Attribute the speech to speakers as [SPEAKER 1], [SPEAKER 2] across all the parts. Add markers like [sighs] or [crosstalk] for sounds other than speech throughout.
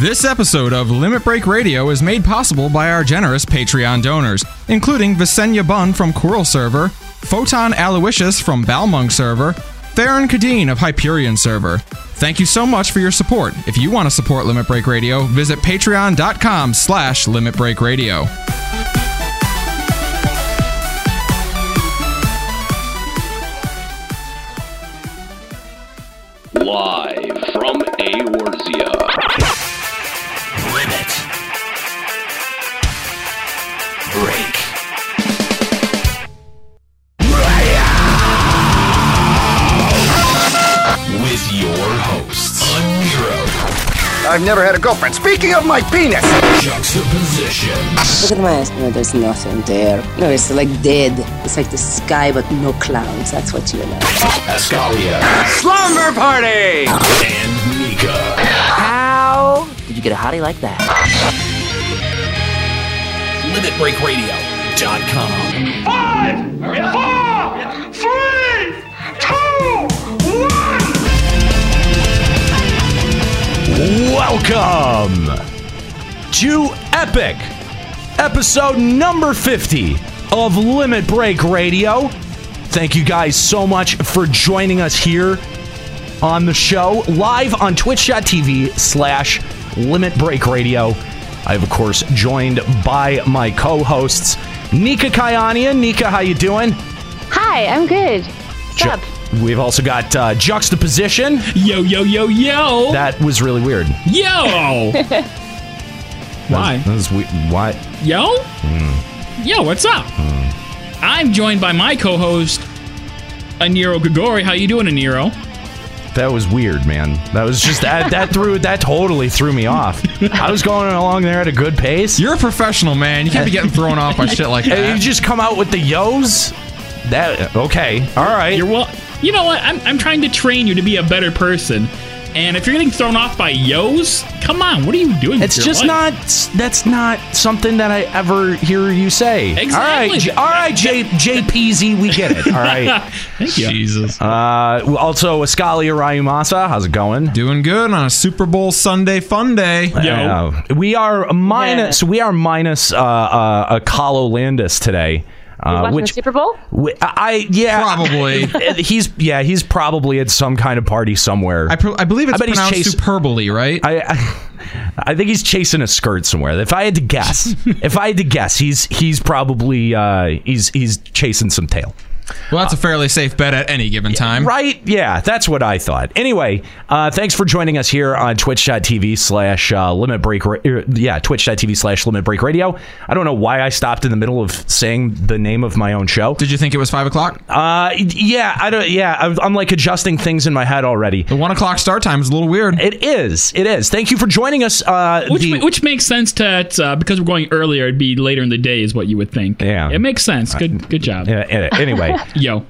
[SPEAKER 1] This episode of Limit Break Radio is made possible by our generous Patreon donors, including Visenya Bunn from Coral Server, Photon Aloysius from Balmung Server, Theron Kadeen of Hyperion Server. Thank you so much for your support. If you want to support Limit Break Radio, visit patreon.com slash Limit Break Radio.
[SPEAKER 2] Live from Aorzia. Limit. Break. With your hosts, Unhero,
[SPEAKER 3] I've never had a girlfriend. Speaking of my penis.
[SPEAKER 2] Juxtaposition,
[SPEAKER 4] Look at my ass. No, there's nothing there. No, it's like dead. It's like the sky, but no clouds. That's what you know.
[SPEAKER 2] Ascalia,
[SPEAKER 3] Slumber party!
[SPEAKER 2] and Mika.
[SPEAKER 5] How did you get a hottie like that?
[SPEAKER 2] LimitBreakRadio.com.
[SPEAKER 6] Five, four, three, two,
[SPEAKER 7] [laughs]
[SPEAKER 6] one.
[SPEAKER 8] Welcome to Epic, episode number 50 of Limit Break Radio. Thank you guys so much for joining us here on the show, live on twitch.tv slash Limit Break Radio. I am, of course, joined by my co-hosts, Nika Kayanian. Nika, how you doing?
[SPEAKER 9] Hi, I'm good.
[SPEAKER 8] Ju-
[SPEAKER 9] Sup?
[SPEAKER 8] We've also got uh, Juxtaposition.
[SPEAKER 7] Yo, yo, yo, yo,
[SPEAKER 8] That was really weird. [laughs]
[SPEAKER 10] [laughs]
[SPEAKER 7] yo, Why?
[SPEAKER 8] That was, that was we- why?
[SPEAKER 7] yo,
[SPEAKER 8] Hmm.
[SPEAKER 7] yo. What's up? I'm joined by my co-host, Aniro Gagori. How you doing, Aniro?
[SPEAKER 8] That was weird, man. That was just that that threw that totally threw me off. I was going along there at a good pace.
[SPEAKER 1] You're a professional, man. You can't be getting thrown off by shit like
[SPEAKER 8] and you
[SPEAKER 1] that.
[SPEAKER 8] just come out with the yos. That okay? All right.
[SPEAKER 7] You're well. You know what? I'm I'm trying to train you to be a better person. And if you're getting thrown off by yo's, come on. What are you doing?
[SPEAKER 8] it's
[SPEAKER 7] with your
[SPEAKER 8] just
[SPEAKER 7] life?
[SPEAKER 8] not. That's not something that I ever hear you say. All
[SPEAKER 7] Exactly.
[SPEAKER 8] right. J- all right. J- JPZ. We get it. All right.
[SPEAKER 7] [laughs]
[SPEAKER 8] [laughs]
[SPEAKER 7] Thank you.
[SPEAKER 1] Jesus.
[SPEAKER 8] Uh, also, Ascalia Rayumasa. How's it going?
[SPEAKER 1] Doing good on a Super Bowl Sunday fun day.
[SPEAKER 7] Yo.
[SPEAKER 8] Uh, we are minus. We are minus uh, uh, Akalo Landis today. Uh,
[SPEAKER 9] Watching
[SPEAKER 8] which
[SPEAKER 9] the Super Bowl?
[SPEAKER 8] Wh- I yeah,
[SPEAKER 1] Probably.
[SPEAKER 8] [laughs] he's yeah, he's probably at some kind of party somewhere.
[SPEAKER 1] I,
[SPEAKER 8] I,
[SPEAKER 1] pro- I believe it's
[SPEAKER 8] I bet he's
[SPEAKER 1] pronounced
[SPEAKER 8] chasing-
[SPEAKER 1] superbly, right?
[SPEAKER 8] I, I think he's chasing a skirt somewhere. If I had to
[SPEAKER 1] [laughs]
[SPEAKER 8] guess, if I had to guess, he's he's probably uh, he's he's chasing some tail.
[SPEAKER 1] well, that's a fairly safe bet at any given time.
[SPEAKER 8] Right? Yeah, that's what I thought. Anyway, uh, thanks for joining us here on twitch.tv slash uh, limit break. Ra- er, yeah, twitch.tv slash limit break radio. I don't know why I stopped in the middle of saying the name of my own show.
[SPEAKER 1] Did you think it was five o'clock?
[SPEAKER 8] Uh, yeah, I don't. Yeah, I'm, I'm like adjusting things in my head already.
[SPEAKER 1] the one o'clock start time is a little weird.
[SPEAKER 8] It is. It is. Thank you for joining us. Uh,
[SPEAKER 7] Which,
[SPEAKER 8] the-
[SPEAKER 7] ma- which makes sense to uh, because we're going earlier. It'd be later in the day, is what you would think.
[SPEAKER 8] Yeah. Uh,
[SPEAKER 7] it makes sense. Good, good job.
[SPEAKER 8] Yeah, yeah, anyway,
[SPEAKER 7] [laughs]
[SPEAKER 8] Uh,
[SPEAKER 7] Yo,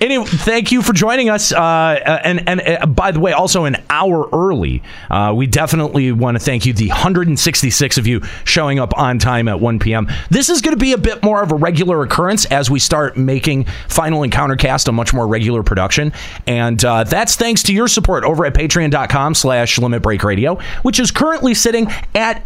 [SPEAKER 8] anyway, thank you for joining us. Uh, uh, and and uh, by the way, also an hour early. Uh, we definitely want to thank you, the 166 of you showing up on time at 1 p.m. This is going to be a bit more of a regular occurrence as we start making Final Encounter Cast a much more regular production, and uh, that's thanks to your support over at Patreon.com/slash Limit Break Radio, which is currently sitting at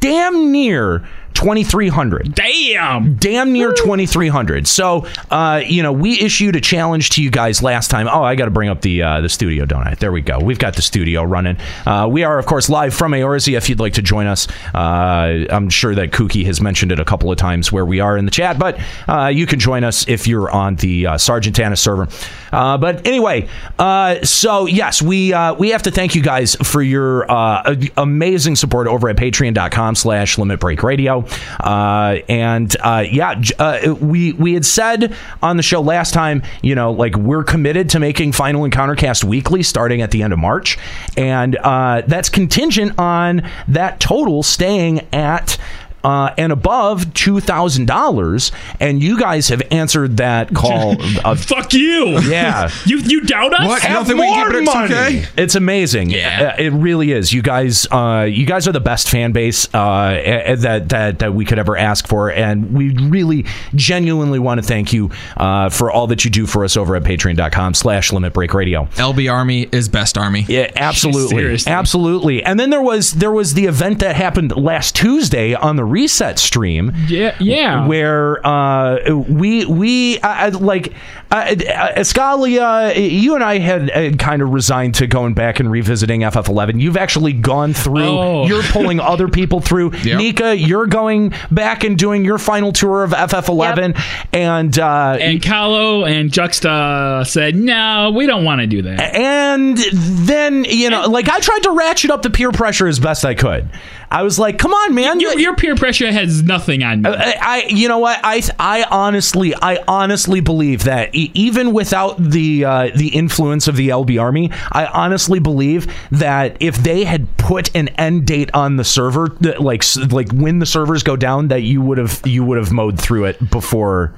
[SPEAKER 8] damn near 2,300.
[SPEAKER 7] damn.
[SPEAKER 8] damn near 2300 so uh, you know we issued a challenge to you guys last time oh i gotta bring up the uh, the studio don't i there we go we've got the studio running uh, we are of course live from Eorzea if you'd like to join us uh, i'm sure that kookie has mentioned it a couple of times where we are in the chat but uh, you can join us if you're on the uh, sergeant Anna server uh, but anyway uh, so yes we uh, we have to thank you guys for your uh, a- amazing support over at patreon.com slash limit break radio uh, and uh, yeah j- uh, we we had said on the show last time you know like we're committed to making final encounter cast weekly starting at the end of march and uh, that's contingent on that total staying at uh, and above two thousand dollars, and you guys have answered that
[SPEAKER 7] [laughs]
[SPEAKER 8] call. of,
[SPEAKER 7] Fuck you.
[SPEAKER 8] Yeah.
[SPEAKER 7] you you doubt us?
[SPEAKER 8] Have more money. It's amazing. Yeah, it really is. You guys, uh, you guys are the best fan base uh, eh, that that that we could ever ask for, and we really genuinely want to thank you uh, for all that you do for us over at Patreon.com/slash Limit Break Radio.
[SPEAKER 1] LB Army is best army.
[SPEAKER 8] Yeah, absolutely,
[SPEAKER 1] Seriously.
[SPEAKER 8] absolutely. And then there was there was the event that happened last Tuesday on the Reset stream.
[SPEAKER 7] Yeah, yeah.
[SPEAKER 8] Where uh, we we I, I- like I, I, Escalia, you and I had uh, kind of resigned to going back and revisiting FF11. You've actually gone through.
[SPEAKER 7] Oh. [laughs]
[SPEAKER 8] You're pulling other people through. Nika, you're going back and doing your final tour of FF11, and uh,
[SPEAKER 7] and Kahlo and Juxta said, "No, we don't want to do that."
[SPEAKER 8] And then, you know, like I tried to ratchet up the peer pressure as best I could. I was like, come on, man.
[SPEAKER 7] Your, your peer pressure has nothing on me.
[SPEAKER 8] I, I- you know what I I honestly I honestly believe that e- even without the uh, the influence of the LB Army, I honestly believe that if they had put an end date on the server, th- like s- like when the servers go down, that you would have you would have mowed through it before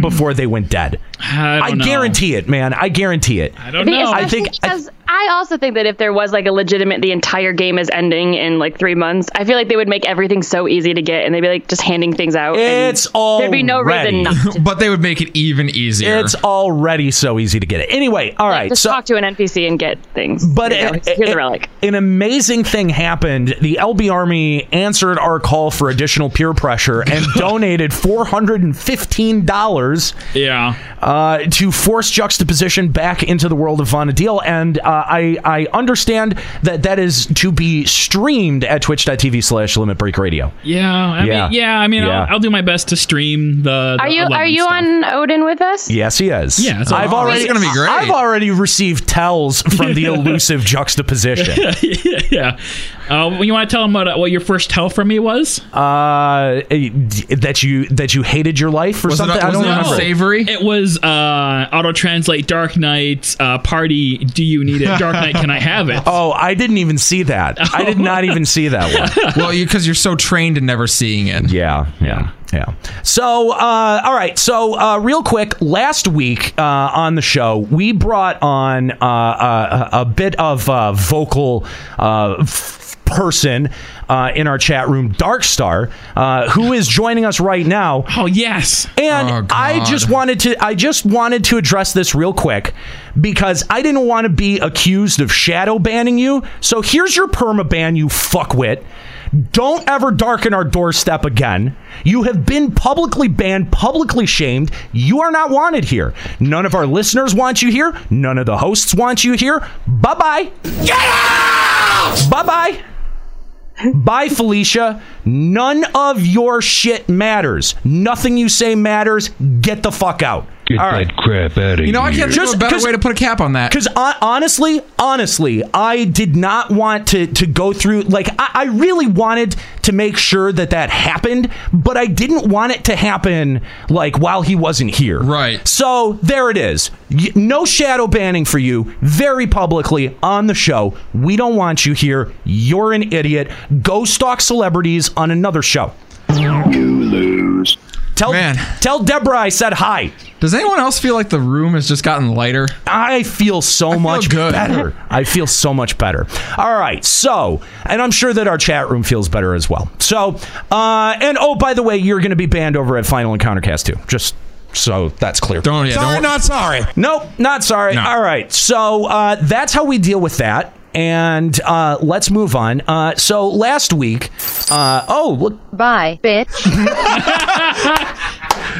[SPEAKER 8] before they went dead.
[SPEAKER 7] Mm. I, don't know.
[SPEAKER 8] guarantee it, man. I guarantee it.
[SPEAKER 7] I don't know.
[SPEAKER 8] Oh, I think
[SPEAKER 9] because I, also think that if there was like a legitimate, the entire game is ending in like three months. I feel like they would make everything so easy to get, and they'd be like just handing things out. and
[SPEAKER 8] It's all
[SPEAKER 9] There'd be no reason not to.
[SPEAKER 1] [laughs] but they would make it even easier.
[SPEAKER 8] It's already so easy to get it. [laughs] Anyway, all right.
[SPEAKER 9] Just
[SPEAKER 8] so
[SPEAKER 9] talk to an NPC and get things.
[SPEAKER 8] But
[SPEAKER 9] You know,
[SPEAKER 8] it-
[SPEAKER 9] here's
[SPEAKER 8] it-
[SPEAKER 9] a relic.
[SPEAKER 8] an amazing thing happened. The LB Army answered our call for additional peer pressure
[SPEAKER 1] [laughs]
[SPEAKER 8] and donated four hundred and fifteen dollars
[SPEAKER 7] Yeah.
[SPEAKER 8] uh, to force juxtaposition back into the world of Vonadil. And uh, I I understand that that is to be streamed at Twitch.tv slash Limit Break
[SPEAKER 1] [laughs]
[SPEAKER 8] Radio.
[SPEAKER 7] Yeah. I
[SPEAKER 8] Yeah.
[SPEAKER 7] mean, yeah. I mean,
[SPEAKER 8] Yeah.
[SPEAKER 7] I'll, I'll do my best to stream the.
[SPEAKER 8] Uh,
[SPEAKER 7] the
[SPEAKER 9] Are you
[SPEAKER 7] 11
[SPEAKER 9] are you
[SPEAKER 7] stuff.
[SPEAKER 9] on Odin with us?
[SPEAKER 8] Yes, he is.
[SPEAKER 7] Yeah, it's
[SPEAKER 8] I've
[SPEAKER 7] all-
[SPEAKER 8] already
[SPEAKER 1] That's gonna be great.
[SPEAKER 8] I've already received tells
[SPEAKER 7] [laughs]
[SPEAKER 8] from the
[SPEAKER 1] [laughs]
[SPEAKER 8] elusive juxtaposition.
[SPEAKER 7] yeah. Uh, you want to tell them what, uh, what your first tell from me was?
[SPEAKER 8] uh, that you that you hated your life or
[SPEAKER 1] Was it
[SPEAKER 8] something.
[SPEAKER 1] a-
[SPEAKER 8] I
[SPEAKER 1] was
[SPEAKER 8] don't
[SPEAKER 1] it a
[SPEAKER 8] remember.
[SPEAKER 1] save? Savory?
[SPEAKER 7] It was uh, auto translate Dark Knight uh, party. Do you need it? Dark Knight, can I have it?
[SPEAKER 8] [laughs] Oh, I didn't even see that. I did not even see that one.
[SPEAKER 1] [laughs] well, because you, are so trained in never seeing it.
[SPEAKER 8] Yeah, yeah, yeah. So, uh, all right. So, uh, real quick, last week uh, on the show, we brought on uh, a, a bit of a vocal uh, f- person uh, in our chat room, Darkstar, uh, who is joining us right now.
[SPEAKER 7] Oh, yes.
[SPEAKER 1] Oh,
[SPEAKER 8] And
[SPEAKER 1] God.
[SPEAKER 8] I just wanted to I just wanted to address this real quick because I didn't want to be accused of shadow banning you. So here's your perma ban, you fuckwit. Don't ever darken our doorstep again. You have been publicly banned, publicly shamed. You are not wanted here. None of our listeners want you here. None of the hosts want you here. Bye bye. Get out! Bye bye. Bye, Felicia. None of your shit matters. Nothing you say matters. Get the fuck out. All right.
[SPEAKER 2] crap out of
[SPEAKER 1] You know, I can't think
[SPEAKER 8] Just-
[SPEAKER 1] of a better
[SPEAKER 8] 'cause-
[SPEAKER 1] way to put a cap on that.
[SPEAKER 8] Because honestly, honestly, I did not want to to go through. Like, I, I really wanted to make sure that that happened, but I didn't want it to happen like while he wasn't here.
[SPEAKER 1] Right.
[SPEAKER 8] So there it is. Y- No shadow banning for you. Very publicly on the show. We don't want you here. You're an idiot. Go stalk celebrities on another show. Tell
[SPEAKER 1] Man.
[SPEAKER 8] tell Deborah I said hi.
[SPEAKER 1] Does anyone else feel like the room has just gotten lighter?
[SPEAKER 8] I feel so much
[SPEAKER 1] good.
[SPEAKER 8] better. I feel so much better. All right. So, and I'm sure that our chat room feels better as well. So, uh, and oh, by the way, you're going to be banned over at Final Encounter Cast too. Just so that's clear.
[SPEAKER 1] Don't. Yeah, don't,
[SPEAKER 2] not sorry.
[SPEAKER 8] Nope, not sorry.
[SPEAKER 1] No.
[SPEAKER 8] All right. So uh, that's how we deal with that. And uh, let's move on. Uh, so last week, uh, oh, look.
[SPEAKER 11] Bye, bitch. [laughs]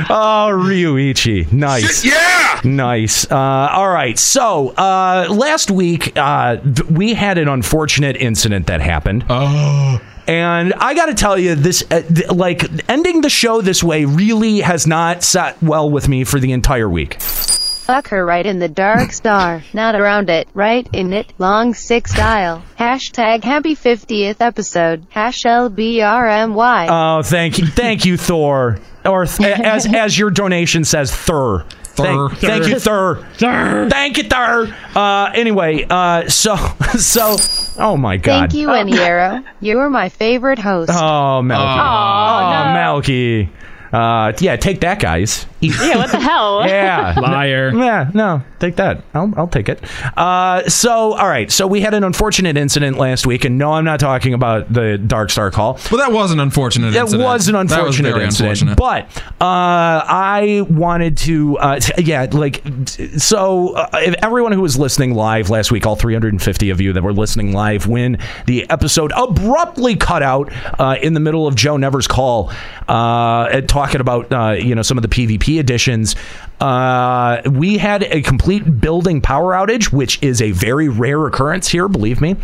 [SPEAKER 8] Oh, Ryuichi. Nice.
[SPEAKER 2] Yeah!
[SPEAKER 8] Nice. Uh, all right. So uh, last week uh, th- we had an unfortunate incident that happened. Oh. And I got to tell you, this uh, th- like ending the show this way really has not sat well with me for the entire week.
[SPEAKER 11] Fuck her right in the dark star. Not around it, right in it. Long six dial. Hashtag happy 50th episode. Hash LBRMY.
[SPEAKER 8] Oh, thank you, thank you, Thor, or
[SPEAKER 9] [laughs]
[SPEAKER 8] th- as as your donation says, Thor.
[SPEAKER 1] Thor.
[SPEAKER 8] Thank, thank you, Thor.
[SPEAKER 7] Durr.
[SPEAKER 8] Thank you, Thor. Uh, anyway, uh, [laughs] so so Oh my God.
[SPEAKER 11] Thank you, Eniero. You are my favorite host.
[SPEAKER 8] [laughs] Oh, Malky. Oh, Malky. Uh, yeah, take that, guys.
[SPEAKER 9] [laughs] Yeah, what the hell?
[SPEAKER 8] [laughs] yeah.
[SPEAKER 7] Liar.
[SPEAKER 8] Yeah, no, take that. I'll, I'll take it. Uh, so, all right. So, we had an unfortunate incident last week, and no, I'm not talking about the Dark Star call.
[SPEAKER 1] Well, that was an unfortunate
[SPEAKER 8] That
[SPEAKER 1] incident.
[SPEAKER 8] was an
[SPEAKER 1] That was
[SPEAKER 8] unfortunate
[SPEAKER 1] very
[SPEAKER 8] incident.
[SPEAKER 1] unfortunate.
[SPEAKER 8] But uh, I wanted to, uh, t- yeah, like, t- so uh, if everyone who was listening live last week, all 350 of you that were listening live, when the episode abruptly cut out uh, in the middle of Joe Never's call, uh, at talking about, uh, you know, some of the PvP additions, uh, we had a complete building power outage, which is a very rare occurrence here, believe me.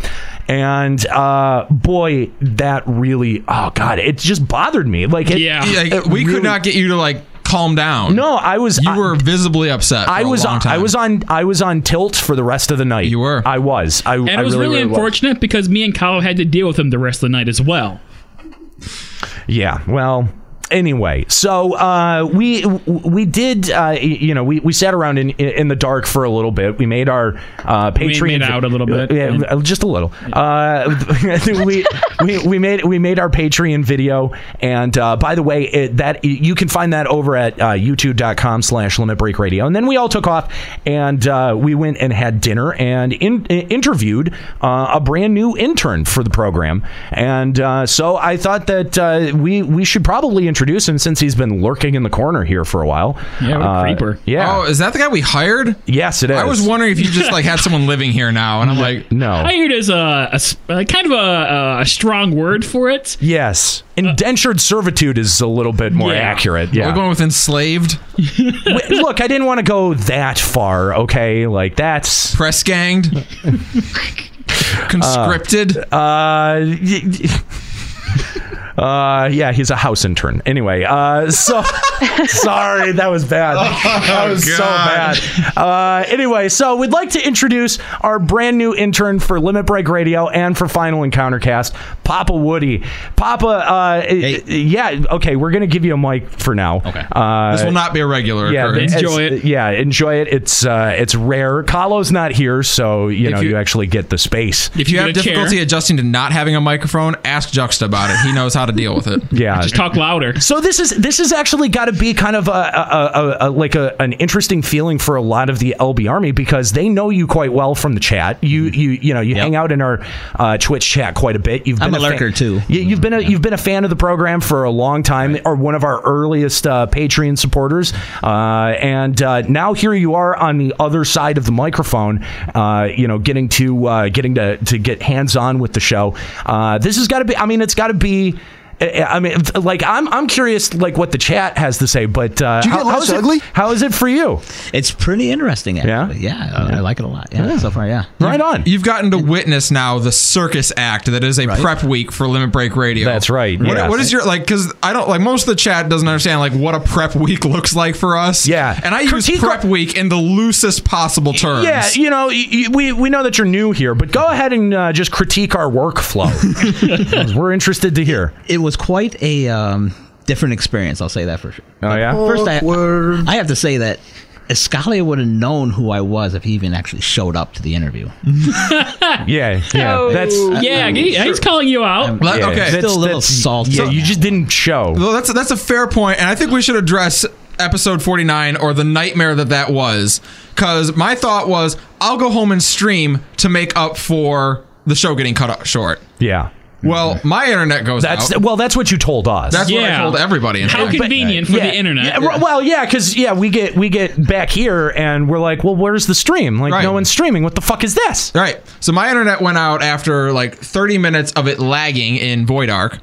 [SPEAKER 8] And uh, boy, that really, oh God, it just bothered me. Like, it,
[SPEAKER 1] Like,
[SPEAKER 8] it
[SPEAKER 1] we
[SPEAKER 8] really-
[SPEAKER 1] could not get you to like calm down. No,
[SPEAKER 8] I was.
[SPEAKER 1] You were visibly upset.
[SPEAKER 8] I
[SPEAKER 1] for a
[SPEAKER 8] was
[SPEAKER 1] long
[SPEAKER 8] on.
[SPEAKER 1] time.
[SPEAKER 8] I was on. I was on tilt for the rest of the night. You were. I was. I.
[SPEAKER 7] And
[SPEAKER 8] I
[SPEAKER 7] it was really,
[SPEAKER 8] was.
[SPEAKER 7] unfortunate because me and Kyle had to deal with him the rest of the night as well.
[SPEAKER 8] Yeah. Well. Anyway, so uh, we we did uh, y- you know we, we sat around in in the dark for a little bit. We made our uh,
[SPEAKER 7] We
[SPEAKER 8] Patreon
[SPEAKER 7] made out a little bit.
[SPEAKER 8] yeah, uh, just a little. Uh, [laughs] we, we we made we made our Patreon video, and uh, by the way, it, that you can find that over at uh, YouTube.com/slash Limit Break Radio. And then we all took off, and uh, we went and had dinner and in, i- interviewed uh, a brand new intern for the program. And uh, so I thought that uh, we we should probably introduce him since he's been lurking in the corner here for a while.
[SPEAKER 1] Yeah, what a
[SPEAKER 8] Uh,
[SPEAKER 1] creeper.
[SPEAKER 8] Yeah.
[SPEAKER 1] Oh, is that the guy we hired?
[SPEAKER 8] Yes, it is.
[SPEAKER 1] I was wondering if you just like
[SPEAKER 8] [laughs]
[SPEAKER 1] had someone living here now, and I'm like,
[SPEAKER 8] no.
[SPEAKER 7] I heard as a, a s- a kind of a, a strong word for it.
[SPEAKER 8] Yes,
[SPEAKER 7] [laughs]
[SPEAKER 8] indentured servitude is a little bit more
[SPEAKER 7] Yeah.
[SPEAKER 8] accurate. Yeah,
[SPEAKER 1] We're going with enslaved.
[SPEAKER 8] Wait, look, I didn't want to go that far. Okay, like that's
[SPEAKER 1] press ganged, conscripted.
[SPEAKER 8] Uh, y- y- [laughs] uh, yeah, he's a house intern. Anyway, uh, so [laughs]
[SPEAKER 1] Oh,
[SPEAKER 8] sorry that was bad. [laughs] that was so
[SPEAKER 1] God.
[SPEAKER 8] bad. Uh, anyway, so we'd like to introduce our brand new intern for Limit Break Radio and for Final Encounter Cast, Papa Woody. Papa, uh, yeah, okay, we're gonna give you a mic for now. Okay, uh,
[SPEAKER 1] This will not be a regular occurrence.
[SPEAKER 8] it's-
[SPEAKER 1] Enjoy it.
[SPEAKER 8] Yeah, enjoy it. It's uh, it's rare. Kahlo's not here, so you know you,
[SPEAKER 1] you-
[SPEAKER 8] actually get the space.
[SPEAKER 1] If you have difficulty adjusting to not having a microphone, ask Juxta about it. He knows how to deal with it.
[SPEAKER 8] Yeah, just
[SPEAKER 7] talk louder.
[SPEAKER 8] [laughs] So this is this has actually got to be kind of a, a, a, a like a, an interesting feeling for a lot of the LB Army because they know you quite well from the chat. You you you know you hang out in our uh, Twitch chat quite a bit. You've
[SPEAKER 12] I'm
[SPEAKER 8] been
[SPEAKER 12] a lurker,
[SPEAKER 8] too. You, have been a you've been a fan of the program for a long time, or one of our earliest uh, Patreon supporters, uh, and uh, now here you are on the other side of the microphone. Uh, you know, getting to uh, getting to to get hands on with the show. Uh, this has got to be. I mean, it's got to be. eh, I I mean, like I'm, I'm curious, like what the chat has to say. But uh,
[SPEAKER 12] Did you get less
[SPEAKER 8] is it-
[SPEAKER 12] ugly?
[SPEAKER 8] how is it for you?
[SPEAKER 12] It's pretty interesting, actually. Yeah, uh, I, I like it a lot. Yeah, so far, yeah.
[SPEAKER 8] Right on.
[SPEAKER 1] You've gotten to witness now the circus act that is a prep week for Limit Break Radio. That's
[SPEAKER 8] right.
[SPEAKER 1] What,
[SPEAKER 8] yes.
[SPEAKER 1] what is your like? Because I don't like most of the chat doesn't understand like what a prep week [laughs] looks like for us. Yeah, and I use prep week in the loosest possible terms.
[SPEAKER 8] Yeah, you know, y- y- we we know that you're new here, but go ahead and uh, just critique
[SPEAKER 12] [laughs]
[SPEAKER 8] our workflow. 'Cause We're interested to hear.
[SPEAKER 12] It was quite a um, different experience, I'll say that for sure.
[SPEAKER 8] Oh, yeah?
[SPEAKER 12] First, I, I have to say that Escalia would have known who I was if he even actually showed up to the interview.
[SPEAKER 8] [laughs] yeah, yeah.
[SPEAKER 7] Oh, that's- yeah, he- he's calling you out.
[SPEAKER 1] Let- okay,
[SPEAKER 12] still a little salty.
[SPEAKER 8] just didn't show.
[SPEAKER 1] Well, that's that's a fair point, and I think we should address episode 49 or the nightmare that that was. Because my thought was, I'll go home and stream to make up for the show getting cut up short.
[SPEAKER 8] Yeah. Mm-hmm.
[SPEAKER 1] Well, my internet goes
[SPEAKER 8] That's
[SPEAKER 1] out.
[SPEAKER 8] well. That's what you told us.
[SPEAKER 1] That's what I told everybody. In fact.
[SPEAKER 8] Yeah, yeah, r- Well, yeah, because yeah, we get we get back here and we're like, well, where's the stream? Like, no one's streaming. What the fuck is this?
[SPEAKER 1] Right. So my internet went out after like 30 minutes of it lagging in Void Arc.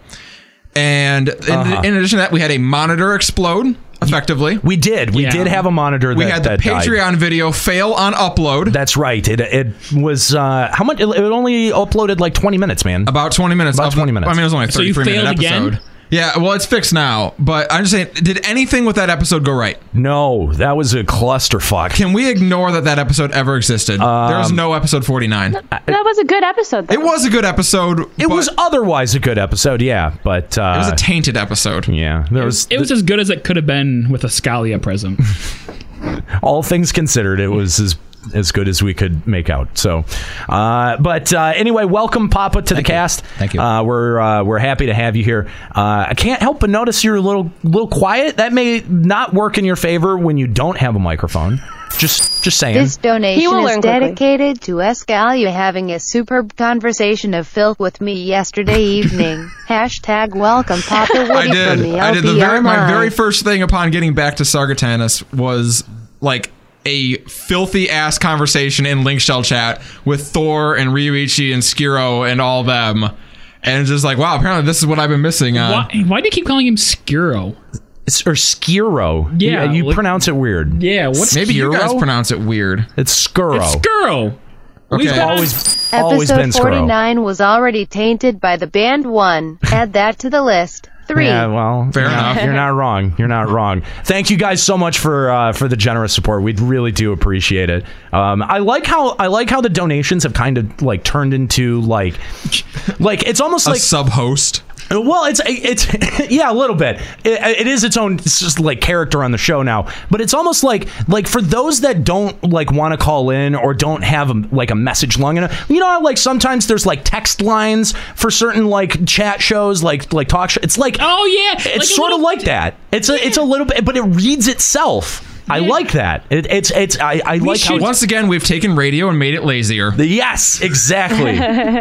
[SPEAKER 1] And in,
[SPEAKER 8] Uh-huh.
[SPEAKER 1] in addition to that, we had a monitor explode effectively.
[SPEAKER 8] We did. We did have a monitor.
[SPEAKER 1] We
[SPEAKER 8] that-
[SPEAKER 1] had the
[SPEAKER 8] that died.
[SPEAKER 1] Patreon video fail on upload.
[SPEAKER 8] That's right. It it was uh, how much? It only uploaded like twenty minutes, man.
[SPEAKER 1] About twenty minutes.
[SPEAKER 8] About twenty minutes.
[SPEAKER 1] I mean, it was only a 33 minute episode. Yeah, well, it's fixed now, but I'm just saying, did anything with that episode go right?
[SPEAKER 8] No, that was a clusterfuck.
[SPEAKER 1] Can we ignore that that episode ever existed? there was
[SPEAKER 8] Um,
[SPEAKER 1] no episode 49.
[SPEAKER 9] That was a good episode. Though.
[SPEAKER 1] It was a good episode.
[SPEAKER 8] It was otherwise a good episode, yeah, but uh, it
[SPEAKER 1] was a tainted episode.
[SPEAKER 8] Yeah, there was.
[SPEAKER 7] It was as good as it could have been with a Scalia present.
[SPEAKER 8] all things considered, it was as as good as we could make out. So, uh, but uh, anyway, welcome Papa to the cast. Thank you. Uh, we're uh, we're happy to have you here. Uh, I can't help but notice you're a little little quiet. That may not work in your favor when you don't have a microphone. Just just saying.
[SPEAKER 11] This donation is
[SPEAKER 9] learn quickly.
[SPEAKER 11] dedicated to Escalia having a superb conversation of Phil with me yesterday evening.
[SPEAKER 8] [laughs]
[SPEAKER 11] Hashtag welcome Papa Woody
[SPEAKER 1] I did.
[SPEAKER 11] from the
[SPEAKER 1] I did the very my
[SPEAKER 11] LBMI.
[SPEAKER 1] very first thing upon getting back to Sargatanis was like a filthy ass conversation in Link Shell chat with Thor and Ryuichi and Skiro and all them. And it's just like, wow, apparently this is what I've been missing uh, on.
[SPEAKER 7] Why, why do you keep calling him Skiro?
[SPEAKER 8] Uh, It's, or Skiro.
[SPEAKER 7] Yeah,
[SPEAKER 8] you
[SPEAKER 7] like-
[SPEAKER 8] pronounce it weird.
[SPEAKER 7] Yeah, what's
[SPEAKER 1] Maybe you guys
[SPEAKER 7] Skiro?
[SPEAKER 1] pronounce it weird.
[SPEAKER 8] It's Skuro.
[SPEAKER 7] It's Skuro.
[SPEAKER 1] Okay.
[SPEAKER 7] We've got-
[SPEAKER 8] always always been
[SPEAKER 11] Episode
[SPEAKER 8] Skuro.
[SPEAKER 11] 49 was already tainted by the band one. Add that to the list. Three.
[SPEAKER 8] Yeah, well,
[SPEAKER 1] Fair
[SPEAKER 8] you're
[SPEAKER 1] enough.
[SPEAKER 8] Not, you're not wrong. You're not wrong. Thank you guys so much for uh, for the generous support. We really do appreciate it. Um, I like how I like how the donations have kind of like turned into like like it's almost
[SPEAKER 1] A
[SPEAKER 8] like
[SPEAKER 1] sub host.
[SPEAKER 8] well, it's it's [laughs] yeah, a little bit. It, it is its own it's just like character on the show now, but it's almost like like for those that don't like want to call in or don't have a, like a message long enough. You know, how, like sometimes there's like text lines for certain like chat shows, like like talk show. It's like
[SPEAKER 7] Oh yeah,
[SPEAKER 8] it's sort of like that. It's a it's a little bit, but it reads itself. I like that. It, it's it's I, I like how
[SPEAKER 1] once again we've taken radio and made it lazier.
[SPEAKER 8] Yes,
[SPEAKER 7] [laughs]
[SPEAKER 8] exactly.
[SPEAKER 1] [laughs]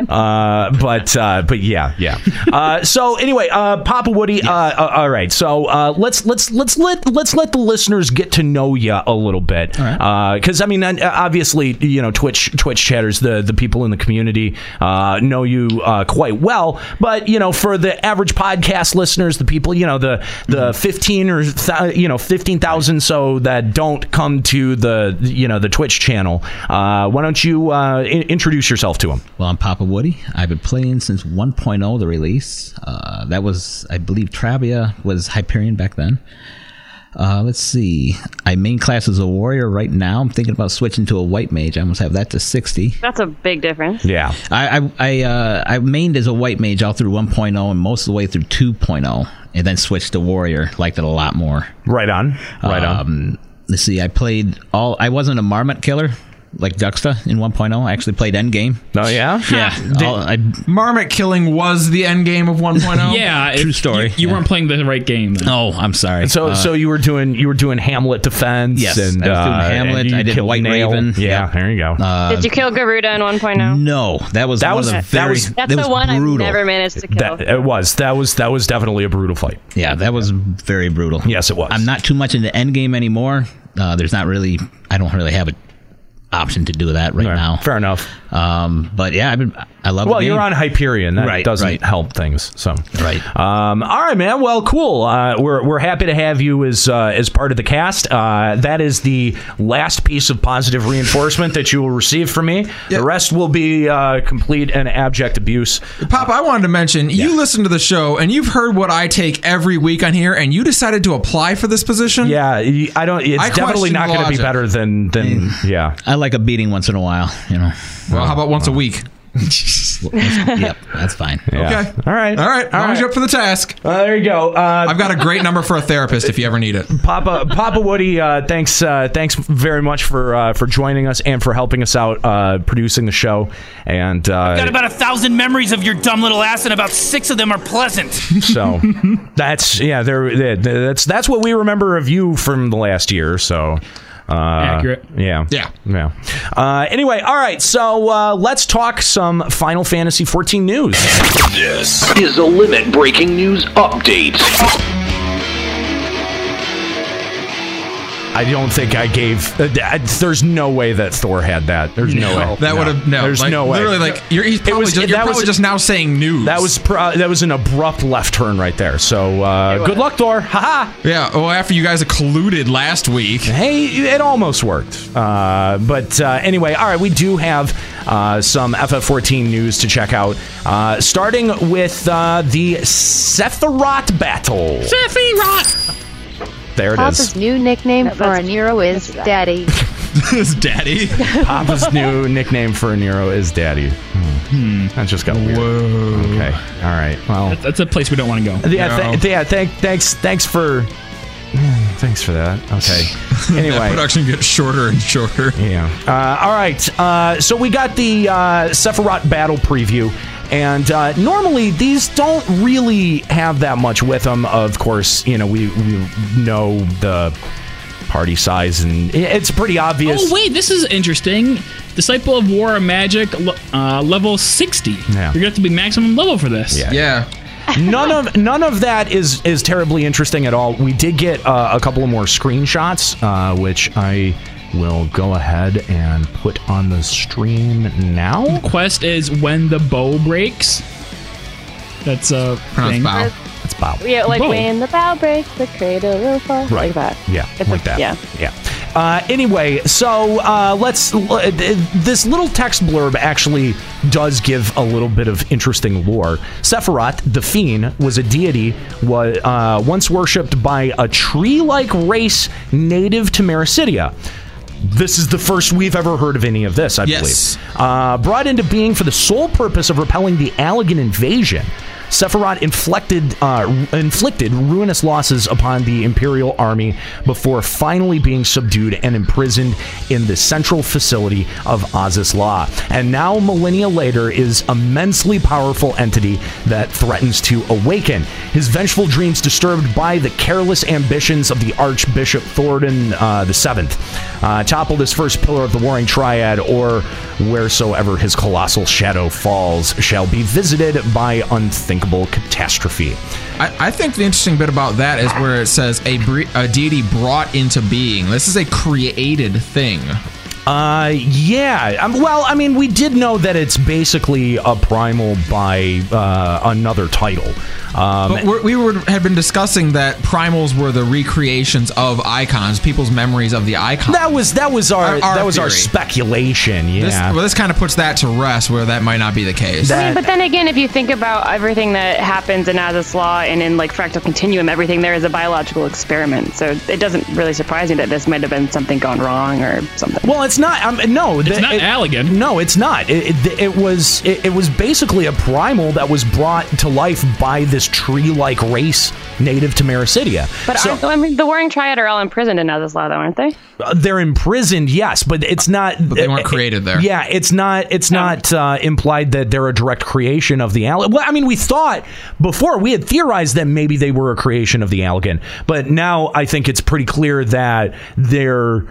[SPEAKER 8] uh, but uh, but yeah, yeah. Uh, so anyway, uh, Papa Woody. Uh, uh, all right, so uh, let's let's let's let let's let the listeners get to know you a little bit, because I mean, and, uh, obviously, you know, Twitch Twitch chatters, the the people in the community uh, know you uh, quite well, but you know, for the average podcast listeners, the people, you know, the the fifteen or th- you know fifteen thousand so that don't come to the you know the Twitch channel, uh, why don't you uh, in- introduce yourself to them?
[SPEAKER 12] Well, I'm Papa Woody. I've been playing since 1.0, the release. Uh, that was, I believe, Travia was Hyperion back then. Uh, let's see. I main class as a warrior right now. I'm thinking about switching to a white mage. I almost have that to 60.
[SPEAKER 9] That's a big difference.
[SPEAKER 8] Yeah.
[SPEAKER 12] I I I, uh, I mained as a white mage all through 1.0 and most of the way through 2.0, and then switched to warrior. Liked it a lot more.
[SPEAKER 8] Right on. Right
[SPEAKER 12] on. Let's see. I played all. I wasn't a marmot killer like Duxta in 1.0. I actually played endgame.
[SPEAKER 8] Oh yeah.
[SPEAKER 12] Yeah. all- I,
[SPEAKER 1] Marmot killing was the end game of oh?
[SPEAKER 8] [laughs]
[SPEAKER 7] [laughs]
[SPEAKER 1] 1.0.
[SPEAKER 7] yeah,
[SPEAKER 12] oh. true
[SPEAKER 7] it-
[SPEAKER 12] story.
[SPEAKER 7] You, you weren't playing the right game. Then.
[SPEAKER 12] Oh, I'm sorry.
[SPEAKER 8] So
[SPEAKER 12] Uh,
[SPEAKER 8] so you were doing you were doing Hamlet defense.
[SPEAKER 12] Yes,
[SPEAKER 8] and,
[SPEAKER 12] I was doing
[SPEAKER 8] uh, and
[SPEAKER 12] Hamlet,
[SPEAKER 8] you
[SPEAKER 12] I did
[SPEAKER 8] killed
[SPEAKER 12] White
[SPEAKER 8] Nail.
[SPEAKER 12] Raven,
[SPEAKER 8] Yeah,
[SPEAKER 12] yep.
[SPEAKER 8] there you go.
[SPEAKER 12] Uh,
[SPEAKER 9] Did you kill Garuda in 1.0?
[SPEAKER 12] no, that was
[SPEAKER 8] Uh, That
[SPEAKER 12] one
[SPEAKER 8] was-
[SPEAKER 12] of the
[SPEAKER 8] that
[SPEAKER 12] very-
[SPEAKER 8] was-
[SPEAKER 9] That's
[SPEAKER 12] that was
[SPEAKER 9] the one
[SPEAKER 12] brutal.
[SPEAKER 9] I've never managed to kill.
[SPEAKER 8] that, it was that was that was definitely a brutal fight.
[SPEAKER 12] Yeah, that was very brutal.
[SPEAKER 8] Yes, it was.
[SPEAKER 12] I'm not too much into endgame anymore. Uh, there's not really. I don't really have an option to do that right
[SPEAKER 8] Fair-
[SPEAKER 12] now.
[SPEAKER 8] Fair enough.
[SPEAKER 12] Um, but yeah, I've been. I love.
[SPEAKER 8] Well,
[SPEAKER 12] the
[SPEAKER 8] you're
[SPEAKER 12] game.
[SPEAKER 8] on Hyperion. That
[SPEAKER 12] Right,
[SPEAKER 8] doesn't
[SPEAKER 12] right.
[SPEAKER 8] help things. So
[SPEAKER 12] Right.
[SPEAKER 8] Um, all right, man. Well, cool. Uh, we're we're happy to have you as uh, as part of the cast. Uh, that is the last piece of positive reinforcement that you will receive from me. The rest will be uh, complete and abject abuse.
[SPEAKER 1] Pop, I wanted to mention you listen to the show and you've heard what I take every week on here, and you decided to apply for this position.
[SPEAKER 8] Yeah, y- I don't. It's
[SPEAKER 1] I
[SPEAKER 8] definitely
[SPEAKER 1] question
[SPEAKER 8] not
[SPEAKER 1] the
[SPEAKER 8] going to be
[SPEAKER 1] logic.
[SPEAKER 8] better than than yeah.
[SPEAKER 12] I like a beating once in a while. You know.
[SPEAKER 1] Well, how about once a week?
[SPEAKER 12] [laughs]
[SPEAKER 1] [laughs]
[SPEAKER 12] yep, that's fine.
[SPEAKER 8] yeah.
[SPEAKER 1] Okay.
[SPEAKER 8] All right.
[SPEAKER 1] All right. As long as you're up for the task.
[SPEAKER 8] Uh, there you go. Uh,
[SPEAKER 1] I've got a great number for a therapist if you ever need it.
[SPEAKER 8] Papa Papa Woody, uh, thanks uh, thanks very much for uh, for joining us and for helping us out uh, producing the show. And
[SPEAKER 13] Got
[SPEAKER 8] uh,
[SPEAKER 13] about a thousand memories of your dumb little ass, and about six of them are pleasant.
[SPEAKER 1] [laughs]
[SPEAKER 8] so that's yeah, there there- that's that's what we remember of you from the last year. So. Uh,
[SPEAKER 7] Accurate.
[SPEAKER 8] Yeah.
[SPEAKER 1] Yeah.
[SPEAKER 8] Yeah. Uh, anyway, all right. So uh, let's talk some Final Fantasy 14 news.
[SPEAKER 2] This is a limit breaking news update.
[SPEAKER 8] I don't think I gave. Uh, th- I- there's no way that Thor had that. There's no, way.
[SPEAKER 1] That would have no.
[SPEAKER 8] There's
[SPEAKER 1] like,
[SPEAKER 8] no way.
[SPEAKER 1] Literally, like you're, he's
[SPEAKER 8] It
[SPEAKER 1] probably,
[SPEAKER 8] was-
[SPEAKER 1] just,
[SPEAKER 8] it-
[SPEAKER 1] you're
[SPEAKER 8] that was-
[SPEAKER 1] probably just now saying news.
[SPEAKER 8] That was pro- that was an abrupt left turn right there. So uh, good luck, Thor. Haha.
[SPEAKER 1] yeah. Well, after you guys colluded last week,
[SPEAKER 8] Hey, it almost worked. Uh, but uh, anyway, all right, we do have uh, some FF14 news to check out. Uh, starting with uh, the Sephiroth battle.
[SPEAKER 7] Sephiroth.
[SPEAKER 8] There it
[SPEAKER 11] Papa's
[SPEAKER 1] [laughs]
[SPEAKER 8] is.
[SPEAKER 11] new nickname for a Nero is Daddy.
[SPEAKER 1] his
[SPEAKER 8] [laughs]
[SPEAKER 1] daddy.
[SPEAKER 8] Papa's new nickname for Nero is Daddy. Hmm. That just got weird.
[SPEAKER 1] Whoa.
[SPEAKER 8] Okay. All right. Well.
[SPEAKER 7] That's a place we don't want to go.
[SPEAKER 8] Yeah,
[SPEAKER 1] No.
[SPEAKER 8] th- yeah. Thank, thanks, thanks for [sighs] Thanks for that.
[SPEAKER 1] [laughs]
[SPEAKER 8] Okay. Anyway.
[SPEAKER 1] production gets shorter and shorter.
[SPEAKER 8] Yeah. Uh, all right. Uh, so we got the uh, Sephiroth battle preview. And uh, normally these don't really have that much with them. Of course, you know, we, we know the party size, and it- it's pretty obvious.
[SPEAKER 7] Oh wait, this is interesting. Disciple of War of Magic, le- uh, level sixty.
[SPEAKER 8] Yeah.
[SPEAKER 7] You're gonna have to be maximum level for this.
[SPEAKER 8] Yeah. none of none of that is is terribly interesting at all. We did get uh, a couple of more screenshots, uh, which I will go ahead and put on the stream now.
[SPEAKER 7] Quest is when the bow breaks. That's a thing.
[SPEAKER 8] bow. It's bow.
[SPEAKER 5] Yeah, like
[SPEAKER 7] Bow.
[SPEAKER 5] when the bow breaks, the cradle will fall. Like that.
[SPEAKER 8] Yeah,
[SPEAKER 5] It's
[SPEAKER 8] like
[SPEAKER 5] a-
[SPEAKER 8] that.
[SPEAKER 5] yeah.
[SPEAKER 8] yeah. Uh, anyway, so uh, let's. l- th- This little text blurb actually does give a little bit of interesting lore. Sephiroth, the fiend, was a deity was, uh, once worshipped by a tree-like race native to Mericidia. This is the first we've ever heard of any of this, I
[SPEAKER 1] Yes.
[SPEAKER 8] believe. Uh, brought into being for the sole purpose of repelling the Allegan invasion, Sephiroth inflicted, uh, inflicted ruinous losses upon the Imperial army before finally being subdued and imprisoned in the central facility of Aziz Law. And now, millennia later, is immensely powerful entity that threatens to awaken. His vengeful dreams disturbed by the careless ambitions of the Archbishop Thoradin uh, the Seventh. Uh, topple this first pillar of the Warring Triad, or wheresoever his colossal shadow falls, shall be visited by unthinkable catastrophe.
[SPEAKER 1] I, I think the interesting bit about that is where it says a, bre- a deity brought into being. This is a created thing.
[SPEAKER 8] Uh, yeah. Um, well, I mean, we did know that it's basically a primal by uh, another title. Um,
[SPEAKER 1] But we're, we were, had been discussing that primals were the recreations of icons, people's memories of the icons.
[SPEAKER 8] That was that was our, that was our
[SPEAKER 1] theory.
[SPEAKER 8] speculation.
[SPEAKER 1] This,
[SPEAKER 8] Yeah.
[SPEAKER 1] well, this kind of puts that to rest, where that might not be the case.
[SPEAKER 9] I mean, but then again, if you think about everything that happens in Azus Law and in like Fractal Continuum, everything there is a biological experiment. So it doesn't really surprise me that this might have been something gone wrong or something.
[SPEAKER 8] Well, it's not. Um, no, it's
[SPEAKER 7] not
[SPEAKER 8] Allegan. No, it's not. It, it, it was it, it was basically a primal that was brought to life by this tree-like race native to Mericidia.
[SPEAKER 9] But aren't, I mean, the Warring Triad are all imprisoned in Azus Law, though, aren't they?
[SPEAKER 8] Uh, they're imprisoned, yes, but it's not. But
[SPEAKER 1] they weren't created there.
[SPEAKER 8] Yeah, it's not. It's not uh, implied that they're a direct creation of the Allegan. Well, I mean, we thought before we had theorized that maybe they were a creation of the Allegan, but now I think it's pretty clear that they're.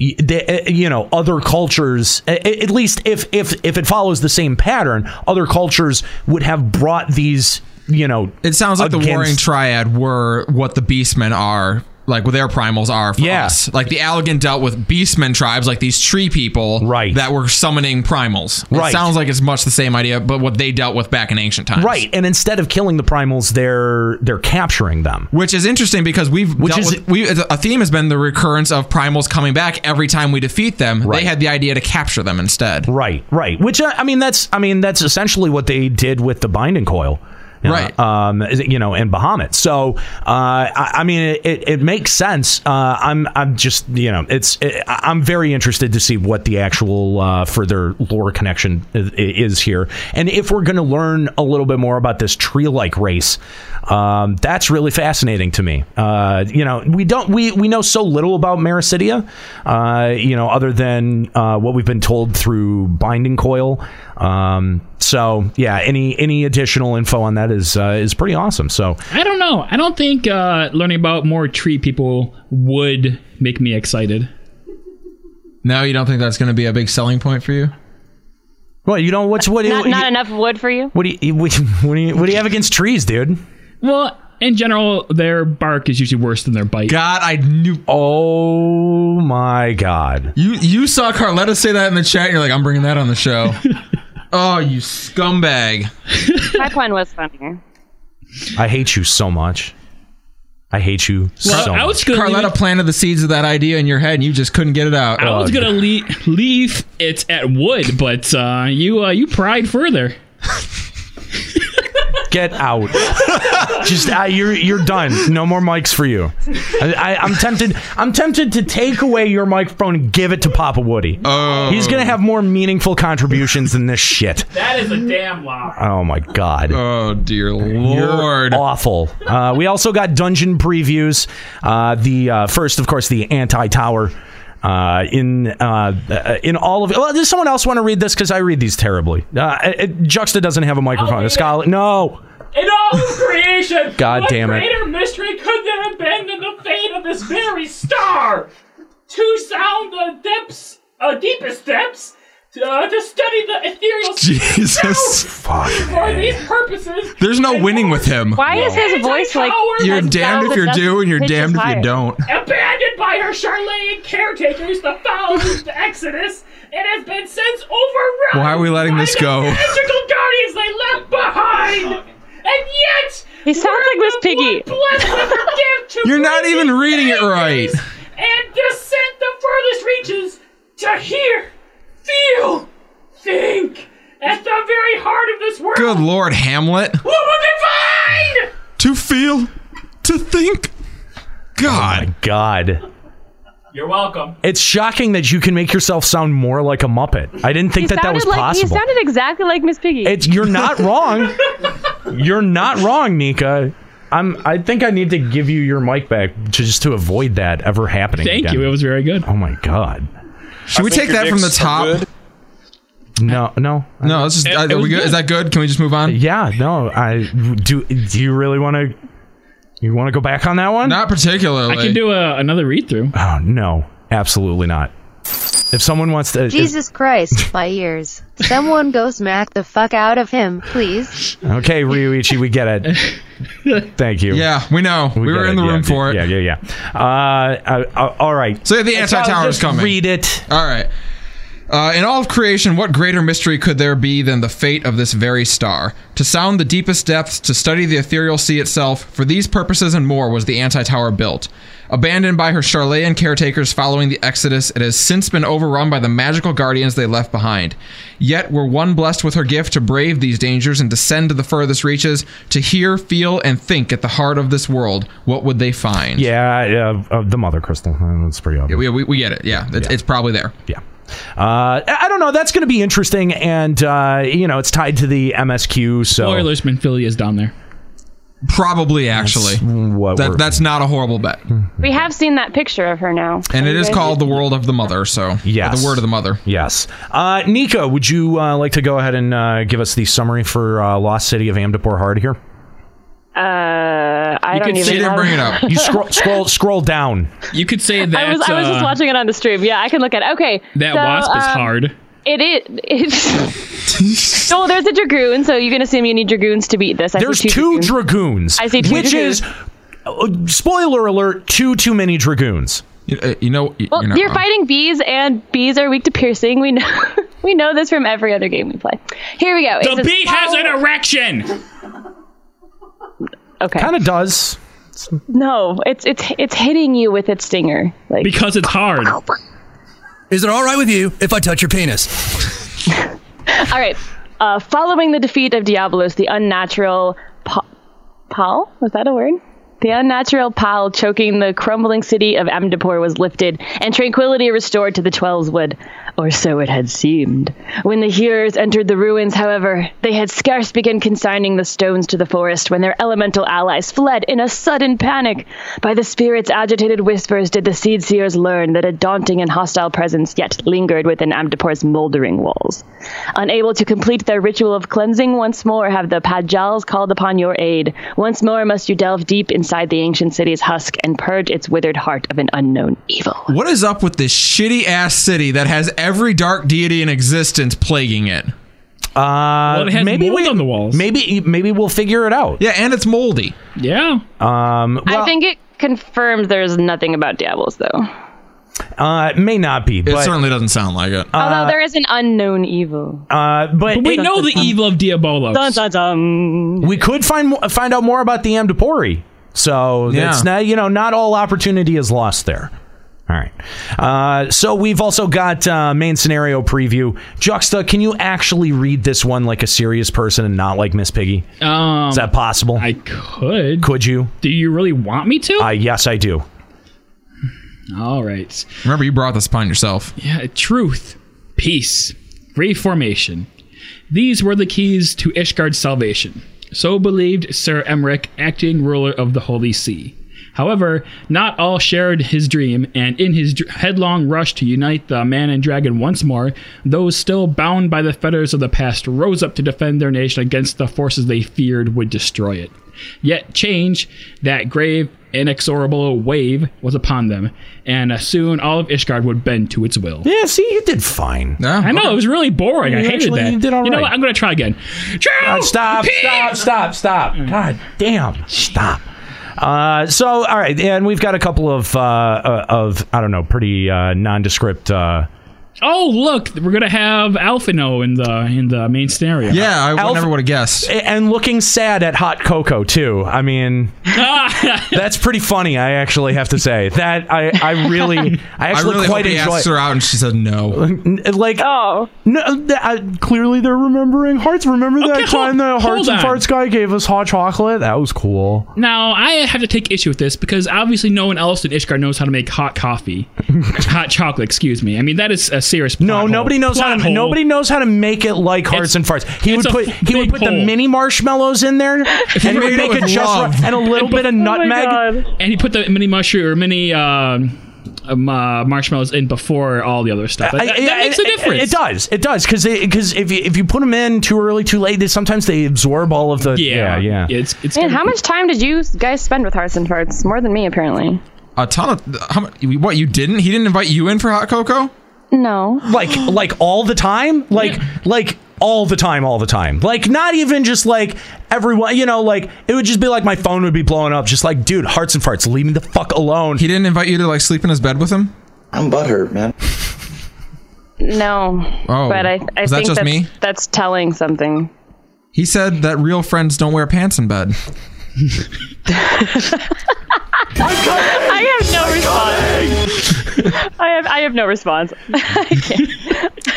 [SPEAKER 8] y- They, uh, you know, other cultures, a- a- at least if if if it follows the same pattern, other cultures would have brought these. You know,
[SPEAKER 1] It sounds like the
[SPEAKER 8] against-
[SPEAKER 1] Warring Triad were what the Beastmen are, like what their primals are for us. Like the Allegan dealt with Beastmen tribes, like these tree people right. that were summoning primals. It
[SPEAKER 8] Right.
[SPEAKER 1] sounds like it's much the same idea, but what they dealt with back in ancient times.
[SPEAKER 8] right? And instead of killing the primals, they're they're capturing them.
[SPEAKER 1] Which is interesting because we've
[SPEAKER 8] Which
[SPEAKER 1] dealt
[SPEAKER 8] is-
[SPEAKER 1] with- we a theme has been the recurrence of primals coming back every time we defeat them. They had the idea to capture them instead.
[SPEAKER 8] Right, right. Which uh, I mean, that's I mean, that's essentially what they did with the binding coil. you know,
[SPEAKER 1] Right.
[SPEAKER 8] um, is it- you know, in Bahamut. So, uh, I, I mean, it, it, it makes sense. Uh, I'm, I'm just, you know, it's, it, I- I'm very interested to see what the actual uh, further lore connection i- i- is here, and if we're going to learn a little bit more about this tree-like race, um, that's really fascinating to me. Uh, you know, we don't, we we know so little about Mericidia, uh, you know, other than uh, what we've been told through Binding Coil. Um, so yeah, any any additional info on that is uh, is pretty awesome. So
[SPEAKER 7] I don't know. I don't think uh, learning about more tree people would make me excited.
[SPEAKER 1] No, you don't think that's going to be a big selling point for you?
[SPEAKER 8] well, you know what's what
[SPEAKER 9] Not,
[SPEAKER 8] you-
[SPEAKER 9] not enough wood for
[SPEAKER 8] [laughs]
[SPEAKER 9] you?
[SPEAKER 8] what do you what, do you what do you have against trees, dude?
[SPEAKER 7] Well, in general, their bark is usually worse than their bite.
[SPEAKER 1] God, I knew.
[SPEAKER 8] Oh my God!
[SPEAKER 1] You you saw Carletta say that in the chat. And you're like, I'm bringing that on the show.
[SPEAKER 8] [laughs]
[SPEAKER 1] oh, you scumbag!
[SPEAKER 9] My plan was funnier.
[SPEAKER 8] I hate you so much. I hate you so much.
[SPEAKER 1] Carletta planted the seeds of that idea in your head, and you just couldn't get it out.
[SPEAKER 7] I was gonna le- leave it at wood, but uh,
[SPEAKER 1] [laughs]
[SPEAKER 7] you uh, you pried further.
[SPEAKER 8] Get out. Just uh, you're you're done. No more mics for you. I, I, I'm tempted. I'm tempted to take away your microphone and give it to Papa Woody. Oh. He's gonna have more meaningful contributions than this shit.
[SPEAKER 7] That is a damn lie.
[SPEAKER 8] Oh my god.
[SPEAKER 1] Oh dear
[SPEAKER 8] lord. awful. Uh, we also got dungeon previews. Uh, the uh, first, of course, the anti tower. Uh, in uh, uh, in all of well, does someone else want to read this? Because I read these terribly. Uh, it, it- Juxta doesn't have a microphone. A scholar, no.
[SPEAKER 7] In all of
[SPEAKER 1] [laughs]
[SPEAKER 7] creation,
[SPEAKER 8] God
[SPEAKER 7] what
[SPEAKER 8] damn it.
[SPEAKER 7] greater mystery could there have been than the fate of this very star? to sound the depths, uh, deepest depths, uh, to study the ethereal
[SPEAKER 1] [laughs] Jesus.
[SPEAKER 8] Fuck.
[SPEAKER 7] for these purposes.
[SPEAKER 1] There's no winning with him.
[SPEAKER 7] Why is his voice like
[SPEAKER 1] You're damned if you do, and you're damned if you don't.
[SPEAKER 7] Abandoned by her Charlene caretakers, the thousands to [laughs] Exodus, it has been since overrun.
[SPEAKER 1] Why are we letting
[SPEAKER 7] by
[SPEAKER 1] this
[SPEAKER 7] the
[SPEAKER 1] go?
[SPEAKER 7] Magical guardians they left
[SPEAKER 1] [laughs]
[SPEAKER 7] behind, and yet he sounds like Miss Piggy.
[SPEAKER 1] You're not even reading it right.
[SPEAKER 7] and descent the furthest reaches to hear, feel, think at the very heart of this world.
[SPEAKER 1] Good lord, Hamlet.
[SPEAKER 7] What will they find?
[SPEAKER 1] To feel, to think. God.
[SPEAKER 8] Oh God.
[SPEAKER 7] You're welcome.
[SPEAKER 8] It's shocking that you can make yourself sound more like a Muppet. I didn't think that that was
[SPEAKER 14] like,
[SPEAKER 8] possible.
[SPEAKER 14] He sounded exactly like Miss Piggy.
[SPEAKER 8] It's you're
[SPEAKER 9] [laughs]
[SPEAKER 8] not wrong. you're not wrong, Nika. I'm. I think I need to give you your mic back to, just to avoid that ever happening.
[SPEAKER 7] Thank you, it
[SPEAKER 8] was
[SPEAKER 7] very good.
[SPEAKER 8] Oh my god.
[SPEAKER 1] Should we take that from the top?
[SPEAKER 8] No, no,
[SPEAKER 1] no. Let's just. are we good? Is that good? Can we just move on?
[SPEAKER 8] Yeah. No. I do. Do you really want to? You want to go back on that one?
[SPEAKER 1] Not particularly.
[SPEAKER 7] I can do a, another read through.
[SPEAKER 8] Oh no, absolutely not. If someone wants to, if-
[SPEAKER 11] Jesus Christ, my ears. Someone go smack the fuck out of him, please.
[SPEAKER 8] okay, Ryuichi, we get it.
[SPEAKER 7] [laughs]
[SPEAKER 8] Thank you.
[SPEAKER 1] Yeah, we know. We, were
[SPEAKER 8] get
[SPEAKER 1] in the
[SPEAKER 8] yeah,
[SPEAKER 1] room for
[SPEAKER 8] yeah, Yeah, yeah, yeah. Uh, uh, uh, all right.
[SPEAKER 1] So the
[SPEAKER 8] It's
[SPEAKER 1] anti tower
[SPEAKER 8] all
[SPEAKER 1] is
[SPEAKER 8] just
[SPEAKER 1] coming.
[SPEAKER 8] Read it.
[SPEAKER 1] All right. Uh, in all of creation, what greater mystery could there be than the fate of this very star? To sound the deepest depths, to study the ethereal sea itself, for these purposes and more was the anti tower built. Abandoned by her Charleyan caretakers following the Exodus, it has since been overrun by the magical guardians they left behind. Yet were one blessed with her gift to brave these dangers and descend to the furthest reaches, to hear, feel, and think at the heart of this world, what would they find?
[SPEAKER 8] Yeah, yeah, uh, the mother crystal. Uh, That's pretty obvious.
[SPEAKER 1] We, we, we get it. Yeah, it's, it's probably there.
[SPEAKER 8] Yeah. Uh, I I don't know. That's going to be interesting, and uh, you know, it's tied to the MSQ. So
[SPEAKER 7] Spoilers: Minfilia is down there.
[SPEAKER 1] Probably, actually.
[SPEAKER 8] what
[SPEAKER 1] That,
[SPEAKER 8] we're- Hmm.
[SPEAKER 1] that's not a horrible bet.
[SPEAKER 14] we have seen that picture of her now.
[SPEAKER 1] And it is
[SPEAKER 14] Right?
[SPEAKER 1] called The World of the Mother, so.
[SPEAKER 8] Yes.
[SPEAKER 1] or The Word of the Mother.
[SPEAKER 8] Yes. Uh, Nika, would you uh, like to go ahead and uh, give us the summary for uh, Lost City of Amdapur Hard here?
[SPEAKER 14] Uh, I
[SPEAKER 7] You
[SPEAKER 14] don't
[SPEAKER 7] could
[SPEAKER 14] even.
[SPEAKER 7] see- She didn't bring it up.
[SPEAKER 14] [laughs]
[SPEAKER 8] You scroll, scroll, scroll down.
[SPEAKER 7] You could say that.
[SPEAKER 14] I was I was just
[SPEAKER 7] uh,
[SPEAKER 14] watching it on the stream. Yeah, I can look at it. Okay.
[SPEAKER 7] That
[SPEAKER 14] so,
[SPEAKER 7] wasp is
[SPEAKER 14] um,
[SPEAKER 7] hard.
[SPEAKER 14] It is.
[SPEAKER 7] [laughs]
[SPEAKER 14] It, so there's a dragoon. So you're gonna assume you need dragoons to beat this. I see
[SPEAKER 8] There's
[SPEAKER 14] two,
[SPEAKER 8] two
[SPEAKER 14] dragoons.
[SPEAKER 8] dragoons.
[SPEAKER 14] I see two
[SPEAKER 8] Which
[SPEAKER 14] dragoons.
[SPEAKER 8] is, uh, spoiler alert, two too many dragoons.
[SPEAKER 1] You, know,
[SPEAKER 14] Well, you're, fighting bees, and bees are weak to piercing. We know [laughs] we know this from every other game we play. Here we go. It
[SPEAKER 7] The
[SPEAKER 14] says "Oh."
[SPEAKER 7] bee has an
[SPEAKER 14] follow-
[SPEAKER 7] erection.
[SPEAKER 14] Okay.
[SPEAKER 8] Kind of does.
[SPEAKER 14] No, it's it's it's hitting you with its stinger. Like
[SPEAKER 7] Because it's hard.
[SPEAKER 15] Is it all right with you if I touch your penis?
[SPEAKER 14] All right. Uh, following the defeat of Diabolus, the unnatural pa- Pal? Was that a word? The unnatural pile choking the crumbling city of Amdapur was lifted, and tranquility restored to the Twelves Wood, or so it had seemed. When the hearers entered the ruins, however, they had scarce begun consigning the stones to the forest when their elemental allies fled in a sudden panic. By the spirit's agitated whispers did the seed seers learn that a daunting and hostile presence yet lingered within Amdapur's moldering walls. Unable to complete their ritual of cleansing, once more have the Pajals called upon your aid. Once more must you delve deep inside the ancient city's husk and purge its withered heart of an unknown evil.
[SPEAKER 1] What is up with this shitty ass city that has every dark deity in existence plaguing it?
[SPEAKER 8] Uh,
[SPEAKER 7] Well, it has
[SPEAKER 8] maybe
[SPEAKER 7] mold
[SPEAKER 8] we,
[SPEAKER 7] on the walls.
[SPEAKER 8] Maybe maybe we'll figure it out.
[SPEAKER 1] Yeah, and it's moldy.
[SPEAKER 7] Yeah.
[SPEAKER 8] Um, well,
[SPEAKER 14] I think it confirms there's nothing about Diablos, though.
[SPEAKER 8] uh, it may not be. It but,
[SPEAKER 1] certainly doesn't sound like it.
[SPEAKER 14] Although there is an unknown evil.
[SPEAKER 8] Uh, but,
[SPEAKER 7] But we
[SPEAKER 8] it-
[SPEAKER 7] know the evil of Diabolos.
[SPEAKER 14] Dun, dun, dun.
[SPEAKER 8] we could find mo- find out more about the Amdapori. So
[SPEAKER 1] Yeah.
[SPEAKER 8] it's not you know not all opportunity is lost there. All right. Uh, so we've also got uh, main scenario preview. Juxta, can you actually read this one like a serious person and not like Miss Piggy?
[SPEAKER 10] Um,
[SPEAKER 8] Is that possible? I
[SPEAKER 10] could.
[SPEAKER 8] Could you?
[SPEAKER 10] Do you really want me to?
[SPEAKER 8] Uh, yes, I do.
[SPEAKER 10] All right.
[SPEAKER 1] Remember, you brought this upon yourself.
[SPEAKER 10] Yeah, truth, peace, reformation. These were the keys to Ishgard's salvation. So believed Sir Emmerich, acting ruler of the Holy See. However, not all shared his dream, and in his dr- headlong rush to unite the man and dragon once more, those still bound by the fetters of the past rose up to defend their nation against the forces they feared would destroy it. Yet change, that grave, inexorable wave, was upon them, and uh, soon all of Ishgard would bend to its will.
[SPEAKER 8] Yeah, see, you did fine.
[SPEAKER 10] I know, it was really boring. I
[SPEAKER 8] You
[SPEAKER 10] hated
[SPEAKER 8] actually
[SPEAKER 10] that.
[SPEAKER 8] did all
[SPEAKER 10] you know
[SPEAKER 8] right.
[SPEAKER 10] what? I'm going to try again.
[SPEAKER 8] God, stop, stop, stop, stop. God damn. Stop. Uh, so, all right. And we've got a couple of, uh, uh, of I don't know, pretty uh, nondescript. Uh,
[SPEAKER 10] Oh, look, we're going to have Alphino in the in the main scenario.
[SPEAKER 8] Alf-
[SPEAKER 1] have guessed.
[SPEAKER 8] And looking sad at hot cocoa too.
[SPEAKER 10] [laughs]
[SPEAKER 8] I mean, that's pretty funny. I actually have to say that I, I [laughs] really,
[SPEAKER 1] [laughs]
[SPEAKER 8] I actually
[SPEAKER 1] really
[SPEAKER 8] quite
[SPEAKER 1] hope he
[SPEAKER 8] enjoy.
[SPEAKER 1] asked her out, and she said no.
[SPEAKER 8] Like, oh no! th- I, clearly, they're remembering hearts. Remember that
[SPEAKER 10] Okay, hold-
[SPEAKER 8] time the hearts
[SPEAKER 10] hold
[SPEAKER 8] and
[SPEAKER 10] on.
[SPEAKER 8] farts guy gave us hot chocolate? That was cool.
[SPEAKER 10] Now, I have to take issue with this because obviously no one else in Ishgard knows how to make hot
[SPEAKER 8] [laughs]
[SPEAKER 10] coffee. hot chocolate, excuse me. I mean, that is a serious No,
[SPEAKER 8] Nobody knows how to. Nobody knows how to make it like hearts and farts. He
[SPEAKER 10] it's
[SPEAKER 8] would
[SPEAKER 10] a
[SPEAKER 8] put he would
[SPEAKER 10] big
[SPEAKER 8] put the
[SPEAKER 10] hole.
[SPEAKER 8] mini marshmallows in there and
[SPEAKER 10] made
[SPEAKER 8] would
[SPEAKER 10] it
[SPEAKER 8] make
[SPEAKER 10] with
[SPEAKER 8] it just
[SPEAKER 10] love.
[SPEAKER 8] right, and a little
[SPEAKER 10] [laughs]
[SPEAKER 8] bit of
[SPEAKER 10] Oh
[SPEAKER 8] nutmeg.
[SPEAKER 10] And he put the mini mushroom or mini um, um, uh, marshmallows in before all the other stuff. That,
[SPEAKER 8] I-
[SPEAKER 10] that
[SPEAKER 8] I-
[SPEAKER 10] makes a
[SPEAKER 8] I-
[SPEAKER 10] difference.
[SPEAKER 8] It does. It does because because if you, if you put them in too early, too late, they, sometimes they absorb all of the. Yeah, yeah.
[SPEAKER 10] It's it's.
[SPEAKER 14] Man, how much time did you guys spend with Hearts and Farts? More than me, apparently.
[SPEAKER 1] A ton of how, mu- what you didn't? He didn't invite you in for hot cocoa?
[SPEAKER 14] No.
[SPEAKER 8] like like all the time, like like all the time, all the time. Like not even just like everyone. You know, like it would just be like my phone would be blowing up. Just like dude, hearts and farts, leave me the fuck alone. He
[SPEAKER 1] didn't invite you to like sleep in his bed with him.
[SPEAKER 8] I'm butthurt, man.
[SPEAKER 14] No.
[SPEAKER 1] Oh,
[SPEAKER 14] but I, I
[SPEAKER 1] was that
[SPEAKER 14] think
[SPEAKER 1] just
[SPEAKER 14] that's,
[SPEAKER 1] me?
[SPEAKER 14] that's telling something.
[SPEAKER 1] He said that real friends don't wear pants
[SPEAKER 8] [laughs]
[SPEAKER 1] in bed.
[SPEAKER 14] [laughs] I have no response. [laughs] I have I have no response.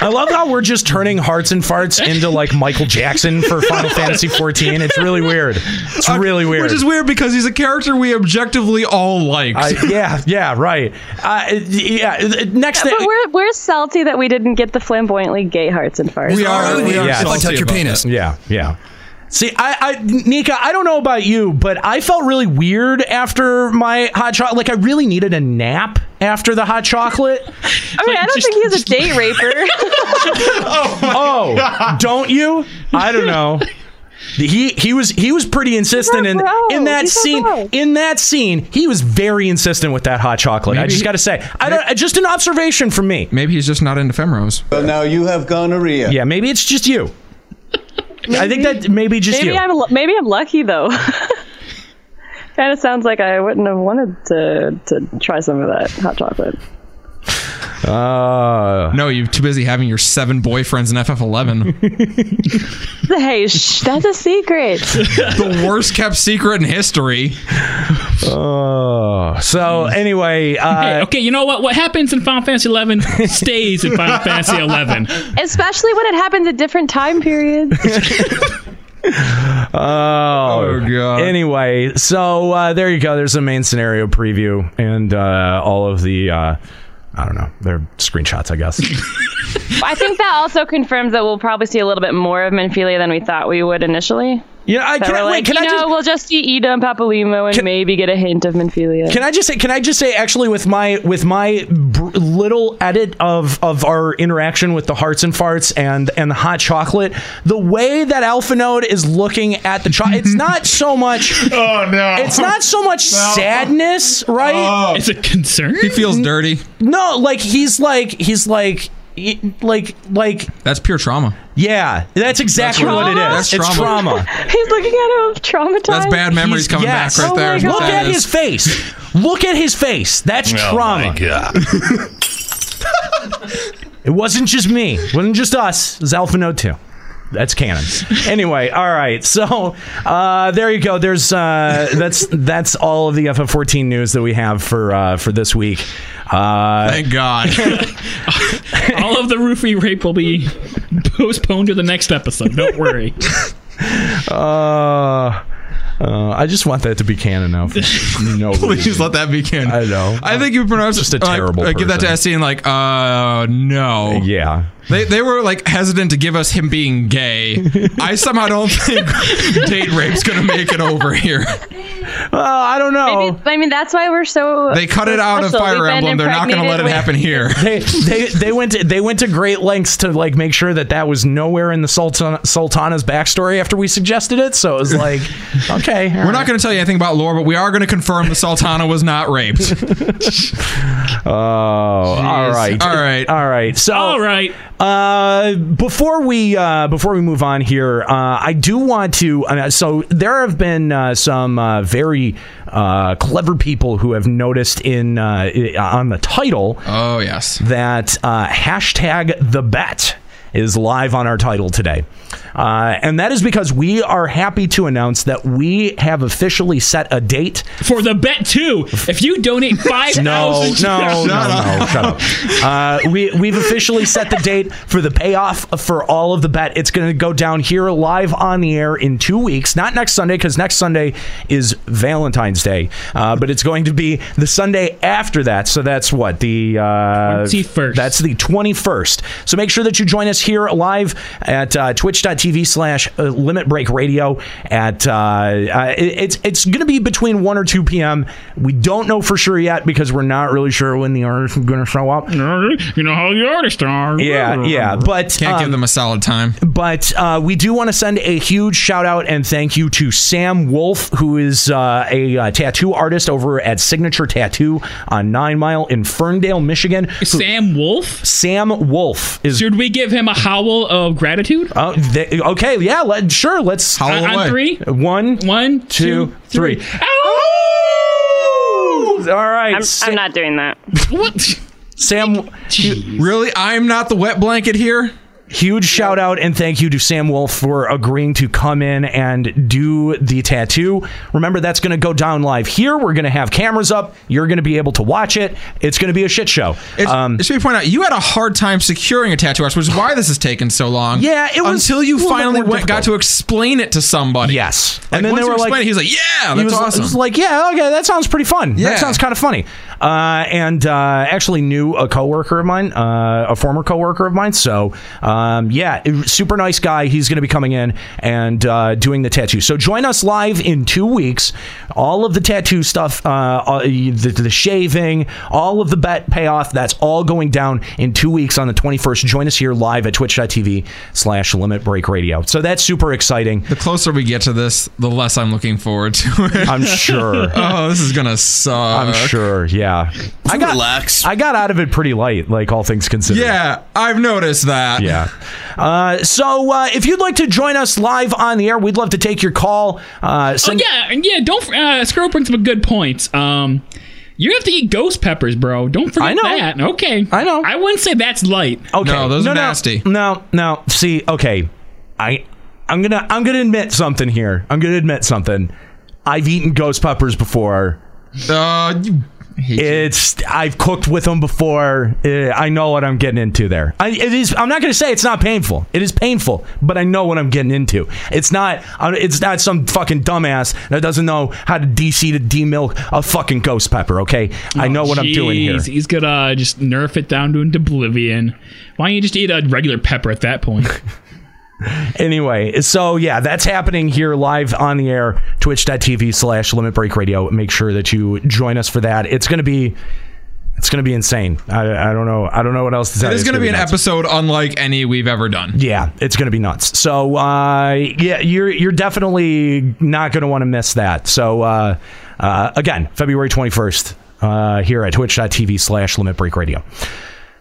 [SPEAKER 8] I love how we're just turning hearts and farts into like Michael Jackson for
[SPEAKER 1] [laughs]
[SPEAKER 8] Final Fantasy 14. It's really weird. It's really weird.
[SPEAKER 1] Which is weird because he's a character we objectively all liked.
[SPEAKER 8] I- yeah, yeah, right. Uh, yeah, next
[SPEAKER 14] But
[SPEAKER 8] thing.
[SPEAKER 14] we're we're salty that we didn't get the flamboyantly gay Hearts and Farts.
[SPEAKER 8] Yeah. Yeah, yeah. See, I, I, Nika, I don't know about you, but I felt really weird after my hot chocolate. Like, I really needed a nap after the
[SPEAKER 14] [laughs]
[SPEAKER 8] hot chocolate.
[SPEAKER 14] I mean, I don't think he's a date
[SPEAKER 8] [laughs]
[SPEAKER 14] raper.
[SPEAKER 8] oh, don't you? I don't know. He he was he was pretty insistent in in that scene in that scene he was very insistent with that hot chocolate. I
[SPEAKER 1] Maybe-
[SPEAKER 8] just got to say, I don't just an observation from me.
[SPEAKER 1] Maybe he's just not into femros.
[SPEAKER 16] But now you have gonorrhea.
[SPEAKER 8] Yeah, maybe it's just you. I think that maybe just
[SPEAKER 14] maybe
[SPEAKER 8] you.
[SPEAKER 14] I'm lu- maybe I'm lucky though. [laughs] kind of sounds like I wouldn't have wanted to to try some of that hot chocolate.
[SPEAKER 8] Uh,
[SPEAKER 1] no, you're too busy having your seven boyfriends in FF11.
[SPEAKER 14] hey, shh, that's a secret.
[SPEAKER 1] [laughs] the worst kept secret in history.
[SPEAKER 8] Oh, so anyway,
[SPEAKER 10] Hey,
[SPEAKER 8] uh,
[SPEAKER 10] okay, you know what? What happens in Final Fantasy Eleven stays in Final Fantasy
[SPEAKER 8] [laughs]
[SPEAKER 10] Eleven.
[SPEAKER 14] [laughs] Especially when it happens at different time periods.
[SPEAKER 8] oh, god. Anyway, so uh, there you go. There's a main scenario preview and uh, all of the uh, I don't know. They're screenshots, I [laughs] guess.
[SPEAKER 14] I think that also confirms that we'll probably see a little bit more of Menphilia than we thought we would initially.
[SPEAKER 8] yeah, I
[SPEAKER 14] That
[SPEAKER 8] can.
[SPEAKER 14] we're
[SPEAKER 8] I,
[SPEAKER 14] like,
[SPEAKER 8] wait, can
[SPEAKER 14] you
[SPEAKER 8] I
[SPEAKER 14] know,
[SPEAKER 8] just?
[SPEAKER 14] we'll just see Ida and Papalimo and maybe get a hint of Menphilia.
[SPEAKER 8] Can I just say? Can I just say? Actually, with my with my br- little edit of of our interaction with the hearts and farts and and the hot chocolate, the way that Alpha Node is looking at the chocolate, it's not so much. [laughs] oh no! Oh. It's not so much sadness, right?
[SPEAKER 10] It's a concern.
[SPEAKER 1] He feels dirty.
[SPEAKER 8] No, like he's like he's like he- like like
[SPEAKER 1] That's pure trauma.
[SPEAKER 8] yeah. That's exactly
[SPEAKER 1] That's
[SPEAKER 8] what it is.
[SPEAKER 1] trauma? That's
[SPEAKER 8] it's
[SPEAKER 1] trauma.
[SPEAKER 8] trauma.
[SPEAKER 14] [laughs] He's looking at him traumatized. Oh
[SPEAKER 1] That's bad memories
[SPEAKER 8] He's-
[SPEAKER 1] coming
[SPEAKER 8] yes.
[SPEAKER 1] back right there. is what
[SPEAKER 8] Look
[SPEAKER 1] that
[SPEAKER 8] at
[SPEAKER 1] is.
[SPEAKER 8] his
[SPEAKER 1] [laughs]
[SPEAKER 8] face. Look at his face. That's
[SPEAKER 1] Oh,
[SPEAKER 8] trauma.
[SPEAKER 1] my
[SPEAKER 8] it wasn't just me. It wasn't just us. It was Alpha Note 2. That's canon. anyway, all right. So uh, there you go. There's uh, that's that's all of the FF14 news that we have for uh, for this week. Uh, Thank God. [laughs]
[SPEAKER 10] All of the Rufy rape will be postponed to the next episode. Don't worry.
[SPEAKER 8] uh, uh, I just want that to be canon now.
[SPEAKER 1] [laughs]
[SPEAKER 8] For no
[SPEAKER 1] Please
[SPEAKER 8] reason.
[SPEAKER 1] let that be canon.
[SPEAKER 8] I know.
[SPEAKER 1] I think you pronounced
[SPEAKER 8] just a
[SPEAKER 1] like,
[SPEAKER 8] terrible
[SPEAKER 1] like, give that to
[SPEAKER 8] person.
[SPEAKER 1] SC and like, uh, no.
[SPEAKER 8] Yeah.
[SPEAKER 1] They, they were like hesitant to give us him
[SPEAKER 8] [laughs]
[SPEAKER 1] being gay. I somehow don't think [laughs] date rape's gonna make it over here.
[SPEAKER 8] Oh, I don't know.
[SPEAKER 14] Maybe, I mean, that's why we're so.
[SPEAKER 1] They cut it out of
[SPEAKER 14] special. We've
[SPEAKER 1] Fire
[SPEAKER 14] been
[SPEAKER 1] Emblem. They're not gonna
[SPEAKER 14] impregnated
[SPEAKER 1] let it
[SPEAKER 14] with-
[SPEAKER 1] happen here.
[SPEAKER 8] they, they they went to, they went to great lengths to like make sure that that was nowhere in the Sultan, Sultana's backstory after we suggested it. So it was like, okay,
[SPEAKER 1] We're not going to tell you anything about lore, but we are going to confirm the Sultana was not raped.
[SPEAKER 8] Oh, all right, all right, all right. So, all
[SPEAKER 10] right.
[SPEAKER 8] Uh, before we uh, before we move on here, uh, I do want to. Uh, so there have been uh, some uh, very uh, clever people who have noticed in uh, i- on the title.
[SPEAKER 1] Oh yes,
[SPEAKER 8] that uh, hashtag the bet is live on our title today. Uh, and that is because we are happy to announce that we have officially set a date
[SPEAKER 10] for the bet too. If you donate five
[SPEAKER 8] no,
[SPEAKER 10] thousand,
[SPEAKER 8] [laughs] no, no, no, shut up. Uh, we we've officially set the date for the payoff for all of the bet. It's going to go down here live on the air in two weeks. Not next Sunday because next Sunday is Valentine's Day, uh, but it's going to be the Sunday after that. So that's what the uh,
[SPEAKER 10] 21st.
[SPEAKER 8] That's the twenty first. So make sure that you join us here live at uh, Twitch.tv/slash uh, Limit Break Radio. At uh, uh, it- it's it's going to be between one or two p.m. We don't know for sure yet because we're not really sure when the artists are going to show up.
[SPEAKER 10] You know how the artists are.
[SPEAKER 8] [laughs] Yeah, yeah, but um,
[SPEAKER 1] can't give them a solid time.
[SPEAKER 8] But uh, we do want to send a huge shout out and thank you to Sam Wolf, who is uh, a uh, tattoo artist over at Signature Tattoo on Nine Mile in Ferndale, Michigan.
[SPEAKER 10] Sam Wolf.
[SPEAKER 8] Sam Wolf is.
[SPEAKER 10] Should we give him a howl of gratitude?
[SPEAKER 8] Oh, th- okay, yeah, let, sure. Let's
[SPEAKER 10] howl on, on
[SPEAKER 8] away.
[SPEAKER 10] three.
[SPEAKER 8] One,
[SPEAKER 10] one,
[SPEAKER 8] two, three. All right.
[SPEAKER 14] I'm, I'm not doing
[SPEAKER 1] [laughs]
[SPEAKER 14] that.
[SPEAKER 10] What?
[SPEAKER 8] Sam,
[SPEAKER 1] really? I'm not the wet blanket here.
[SPEAKER 8] Huge shout out and thank you to Sam Wolf for agreeing to come in and do the tattoo. Remember, that's going to go down live here. We're going to have cameras up. You're going to be able to watch it. It's going to be a shit show. Um,
[SPEAKER 1] It's, it should be pointed out you had a hard time securing a tattoo artist, which is why this has taken so long.
[SPEAKER 8] Yeah, it was
[SPEAKER 1] until
[SPEAKER 8] a
[SPEAKER 1] you
[SPEAKER 8] little bit
[SPEAKER 1] finally
[SPEAKER 8] more
[SPEAKER 1] went, got to explain it to somebody.
[SPEAKER 8] Yes,
[SPEAKER 1] and then once they were like, it, he was like, "Yeah,
[SPEAKER 8] he was,
[SPEAKER 1] that's awesome."
[SPEAKER 8] It was like, yeah, okay, that sounds pretty fun.
[SPEAKER 1] Yeah.
[SPEAKER 8] That sounds kind of funny. Uh, and uh, actually knew a coworker of mine, uh, a former coworker of mine. So um, yeah, it- super nice guy. He's going to be coming in and uh, doing the tattoo. So join us live in two weeks. All of the tattoo stuff, uh, all- the, the shaving, all of the bet payoff. That's all going down in two weeks on the 21st. Join us here live at twitch.tv slash limit break radio. So that's super exciting.
[SPEAKER 1] the closer we get to this, the less I'm looking forward to
[SPEAKER 8] [laughs]
[SPEAKER 1] it.
[SPEAKER 8] I'm sure.
[SPEAKER 1] [laughs] oh, this is gonna suck.
[SPEAKER 8] I'm sure.
[SPEAKER 1] [laughs]
[SPEAKER 8] Yeah, I got I got out of it pretty light, like all things considered.
[SPEAKER 1] Yeah, I've noticed that.
[SPEAKER 8] Yeah. Uh, so uh, if you'd like to join us live on the air, we'd love to take your call. Uh,
[SPEAKER 10] Oh
[SPEAKER 8] send-
[SPEAKER 10] yeah, and yeah. Don't uh, Squirrel brings up a good point. Um, you have to eat ghost peppers, bro. Don't forget
[SPEAKER 8] I know.
[SPEAKER 10] that. Okay,
[SPEAKER 8] I know.
[SPEAKER 10] I wouldn't say that's light.
[SPEAKER 8] Okay.
[SPEAKER 1] No, those are
[SPEAKER 8] no,
[SPEAKER 1] nasty.
[SPEAKER 8] No, no. See, okay. I I'm gonna I'm gonna admit something here. I'm gonna admit something. I've eaten ghost peppers before.
[SPEAKER 1] Uh, you-
[SPEAKER 8] It's I've cooked with them before. Eh, I know what I'm getting into there. I, it is. I'm not going to say it's not painful. It is painful, but I know what I'm getting into. It's not. I- It's not some fucking dumbass that doesn't know how to DC to demilk a fucking ghost pepper. Okay,
[SPEAKER 1] Oh,
[SPEAKER 8] I know what I'm doing here.
[SPEAKER 10] Jeez, He's gonna uh, just nerf it down to into oblivion. Why don't you just eat a regular pepper at that
[SPEAKER 8] [laughs]
[SPEAKER 10] point?
[SPEAKER 8] Anyway, so yeah, that's happening here live on the air, twitch.tv slash limit break radio. Make sure that you join us for that. It's going to be. It's going to be insane. I, I don't know. I don't know what else to say.
[SPEAKER 1] it is gonna be an episode unlike any we've ever done.
[SPEAKER 8] Yeah, it's going to be nuts. So uh, yeah, you're you're definitely not going to want to miss that. So uh, uh, again, February 21st uh, here at twitch.tv slash limit break radio.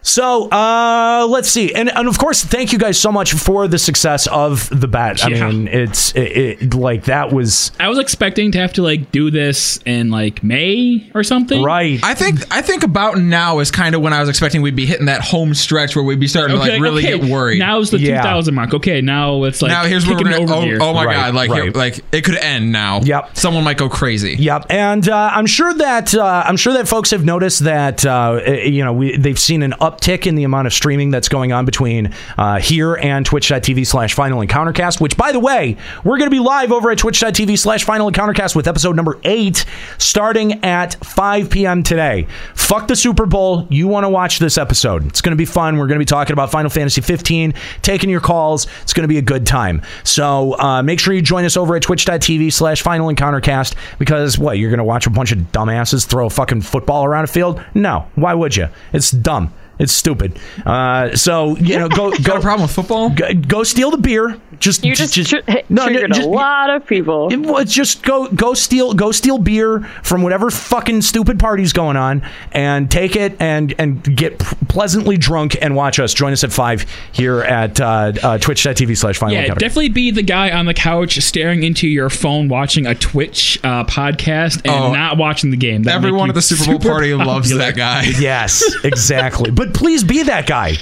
[SPEAKER 8] So uh, let's see, and and of course, thank you guys so much for the success of the bet. I
[SPEAKER 10] Yeah.
[SPEAKER 8] mean, it's it, it like that was
[SPEAKER 10] I was expecting to have to like do this in like May or something.
[SPEAKER 8] Right.
[SPEAKER 1] I think I think about now is kind of when I was expecting we'd be hitting that home stretch where we'd be starting to like really
[SPEAKER 10] okay,
[SPEAKER 1] get worried.
[SPEAKER 10] Now's the 2000 mark. Okay, now it's like
[SPEAKER 1] now here's where we're
[SPEAKER 10] kicking
[SPEAKER 1] gonna.
[SPEAKER 10] over
[SPEAKER 1] Oh,
[SPEAKER 10] here.
[SPEAKER 1] oh my god! Like here- like it could end now. Yep. Someone might go crazy.
[SPEAKER 8] Yep, and uh, I'm sure that uh, I'm sure that folks have noticed that uh, eh, you know we, they've seen an uptick in the amount of streaming that's going on between uh, here and Twitch.tv/slash Final Encountercast. Which, by the way, we're going to be live over at Twitch.tv/slash Final Encountercast with episode number eight starting at 5 p.m. today. Fuck the Super Bowl. You want to watch this episode? It's going to be fun. We're going to be talking about Final Fantasy 15, taking your calls. It's going to be a good time. So uh, make sure you join us over at twitch.tv slash final encountercast because what? You're going to watch a bunch of dumbasses throw a fucking football around a field? No. Why would you? It's dumb. It's stupid. Uh, so you know, go go. problem
[SPEAKER 1] with football?
[SPEAKER 8] Go, go steal the beer. Just you
[SPEAKER 14] [laughs]
[SPEAKER 8] just,
[SPEAKER 14] triggered a
[SPEAKER 8] lot
[SPEAKER 14] of people.
[SPEAKER 8] just go go steal go steal beer from whatever fucking stupid party's going on, and take it and and get p- pleasantly drunk and watch us. Join us at five here at uh, uh, Twitch.tv/slash Final
[SPEAKER 10] Yeah,
[SPEAKER 8] Encounter.
[SPEAKER 10] definitely be the guy on the couch staring into your phone watching a Twitch uh, podcast and
[SPEAKER 8] Oh.
[SPEAKER 10] not watching the game. That'd make
[SPEAKER 1] Everyone
[SPEAKER 10] you
[SPEAKER 1] at the Super Bowl
[SPEAKER 10] super
[SPEAKER 1] party loves
[SPEAKER 10] popular.
[SPEAKER 1] that guy.
[SPEAKER 8] [laughs] Yes, exactly. but please be that guy.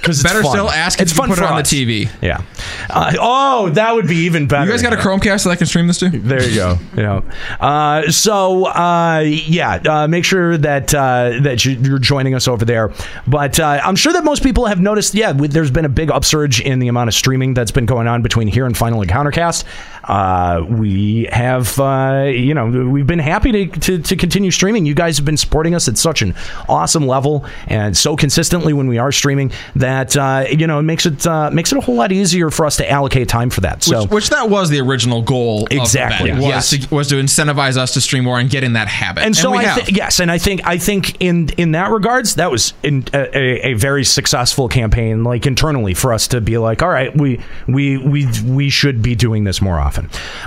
[SPEAKER 8] Because
[SPEAKER 1] Better still, ask if
[SPEAKER 8] it's
[SPEAKER 1] you can
[SPEAKER 8] fun
[SPEAKER 1] put it
[SPEAKER 8] for
[SPEAKER 1] on the
[SPEAKER 8] us.
[SPEAKER 1] TV.
[SPEAKER 8] Yeah. Uh, oh, that would be even better.
[SPEAKER 1] You guys got a Chromecast that I can stream this to?
[SPEAKER 8] There you go. Yeah. Uh, so uh, yeah, uh, make sure that uh, that you- you're joining us over there. But uh, I'm sure that most people have noticed. Yeah, we- there's been a big upsurge in the amount of streaming that's been going on between here and Final Encountercast. Uh, we have, uh, you know, we've been happy to, to to continue streaming. You guys have been supporting us at such an awesome level and so consistently when we are streaming that uh, you know it makes it uh, makes it a whole lot easier for us to allocate time for that. So
[SPEAKER 1] which, which that was the original goal. of the
[SPEAKER 8] Exactly,
[SPEAKER 1] bet,
[SPEAKER 8] yes.
[SPEAKER 1] was, to, was to incentivize us to stream more and get in that habit.
[SPEAKER 8] And so
[SPEAKER 1] we
[SPEAKER 8] I
[SPEAKER 1] have.
[SPEAKER 8] th- yes, and I think I think in in that regards, that was in a, a, a very successful campaign, like internally for us to be like, all right, we we we we should be doing this more often.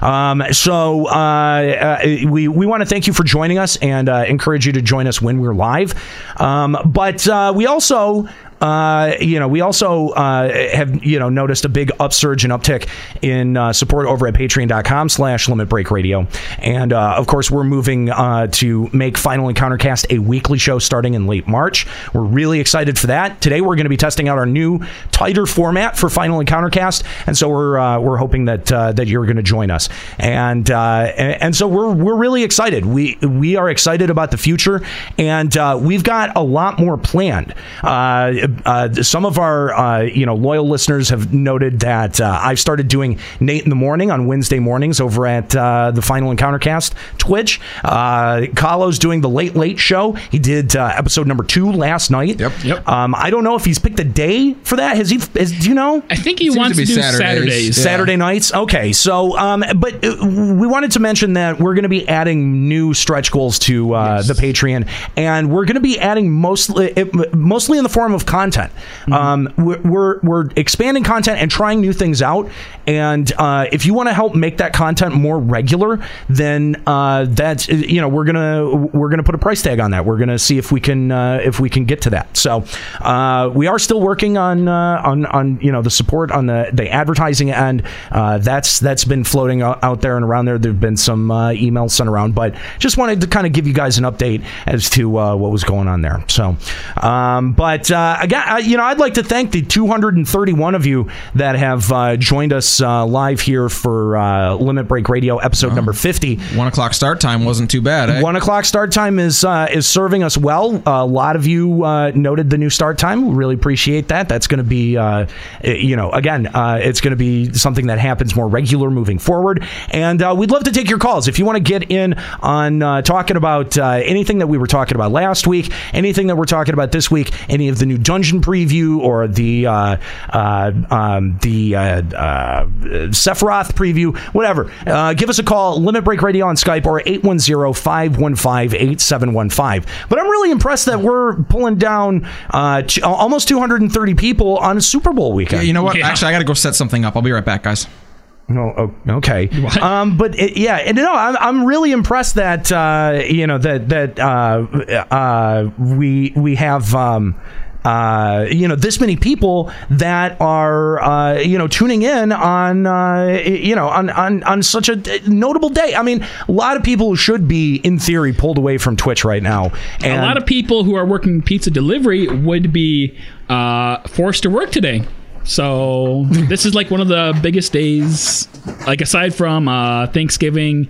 [SPEAKER 8] Um, so uh, uh, we we want to thank you for joining us and uh, encourage you to join us when we're live. Um, but uh, we also uh, you know, we also uh, have you know noticed a big upsurge and uptick in uh, support over at Patreon.com/slash Limit Break Radio, and uh, of course we're moving uh, to make Final Encounter Cast a weekly show starting in late March. We're really excited for that. Today we're going to be testing out our new tighter format for Final Encounter Cast, and so we're uh, we're hoping that uh, that you're going to join us, and uh, and, and so we're we're really excited. We we are excited about the future, and uh, we've got a lot more planned. Uh, uh, some of our uh, you know loyal listeners have noted that uh, I've started doing Nate in the morning on Wednesday mornings over at uh, the Final Encounter Cast Twitch. Uh, Kahlo's doing the late late show. He did uh, episode number two last night. Yep. Yep. Um, I don't know if he's picked a day for that. Has he? Has, do you know?
[SPEAKER 10] I think he wants to, do Saturdays.
[SPEAKER 8] Saturday nights. Okay, so um, but uh, we wanted to mention that we're going to be adding new stretch goals to uh, the Patreon, and we're going to be adding mostly it, mostly in the form of content. Um, we're, we're we're expanding content and trying new things out. And uh, if you want to help make that content more regular, then uh, that's you know we're gonna we're gonna put a price tag on that. We're gonna see if we can uh, if we can get to that. So uh, we are still working on uh, on on you know the support on the the advertising end. Uh, that's that's been floating out, out there and around there. There've been some uh, emails sent around, but just wanted to kind of give you guys an update as to uh, what was going on there. So, um, but uh, again, I, you know, I'd like to thank the 231 of you that have uh, joined us uh, live here for uh, Limit Break Radio episode number 50.
[SPEAKER 1] One o'clock start time wasn't too bad. Eh?
[SPEAKER 8] One o'clock start time is uh, is serving us well. A lot of you uh, noted the new start time. We really appreciate that. That's going to be, uh, eh, you know, again, uh, it's going to be something that happens more regular moving forward. And uh, we'd love to take your calls if you want to get in on uh, talking about uh, anything that we were talking about last week, anything that we're talking about this week, any of the new dungeon preview or the uh, uh, um, the uh, uh, Sephiroth preview, whatever. Uh, give us a call, Limit Break Radio on Skype or 810-515-8715. But I'm really impressed that we're pulling down uh, ch- almost 230 people on a Super Bowl weekend.
[SPEAKER 1] Yeah, you know what? Actually, I got to go set something up. I'll be right back, guys.
[SPEAKER 8] No, o- okay. Um, but it, yeah, and no, I'm, I'm really impressed that uh, you know that that uh, uh, we we have um, uh, you know this many people that are uh, you know tuning in on uh, you know on, on on such a uh, notable day. I mean, a lot of people should be in theory pulled away from Twitch right now. And
[SPEAKER 10] a lot of people who are working pizza delivery would be uh, forced to work today.
[SPEAKER 8] [laughs]
[SPEAKER 10] So this is like one of the biggest days, like aside from uh, Thanksgiving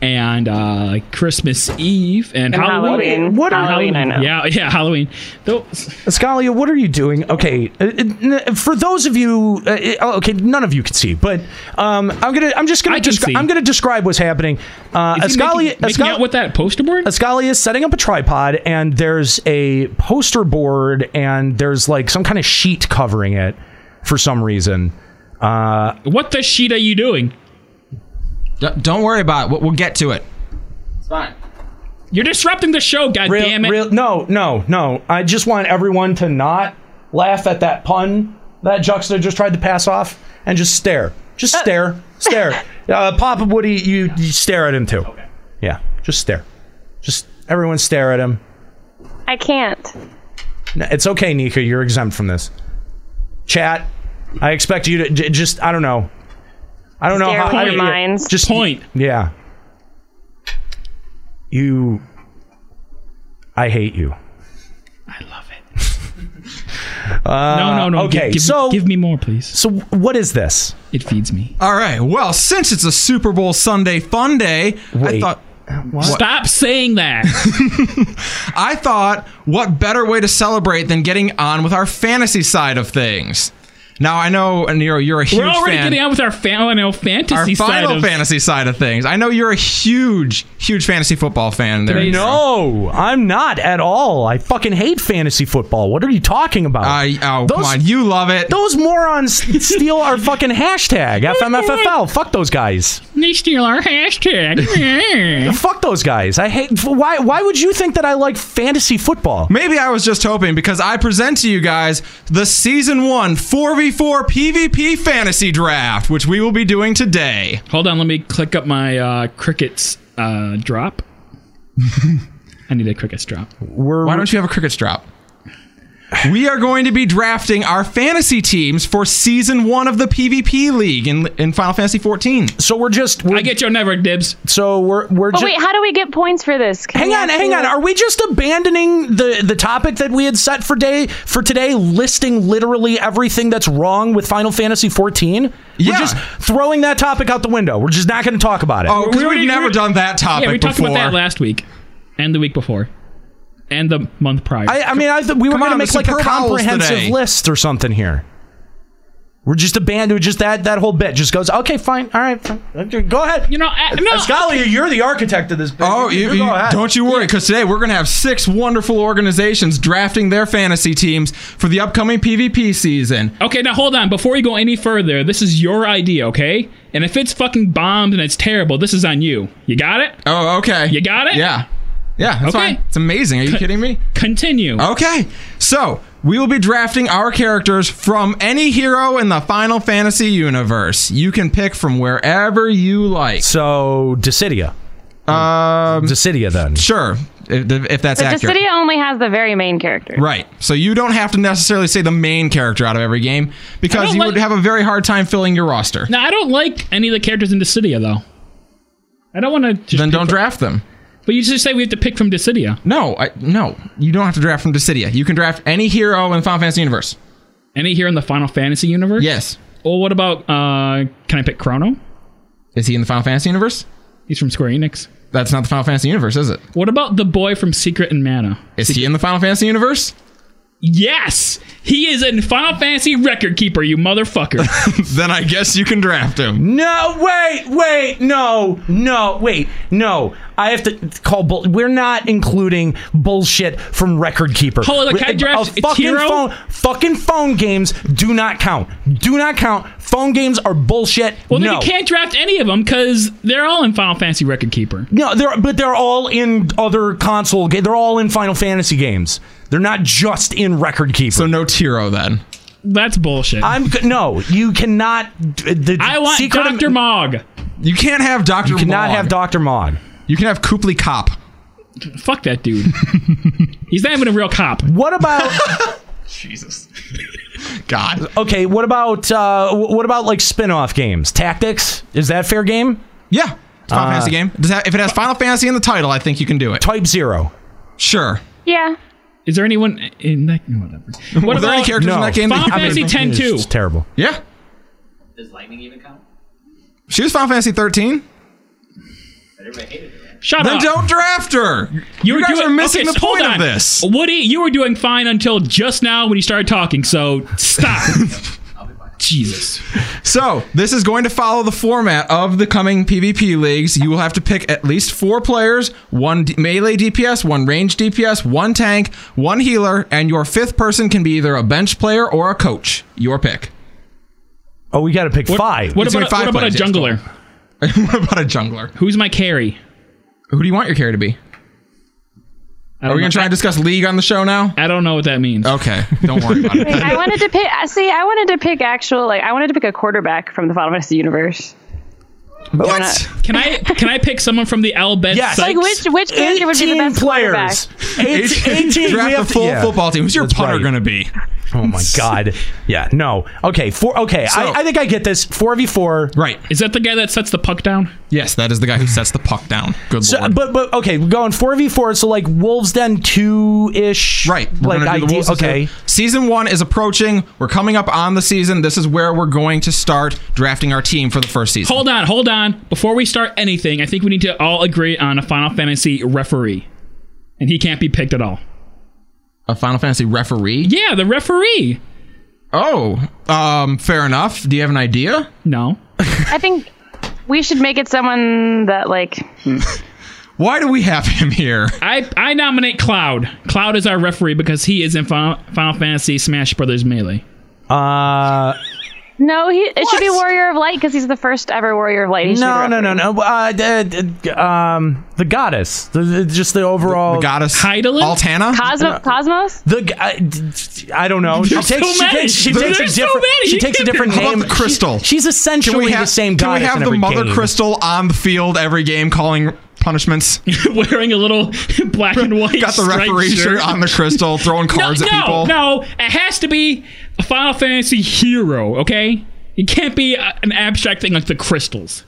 [SPEAKER 10] and uh, Christmas Eve and,
[SPEAKER 8] And
[SPEAKER 10] Halloween.
[SPEAKER 8] Halloween. What are- Halloween, I know.
[SPEAKER 10] Yeah, yeah, Halloween. Though
[SPEAKER 8] Scalia, what are you doing? Okay, uh, uh, for those of you, uh, uh, okay, none of you can see, but um, I'm gonna, I'm just gonna,
[SPEAKER 10] I can
[SPEAKER 8] descri-
[SPEAKER 10] see.
[SPEAKER 8] I'm gonna describe what's happening. Uh,
[SPEAKER 10] Is he
[SPEAKER 8] Ascoli-
[SPEAKER 10] making- making out with that poster board?
[SPEAKER 8] Ascali is setting up a tripod, and there's a poster board, and there's like some kind of sheet covering it for some reason. Uh,
[SPEAKER 10] what the sheet are you doing?
[SPEAKER 1] don't worry about it. We'll- We'll get to it.
[SPEAKER 10] it's fine. You're disrupting the show, god damn it.
[SPEAKER 8] Real, no, no, no. I just want everyone to not laugh at that pun that Juxta just tried to pass off and just stare. Just stare. Stare. Uh, Papa Woody, you, you stare at him too. Yeah, just stare. Just everyone stare at him.
[SPEAKER 14] I can't.
[SPEAKER 8] No, It's okay, Nika. You're exempt from this. Chat, I expect you to j- just, I don't know. I don't know
[SPEAKER 14] Stare
[SPEAKER 8] how.
[SPEAKER 14] with
[SPEAKER 8] I-
[SPEAKER 14] your
[SPEAKER 8] yeah,
[SPEAKER 14] minds.
[SPEAKER 8] Just
[SPEAKER 10] point.
[SPEAKER 8] Yeah. You. I hate you. I love it.
[SPEAKER 10] no, no, no.
[SPEAKER 8] Uh, Okay,
[SPEAKER 10] Give, give,
[SPEAKER 8] so
[SPEAKER 10] give me more, please.
[SPEAKER 8] So what is this?
[SPEAKER 10] It feeds me.
[SPEAKER 1] All right. Well, since it's a Super Bowl Sunday fun day, I thought.
[SPEAKER 10] Stop saying that.
[SPEAKER 1] [laughs] I thought, what better way to celebrate than getting on with our fantasy side of things? Now I know, and you're you're a huge
[SPEAKER 10] We're already
[SPEAKER 1] fan.
[SPEAKER 10] getting on with our final fantasy
[SPEAKER 1] our
[SPEAKER 10] side
[SPEAKER 1] final
[SPEAKER 10] of
[SPEAKER 1] fantasy side of things. I know you're a huge, huge fantasy football fan. There,
[SPEAKER 8] No, I'm not at all. I fucking hate fantasy football. What are you talking about?
[SPEAKER 1] I oh come on, you love it.
[SPEAKER 8] Those morons
[SPEAKER 1] [laughs]
[SPEAKER 8] steal our fucking hashtag FMFFL. Fuck those guys.
[SPEAKER 10] They steal our
[SPEAKER 1] [laughs] Eh.
[SPEAKER 10] hashtag.
[SPEAKER 8] Fuck those guys. I hate. Why? Why would you think that I like fantasy football?
[SPEAKER 1] Maybe I was just hoping because I present to you guys the season one 4v4 PvP fantasy draft, which we will be doing today.
[SPEAKER 10] Hold on, let me click up my uh, crickets uh, drop. [laughs] I need a crickets drop.
[SPEAKER 1] Why don't you have a crickets drop? [sighs] We are going to be drafting our fantasy teams for season one of the PvP league in, in Final Fantasy 14.
[SPEAKER 8] So we're just.
[SPEAKER 10] I get your never dibs.
[SPEAKER 8] So we're we're
[SPEAKER 14] But
[SPEAKER 8] just.
[SPEAKER 14] wait, how do we get points for this? Can
[SPEAKER 8] Hang
[SPEAKER 14] we
[SPEAKER 8] on,
[SPEAKER 14] actually-
[SPEAKER 8] hang on. Are we just abandoning the the topic that we had set for day for today, listing literally everything that's wrong with Final Fantasy 14?
[SPEAKER 1] Yeah.
[SPEAKER 8] We're just throwing that topic out the window. We're just not going to talk about it.
[SPEAKER 1] Oh, 'cause we've never done that topic
[SPEAKER 10] yeah, we talked
[SPEAKER 1] before.
[SPEAKER 10] about that last week, and the week before, and the month prior.
[SPEAKER 8] I, I mean, I th- we were
[SPEAKER 10] Come
[SPEAKER 8] going to
[SPEAKER 10] on,
[SPEAKER 8] make
[SPEAKER 10] Mr.
[SPEAKER 8] like a
[SPEAKER 10] Perv Owls
[SPEAKER 8] comprehensive
[SPEAKER 10] today.
[SPEAKER 8] list or something here. We're just abandoning just that that whole bit. Just goes okay, fine, all right, fine. Okay, go ahead.
[SPEAKER 10] You know, I, no,
[SPEAKER 8] Scalia, you're the architect of this. Bit.
[SPEAKER 1] Oh, you, you-
[SPEAKER 8] go ahead.
[SPEAKER 1] don't you worry, because today we're going to have six wonderful organizations drafting their fantasy teams for the upcoming PvP season.
[SPEAKER 10] Okay, now hold on. Before you go any further, this is your idea, okay? And if it's fucking bombed and it's terrible, this is on you. You got it?
[SPEAKER 1] Oh, okay.
[SPEAKER 10] You got it?
[SPEAKER 1] Yeah. Yeah, that's
[SPEAKER 10] Okay.
[SPEAKER 1] fine. It's amazing. Are you kidding me? Oh,
[SPEAKER 10] Continue.
[SPEAKER 1] Okay. So, we will be drafting our characters from any hero in the Final Fantasy universe. You can pick from wherever you like.
[SPEAKER 8] So, Dissidia.
[SPEAKER 1] Um,
[SPEAKER 8] Dissidia, then.
[SPEAKER 1] Sure, if, if that's
[SPEAKER 14] So
[SPEAKER 1] accurate.
[SPEAKER 14] Dissidia only has the very main character.
[SPEAKER 1] Right. So you don't have to necessarily say the main character out of every game because you would have a very hard time filling your roster.
[SPEAKER 10] Now, I don't like any of the characters in Dissidia, though. I don't want to.
[SPEAKER 1] Then don't draft them.
[SPEAKER 10] But you just say we have to pick from Dissidia.
[SPEAKER 1] No, I, no, you don't have to draft from Dissidia. You can draft any hero in Final Fantasy universe.
[SPEAKER 10] Any here in the Final Fantasy universe?
[SPEAKER 1] Yes.
[SPEAKER 10] Well, what about, uh, can I pick Chrono?
[SPEAKER 1] Is he in the Final Fantasy universe?
[SPEAKER 10] He's from Square Enix.
[SPEAKER 1] That's not the Final Fantasy universe, is it?
[SPEAKER 10] What about the boy from Secret and Mana?
[SPEAKER 1] Is he in the Final Fantasy universe?
[SPEAKER 10] Yes! He is in Final Fantasy Record Keeper, you motherfucker.
[SPEAKER 1] [laughs] then I guess you can draft him.
[SPEAKER 8] No, wait, wait, no, no, wait, no. I have to call bull. We're not including bullshit from Record Keeper.
[SPEAKER 10] Hold on, can I
[SPEAKER 8] A-
[SPEAKER 10] draft
[SPEAKER 8] a fucking
[SPEAKER 10] Ichiro?
[SPEAKER 8] phone, fucking phone games do not count. Do not count. Phone games are bullshit.
[SPEAKER 10] Well, then
[SPEAKER 8] no.
[SPEAKER 10] you can't draft any of them because they're all in Final Fantasy Record Keeper.
[SPEAKER 8] No, they're but they're all in other console. Ga- they're all in Final Fantasy games. They're not just in Record Keeper. So
[SPEAKER 1] no Tiro then.
[SPEAKER 10] That's bullshit.
[SPEAKER 8] I'm c- no. You cannot. d- The
[SPEAKER 10] I want
[SPEAKER 8] secret
[SPEAKER 10] Dr. Mog.
[SPEAKER 1] You can't have Doctor.
[SPEAKER 8] You cannot have Doctor Mog.
[SPEAKER 1] You can have Koopley Cop. [laughs]
[SPEAKER 10] Fuck that dude. He's not even a real cop.
[SPEAKER 8] What about
[SPEAKER 17] Jesus.
[SPEAKER 8] God. Okay, what about uh, wh- what about like spin-off games? Tactics? Is that fair game?
[SPEAKER 1] Yeah. It's a Final Fantasy game. Does that, if it has Final Fantasy in the title, I think you can do it.
[SPEAKER 8] Uh, Type Zero.
[SPEAKER 1] Sure.
[SPEAKER 14] Yeah.
[SPEAKER 10] Is there anyone in that? no, Whatever.
[SPEAKER 1] Were there any characters in that game that
[SPEAKER 10] Final
[SPEAKER 1] you
[SPEAKER 10] Fantasy
[SPEAKER 1] haven't-
[SPEAKER 10] X
[SPEAKER 1] It's
[SPEAKER 10] two.
[SPEAKER 1] just terrible. Yeah.
[SPEAKER 18] Does lightning even count?
[SPEAKER 1] She was Final Fantasy 13.
[SPEAKER 18] Everybody hated it.
[SPEAKER 10] Shut
[SPEAKER 1] then
[SPEAKER 10] up.
[SPEAKER 1] don't draft her. You,
[SPEAKER 10] were
[SPEAKER 1] guys
[SPEAKER 10] doing-
[SPEAKER 1] are missing
[SPEAKER 10] okay,
[SPEAKER 1] the
[SPEAKER 10] so hold
[SPEAKER 1] point of
[SPEAKER 10] on.
[SPEAKER 1] this.
[SPEAKER 10] Woody, you were doing fine until just now when you started talking. So
[SPEAKER 1] [laughs]
[SPEAKER 10] stop. Jesus.
[SPEAKER 1] So, this is going to follow the format of the coming PvP leagues. You will have to pick at least four players one d- melee DPS, one range DPS, one tank, one healer, and your fifth person can be either a bench player or a coach. Your pick.
[SPEAKER 8] Oh, we got to pick five.
[SPEAKER 10] What about, what about a jungler?
[SPEAKER 1] [laughs] what about a jungler?
[SPEAKER 10] Who's my carry?
[SPEAKER 1] Who do you want your carry to be? Are we going to try and discuss League on the show now?
[SPEAKER 10] I don't know what that means.
[SPEAKER 1] Okay, don't worry about
[SPEAKER 14] Wait,
[SPEAKER 1] [laughs] it.
[SPEAKER 14] I wanted to pick. uh, See, I wanted to pick actual. Like, I wanted to pick a quarterback from the Final Fantasy universe. But we're not-
[SPEAKER 10] Can I can I pick someone from the L bed?
[SPEAKER 14] Yes. Like, which- which character would be the 18 best players.
[SPEAKER 8] Eight- 18, we
[SPEAKER 1] Draft
[SPEAKER 8] have to-
[SPEAKER 1] the full
[SPEAKER 8] yeah.
[SPEAKER 1] football team. Who's your
[SPEAKER 8] That's
[SPEAKER 1] punter
[SPEAKER 8] right.
[SPEAKER 1] going to be?
[SPEAKER 8] Oh
[SPEAKER 1] [laughs]
[SPEAKER 8] my god. Yeah. No. Okay. Four. Okay. I, I think I get this. Four v four.
[SPEAKER 1] Right.
[SPEAKER 10] Is that the guy that sets the puck down?
[SPEAKER 1] Yes, that is the guy who sets the puck down. Good
[SPEAKER 8] So,
[SPEAKER 1] lord.
[SPEAKER 8] Uh, but but okay, we're going four v four. So like Wolves Den two ish. Right. Like
[SPEAKER 1] We're gonna do the
[SPEAKER 8] idea.
[SPEAKER 1] Wolves of
[SPEAKER 8] Okay.
[SPEAKER 1] Zero. Season one is approaching. We're coming up on the season. This is where we're going to start drafting our team for the first season.
[SPEAKER 10] Hold on, hold on. Before we start anything, I think we need to all agree on a Final Fantasy referee, and he can't be picked at all.
[SPEAKER 1] A Final Fantasy referee?
[SPEAKER 10] Yeah, the referee.
[SPEAKER 1] Oh, um, fair enough. Do you have an idea?
[SPEAKER 10] No.
[SPEAKER 14] I think we should make it someone that like.
[SPEAKER 1] Why do we have him here?
[SPEAKER 10] I, I nominate Cloud. Cloud is our referee because he is in Final, Final Fantasy Smash Brothers Melee.
[SPEAKER 8] Uh.
[SPEAKER 14] No, he. It should be Warrior of Light because he's the first ever Warrior of Light. He should be
[SPEAKER 8] No,
[SPEAKER 14] the
[SPEAKER 8] no, no, no. Uh, d- d- um, the goddess. The, the- just the overall. The,
[SPEAKER 1] goddess.
[SPEAKER 8] Heidelin?
[SPEAKER 1] Altana?
[SPEAKER 14] Cosmo- Cosmos?
[SPEAKER 8] The g- I, d- I don't know. Oh, She
[SPEAKER 1] There's
[SPEAKER 8] takes,
[SPEAKER 1] so
[SPEAKER 8] she
[SPEAKER 1] many.
[SPEAKER 8] takes, she
[SPEAKER 1] There's
[SPEAKER 8] takes a
[SPEAKER 1] so
[SPEAKER 8] different.
[SPEAKER 1] many.
[SPEAKER 8] She
[SPEAKER 1] You
[SPEAKER 8] takes a
[SPEAKER 1] can't pick
[SPEAKER 8] different
[SPEAKER 1] them. How
[SPEAKER 8] name.
[SPEAKER 1] about the crystal?
[SPEAKER 8] She- she's
[SPEAKER 1] Can
[SPEAKER 8] essentially
[SPEAKER 1] we have,
[SPEAKER 8] the same
[SPEAKER 1] Can
[SPEAKER 8] goddess
[SPEAKER 1] we have
[SPEAKER 8] in
[SPEAKER 1] the
[SPEAKER 8] every
[SPEAKER 1] mother
[SPEAKER 8] game.
[SPEAKER 1] crystal on the field every game calling punishments?
[SPEAKER 10] [laughs] Wearing a little black and white.
[SPEAKER 1] Got the
[SPEAKER 10] striped
[SPEAKER 1] referee shirt
[SPEAKER 10] shirt.
[SPEAKER 1] on the crystal, throwing
[SPEAKER 10] [laughs]
[SPEAKER 1] cards
[SPEAKER 10] no,
[SPEAKER 1] at
[SPEAKER 10] no,
[SPEAKER 1] people.
[SPEAKER 10] No, it has to be a Final Fantasy hero, okay? It can't be a, an abstract thing like the crystals.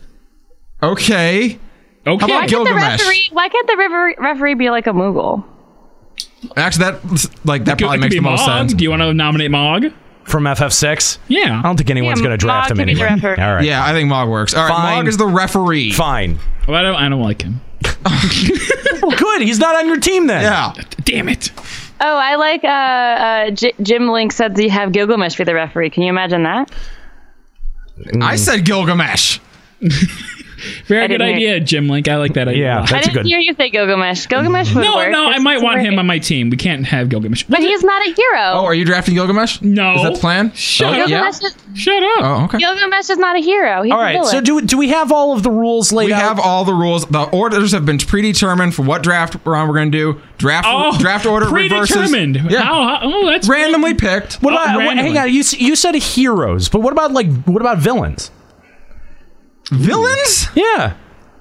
[SPEAKER 1] Okay.
[SPEAKER 10] Okay.
[SPEAKER 1] How
[SPEAKER 14] Why
[SPEAKER 1] about
[SPEAKER 14] can't, the
[SPEAKER 1] Gilgamesh?
[SPEAKER 14] referee, why can't the river, referee be like a Moogle?
[SPEAKER 1] Actually, that like that
[SPEAKER 10] It could-
[SPEAKER 1] probably
[SPEAKER 10] it could
[SPEAKER 1] makes
[SPEAKER 10] be
[SPEAKER 1] the most
[SPEAKER 10] Mog.
[SPEAKER 1] sense.
[SPEAKER 10] Do you want to nominate Mog?
[SPEAKER 8] From FF6?
[SPEAKER 10] Yeah. I
[SPEAKER 8] don't think anyone's
[SPEAKER 10] Yeah,
[SPEAKER 8] going to
[SPEAKER 10] Mog
[SPEAKER 8] draft him
[SPEAKER 10] could be
[SPEAKER 8] anyway. All
[SPEAKER 10] drafted.
[SPEAKER 8] right.
[SPEAKER 1] Yeah, I think Mog works. All right,
[SPEAKER 8] Fine.
[SPEAKER 1] Mog is the referee.
[SPEAKER 8] Fine.
[SPEAKER 10] Well, I don't, I don't like
[SPEAKER 1] [laughs]
[SPEAKER 10] him.
[SPEAKER 8] well, good. He's not on your team then.
[SPEAKER 1] Yeah.
[SPEAKER 10] Damn it.
[SPEAKER 14] Oh, I like uh, uh, J- Jim Link said they have Gilgamesh be the referee. Can you imagine that?
[SPEAKER 8] Mm.
[SPEAKER 1] I said Gilgamesh.
[SPEAKER 10] [laughs] Very
[SPEAKER 14] I
[SPEAKER 10] good
[SPEAKER 14] didn't hear-
[SPEAKER 10] idea, Jim Link. I like that idea. Yeah,
[SPEAKER 14] I didn't hear you say Gilgamesh.
[SPEAKER 8] Mm-hmm.
[SPEAKER 14] Gilgamesh would
[SPEAKER 10] No,
[SPEAKER 14] work.
[SPEAKER 10] no, I
[SPEAKER 14] It's
[SPEAKER 10] might want him
[SPEAKER 14] great.
[SPEAKER 10] on my team. We can't have Gilgamesh.
[SPEAKER 14] But he's not a hero.
[SPEAKER 1] Oh, are you drafting Gilgamesh?
[SPEAKER 10] No.
[SPEAKER 1] Is that the plan?
[SPEAKER 10] Shut
[SPEAKER 1] oh,
[SPEAKER 10] up.
[SPEAKER 1] yeah.
[SPEAKER 14] Gilgamesh, is,
[SPEAKER 10] Shut up.
[SPEAKER 1] Oh, okay.
[SPEAKER 14] Gilgamesh is not a hero. He's
[SPEAKER 8] All
[SPEAKER 14] a
[SPEAKER 8] right.
[SPEAKER 14] villain.
[SPEAKER 8] So do do we have all of the rules laid
[SPEAKER 1] We
[SPEAKER 8] out?
[SPEAKER 1] have all the rules. The orders have been predetermined for what draft round we're going to do. Draft
[SPEAKER 8] Oh,
[SPEAKER 1] draft order
[SPEAKER 10] predetermined.
[SPEAKER 1] reverses. Yeah.
[SPEAKER 10] How- how- oh, that's
[SPEAKER 1] randomly picked. Oh,
[SPEAKER 10] Oh,
[SPEAKER 8] What about? what- hang on. You s- you said heroes, but what about like what about villains?
[SPEAKER 1] Villains?
[SPEAKER 8] Yeah.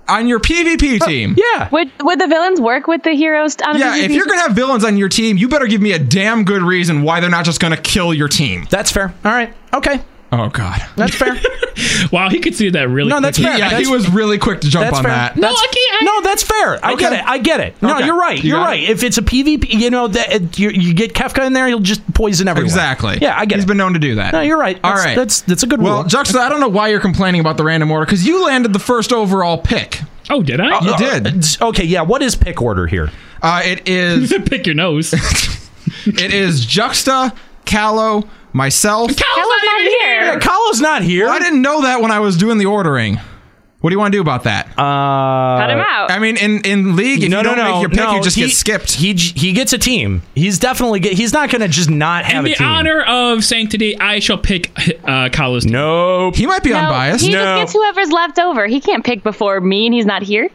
[SPEAKER 1] On your PvP team.
[SPEAKER 8] Oh, yeah.
[SPEAKER 14] Would would the villains work with the heroes? On a
[SPEAKER 1] Yeah,
[SPEAKER 14] PvP?
[SPEAKER 1] if you're going to have villains on your team, you better give me a damn good reason why they're not just going to kill your team.
[SPEAKER 8] That's fair. All right. Okay.
[SPEAKER 1] Oh god.
[SPEAKER 8] That's fair.
[SPEAKER 10] Wow, he could see that really
[SPEAKER 8] No, that's
[SPEAKER 10] quickly.
[SPEAKER 8] fair.
[SPEAKER 1] Yeah,
[SPEAKER 8] That's-
[SPEAKER 1] he was really quick to jump
[SPEAKER 8] that's
[SPEAKER 1] on
[SPEAKER 8] fair.
[SPEAKER 1] that.
[SPEAKER 8] That's,
[SPEAKER 10] I can't-
[SPEAKER 8] no, that's fair. I get
[SPEAKER 1] Okay.
[SPEAKER 8] it. I get it. No,
[SPEAKER 1] Okay.
[SPEAKER 8] you're right.
[SPEAKER 1] You
[SPEAKER 8] You are
[SPEAKER 1] got
[SPEAKER 8] right.
[SPEAKER 1] it?
[SPEAKER 8] If it's a PvP, you know that it, you, you get Kefka in there, he'll just poison everyone.
[SPEAKER 1] Exactly.
[SPEAKER 8] Yeah, I get
[SPEAKER 1] He's
[SPEAKER 8] it.
[SPEAKER 1] been known to do that.
[SPEAKER 8] No, you're right.
[SPEAKER 1] All
[SPEAKER 8] That's-
[SPEAKER 1] right.
[SPEAKER 8] that's- that's a good
[SPEAKER 1] well,
[SPEAKER 8] rule.
[SPEAKER 1] Juxta, I don't know why you're complaining about the random order because you landed the first overall pick.
[SPEAKER 10] Oh, did I?
[SPEAKER 1] You
[SPEAKER 8] Uh,
[SPEAKER 1] did.
[SPEAKER 8] it's- Okay. Yeah. What is pick order here?
[SPEAKER 1] Uh,
[SPEAKER 10] [laughs]
[SPEAKER 1] it is
[SPEAKER 10] Pick your nose.
[SPEAKER 1] [laughs] it is Juxta, Callow, myself.
[SPEAKER 14] Hell is not here.
[SPEAKER 8] Yeah, Kahlo's not here.
[SPEAKER 1] I didn't know that when I was doing the ordering. What do you want to do about that?
[SPEAKER 8] Uh,
[SPEAKER 14] Cut him out.
[SPEAKER 1] I mean, in in league, if
[SPEAKER 8] no, no,
[SPEAKER 1] you don't
[SPEAKER 8] no,
[SPEAKER 1] make your pick,
[SPEAKER 8] no,
[SPEAKER 1] you just
[SPEAKER 8] he,
[SPEAKER 1] get skipped.
[SPEAKER 8] He j- he gets a team. He's definitely get, he's not going to just not have
[SPEAKER 10] In
[SPEAKER 8] a
[SPEAKER 10] the
[SPEAKER 8] team.
[SPEAKER 10] honor of sanctity, I shall pick uh, Kalos.
[SPEAKER 8] nope.
[SPEAKER 1] He might be unbiased.
[SPEAKER 14] He just gets whoever's left over. He can't pick before me, and he's not here.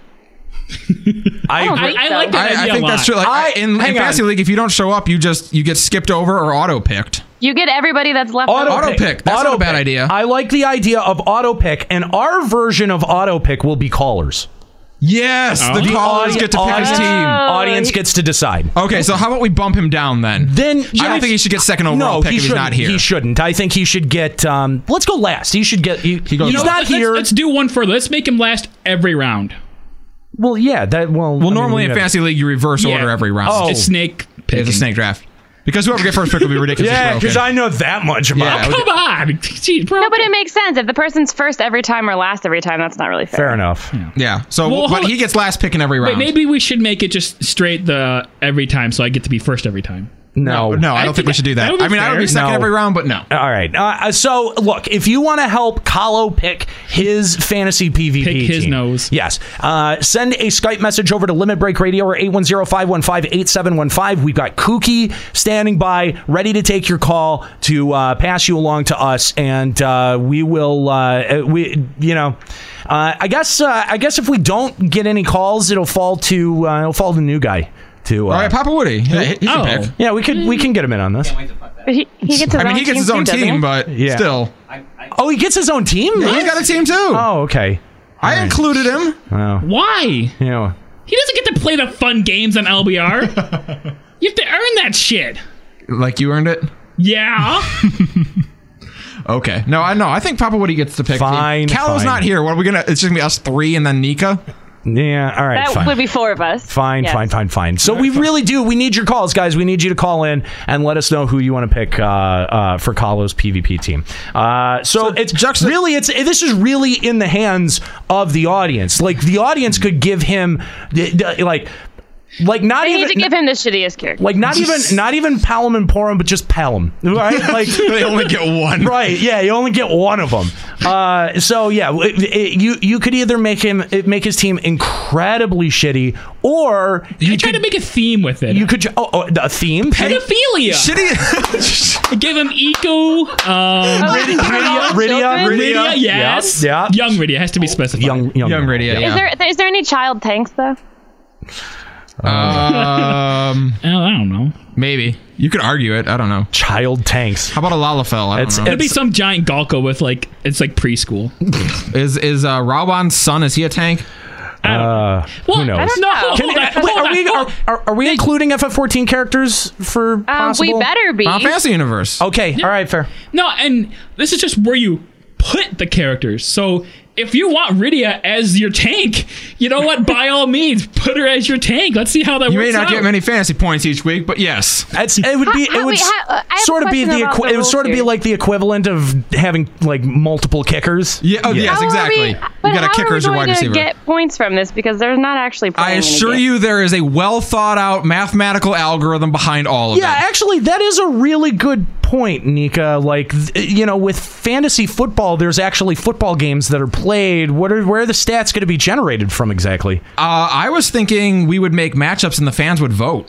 [SPEAKER 8] I,
[SPEAKER 14] don't
[SPEAKER 8] agree.
[SPEAKER 14] think
[SPEAKER 10] I
[SPEAKER 14] so.
[SPEAKER 10] like that
[SPEAKER 1] I, I
[SPEAKER 10] idea
[SPEAKER 1] think
[SPEAKER 10] a lot.
[SPEAKER 1] that's true. Like
[SPEAKER 8] I-
[SPEAKER 1] I, in, in
[SPEAKER 8] hang on.
[SPEAKER 1] fantasy league, if you don't show up, you just you get skipped over or auto picked.
[SPEAKER 14] You get everybody that's left
[SPEAKER 8] Auto,
[SPEAKER 14] over.
[SPEAKER 1] pick. That's not a bad
[SPEAKER 8] pick.
[SPEAKER 1] idea.
[SPEAKER 8] I like the idea of auto pick, and our version of auto pick will be callers.
[SPEAKER 1] Yes, the
[SPEAKER 8] The
[SPEAKER 1] callers
[SPEAKER 8] audi-
[SPEAKER 1] get to pick
[SPEAKER 8] audience-
[SPEAKER 1] his team.
[SPEAKER 8] Audience gets to decide.
[SPEAKER 1] Okay, so how about we bump him down then?
[SPEAKER 8] Then
[SPEAKER 1] I don't think he should get second overall
[SPEAKER 8] no,
[SPEAKER 1] pick
[SPEAKER 8] he
[SPEAKER 1] if he's
[SPEAKER 8] shouldn't.
[SPEAKER 1] not here.
[SPEAKER 8] He shouldn't. I think he should get. Um, let's go last. He should get. He,
[SPEAKER 10] You
[SPEAKER 8] he's
[SPEAKER 10] know what?
[SPEAKER 8] not
[SPEAKER 10] Let's-
[SPEAKER 8] here.
[SPEAKER 10] Let's do one further. Let's make him last every round.
[SPEAKER 8] Well, yeah. That well.
[SPEAKER 1] Well, normally in fantasy league you reverse
[SPEAKER 10] Yeah.
[SPEAKER 1] order every round.
[SPEAKER 10] Oh. It's snake
[SPEAKER 1] Yeah, It's a
[SPEAKER 10] picking.
[SPEAKER 1] snake draft because whoever gets first pick will be ridiculous.
[SPEAKER 8] Yeah, 'cause I know that much
[SPEAKER 1] about.
[SPEAKER 10] Oh, come on.
[SPEAKER 1] [laughs]
[SPEAKER 10] Gee, bro.
[SPEAKER 14] No, but it makes sense. If the person's first every time or last every time, that's not really fair.
[SPEAKER 8] Fair enough.
[SPEAKER 1] Yeah. So,
[SPEAKER 10] Well,
[SPEAKER 1] but
[SPEAKER 10] hold-
[SPEAKER 1] he gets last pick in every
[SPEAKER 10] Wait,
[SPEAKER 1] round.
[SPEAKER 10] maybe we should make it just straight the every time so I get to be first every time.
[SPEAKER 8] No,
[SPEAKER 1] no, I don't think we should do that. I mean, I would be second every round, but no.
[SPEAKER 8] All right. Uh, so, look, if you want to help Kahlo pick his fantasy PvP
[SPEAKER 10] Pick his
[SPEAKER 8] team,
[SPEAKER 10] nose.
[SPEAKER 8] Yes. Uh, send a Skype message over to Limit Break Radio or 810-515-8715. We've got Kookie standing by, ready to take your call to uh, pass you along to us, and uh, we will. Uh, we, you know, uh, I guess. Uh, I guess if we don't get any calls, it'll fall to uh, it'll fall to the new guy. To uh, all
[SPEAKER 1] right, Papa Woody. Yeah, he- he can pick.
[SPEAKER 8] Yeah, we could we can get him in on this.
[SPEAKER 14] But he, he gets his
[SPEAKER 1] I
[SPEAKER 14] own
[SPEAKER 1] mean, he gets
[SPEAKER 14] team
[SPEAKER 1] his own
[SPEAKER 14] too, doesn't
[SPEAKER 1] team,
[SPEAKER 14] he?
[SPEAKER 1] but
[SPEAKER 8] Yeah.
[SPEAKER 1] still,
[SPEAKER 8] Oh, he gets his own team.
[SPEAKER 1] he's got a team too.
[SPEAKER 8] Oh, okay.
[SPEAKER 1] I included him.
[SPEAKER 8] Wow.
[SPEAKER 10] Why?
[SPEAKER 8] Yeah.
[SPEAKER 10] He doesn't get to play the fun games on
[SPEAKER 1] [laughs]
[SPEAKER 10] LBR. you have to earn that shit.
[SPEAKER 1] Like you earned it.
[SPEAKER 8] [laughs]
[SPEAKER 10] Yeah.
[SPEAKER 1] Okay. No, I know. I think Papa Woody gets to pick.
[SPEAKER 8] Fine,
[SPEAKER 1] Callum's
[SPEAKER 8] fine.
[SPEAKER 1] not here. What are we gonna? It's just gonna be us three and then Nika.
[SPEAKER 8] Yeah. All right.
[SPEAKER 14] that
[SPEAKER 8] fine.
[SPEAKER 14] would be four of us.
[SPEAKER 8] Fine,
[SPEAKER 14] Yes.
[SPEAKER 8] fine, fine, fine. So we really do. We need your calls, guys. We need you to call in and let us know who you want to pick uh, uh, for Kahlo's PvP team. Uh, so, it's really it's this is really in the hands of the audience. Like the audience could give him the- the- like like not
[SPEAKER 14] They
[SPEAKER 8] even
[SPEAKER 14] need to give him the shittiest character.
[SPEAKER 8] like not even not even Palom and Porum, but just Palom,
[SPEAKER 10] [laughs]
[SPEAKER 8] right? Like
[SPEAKER 1] They only get one.
[SPEAKER 8] right? Yeah, you only get one of them. Uh, so yeah, it, it- you you could either make him make his team incredibly shitty, or you,
[SPEAKER 10] try to make a theme with it.
[SPEAKER 8] You could oh, oh a theme
[SPEAKER 10] Pedophilia. Shitty. [laughs] Give him eco. Um,
[SPEAKER 8] Rydia- Rydia- Rydia- Rydia.
[SPEAKER 10] Rydia, Yes.
[SPEAKER 8] Yep, Oh.
[SPEAKER 10] Young Rydia has to be specified.
[SPEAKER 8] Young. Young.
[SPEAKER 1] Young
[SPEAKER 10] [laughs]
[SPEAKER 1] Rydia.
[SPEAKER 14] Is
[SPEAKER 1] Yeah.
[SPEAKER 14] there is there any child tanks though?
[SPEAKER 10] [laughs]
[SPEAKER 1] um,
[SPEAKER 10] I don't know.
[SPEAKER 1] Maybe you could argue it. I don't know.
[SPEAKER 8] Child tanks.
[SPEAKER 1] How about a Lalafell? I don't know.
[SPEAKER 10] It'd be some giant Galko with like it's like preschool.
[SPEAKER 1] [laughs] Is is uh, Rawan's son? Is he a tank?
[SPEAKER 8] Uh,
[SPEAKER 10] Well, knows? I don't know.
[SPEAKER 8] Can-
[SPEAKER 10] Hold on,
[SPEAKER 8] wait,
[SPEAKER 10] hold
[SPEAKER 8] are
[SPEAKER 10] on,
[SPEAKER 8] we are,
[SPEAKER 10] hold
[SPEAKER 8] are, are we including FF14 characters for
[SPEAKER 10] Uh,
[SPEAKER 8] possible?
[SPEAKER 14] Um, better be.
[SPEAKER 1] Final Fantasy universe.
[SPEAKER 8] Okay, all right, fair.
[SPEAKER 10] No, and this is just where you put the characters. So if you want Rydia as your tank, you know
[SPEAKER 8] [laughs]
[SPEAKER 10] what? By all means, put her as your tank. Let's see how that
[SPEAKER 1] You
[SPEAKER 10] works.
[SPEAKER 1] may not
[SPEAKER 10] out.
[SPEAKER 1] get many fantasy points each week, but yes.
[SPEAKER 8] It's, it would be
[SPEAKER 14] How- how-
[SPEAKER 8] it would
[SPEAKER 14] wait,
[SPEAKER 8] s-
[SPEAKER 14] how- uh, I have a
[SPEAKER 8] sort of be
[SPEAKER 14] question
[SPEAKER 8] the
[SPEAKER 14] about
[SPEAKER 8] equi-
[SPEAKER 14] the
[SPEAKER 8] it would sort of
[SPEAKER 14] rules
[SPEAKER 8] be
[SPEAKER 14] here.
[SPEAKER 8] like the equivalent of having like multiple kickers.
[SPEAKER 1] Yeah, oh, yes,
[SPEAKER 14] How are
[SPEAKER 1] exactly.
[SPEAKER 14] We, uh,
[SPEAKER 1] You
[SPEAKER 14] but
[SPEAKER 1] got a
[SPEAKER 14] how
[SPEAKER 1] kicker
[SPEAKER 14] are we
[SPEAKER 1] as your
[SPEAKER 14] going
[SPEAKER 1] wide
[SPEAKER 14] to
[SPEAKER 1] receiver.
[SPEAKER 14] Get points from this because they're not actually.
[SPEAKER 1] I
[SPEAKER 14] Playing in a
[SPEAKER 1] assure
[SPEAKER 14] game.
[SPEAKER 1] you, there is a well thought out mathematical algorithm behind all of
[SPEAKER 8] Yeah,
[SPEAKER 1] that.
[SPEAKER 8] actually, that is a really good point, Nika. Like, th- you know, with fantasy football, there's actually football games that are played. What are where are the stats going to be generated from exactly?
[SPEAKER 1] Uh, I was thinking we would make matchups and the fans would vote.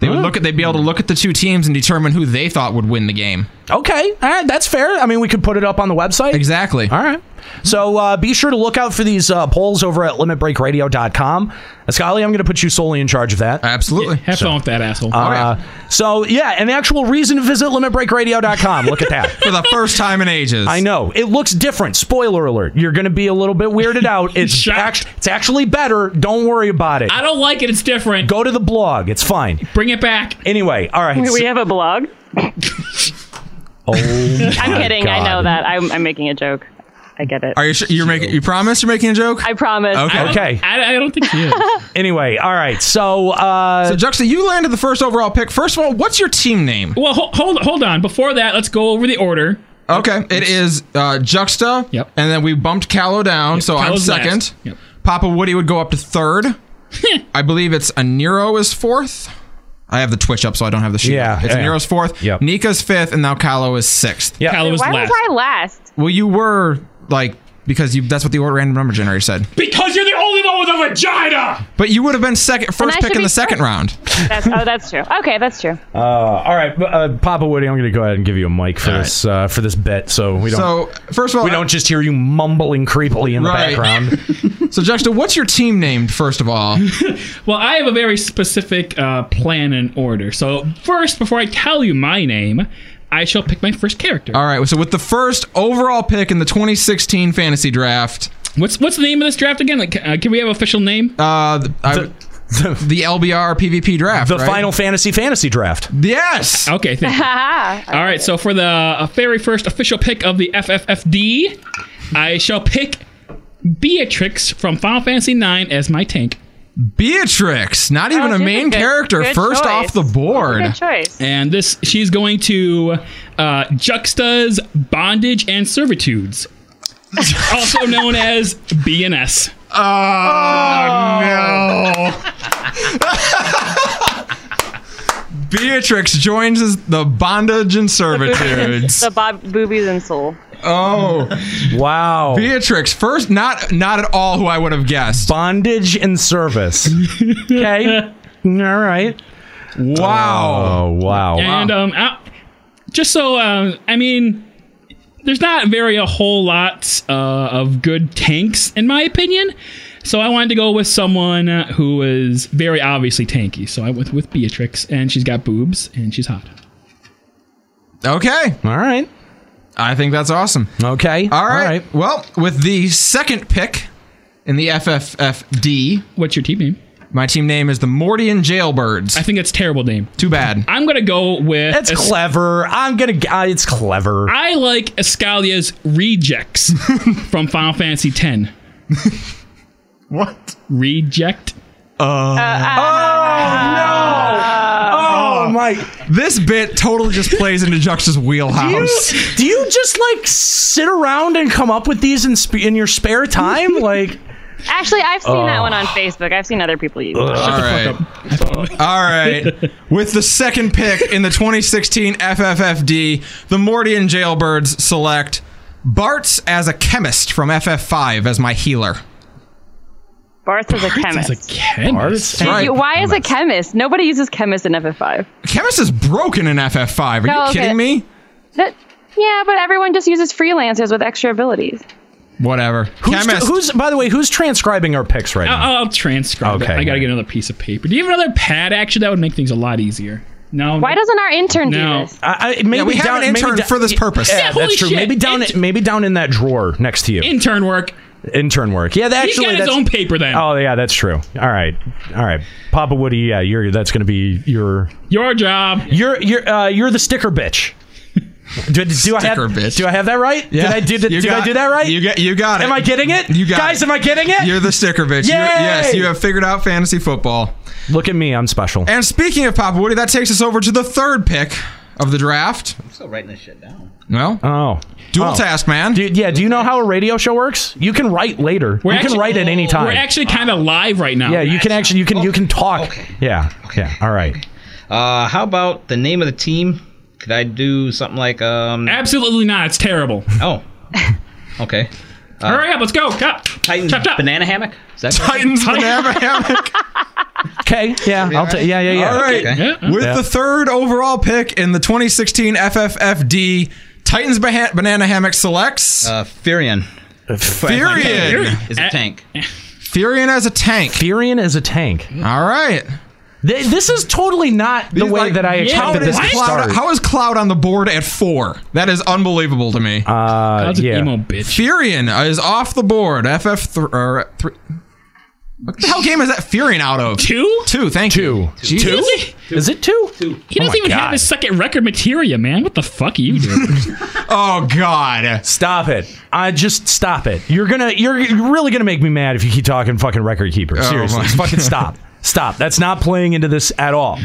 [SPEAKER 1] They would look at. They'd be able to look at the two teams and determine who they thought would win the game.
[SPEAKER 8] Okay, all right, that's fair. I mean, we could put it up on the website.
[SPEAKER 1] Exactly.
[SPEAKER 8] All right. So uh, be sure to look out for these uh, polls over at limitbreakradio.com. Scully, Uh, I'm going to put you solely in charge of that.
[SPEAKER 1] Absolutely.
[SPEAKER 10] Have fun with that asshole.
[SPEAKER 8] Uh, so yeah, and the actual reason to visit limitbreakradio.com. Look at
[SPEAKER 1] [laughs]
[SPEAKER 8] that.
[SPEAKER 10] [laughs]
[SPEAKER 1] For the first time in ages.
[SPEAKER 8] I know it looks different. Spoiler alert: You're going to be a little bit weirded
[SPEAKER 10] [laughs]
[SPEAKER 8] out. It's act- it's actually better. Don't worry about it.
[SPEAKER 10] I don't like it. It's different.
[SPEAKER 8] Go to the blog. It's fine.
[SPEAKER 10] Bring it back.
[SPEAKER 8] Anyway, all right.
[SPEAKER 14] Wait, we
[SPEAKER 8] so-
[SPEAKER 14] have a blog.
[SPEAKER 8] [laughs]
[SPEAKER 1] [laughs]
[SPEAKER 8] oh
[SPEAKER 14] I'm
[SPEAKER 8] my
[SPEAKER 14] kidding. I know
[SPEAKER 8] God.
[SPEAKER 14] that. I'm, I'm making a joke. I get it.
[SPEAKER 1] Are you? Sure, you're making. You promise you're making a joke?
[SPEAKER 14] I promise.
[SPEAKER 1] Okay.
[SPEAKER 8] Okay.
[SPEAKER 10] I, I don't think
[SPEAKER 1] [laughs]
[SPEAKER 10] she is.
[SPEAKER 8] Anyway, all right. So, uh,
[SPEAKER 1] So Juxta, you landed the first overall pick. First of all, what's your team name?
[SPEAKER 10] well, ho- hold hold on. Before that, let's go over the order.
[SPEAKER 1] Okay, it is uh, Juxta. Yep. And then we bumped Callow down, so I'm
[SPEAKER 10] Callow's last.
[SPEAKER 1] second.
[SPEAKER 10] Yep.
[SPEAKER 1] Papa Woody would go up to third.
[SPEAKER 10] [laughs]
[SPEAKER 1] I believe it's Aniro is fourth. I have the Twitch up, so I don't have the sheet.
[SPEAKER 8] Yeah,
[SPEAKER 1] up. it's
[SPEAKER 8] yeah.
[SPEAKER 1] Aniro's fourth.
[SPEAKER 8] Yep.
[SPEAKER 1] Nika's fifth, and now Callow is sixth.
[SPEAKER 8] Yeah.
[SPEAKER 10] Callow was
[SPEAKER 14] Why
[SPEAKER 10] last.
[SPEAKER 14] was I last?
[SPEAKER 1] Well, you were like because you that's what the order random number generator said.
[SPEAKER 7] Because you're the only one with a vagina!
[SPEAKER 1] But you would have been second,
[SPEAKER 14] And I
[SPEAKER 1] first pick
[SPEAKER 14] should
[SPEAKER 1] in
[SPEAKER 14] be
[SPEAKER 1] the second
[SPEAKER 14] first.
[SPEAKER 1] round.
[SPEAKER 14] That's, oh, that's true. Okay, that's true.
[SPEAKER 8] uh, all right, uh, Papa Woody, I'm going to go ahead and give you a mic for this uh, for this bet, so we don't
[SPEAKER 1] So first of all,
[SPEAKER 8] we don't just hear you mumbling creepily in the
[SPEAKER 1] Right. [laughs]
[SPEAKER 8] background.
[SPEAKER 1] So Juxta, what's your team named first of all?
[SPEAKER 10] [laughs] Well, I have a very specific uh, plan and order. So first, before I tell you my name, I shall pick my first character.
[SPEAKER 1] All right, so with the first overall pick in the 2016 fantasy draft,
[SPEAKER 10] What's what's the name of this draft again? Like, uh, can we have official name?
[SPEAKER 1] Uh, the, the, LBR PvP draft.
[SPEAKER 8] The
[SPEAKER 1] right?
[SPEAKER 8] Final Fantasy Fantasy Draft.
[SPEAKER 1] Yes.
[SPEAKER 10] Okay. Thank you. All right. So for the uh, very first official pick of the FFFD, I shall pick Beatrix from Final Fantasy IX as my tank.
[SPEAKER 1] Beatrix, not even a main character, first off the
[SPEAKER 7] [laughs]
[SPEAKER 1] board.
[SPEAKER 9] choice.
[SPEAKER 10] And this, she's going to uh, juxtas bondage and
[SPEAKER 1] [laughs]
[SPEAKER 10] servitudes, also known as BNS.
[SPEAKER 7] Ah.
[SPEAKER 1] Oh, no. Beatrix joins us- the bondage and
[SPEAKER 14] [laughs]
[SPEAKER 8] [laughs]
[SPEAKER 1] servitudes.
[SPEAKER 9] the bob- boobies and soul.
[SPEAKER 1] Oh,
[SPEAKER 8] wow!
[SPEAKER 1] Beatrix, first, not not at all who I would have guessed.
[SPEAKER 8] Bondage and service.
[SPEAKER 10] [laughs]
[SPEAKER 8] okay. All right.
[SPEAKER 1] Wow.
[SPEAKER 8] Oh, wow.
[SPEAKER 10] And um, I, just so um, I mean, there's not very a whole lot uh, of good tanks in my opinion. So I wanted to go with someone uh, who is very obviously tanky. So I went with Beatrix, and she's got boobs and she's hot.
[SPEAKER 1] [laughs] Okay.
[SPEAKER 8] All right.
[SPEAKER 1] I think that's awesome.
[SPEAKER 8] Okay.
[SPEAKER 1] All right. Well, with the second pick in the FFFD.
[SPEAKER 10] What's your team name?
[SPEAKER 1] My team name is the Mordian Jailbirds. I
[SPEAKER 10] think it's terrible name.
[SPEAKER 1] Too bad.
[SPEAKER 10] I'm gonna go with.
[SPEAKER 8] That's clever. I'm gonna. g- Uh, it's clever.
[SPEAKER 10] I like Escalia's
[SPEAKER 8] [laughs]
[SPEAKER 10] rejects from Final Fantasy X.
[SPEAKER 1] what
[SPEAKER 10] reject?
[SPEAKER 19] Ah.
[SPEAKER 8] oh [laughs] no! Oh my!
[SPEAKER 1] This bit totally just plays into Juxta's
[SPEAKER 8] Do you,
[SPEAKER 1] wheelhouse.
[SPEAKER 8] do you just like sit around and come up with these in sp- in your
[SPEAKER 10] [laughs]
[SPEAKER 8] spare time? Like,
[SPEAKER 9] Actually, I've seen that
[SPEAKER 8] Oh.
[SPEAKER 9] one on Facebook. I've seen other people use.
[SPEAKER 1] All
[SPEAKER 9] it.
[SPEAKER 1] right. All right. With the second pick in the 2016 FFFD, the Mordian Jailbirds select Bartz as a chemist from FF5 as my healer.
[SPEAKER 9] Barth is a chemist.
[SPEAKER 1] Chemist?
[SPEAKER 9] Thank you. Why is a chemist? Nobody uses chemist in FF5.
[SPEAKER 1] Chemist is broken in FF5. Are you
[SPEAKER 9] Oh, okay.
[SPEAKER 1] kidding me?
[SPEAKER 9] That, yeah, but everyone just uses freelancers with extra abilities.
[SPEAKER 1] Whatever.
[SPEAKER 8] Who's,
[SPEAKER 1] Chemist.
[SPEAKER 8] who's by the way? Who's transcribing our picks right now?
[SPEAKER 10] I'll, I'll transcribe
[SPEAKER 8] Okay.
[SPEAKER 10] it. I gotta get another piece of paper. Do you have another pad? Actually, that would make things a lot easier. No.
[SPEAKER 9] Why doesn't our intern do
[SPEAKER 10] No.
[SPEAKER 9] this?
[SPEAKER 8] I, I, maybe
[SPEAKER 10] we have
[SPEAKER 8] down,
[SPEAKER 10] an intern
[SPEAKER 8] maybe da-
[SPEAKER 10] for this purpose.
[SPEAKER 8] Yeah,
[SPEAKER 10] Yeah, holy
[SPEAKER 8] that's true.
[SPEAKER 10] shit.
[SPEAKER 8] Maybe down, maybe down in that drawer next to you.
[SPEAKER 10] Intern work.
[SPEAKER 8] Intern work. Yeah, that
[SPEAKER 10] He's
[SPEAKER 8] actually
[SPEAKER 10] got his
[SPEAKER 8] that's,
[SPEAKER 10] own paper then.
[SPEAKER 8] Oh yeah, that's true. All right, all right, Papa Woody. Yeah, you're that's going to be your
[SPEAKER 10] your job.
[SPEAKER 8] You're you're uh, you're the sticker bitch. Do, do I have, bitch. Do I have that right?
[SPEAKER 1] Yeah.
[SPEAKER 8] Did I do, did,
[SPEAKER 1] You
[SPEAKER 8] did I
[SPEAKER 1] got-
[SPEAKER 8] do that right?
[SPEAKER 1] You got, you got it.
[SPEAKER 8] Am I getting it?
[SPEAKER 1] You got
[SPEAKER 8] Guys,
[SPEAKER 1] it.
[SPEAKER 8] am I getting it?
[SPEAKER 1] You're the sticker bitch. You-
[SPEAKER 8] Yay!
[SPEAKER 1] yes, you have figured out fantasy football. Eh,
[SPEAKER 8] Look at me, I'm special.
[SPEAKER 1] And speaking of Papa Woody, that takes us over to the third pick of the draft.
[SPEAKER 12] I'm still writing this shit down.
[SPEAKER 1] No.
[SPEAKER 8] Oh.
[SPEAKER 1] Dual
[SPEAKER 8] Oh.
[SPEAKER 1] task, man.
[SPEAKER 8] Do, yeah, do you know how a radio show works? You can write later. you can write at any time.
[SPEAKER 10] We're actually kind of live right now.
[SPEAKER 8] yeah, you can actually you can you can talk. Yeah. Yeah. All right.
[SPEAKER 17] Uh, how about the name of the team? Could I do something like um?
[SPEAKER 10] Absolutely not. It's terrible.
[SPEAKER 17] [laughs] Oh. Okay. Uh,
[SPEAKER 10] Hurry up. Let's go. Chop.
[SPEAKER 17] Titans
[SPEAKER 10] Chop, chop.
[SPEAKER 17] banana hammock. Is that
[SPEAKER 1] Titans banana hammock.
[SPEAKER 8] Okay. Yeah. I'll ta- yeah, yeah, yeah.
[SPEAKER 1] All right.
[SPEAKER 8] Okay. Yeah.
[SPEAKER 1] With
[SPEAKER 8] Yeah.
[SPEAKER 1] the third overall pick in the 2016 FFFD, Titans Baha- Banana Hammock selects
[SPEAKER 17] Uh, Furion.
[SPEAKER 1] Furion.
[SPEAKER 17] Is a
[SPEAKER 10] [laughs]
[SPEAKER 17] tank.
[SPEAKER 1] Furion as a tank.
[SPEAKER 8] Furion as a tank.
[SPEAKER 1] All right.
[SPEAKER 8] Th- this is totally not the
[SPEAKER 1] These,
[SPEAKER 8] way
[SPEAKER 1] like,
[SPEAKER 8] that I
[SPEAKER 1] how
[SPEAKER 8] expected
[SPEAKER 1] is
[SPEAKER 8] this to
[SPEAKER 1] Cloud-
[SPEAKER 8] start.
[SPEAKER 1] How is Cloud on the board at four? That is unbelievable to me.
[SPEAKER 8] Uh,
[SPEAKER 10] an yeah. emo bitch.
[SPEAKER 1] Furion is off the board. FF thr or three. What the hell game is that Furion out of?
[SPEAKER 10] Two?
[SPEAKER 1] Two, thank you. Jeez.
[SPEAKER 8] Two? Is it two? Oh Two.
[SPEAKER 10] He doesn't even have his second record material, man. What the fuck are you
[SPEAKER 8] [laughs]
[SPEAKER 10] doing?
[SPEAKER 1] Oh God!
[SPEAKER 8] Stop it! I just stop it. You're gonna, you're, you're really gonna make me mad if you keep talking fucking record keeper.
[SPEAKER 1] Oh,
[SPEAKER 8] Seriously,
[SPEAKER 1] my
[SPEAKER 8] fucking
[SPEAKER 1] God.
[SPEAKER 8] stop, stop. That's not playing into this at all,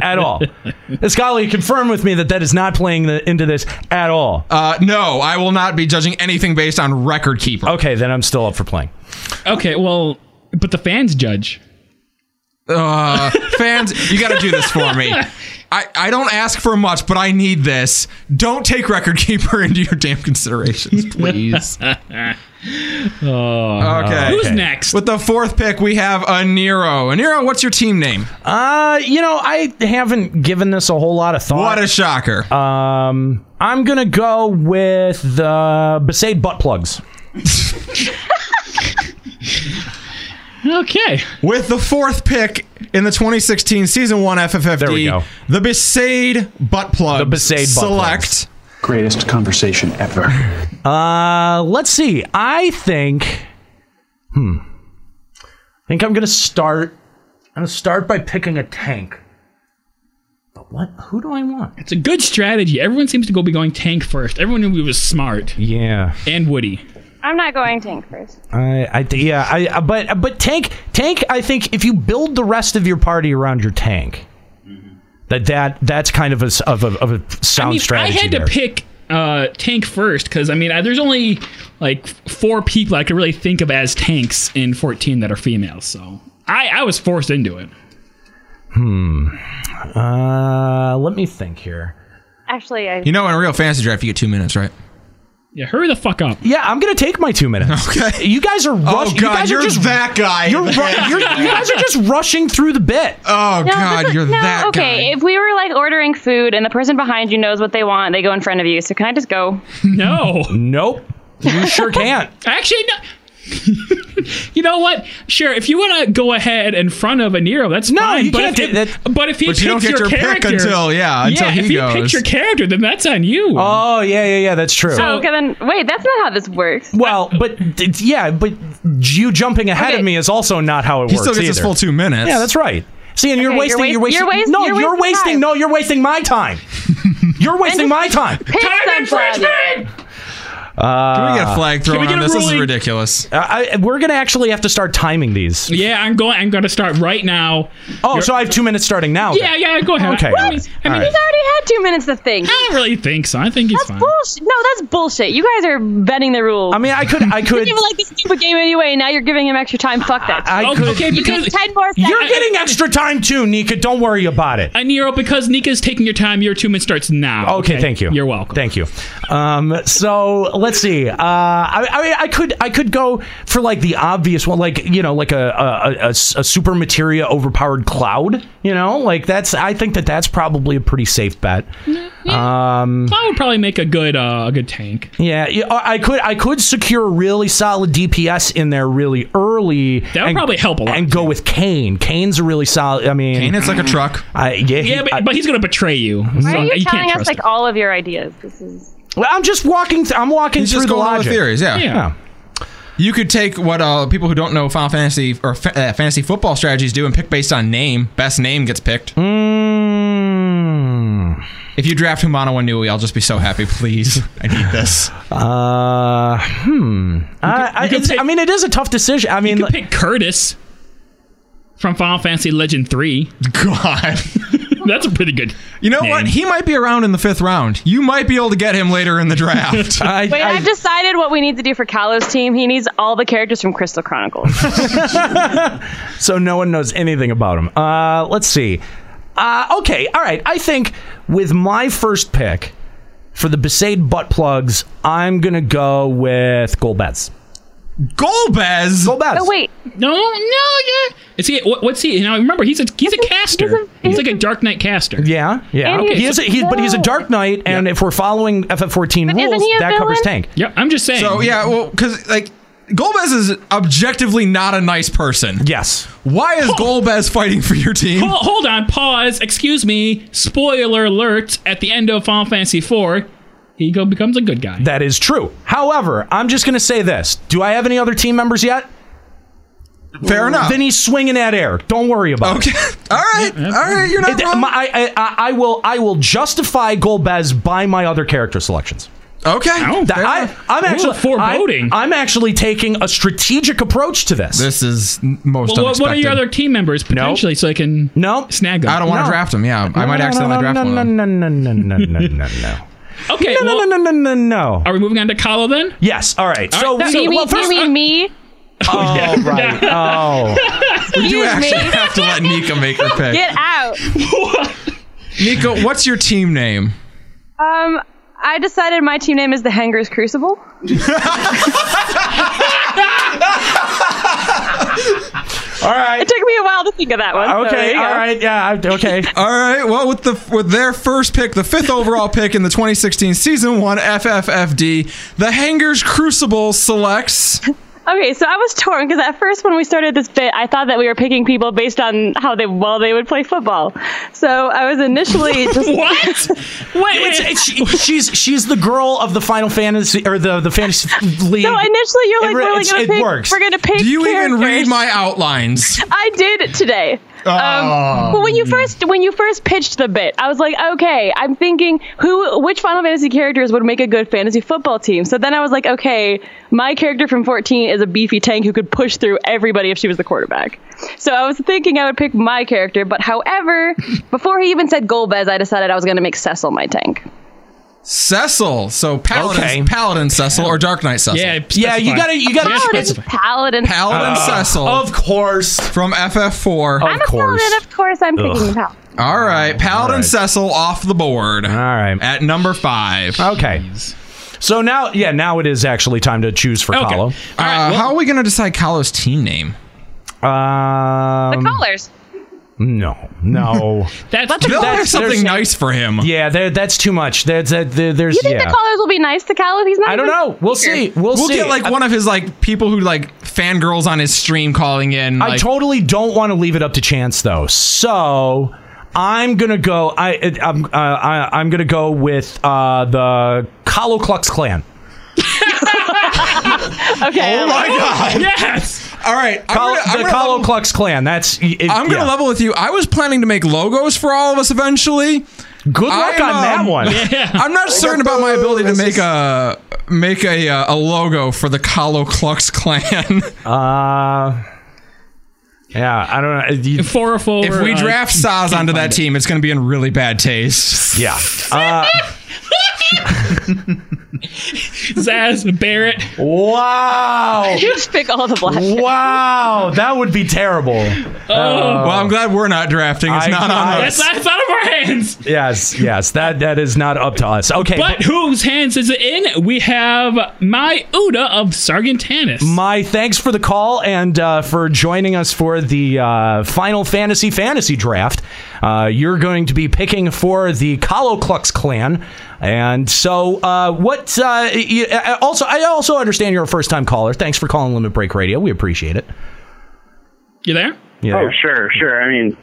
[SPEAKER 8] at
[SPEAKER 1] [laughs]
[SPEAKER 8] all. Escali, confirm with me that that is not playing the, into this at all.
[SPEAKER 1] Uh, no, I will not be judging anything based on record keeper.
[SPEAKER 8] Okay, then I'm still up for playing.
[SPEAKER 10] okay, well, but the fans judge. [laughs]
[SPEAKER 1] Uh, fans, you got to do this for me. I, I don't ask for much, but I need this. Don't take record keeper [laughs] into your damn
[SPEAKER 10] [laughs]
[SPEAKER 1] considerations, please.
[SPEAKER 10] Oh.
[SPEAKER 1] okay.
[SPEAKER 10] Uh-huh. Who's next?
[SPEAKER 1] With the fourth pick, we have a Nero. A Nero, what's your team name?
[SPEAKER 8] Uh, you know, I haven't given this a whole lot of thought.
[SPEAKER 1] What a shocker!
[SPEAKER 8] Um, I'm gonna go with the uh, Besaid butt plugs.
[SPEAKER 10] Okay.
[SPEAKER 1] With the fourth pick in the 2016 season one FFFD,
[SPEAKER 8] There we go.
[SPEAKER 1] the Besaid butt plug.
[SPEAKER 8] The Besaid butt
[SPEAKER 1] select.
[SPEAKER 19] Greatest conversation ever.
[SPEAKER 8] Uh, let's see. I think Hmm. I think I'm gonna start. I'm gonna start by picking a tank. But what? Who do I want?
[SPEAKER 10] It's a good strategy. Everyone seems to go be going tank first. Everyone knew we was smart.
[SPEAKER 8] Yeah.
[SPEAKER 10] And Woody.
[SPEAKER 14] I'm not going tank first.
[SPEAKER 8] I, I yeah, I, I- but uh, but tank tank. I think if you build the rest of your party around your tank, that that that's kind of a s- of a, of a sound
[SPEAKER 10] Mm-hmm. I mean,
[SPEAKER 8] strategy.
[SPEAKER 10] I had
[SPEAKER 8] there.
[SPEAKER 10] to pick uh, tank first because I mean, I, there's only like f- four people I could really think of as tanks in 14 that are females. So I, I was forced into it.
[SPEAKER 8] Hmm. Uh, let me think here.
[SPEAKER 14] Actually, I.
[SPEAKER 1] You know, in a real fantasy draft, you get two minutes, right?
[SPEAKER 10] Yeah, hurry the fuck up.
[SPEAKER 8] Yeah, I'm gonna take my two minutes. Okay. You guys are rushing. you
[SPEAKER 1] Oh, God,
[SPEAKER 8] guys
[SPEAKER 1] you're
[SPEAKER 8] are just
[SPEAKER 1] that guy.
[SPEAKER 8] You're, ru- you're- you guys are just rushing through the bit.
[SPEAKER 1] [laughs] Oh
[SPEAKER 14] No, this is- no, okay. If we were like ordering food and the person behind you knows what they want, they go in front of you. So can I just go?
[SPEAKER 10] No.
[SPEAKER 8] Nope.
[SPEAKER 10] [laughs]
[SPEAKER 8] You sure can't.
[SPEAKER 10] Actually, no. you know what? Sure, if you want to go ahead in front of a Nero, that's no, fine.
[SPEAKER 8] you
[SPEAKER 10] but,
[SPEAKER 8] can't
[SPEAKER 10] if,
[SPEAKER 8] do
[SPEAKER 10] it, but if he
[SPEAKER 8] But
[SPEAKER 10] picks
[SPEAKER 8] you don't get
[SPEAKER 10] your,
[SPEAKER 8] your pick
[SPEAKER 10] character,
[SPEAKER 8] until- yeah, until
[SPEAKER 10] yeah,
[SPEAKER 8] he
[SPEAKER 10] if he
[SPEAKER 8] goes.
[SPEAKER 10] picks your character, then that's on you.
[SPEAKER 8] Oh yeah, yeah, yeah. That's true.
[SPEAKER 14] oh, okay. Then wait, that's not how this works.
[SPEAKER 8] Well, but it's- yeah, but you jumping ahead of me is also not how it
[SPEAKER 1] He
[SPEAKER 8] works.
[SPEAKER 1] still gets his
[SPEAKER 8] either.
[SPEAKER 1] full two minutes.
[SPEAKER 8] Yeah, that's right. See, and you're
[SPEAKER 14] Okay,
[SPEAKER 8] wasting.
[SPEAKER 14] you're wast-
[SPEAKER 8] You're wasting.
[SPEAKER 14] you're wast-
[SPEAKER 8] no,
[SPEAKER 14] you're
[SPEAKER 8] you're,
[SPEAKER 14] wasting
[SPEAKER 8] wasting.
[SPEAKER 14] time.
[SPEAKER 8] No, you're wasting my time. you're wasting my time.
[SPEAKER 14] Pick somebody.
[SPEAKER 8] Uh,
[SPEAKER 1] Can we get a flag
[SPEAKER 10] Can we
[SPEAKER 1] thrown
[SPEAKER 10] get
[SPEAKER 1] on
[SPEAKER 10] a
[SPEAKER 1] this? This is
[SPEAKER 10] ruling?
[SPEAKER 1] ridiculous.
[SPEAKER 8] I, I- we're gonna actually have to start timing these.
[SPEAKER 10] Yeah, I'm going. I'm going to start right now.
[SPEAKER 8] Oh,
[SPEAKER 10] You're-
[SPEAKER 8] so I have two minutes starting now. then.
[SPEAKER 10] yeah, yeah. Go ahead.
[SPEAKER 8] Okay.
[SPEAKER 10] I mean, I mean,
[SPEAKER 8] All right.
[SPEAKER 14] He's already had two minutes to think.
[SPEAKER 10] I don't really think so. I think he's fine.
[SPEAKER 14] Bullshit. No, that's bullshit. You guys are bending the rules. I
[SPEAKER 8] mean, I could, I
[SPEAKER 14] You
[SPEAKER 8] could.
[SPEAKER 14] didn't like this stupid game anyway. Now you're giving him extra time. Fuck that.
[SPEAKER 8] I
[SPEAKER 10] Okay,
[SPEAKER 8] could.
[SPEAKER 10] okay,
[SPEAKER 14] you
[SPEAKER 10] because-
[SPEAKER 14] get ten more seconds.
[SPEAKER 8] You're getting extra time too, Nika. Don't worry about it.
[SPEAKER 10] Uh, Nero, because Nika's taking your time, your two minutes starts now.
[SPEAKER 8] Okay, thank you.
[SPEAKER 10] You're welcome.
[SPEAKER 8] Thank you. Um, so let's see. Uh, I, I mean, I could, I could go for like the obvious one, like you know, like a a, a- a s- a super materia overpowered cloud. You know, like that's. I think that that's probably a pretty safe bet. Um,
[SPEAKER 10] I would probably make a good uh, a good tank.
[SPEAKER 8] yeah, yeah, I I could, I could secure a really solid DPS in there really early. That
[SPEAKER 10] would probably help a lot,
[SPEAKER 8] And go with Kane. Kane's a really solid. I mean,
[SPEAKER 1] Kane, it's like a truck.
[SPEAKER 8] I, yeah, he-
[SPEAKER 10] Yeah, but,
[SPEAKER 8] I-
[SPEAKER 10] but he's gonna betray you.
[SPEAKER 14] Why
[SPEAKER 10] So
[SPEAKER 14] are you,
[SPEAKER 10] can't
[SPEAKER 14] telling us
[SPEAKER 10] trust
[SPEAKER 14] like
[SPEAKER 10] him.
[SPEAKER 14] all of your ideas? This is.
[SPEAKER 8] Well, I'm just walking. Th- I'm walking
[SPEAKER 1] He's
[SPEAKER 8] through
[SPEAKER 1] just
[SPEAKER 8] the
[SPEAKER 1] going on
[SPEAKER 8] logic.
[SPEAKER 1] with theories. Yeah.
[SPEAKER 8] yeah.
[SPEAKER 1] You could take what uh, people who don't know Final Fantasy or fa- uh, fantasy football strategies do and pick based on name. Best name gets picked.
[SPEAKER 8] Mm.
[SPEAKER 1] If you draft Humano and Nui, I'll just be so happy. Please, I need this.
[SPEAKER 8] Uh, hmm. I, I, it's, I mean, it is
[SPEAKER 10] [laughs]
[SPEAKER 8] a tough decision. I mean,
[SPEAKER 10] You pick Curtis from Final Fantasy Legend Three.
[SPEAKER 1] God,
[SPEAKER 10] [laughs] that's a pretty good.
[SPEAKER 1] You know what?
[SPEAKER 10] name.
[SPEAKER 1] He might be around in the fifth round. You might be able to get him later in the draft.
[SPEAKER 8] I,
[SPEAKER 14] Wait, I, have decided what we need to do for Kalo's team. He needs all the characters from Crystal
[SPEAKER 8] [laughs]
[SPEAKER 14] Chronicles.
[SPEAKER 8] so no one knows anything about him. Uh, let's see. Uh, okay, all right. I think with my first pick for the Besaid butt plugs, I'm gonna go with Golbez.
[SPEAKER 1] Golbez.
[SPEAKER 10] Oh,
[SPEAKER 8] Golbez.
[SPEAKER 14] but wait,
[SPEAKER 10] No, no, yeah. Is he? What, what's he? Now remember, he's a he's a caster. He's, like a Dark Knight caster.
[SPEAKER 8] Yeah, yeah.
[SPEAKER 14] And he's
[SPEAKER 8] He is a, he, but he's a Dark Knight, and if we're following FF14
[SPEAKER 14] isn't
[SPEAKER 8] rules,
[SPEAKER 14] he a
[SPEAKER 8] that covers
[SPEAKER 14] villain?
[SPEAKER 8] Tank.
[SPEAKER 10] Yep. I'm just saying.
[SPEAKER 1] So yeah, well, because like Golbez is objectively not a nice person.
[SPEAKER 8] Yes.
[SPEAKER 1] Why is Golbez fighting for your team?
[SPEAKER 10] Hold, hold on. Pause. Excuse me. Spoiler alert. At the end of Final Fantasy Four, he go becomes a good guy.
[SPEAKER 8] That is true. However, I'm just going to say this. Do I have any other team members yet?
[SPEAKER 1] Fair enough.
[SPEAKER 8] Then he's swinging at air. Don't worry about
[SPEAKER 1] Okay. [laughs]
[SPEAKER 8] it.
[SPEAKER 1] All right. All right. You're not
[SPEAKER 8] It-
[SPEAKER 1] wrong.
[SPEAKER 8] my- I, I, I will I will justify Golbez by my other character selections.
[SPEAKER 1] okay.
[SPEAKER 10] Oh,
[SPEAKER 8] That-
[SPEAKER 10] fair
[SPEAKER 8] I,
[SPEAKER 10] enough.
[SPEAKER 8] I'm
[SPEAKER 10] Ooh,
[SPEAKER 8] actually
[SPEAKER 10] foreboding.
[SPEAKER 8] I, am actually taking a strategic approach to this.
[SPEAKER 1] This is n- most
[SPEAKER 10] well, what,
[SPEAKER 1] unexpected.
[SPEAKER 10] what are your other team members potentially, so I can
[SPEAKER 8] no,
[SPEAKER 10] snag them?
[SPEAKER 1] I don't want to
[SPEAKER 8] No.
[SPEAKER 1] draft him. Yeah, I
[SPEAKER 8] No,
[SPEAKER 1] might
[SPEAKER 8] no,
[SPEAKER 1] accidentally
[SPEAKER 8] no,
[SPEAKER 1] draft
[SPEAKER 8] no,
[SPEAKER 1] one
[SPEAKER 8] no,
[SPEAKER 1] of them.
[SPEAKER 8] no, no, no, no, no, no, no.
[SPEAKER 1] [laughs]
[SPEAKER 10] Okay.
[SPEAKER 8] No,
[SPEAKER 10] well,
[SPEAKER 8] no, no, no, no, no,
[SPEAKER 10] Are
[SPEAKER 8] no.
[SPEAKER 10] we moving on to Kahlo then?
[SPEAKER 8] Yes. All right. So,
[SPEAKER 14] no,
[SPEAKER 8] so
[SPEAKER 14] you mean,
[SPEAKER 8] well, first, uh,
[SPEAKER 14] you
[SPEAKER 8] [laughs]
[SPEAKER 14] mean me?
[SPEAKER 10] [laughs]
[SPEAKER 8] oh, right. Oh,
[SPEAKER 1] We do
[SPEAKER 14] Excuse
[SPEAKER 1] actually
[SPEAKER 14] me.
[SPEAKER 1] have to let Nika make her
[SPEAKER 8] [laughs]
[SPEAKER 14] [laughs]
[SPEAKER 1] pick.
[SPEAKER 14] Get out.
[SPEAKER 1] Nika, what's your team name?
[SPEAKER 14] Um, I decided my team name is the Hangers
[SPEAKER 8] [laughs]
[SPEAKER 14] Crucible.
[SPEAKER 8] all right.
[SPEAKER 14] It took me a while to think of that one. so there
[SPEAKER 8] Okay.
[SPEAKER 14] you
[SPEAKER 8] All
[SPEAKER 14] go.
[SPEAKER 8] right. Yeah. I- Okay.
[SPEAKER 1] All right. Well, with the with their first pick, the fifth overall pick in the 2016 season one FFFD, the Hangers Crucible selects
[SPEAKER 14] Okay, so I was torn because at first when we started this bit, I thought that we were picking people based on how they well they would play football. So I was
[SPEAKER 8] [laughs]
[SPEAKER 14] initially just
[SPEAKER 8] what?
[SPEAKER 14] [laughs]
[SPEAKER 8] Wait, it's, it's, she- she's she's the girl of the Final Fantasy or the the Fantasy
[SPEAKER 14] [laughs]
[SPEAKER 8] League.
[SPEAKER 14] No, initially you're like,
[SPEAKER 8] re-
[SPEAKER 14] we're
[SPEAKER 8] it's-
[SPEAKER 14] gonna
[SPEAKER 8] it
[SPEAKER 14] pick,
[SPEAKER 8] works.
[SPEAKER 14] We're gonna pick.
[SPEAKER 1] Do you even read
[SPEAKER 14] characters.
[SPEAKER 1] my outlines?
[SPEAKER 14] [laughs] I did it today.
[SPEAKER 1] Oh.
[SPEAKER 14] Um, but when you first when you first pitched the bit, I was like, okay, I'm thinking who which Final Fantasy characters would make a good fantasy football team. So then I was like, okay, my character from 14 is a beefy tank who could push through everybody if she was the quarterback. So I was thinking I would pick my character, but however, before he even said Golbez, I decided I was going to make Cecil my tank.
[SPEAKER 1] Cecil. So Paladin,
[SPEAKER 8] Okay.
[SPEAKER 1] Paladin Cecil or Dark Knight Cecil.
[SPEAKER 8] Yeah, Yeah, you specify. gotta- you gotta
[SPEAKER 14] Paladin, Paladin,
[SPEAKER 1] Paladin Cecil. Of
[SPEAKER 8] course.
[SPEAKER 1] From FF4.
[SPEAKER 14] I'm a Paladin, of course. I'm picking
[SPEAKER 1] Ugh.
[SPEAKER 14] Paladin.
[SPEAKER 1] All right, Paladin
[SPEAKER 8] All right.
[SPEAKER 1] Cecil off the board. All
[SPEAKER 8] right.
[SPEAKER 1] At number five.
[SPEAKER 8] Okay. So now, yeah, now it is actually time to choose for Kahlo.
[SPEAKER 1] uh, how are we going to decide Kahlo's team name?
[SPEAKER 14] the
[SPEAKER 8] Um,
[SPEAKER 14] colors.
[SPEAKER 8] No, no.
[SPEAKER 1] [laughs]
[SPEAKER 10] that's
[SPEAKER 14] Let the colors-
[SPEAKER 1] something nice for him.
[SPEAKER 8] Yeah, there- that's too much. That's that. there- There's.
[SPEAKER 14] You think
[SPEAKER 8] yeah.
[SPEAKER 14] the colors will be nice to Callum? He's not.
[SPEAKER 8] I don't
[SPEAKER 14] even
[SPEAKER 8] know. We'll
[SPEAKER 14] here.
[SPEAKER 8] see. We'll, see.
[SPEAKER 1] get like one of his like people who like fangirls on his stream calling in.
[SPEAKER 8] I [laughs]
[SPEAKER 1] like,
[SPEAKER 8] totally don't want to leave it up to chance though. So I'm gonna go. I it- I'm uh, I, I'm gonna go with uh, the Kalo Klux Klan.
[SPEAKER 14] okay.
[SPEAKER 1] Oh my god.
[SPEAKER 10] Yes.
[SPEAKER 1] All right. I'm
[SPEAKER 8] Kal-
[SPEAKER 1] gonna- I'm
[SPEAKER 8] the
[SPEAKER 1] gonna
[SPEAKER 8] Kalo
[SPEAKER 1] level-
[SPEAKER 8] Klux Klan. That's. y- it-
[SPEAKER 1] I'm going to
[SPEAKER 8] yeah.
[SPEAKER 1] level with you. I was planning to make logos for all of us eventually. um,
[SPEAKER 8] Good luck on that
[SPEAKER 1] [laughs]
[SPEAKER 8] one.
[SPEAKER 1] I'm not certain about my ability to make a make a uh, a logo for the Kalo Klux Klan. [laughs]
[SPEAKER 8] Uh, yeah, I don't know. You-
[SPEAKER 10] Four or four.
[SPEAKER 1] if we draft Saz onto that team, it's going to be in really bad taste. [laughs]
[SPEAKER 8] Yeah. Uh,
[SPEAKER 10] Zaz Barrett.
[SPEAKER 8] Wow.
[SPEAKER 14] [laughs] You just pick all the black.
[SPEAKER 8] Wow, that would be
[SPEAKER 10] Oh.
[SPEAKER 8] terrible. Uh,
[SPEAKER 1] well, I'm glad we're not drafting. It's
[SPEAKER 8] I-
[SPEAKER 1] not on
[SPEAKER 8] I-
[SPEAKER 1] us.
[SPEAKER 10] That's out of our hands.
[SPEAKER 8] Yes, yes, that that is not up to us. Okay,
[SPEAKER 10] But whose hands is it in? We have my Uda of Sargentanus.
[SPEAKER 8] My thanks for the call and uh, for joining us for the uh, Final Fantasy Fantasy Draft. Uh, you're going to be picking for the Kalo Klux Klan, and so uh, what? Uh, you, uh, also, I also understand you're a first time caller. Thanks for calling Limit Break Radio. We appreciate it.
[SPEAKER 10] You there?
[SPEAKER 8] Yeah.
[SPEAKER 19] Oh, sure, sure. I mean,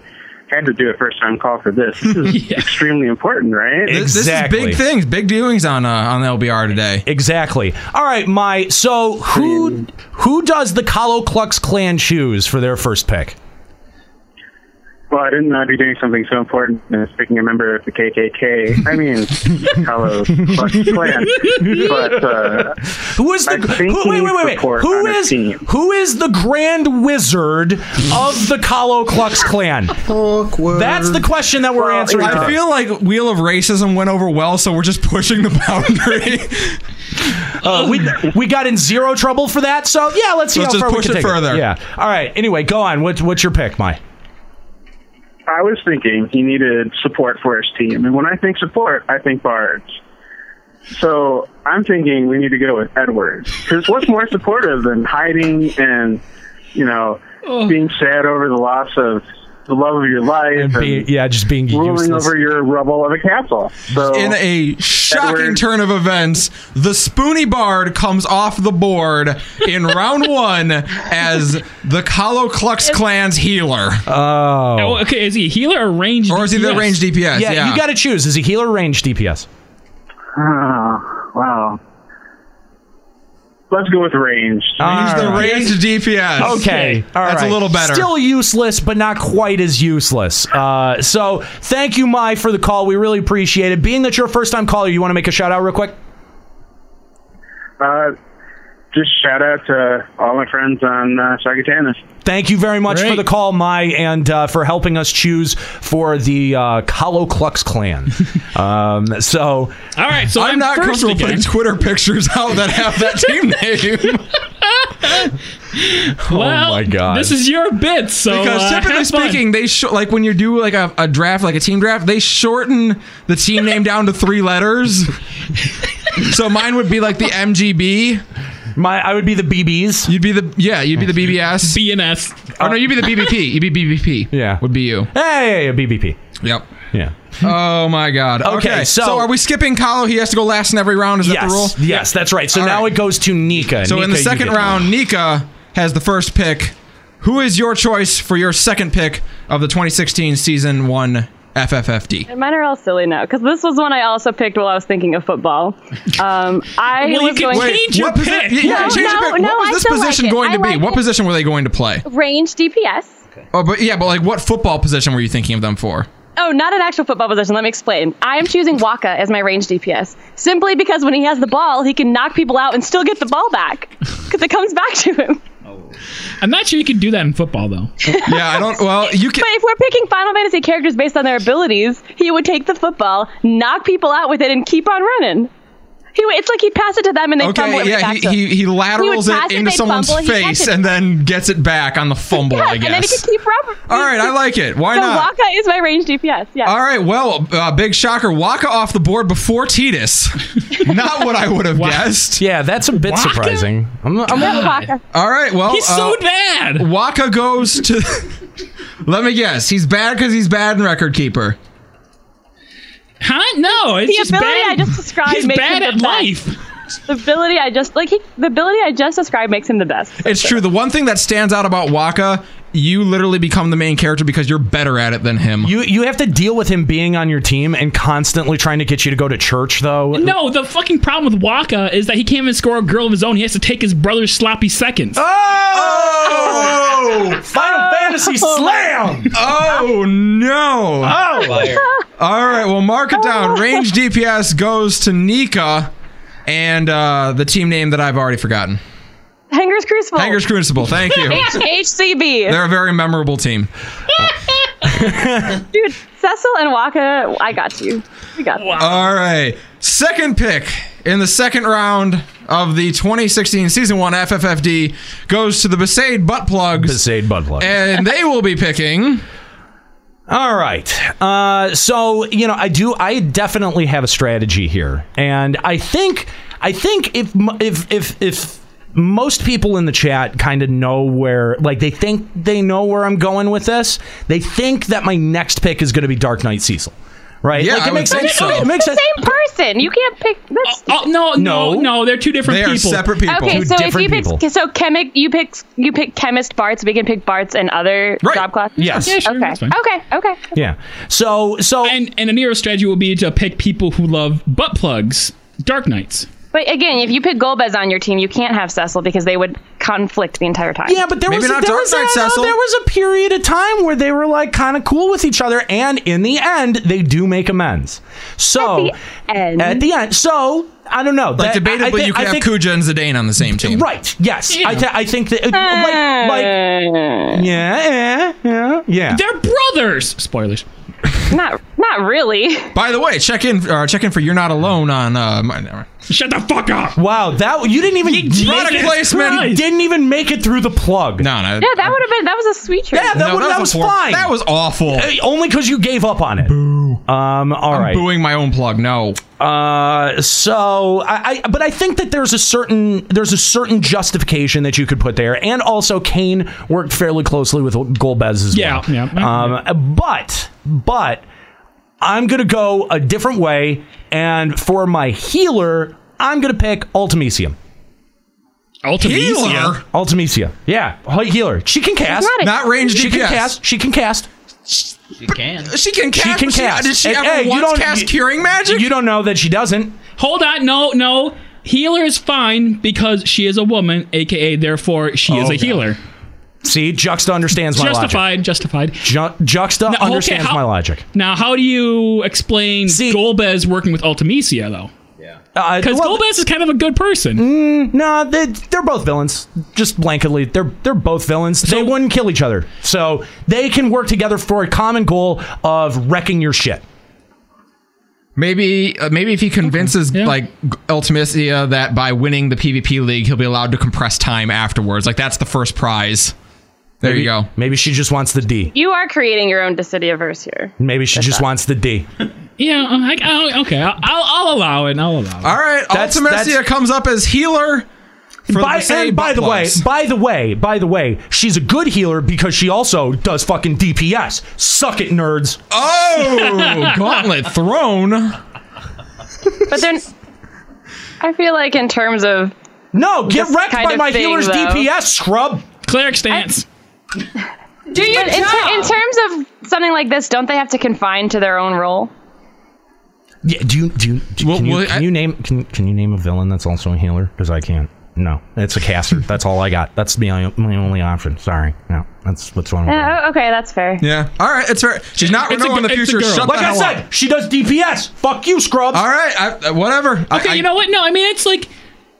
[SPEAKER 19] had to do a first time call for this.
[SPEAKER 7] [laughs]
[SPEAKER 19] This is extremely important, right?
[SPEAKER 1] This- This is big things, big doings on uh, on the LBR today.
[SPEAKER 8] Exactly. All right, my so who who does the Kalo Klux Klan choose for their first pick?
[SPEAKER 19] Well, I didn't know I'd be doing something so important as picking a member of the KKK. I mean,
[SPEAKER 8] [laughs]
[SPEAKER 19] hello, Klux Klan. But, uh,
[SPEAKER 8] Who is the who, wait, wait, wait, wait. Who is who is the Grand Wizard of the Kalo Klux Klan? That's the question that we're answering.
[SPEAKER 1] I
[SPEAKER 8] today.
[SPEAKER 1] feel like Wheel of Racism went over well, so we're just pushing the boundary.
[SPEAKER 8] Uh, we we got in zero trouble for that, so yeah, let's see
[SPEAKER 1] Let's
[SPEAKER 8] how
[SPEAKER 1] just
[SPEAKER 8] far we
[SPEAKER 1] push
[SPEAKER 8] can
[SPEAKER 1] it
[SPEAKER 8] take
[SPEAKER 1] further.
[SPEAKER 8] Yeah. All right. Anyway, go on. What, what's your pick, my?
[SPEAKER 19] I was thinking he needed support for his team. And when I think support, I think Bards. So I'm thinking we need to go with Edwards. Because what's more supportive than hiding and, you know, being sad over the loss of the love of your life and,
[SPEAKER 8] yeah, just being
[SPEAKER 19] ruling
[SPEAKER 1] useless.
[SPEAKER 19] over your rubble of a castle.
[SPEAKER 8] Oh.
[SPEAKER 19] So
[SPEAKER 1] In a shocking turn of events, the Spoony Bard comes off the board
[SPEAKER 8] [laughs]
[SPEAKER 1] in round one as the Kalo Klux Klan's healer.
[SPEAKER 8] Oh.
[SPEAKER 10] okay, is he a healer or range?
[SPEAKER 1] Or is he the range DPS? Yeah,
[SPEAKER 8] you got to choose. Is he healer or range DPS?
[SPEAKER 19] Oh, wow. Let's go with range.
[SPEAKER 1] He's the range DPS.
[SPEAKER 8] Okay, all right.
[SPEAKER 1] that's a little better.
[SPEAKER 8] Still useless, but not quite as useless. Uh, so, thank you, Mai, for the call. We really appreciate it. Being that you're a first-time caller, you want to make a shout out real quick?
[SPEAKER 19] Uh, just shout out to all my friends on uh, Sagatanis.
[SPEAKER 8] Thank you very much for the call, Mai, and uh, for helping us choose for the uh, Kalo Klux
[SPEAKER 10] [laughs]
[SPEAKER 8] Klan. um, so,
[SPEAKER 10] All right, so
[SPEAKER 1] I'm,
[SPEAKER 10] I'm,
[SPEAKER 1] not
[SPEAKER 10] first
[SPEAKER 1] comfortable
[SPEAKER 10] again.
[SPEAKER 1] putting Twitter pictures out that have
[SPEAKER 10] [laughs]
[SPEAKER 1] that team name.
[SPEAKER 8] Oh
[SPEAKER 10] Well,
[SPEAKER 1] my God.
[SPEAKER 10] This is your bit, so
[SPEAKER 1] because
[SPEAKER 10] uh,
[SPEAKER 1] typically
[SPEAKER 10] have fun.
[SPEAKER 1] speaking, they sh- like when you do like a, a draft, like a team draft, they shorten the team name down to
[SPEAKER 10] [laughs]
[SPEAKER 1] three letters. so mine would be like the MGB.
[SPEAKER 8] My, I would be the BBs.
[SPEAKER 1] You'd be the yeah, you'd
[SPEAKER 10] Oh,
[SPEAKER 1] be the BBS.
[SPEAKER 10] BNS.
[SPEAKER 1] Oh no, you'd be the BBP. You'd be BBP.
[SPEAKER 8] Yeah,
[SPEAKER 1] would be you.
[SPEAKER 8] Hey, BBP.
[SPEAKER 1] Yep.
[SPEAKER 8] Yeah.
[SPEAKER 1] Oh my God.
[SPEAKER 8] Okay,
[SPEAKER 1] Okay,
[SPEAKER 8] so-
[SPEAKER 1] so, are we skipping Kahlo? He has to go last in every round. Is that
[SPEAKER 8] yes,
[SPEAKER 1] the rule?
[SPEAKER 8] yes, that's right. So
[SPEAKER 1] All
[SPEAKER 8] now
[SPEAKER 1] right.
[SPEAKER 8] it goes to Nika.
[SPEAKER 1] So in
[SPEAKER 8] Nika,
[SPEAKER 1] the
[SPEAKER 8] you
[SPEAKER 1] second
[SPEAKER 8] get-
[SPEAKER 1] round, Nika has the first pick. Who is your choice for your second pick of the 2016 season one FFFD?
[SPEAKER 14] And mine are all silly now because this was one I also picked while I was thinking of football.
[SPEAKER 8] [laughs]
[SPEAKER 14] Um, I
[SPEAKER 6] Well, you
[SPEAKER 14] was
[SPEAKER 6] can
[SPEAKER 14] going
[SPEAKER 6] change your
[SPEAKER 1] What posi-
[SPEAKER 6] pick.
[SPEAKER 1] Yeah, you can
[SPEAKER 14] No,
[SPEAKER 1] change your
[SPEAKER 14] no,
[SPEAKER 1] pick.
[SPEAKER 14] no,
[SPEAKER 1] what was
[SPEAKER 14] I
[SPEAKER 1] this
[SPEAKER 14] still like
[SPEAKER 1] position
[SPEAKER 14] it.
[SPEAKER 1] going
[SPEAKER 14] I
[SPEAKER 1] to be?
[SPEAKER 14] like
[SPEAKER 1] what
[SPEAKER 14] it.
[SPEAKER 1] position were they going to play?
[SPEAKER 14] range DPS.
[SPEAKER 1] Oh, but yeah, but like what football position were you thinking of them for?
[SPEAKER 14] Oh, not an actual football position. Let me explain. I am choosing Waka as my range DPS simply because when he has the ball, he can knock people out and still get the ball back because it comes back to him.
[SPEAKER 10] I'm not sure you can do that in football though.
[SPEAKER 1] [laughs] yeah, I don't. Well, you
[SPEAKER 14] But if we're picking Final Fantasy characters based on their abilities, he would take the football, knock people out with it, and keep on running. He would, it's like he'd pass it to them and they'd fumble it
[SPEAKER 1] Okay, yeah,
[SPEAKER 14] back
[SPEAKER 1] he,
[SPEAKER 14] to him.
[SPEAKER 1] he, he
[SPEAKER 14] would
[SPEAKER 1] laterals
[SPEAKER 14] pass
[SPEAKER 1] it into
[SPEAKER 14] they'd
[SPEAKER 1] someone's
[SPEAKER 14] fumble, he'd catch
[SPEAKER 1] face
[SPEAKER 14] it.
[SPEAKER 1] and then gets it back on the fumble, I
[SPEAKER 14] and then he could
[SPEAKER 1] guess.
[SPEAKER 14] keep robbing.
[SPEAKER 1] All right, I like it. Why
[SPEAKER 14] so
[SPEAKER 1] not?
[SPEAKER 14] Waka is my range DPS. Yeah.
[SPEAKER 1] All right, well, uh, big shocker. Waka off the board before
[SPEAKER 14] [laughs]
[SPEAKER 1] Titus. Not what I would have guessed.
[SPEAKER 8] Yeah, that's a bit
[SPEAKER 1] Waka?
[SPEAKER 8] surprising. I'm, I'm
[SPEAKER 14] Waka.
[SPEAKER 1] All right, well.
[SPEAKER 6] He's so
[SPEAKER 1] bad. Waka goes to. [laughs] Let me guess. He's bad because he's bad in Record Keeper.
[SPEAKER 10] Huh? No, it's
[SPEAKER 14] the
[SPEAKER 10] just
[SPEAKER 14] ability
[SPEAKER 10] bad.
[SPEAKER 14] I just described
[SPEAKER 10] He's
[SPEAKER 14] makes
[SPEAKER 10] bad
[SPEAKER 14] him
[SPEAKER 10] at
[SPEAKER 14] the
[SPEAKER 10] life.
[SPEAKER 14] best. The ability I just like he, the ability I just described makes him the best.
[SPEAKER 1] It's true. The one thing that stands out about Waka, you literally become the main character because you're better at it than him.
[SPEAKER 8] You you have to deal with him being on your team and constantly trying to get you to go to church though.
[SPEAKER 10] [laughs] No, the fucking problem with Waka is that he can't even score a girl of his own. He has to take his brother's sloppy seconds.
[SPEAKER 1] Ah!
[SPEAKER 8] Oh! [laughs] Final
[SPEAKER 1] [laughs]
[SPEAKER 8] Fantasy Slam!
[SPEAKER 1] Oh no!
[SPEAKER 8] Oh! Liar.
[SPEAKER 1] All right, well, mark
[SPEAKER 14] [laughs]
[SPEAKER 1] it down. Range DPS goes to Nika, and uh, the team name that I've already forgotten.
[SPEAKER 14] Hangers Crucible.
[SPEAKER 1] Hangers Crucible. Thank
[SPEAKER 14] [laughs]
[SPEAKER 1] you.
[SPEAKER 14] HCB.
[SPEAKER 1] They're a very memorable team.
[SPEAKER 14] [laughs] Dude, Cecil and Waka, I got you. We got you.
[SPEAKER 1] All right, second pick in the second round of the 2016 season one FFFD goes to the Besaid Butt Plugs.
[SPEAKER 8] Besaid Butt Plugs.
[SPEAKER 1] and they will be picking.
[SPEAKER 8] All right. Uh, so you know, I do. I definitely have a strategy here, and I think, I think if m- if if if most people in the chat kind of know where, like they think they know where I'm going with this, they think that my next pick is going to be Dark Knight Cecil, right?
[SPEAKER 1] Yeah,
[SPEAKER 8] like,
[SPEAKER 1] I
[SPEAKER 8] it
[SPEAKER 1] would
[SPEAKER 8] makes
[SPEAKER 1] think
[SPEAKER 8] sense.
[SPEAKER 1] so.
[SPEAKER 8] It makes
[SPEAKER 14] It's the
[SPEAKER 8] sense. Uh,
[SPEAKER 14] same person. You can't pick. That's,
[SPEAKER 10] no, Oh, no,
[SPEAKER 8] No.
[SPEAKER 10] no, they're two different
[SPEAKER 8] They are
[SPEAKER 10] people.
[SPEAKER 8] separate people.
[SPEAKER 14] Okay,
[SPEAKER 8] Two
[SPEAKER 14] so if
[SPEAKER 8] different
[SPEAKER 14] you pick,
[SPEAKER 8] people.
[SPEAKER 14] so chemic, you pick, you pick chemist Barts. We can pick Barts and other job classes.
[SPEAKER 8] Yes. Yeah, sure,
[SPEAKER 14] okay.
[SPEAKER 10] that's fine.
[SPEAKER 14] okay. Okay.
[SPEAKER 8] Yeah. So so
[SPEAKER 10] and and a Nero strategy will be to pick people who love butt plugs, Dark Knights.
[SPEAKER 14] But again, if you pick Golbez on your team, you can't have Cecil because they would conflict the entire time.
[SPEAKER 8] Yeah, but there was a, there was a- no, there was a period of time where they were like kind of cool with each other, and in the end, they do make amends. So at
[SPEAKER 14] the end,
[SPEAKER 8] so I don't know.
[SPEAKER 1] Like,
[SPEAKER 8] That- I- I
[SPEAKER 1] debatably,
[SPEAKER 8] thi-
[SPEAKER 1] you
[SPEAKER 8] I
[SPEAKER 1] could have
[SPEAKER 8] think-
[SPEAKER 1] Kuja and Zidane on the same team.
[SPEAKER 8] Right. Yes. I,
[SPEAKER 1] Yeah.
[SPEAKER 8] th- I think
[SPEAKER 19] oh,
[SPEAKER 8] that. Like, like, yeah. Yeah. Yeah. Yeah.
[SPEAKER 10] They're brothers. Spoilers.
[SPEAKER 14] Not not
[SPEAKER 8] Uh,
[SPEAKER 14] really.
[SPEAKER 1] By the way, check in uh, check in for you're not alone on. Uh, my, never mind.
[SPEAKER 10] Shut the fuck up.
[SPEAKER 8] Wow, that you didn't even
[SPEAKER 1] product placement.
[SPEAKER 8] Didn't even make it through the plug.
[SPEAKER 1] No, no.
[SPEAKER 14] [laughs] Yeah, that would have been that was a sweet choice.
[SPEAKER 8] uh, Yeah, that,
[SPEAKER 1] No,
[SPEAKER 8] would, that,
[SPEAKER 1] a
[SPEAKER 8] was
[SPEAKER 1] poor-
[SPEAKER 8] fine.
[SPEAKER 1] That was awful.
[SPEAKER 8] Uh, only because you gave up on it. Boo. Um. All
[SPEAKER 1] I'm
[SPEAKER 8] right.
[SPEAKER 1] booing my own plug. No.
[SPEAKER 8] Uh, so I, I, but I think that there's a certain there's a certain justification that you could put there, and also Kane worked fairly closely with Golbez as
[SPEAKER 10] Yeah,
[SPEAKER 8] well.
[SPEAKER 10] yeah.
[SPEAKER 8] Um, but but I'm gonna go a different way, and for my healer, I'm gonna pick Ultimisium.
[SPEAKER 10] Ultimisia?
[SPEAKER 1] Healer?
[SPEAKER 8] Ultimisia. Yeah, he- healer. She can cast.
[SPEAKER 1] Not a- Not ranged
[SPEAKER 8] She can
[SPEAKER 1] DPS.
[SPEAKER 8] cast. She can cast.
[SPEAKER 17] She can.
[SPEAKER 1] She can cast.
[SPEAKER 8] She can
[SPEAKER 1] but
[SPEAKER 8] cast.
[SPEAKER 1] did she
[SPEAKER 8] And,
[SPEAKER 1] ever
[SPEAKER 8] hey, you
[SPEAKER 1] once
[SPEAKER 8] don't-
[SPEAKER 1] cast
[SPEAKER 8] you-
[SPEAKER 1] curing magic?
[SPEAKER 8] You don't know that she doesn't.
[SPEAKER 10] Hold on, no, no. Healer is fine because she is a woman, aka therefore she is
[SPEAKER 8] Oh,
[SPEAKER 10] a
[SPEAKER 8] God.
[SPEAKER 10] healer.
[SPEAKER 8] See, Juxta understands my logic.
[SPEAKER 10] Justified, justified.
[SPEAKER 8] Ju- Juxta
[SPEAKER 10] No, okay,
[SPEAKER 8] understands
[SPEAKER 10] how-
[SPEAKER 8] my logic.
[SPEAKER 10] Now, how do you explain Golbez working with Ultimisia though?
[SPEAKER 8] Uh,
[SPEAKER 10] Because
[SPEAKER 8] well,
[SPEAKER 10] Golbez is kind of a good person.
[SPEAKER 8] Mm, no, they, they're both villains. Just blanketly, they're they're both villains. they wouldn't kill each other, so they can work together for a common goal of wrecking your shit.
[SPEAKER 1] Maybe uh, maybe if he convinces like Ultimisia that by winning the PvP league, he'll be allowed to compress time afterwards. Like that's the first prize. There
[SPEAKER 8] Maybe-
[SPEAKER 1] you go.
[SPEAKER 8] Maybe she just wants the D.
[SPEAKER 14] You are creating your own Dissidia verse here.
[SPEAKER 8] Maybe she just wants the D.
[SPEAKER 10] Yeah,
[SPEAKER 8] uh,
[SPEAKER 10] I, I, okay, I'll, I'll, I'll allow it. I'll allow it.
[SPEAKER 1] All right,
[SPEAKER 8] That's-
[SPEAKER 1] Ultimisia
[SPEAKER 8] that's-
[SPEAKER 1] comes up as healer. for
[SPEAKER 8] by,
[SPEAKER 1] the Versailles
[SPEAKER 8] and by
[SPEAKER 1] butt
[SPEAKER 8] the way,
[SPEAKER 1] plugs.
[SPEAKER 8] by the way, by the way, she's a good healer because she also does fucking DPS. Suck it, nerds.
[SPEAKER 10] [laughs]
[SPEAKER 1] Oh, gauntlet thrown.
[SPEAKER 9] But then I feel like in terms of
[SPEAKER 8] no,
[SPEAKER 10] get wrecked by my healer's DPS,
[SPEAKER 8] scrub.
[SPEAKER 10] Cleric stance.
[SPEAKER 9] Do you in, ter- in terms of something like this, don't they have to confine to their own role?
[SPEAKER 8] Yeah, do you do you, do, can, you can you name can, can you name a villain that's also a healer? Because I can't. No, it's a caster. that's all I got. That's the only, my only option. Sorry, no, that's what's wrong. with
[SPEAKER 9] Yeah, oh, okay, that's fair.
[SPEAKER 1] Yeah. All right, it's fair. She's not
[SPEAKER 8] It's a
[SPEAKER 1] Renault in the
[SPEAKER 8] g- it's a
[SPEAKER 1] future.
[SPEAKER 8] girl.
[SPEAKER 1] Shut
[SPEAKER 8] Like
[SPEAKER 1] the
[SPEAKER 8] I
[SPEAKER 1] hell
[SPEAKER 8] said,
[SPEAKER 1] up.
[SPEAKER 8] she does DPS. Fuck you, Scrubs.
[SPEAKER 1] All right, I, whatever.
[SPEAKER 10] Okay, you know what? No, I mean it's like,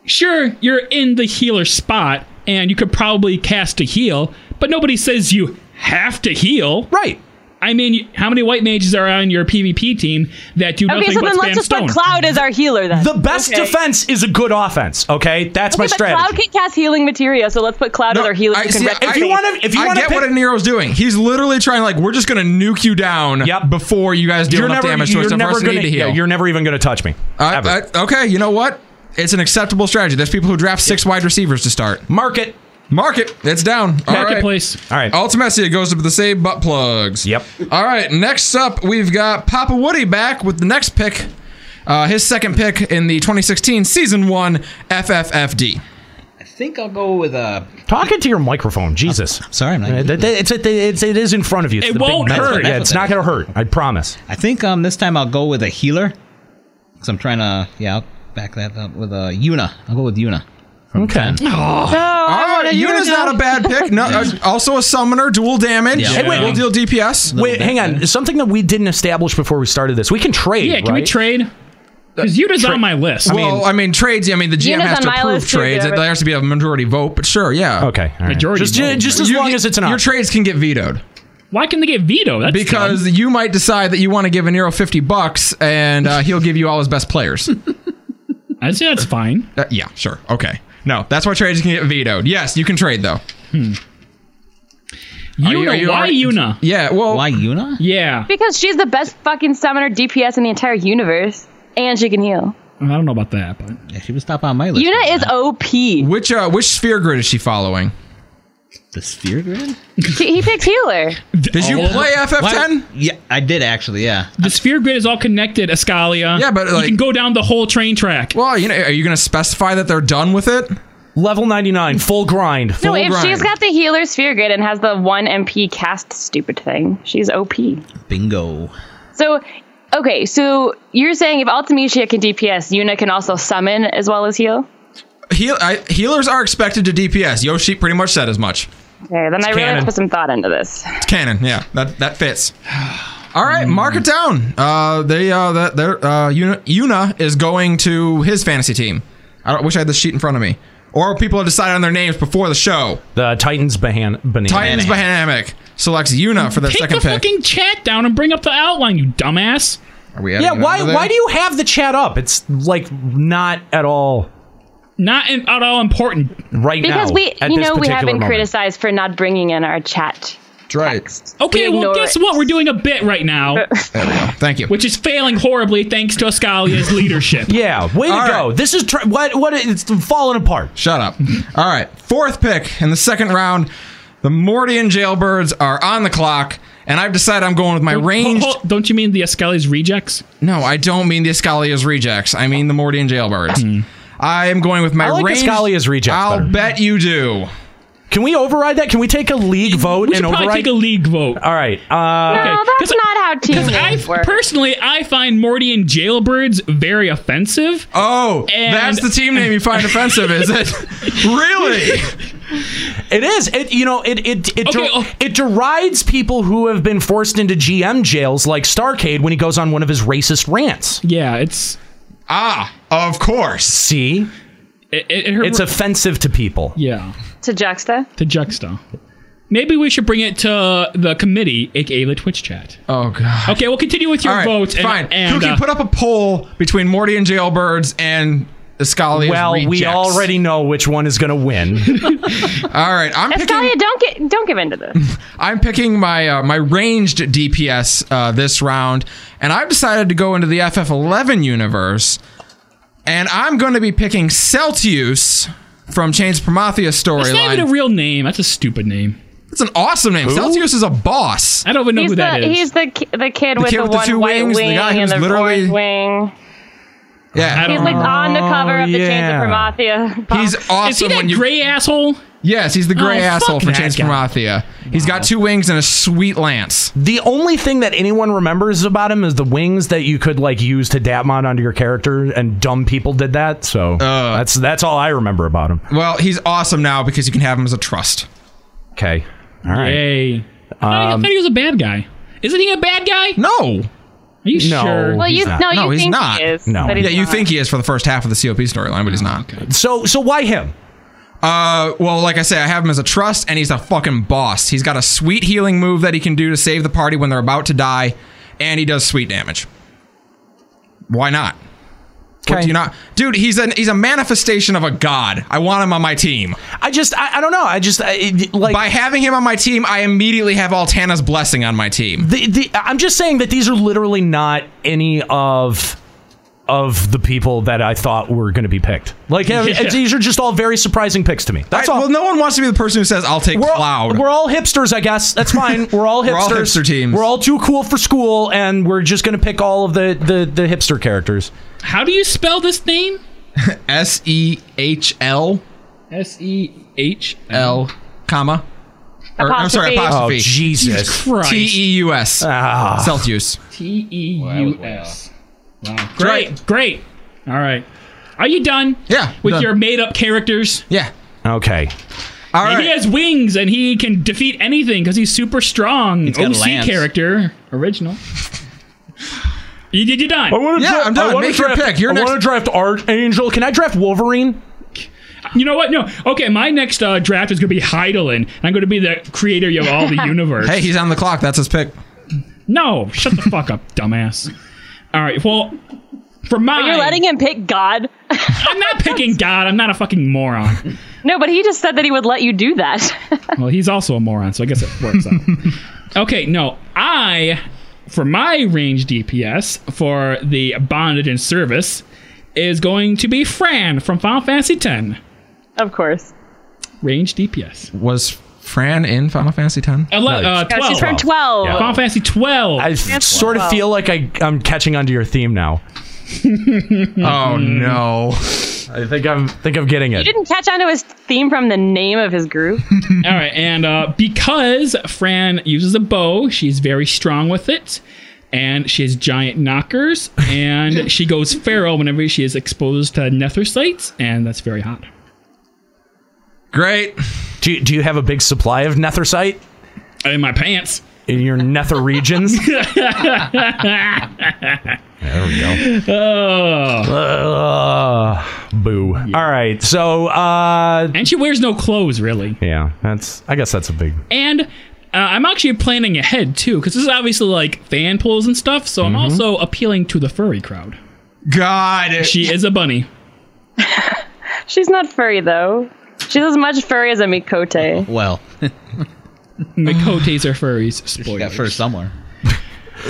[SPEAKER 10] sure, you're in the healer spot, and you could probably cast a heal, but nobody says you have to heal.
[SPEAKER 8] Right.
[SPEAKER 10] I mean, how many white mages are on your PvP team that do
[SPEAKER 14] Okay,
[SPEAKER 10] nothing
[SPEAKER 14] so
[SPEAKER 10] but
[SPEAKER 14] then
[SPEAKER 10] spam
[SPEAKER 14] let's just
[SPEAKER 10] stone?
[SPEAKER 14] put Cloud as our healer then.
[SPEAKER 8] The best
[SPEAKER 14] Okay.
[SPEAKER 8] defense is a good offense. Okay, that's
[SPEAKER 14] Okay,
[SPEAKER 8] my
[SPEAKER 14] but
[SPEAKER 8] strategy.
[SPEAKER 14] Cloud can cast healing materia, so let's put Cloud as our healer. who can
[SPEAKER 1] see,
[SPEAKER 14] wreck
[SPEAKER 1] I-
[SPEAKER 14] everything.
[SPEAKER 1] I get what Nero's doing. He's literally trying like we're just gonna nuke you down before you guys do
[SPEAKER 8] You're
[SPEAKER 1] enough
[SPEAKER 8] never-
[SPEAKER 1] damage to
[SPEAKER 8] you're
[SPEAKER 1] us to
[SPEAKER 8] never
[SPEAKER 1] first need
[SPEAKER 8] gonna-
[SPEAKER 1] to heal.
[SPEAKER 8] yeah, you're never even gonna touch me.
[SPEAKER 1] Uh, uh, okay, you know what? It's an acceptable strategy. There's people who draft six wide receivers to start.
[SPEAKER 8] Mark it.
[SPEAKER 1] Mark it. It's down. All right.
[SPEAKER 10] Marketplace.
[SPEAKER 8] All right.
[SPEAKER 1] Ultimacia goes to the same butt plugs. Yep. All right. Next up, we've got Papa Woody back with the next pick. Uh, his second pick in the 2016 season one FFFD.
[SPEAKER 17] I think I'll go with a.
[SPEAKER 8] Talking to your microphone, Jesus.
[SPEAKER 12] sorry, I'm not.
[SPEAKER 8] It's, it's, it's, it is in front of you. It's the big metal. Yeah, it's not gonna hurt. I promise.
[SPEAKER 12] I think um this time I'll go with a healer. Cause I'm trying to yeah I'll back that up with a Yuna. I'll go with Yuna.
[SPEAKER 8] Okay.
[SPEAKER 10] Oh,
[SPEAKER 8] Oh.
[SPEAKER 1] All right, Yuna's Oh, not a bad
[SPEAKER 8] [laughs]
[SPEAKER 1] pick. No, uh, also a summoner, dual damage.
[SPEAKER 8] Yeah. Hey, wait.
[SPEAKER 1] will deal DPS.
[SPEAKER 8] Wait, hang on. Something that we didn't establish before we started this. We can trade.
[SPEAKER 1] Yeah, can we
[SPEAKER 8] right?
[SPEAKER 10] trade? Because Yuta's
[SPEAKER 1] Tra-
[SPEAKER 10] on my list.
[SPEAKER 1] well, I mean, trades. I mean, the GM
[SPEAKER 10] Yuna's
[SPEAKER 1] has
[SPEAKER 10] on
[SPEAKER 1] to
[SPEAKER 10] my
[SPEAKER 1] approve
[SPEAKER 10] list too,
[SPEAKER 1] trades.
[SPEAKER 10] yeah,
[SPEAKER 1] There
[SPEAKER 10] but-
[SPEAKER 1] has to be a majority vote, but sure, yeah.
[SPEAKER 8] Okay,
[SPEAKER 10] Majority
[SPEAKER 1] Just,
[SPEAKER 10] vote.
[SPEAKER 1] just as long as it's an your trades can get vetoed.
[SPEAKER 10] Why can they get veto? That's
[SPEAKER 1] because you might decide that you want to give a Nero 50 bucks and uh, he'll give you all his best players.
[SPEAKER 10] [laughs]
[SPEAKER 1] Uh,
[SPEAKER 10] I'd say that's fine.
[SPEAKER 1] yeah, sure. Okay. No, that's why trades can get vetoed. Yes, you can trade though.
[SPEAKER 10] Hmm. Yuna, why Yuna?
[SPEAKER 1] Yeah, well,
[SPEAKER 12] why Yuna?
[SPEAKER 10] Yeah,
[SPEAKER 14] Because she's the best fucking summoner DPS in the entire universe, and she can
[SPEAKER 8] [laughs]
[SPEAKER 14] heal.
[SPEAKER 10] I don't know about that, but
[SPEAKER 12] yeah, she was top on my list.
[SPEAKER 14] Yuna is OP.
[SPEAKER 1] Which uh, which sphere grid is she following?
[SPEAKER 12] The sphere grid?
[SPEAKER 14] She, he picked healer.
[SPEAKER 1] Did you play FF10?
[SPEAKER 12] Yeah, I did actually. Yeah.
[SPEAKER 10] the sphere grid is all connected, Ascalia. Yeah,
[SPEAKER 1] but
[SPEAKER 10] you can go down the whole train track.
[SPEAKER 1] Well, you know, are you going to specify that they're done with it?
[SPEAKER 8] Level 99, full grind.
[SPEAKER 14] No, if she's got the healer sphere grid and has the one MP cast stupid thing, she's OP.
[SPEAKER 12] Bingo.
[SPEAKER 14] So, okay, so you're saying if Ultimecia can DPS, Yuna can also summon as well as heal?
[SPEAKER 1] Heal, I, healers are expected to DPS. Yoshi pretty much said as much.
[SPEAKER 14] Okay, then I really have to put some thought into this.
[SPEAKER 1] It's canon. Yeah, that that fits. [sighs] All right, mark
[SPEAKER 8] Hmm.
[SPEAKER 1] it down. Uh, they uh, that their uh, Yuna, Yuna is going to his fantasy team. I don't, wish I had this sheet in front of me. Or people have decided on their names before the show.
[SPEAKER 8] The Titans Bahan banana.
[SPEAKER 1] Titans Bahanamic selects Yuna for their
[SPEAKER 10] Take
[SPEAKER 1] second
[SPEAKER 10] the
[SPEAKER 1] pick.
[SPEAKER 10] fucking chat down and bring up the outline, you dumbass.
[SPEAKER 1] Are we
[SPEAKER 8] Yeah, why why do you have the chat up? It's like not at all
[SPEAKER 10] not in, at all important
[SPEAKER 8] right
[SPEAKER 14] Because
[SPEAKER 8] now.
[SPEAKER 14] we,
[SPEAKER 8] at
[SPEAKER 14] you
[SPEAKER 8] this
[SPEAKER 14] know, we
[SPEAKER 8] particular
[SPEAKER 14] have been
[SPEAKER 8] moment.
[SPEAKER 14] criticized for not bringing in our chat.
[SPEAKER 1] Right.
[SPEAKER 10] Okay,
[SPEAKER 14] We
[SPEAKER 10] well,
[SPEAKER 14] ignore
[SPEAKER 10] guess
[SPEAKER 14] it.
[SPEAKER 10] what? We're doing a bit right
[SPEAKER 14] [laughs]
[SPEAKER 10] now,
[SPEAKER 1] There we go. Thank you.
[SPEAKER 10] which is failing horribly thanks to
[SPEAKER 1] [laughs]
[SPEAKER 10] Ascalia's leadership.
[SPEAKER 8] Yeah, way to go. This is tr- what what it's falling apart.
[SPEAKER 1] Shut up. All right, fourth pick in the second round. The Mordian Jailbirds are on the clock, and I've decided I'm going with my ranged.
[SPEAKER 10] don't you mean the Escalia's rejects?
[SPEAKER 1] No, I don't mean the Escalia's rejects. I mean the Mordian Jailbirds.
[SPEAKER 10] Hmm.
[SPEAKER 1] I am going with my
[SPEAKER 8] I like
[SPEAKER 1] ranged.
[SPEAKER 8] Escalia's rejects
[SPEAKER 1] I'll
[SPEAKER 8] better.
[SPEAKER 1] bet you do.
[SPEAKER 8] Can we override that? Can we take a league vote
[SPEAKER 10] We should
[SPEAKER 8] and
[SPEAKER 10] probably
[SPEAKER 8] override?
[SPEAKER 10] take a league vote.
[SPEAKER 8] All right. Uh,
[SPEAKER 10] Okay,
[SPEAKER 14] no, that's
[SPEAKER 10] 'cause-
[SPEAKER 14] not how team
[SPEAKER 10] Because I
[SPEAKER 14] games work.
[SPEAKER 10] personally, I find Morty and Jailbirds very offensive.
[SPEAKER 1] Oh, that's the team name you find offensive, is it?
[SPEAKER 10] [laughs]
[SPEAKER 1] really?
[SPEAKER 8] It is. It you know it it it,
[SPEAKER 10] Okay, oh,
[SPEAKER 8] der- it derides people who have been forced into GM jails like Starcade when he goes on one of his racist rants.
[SPEAKER 10] Yeah, it's
[SPEAKER 1] ah, of course.
[SPEAKER 8] See,
[SPEAKER 10] it,
[SPEAKER 8] it's offensive to people.
[SPEAKER 10] Yeah,
[SPEAKER 14] to Juxta.
[SPEAKER 10] to Juxta. Maybe we should bring it to the committee, aka the Twitch chat.
[SPEAKER 1] Oh god.
[SPEAKER 10] Okay, we'll continue with your
[SPEAKER 1] All right,
[SPEAKER 10] votes. and-
[SPEAKER 1] fine.
[SPEAKER 10] And,
[SPEAKER 1] Who can
[SPEAKER 10] uh,
[SPEAKER 1] put up a poll between Morty and Jailbirds and Escalia's
[SPEAKER 8] Well,
[SPEAKER 1] Oh, rejects?
[SPEAKER 8] we already know which one is going to win.
[SPEAKER 1] [laughs] All right, I'm picking.
[SPEAKER 14] Escalia, don't get don't give in to this.
[SPEAKER 1] [laughs] I'm picking my uh, my ranged DPS uh, this round, and I've decided to go into the FF11 universe, and I'm going to be picking Celtius from Chains of Prometheus
[SPEAKER 10] That's not
[SPEAKER 1] storyline.
[SPEAKER 10] even a real name. That's a stupid name.
[SPEAKER 1] That's an awesome name.
[SPEAKER 10] Who?
[SPEAKER 1] Celsius is a boss.
[SPEAKER 10] I don't even know
[SPEAKER 9] he's
[SPEAKER 10] who
[SPEAKER 9] the
[SPEAKER 10] that is.
[SPEAKER 9] he's the ki- the kid
[SPEAKER 1] The
[SPEAKER 9] with
[SPEAKER 1] kid
[SPEAKER 9] the
[SPEAKER 1] with the
[SPEAKER 9] one
[SPEAKER 1] two
[SPEAKER 9] white
[SPEAKER 1] wings, the
[SPEAKER 9] wing
[SPEAKER 1] guy
[SPEAKER 9] and
[SPEAKER 1] who's
[SPEAKER 9] the
[SPEAKER 1] literally-
[SPEAKER 9] orange wing.
[SPEAKER 1] Yeah,
[SPEAKER 9] He's like on the cover of the
[SPEAKER 1] Oh, yeah.
[SPEAKER 9] Chains of Promathia.
[SPEAKER 1] He's awesome.
[SPEAKER 9] Is he that
[SPEAKER 1] when you,
[SPEAKER 10] gray asshole?
[SPEAKER 1] Yes, he's the gray
[SPEAKER 8] Oh, fuck
[SPEAKER 1] asshole from
[SPEAKER 8] that
[SPEAKER 1] Chains of
[SPEAKER 8] guy.
[SPEAKER 1] Prometheus. He's got two wings and a sweet lance.
[SPEAKER 8] The only thing that anyone remembers about him is the wings that you could like use to dab mod onto your character, and dumb people did that. So that's that's all I remember about him.
[SPEAKER 1] Uh, Well, he's awesome now because you can have him as a trust.
[SPEAKER 8] Okay. All right.
[SPEAKER 10] Yay. I thought he was a bad guy. Isn't he a bad guy?
[SPEAKER 1] [laughs] No.
[SPEAKER 10] Are you
[SPEAKER 1] no,
[SPEAKER 10] sure?
[SPEAKER 9] Well, you-
[SPEAKER 1] he's not.
[SPEAKER 9] no, you think he is,
[SPEAKER 1] no,
[SPEAKER 9] but he's
[SPEAKER 1] yeah, you
[SPEAKER 9] not.
[SPEAKER 1] think he is for the first half of the COP storyline, but he's not.
[SPEAKER 8] So, so why him?
[SPEAKER 1] Uh, well, like I say, I have him as a trust, and he's a fucking boss. He's got a sweet healing move that he can do to save the party when they're about to die, and he does sweet damage. Why not? What do you not, dude? He's an he's a manifestation of a god. I want him on my team.
[SPEAKER 8] I just I, I don't know. I just I, it- like
[SPEAKER 1] by having him on my team, I immediately have Altana's blessing on my team.
[SPEAKER 8] The, the, I'm just saying that these are literally not any of of the people that I thought were going to be picked.
[SPEAKER 1] [laughs]
[SPEAKER 8] Like uh,
[SPEAKER 1] Yeah.
[SPEAKER 8] these are just all very surprising picks to me. That's
[SPEAKER 1] I-
[SPEAKER 8] all.
[SPEAKER 1] Well, no one wants to be the person who says I'll take
[SPEAKER 8] We're all-
[SPEAKER 1] Cloud.
[SPEAKER 8] We're all hipsters, I guess. That's fine. We're all hipsters.
[SPEAKER 1] [laughs] We're all hipster teams.
[SPEAKER 8] We're all too cool for school, and we're just going to pick all of the, the, the hipster characters.
[SPEAKER 10] How do you spell this name?
[SPEAKER 1] S E H L
[SPEAKER 10] S E H
[SPEAKER 1] L comma. Or, I'm sorry,
[SPEAKER 8] Apostrophe.
[SPEAKER 1] apostrophe.
[SPEAKER 8] Oh, Jesus Christ. Ah.
[SPEAKER 1] T E U S. Celsius.
[SPEAKER 10] T E U S. Wow. Great. Great. All right. Are you done?
[SPEAKER 1] Yeah.
[SPEAKER 10] With
[SPEAKER 1] done.
[SPEAKER 10] your made up characters?
[SPEAKER 1] Yeah.
[SPEAKER 8] Okay.
[SPEAKER 1] All
[SPEAKER 10] And he has wings and he can defeat anything because he's super strong.
[SPEAKER 8] He's got a
[SPEAKER 10] OC
[SPEAKER 19] [laughs]
[SPEAKER 8] lance.
[SPEAKER 10] character. Original. you, you, you're done.
[SPEAKER 8] I wanna dra- I wanna draft,
[SPEAKER 10] You're
[SPEAKER 8] I want to draft Archangel. Can I draft Wolverine?
[SPEAKER 10] You know what? No. Okay, my next uh, draft is going to be Heidelin. And I'm going to be the creator of all
[SPEAKER 1] [laughs]
[SPEAKER 10] the universe.
[SPEAKER 1] Hey, he's on the clock. That's his pick.
[SPEAKER 10] No, shut the fuck up, [laughs] dumbass. All right, well, for my.
[SPEAKER 9] But you're letting him pick God. [laughs]
[SPEAKER 10] I'm not picking God. I'm not a fucking moron.
[SPEAKER 9] No, but he just said that he would let you do that.
[SPEAKER 10] Well, he's also a moron, so I guess it works
[SPEAKER 1] [laughs]
[SPEAKER 10] out. Okay, no, I, for my range DPS for the bondage and service, is going to be Fran from Final Fantasy X.
[SPEAKER 9] Of course.
[SPEAKER 10] Range DPS.
[SPEAKER 1] Was Fran in Final Fantasy X?
[SPEAKER 10] Ele- uh, 12.
[SPEAKER 9] she's from 12.
[SPEAKER 10] Final Fantasy 12.
[SPEAKER 8] I sort of feel like I, I'm catching onto your theme now.
[SPEAKER 1] oh
[SPEAKER 9] Mm-hmm.
[SPEAKER 1] no!
[SPEAKER 8] I think I'm think I'm getting
[SPEAKER 9] You
[SPEAKER 8] it.
[SPEAKER 9] didn't catch on to his theme from the name of his group.
[SPEAKER 10] [laughs] All right, and uh, because Fran uses a bow, she's very strong with it, and she has giant knockers,
[SPEAKER 1] [laughs]
[SPEAKER 10] and she goes feral whenever she is exposed to nethersites, and that's very hot.
[SPEAKER 1] Great.
[SPEAKER 8] Do you, do you have a big supply of nethersite
[SPEAKER 10] in my pants?
[SPEAKER 8] In your nether
[SPEAKER 10] [laughs]
[SPEAKER 8] regions? There we go. Uh, boo. All right. So. Uh,
[SPEAKER 10] and she wears no clothes, really.
[SPEAKER 8] Yeah, that's. I guess that's a big.
[SPEAKER 10] And uh, I'm actually planning ahead too, because this is obviously like fan pulls and stuff, so
[SPEAKER 8] Mm-hmm.
[SPEAKER 10] I'm also appealing to the furry crowd.
[SPEAKER 1] God,
[SPEAKER 10] she is a bunny.
[SPEAKER 9] She's not furry, though. She's as much furry as a Mikote.
[SPEAKER 10] [laughs]
[SPEAKER 12] Well,
[SPEAKER 10] Mikotes are furries. Spoilers.
[SPEAKER 12] got first somewhere.
[SPEAKER 8] [laughs]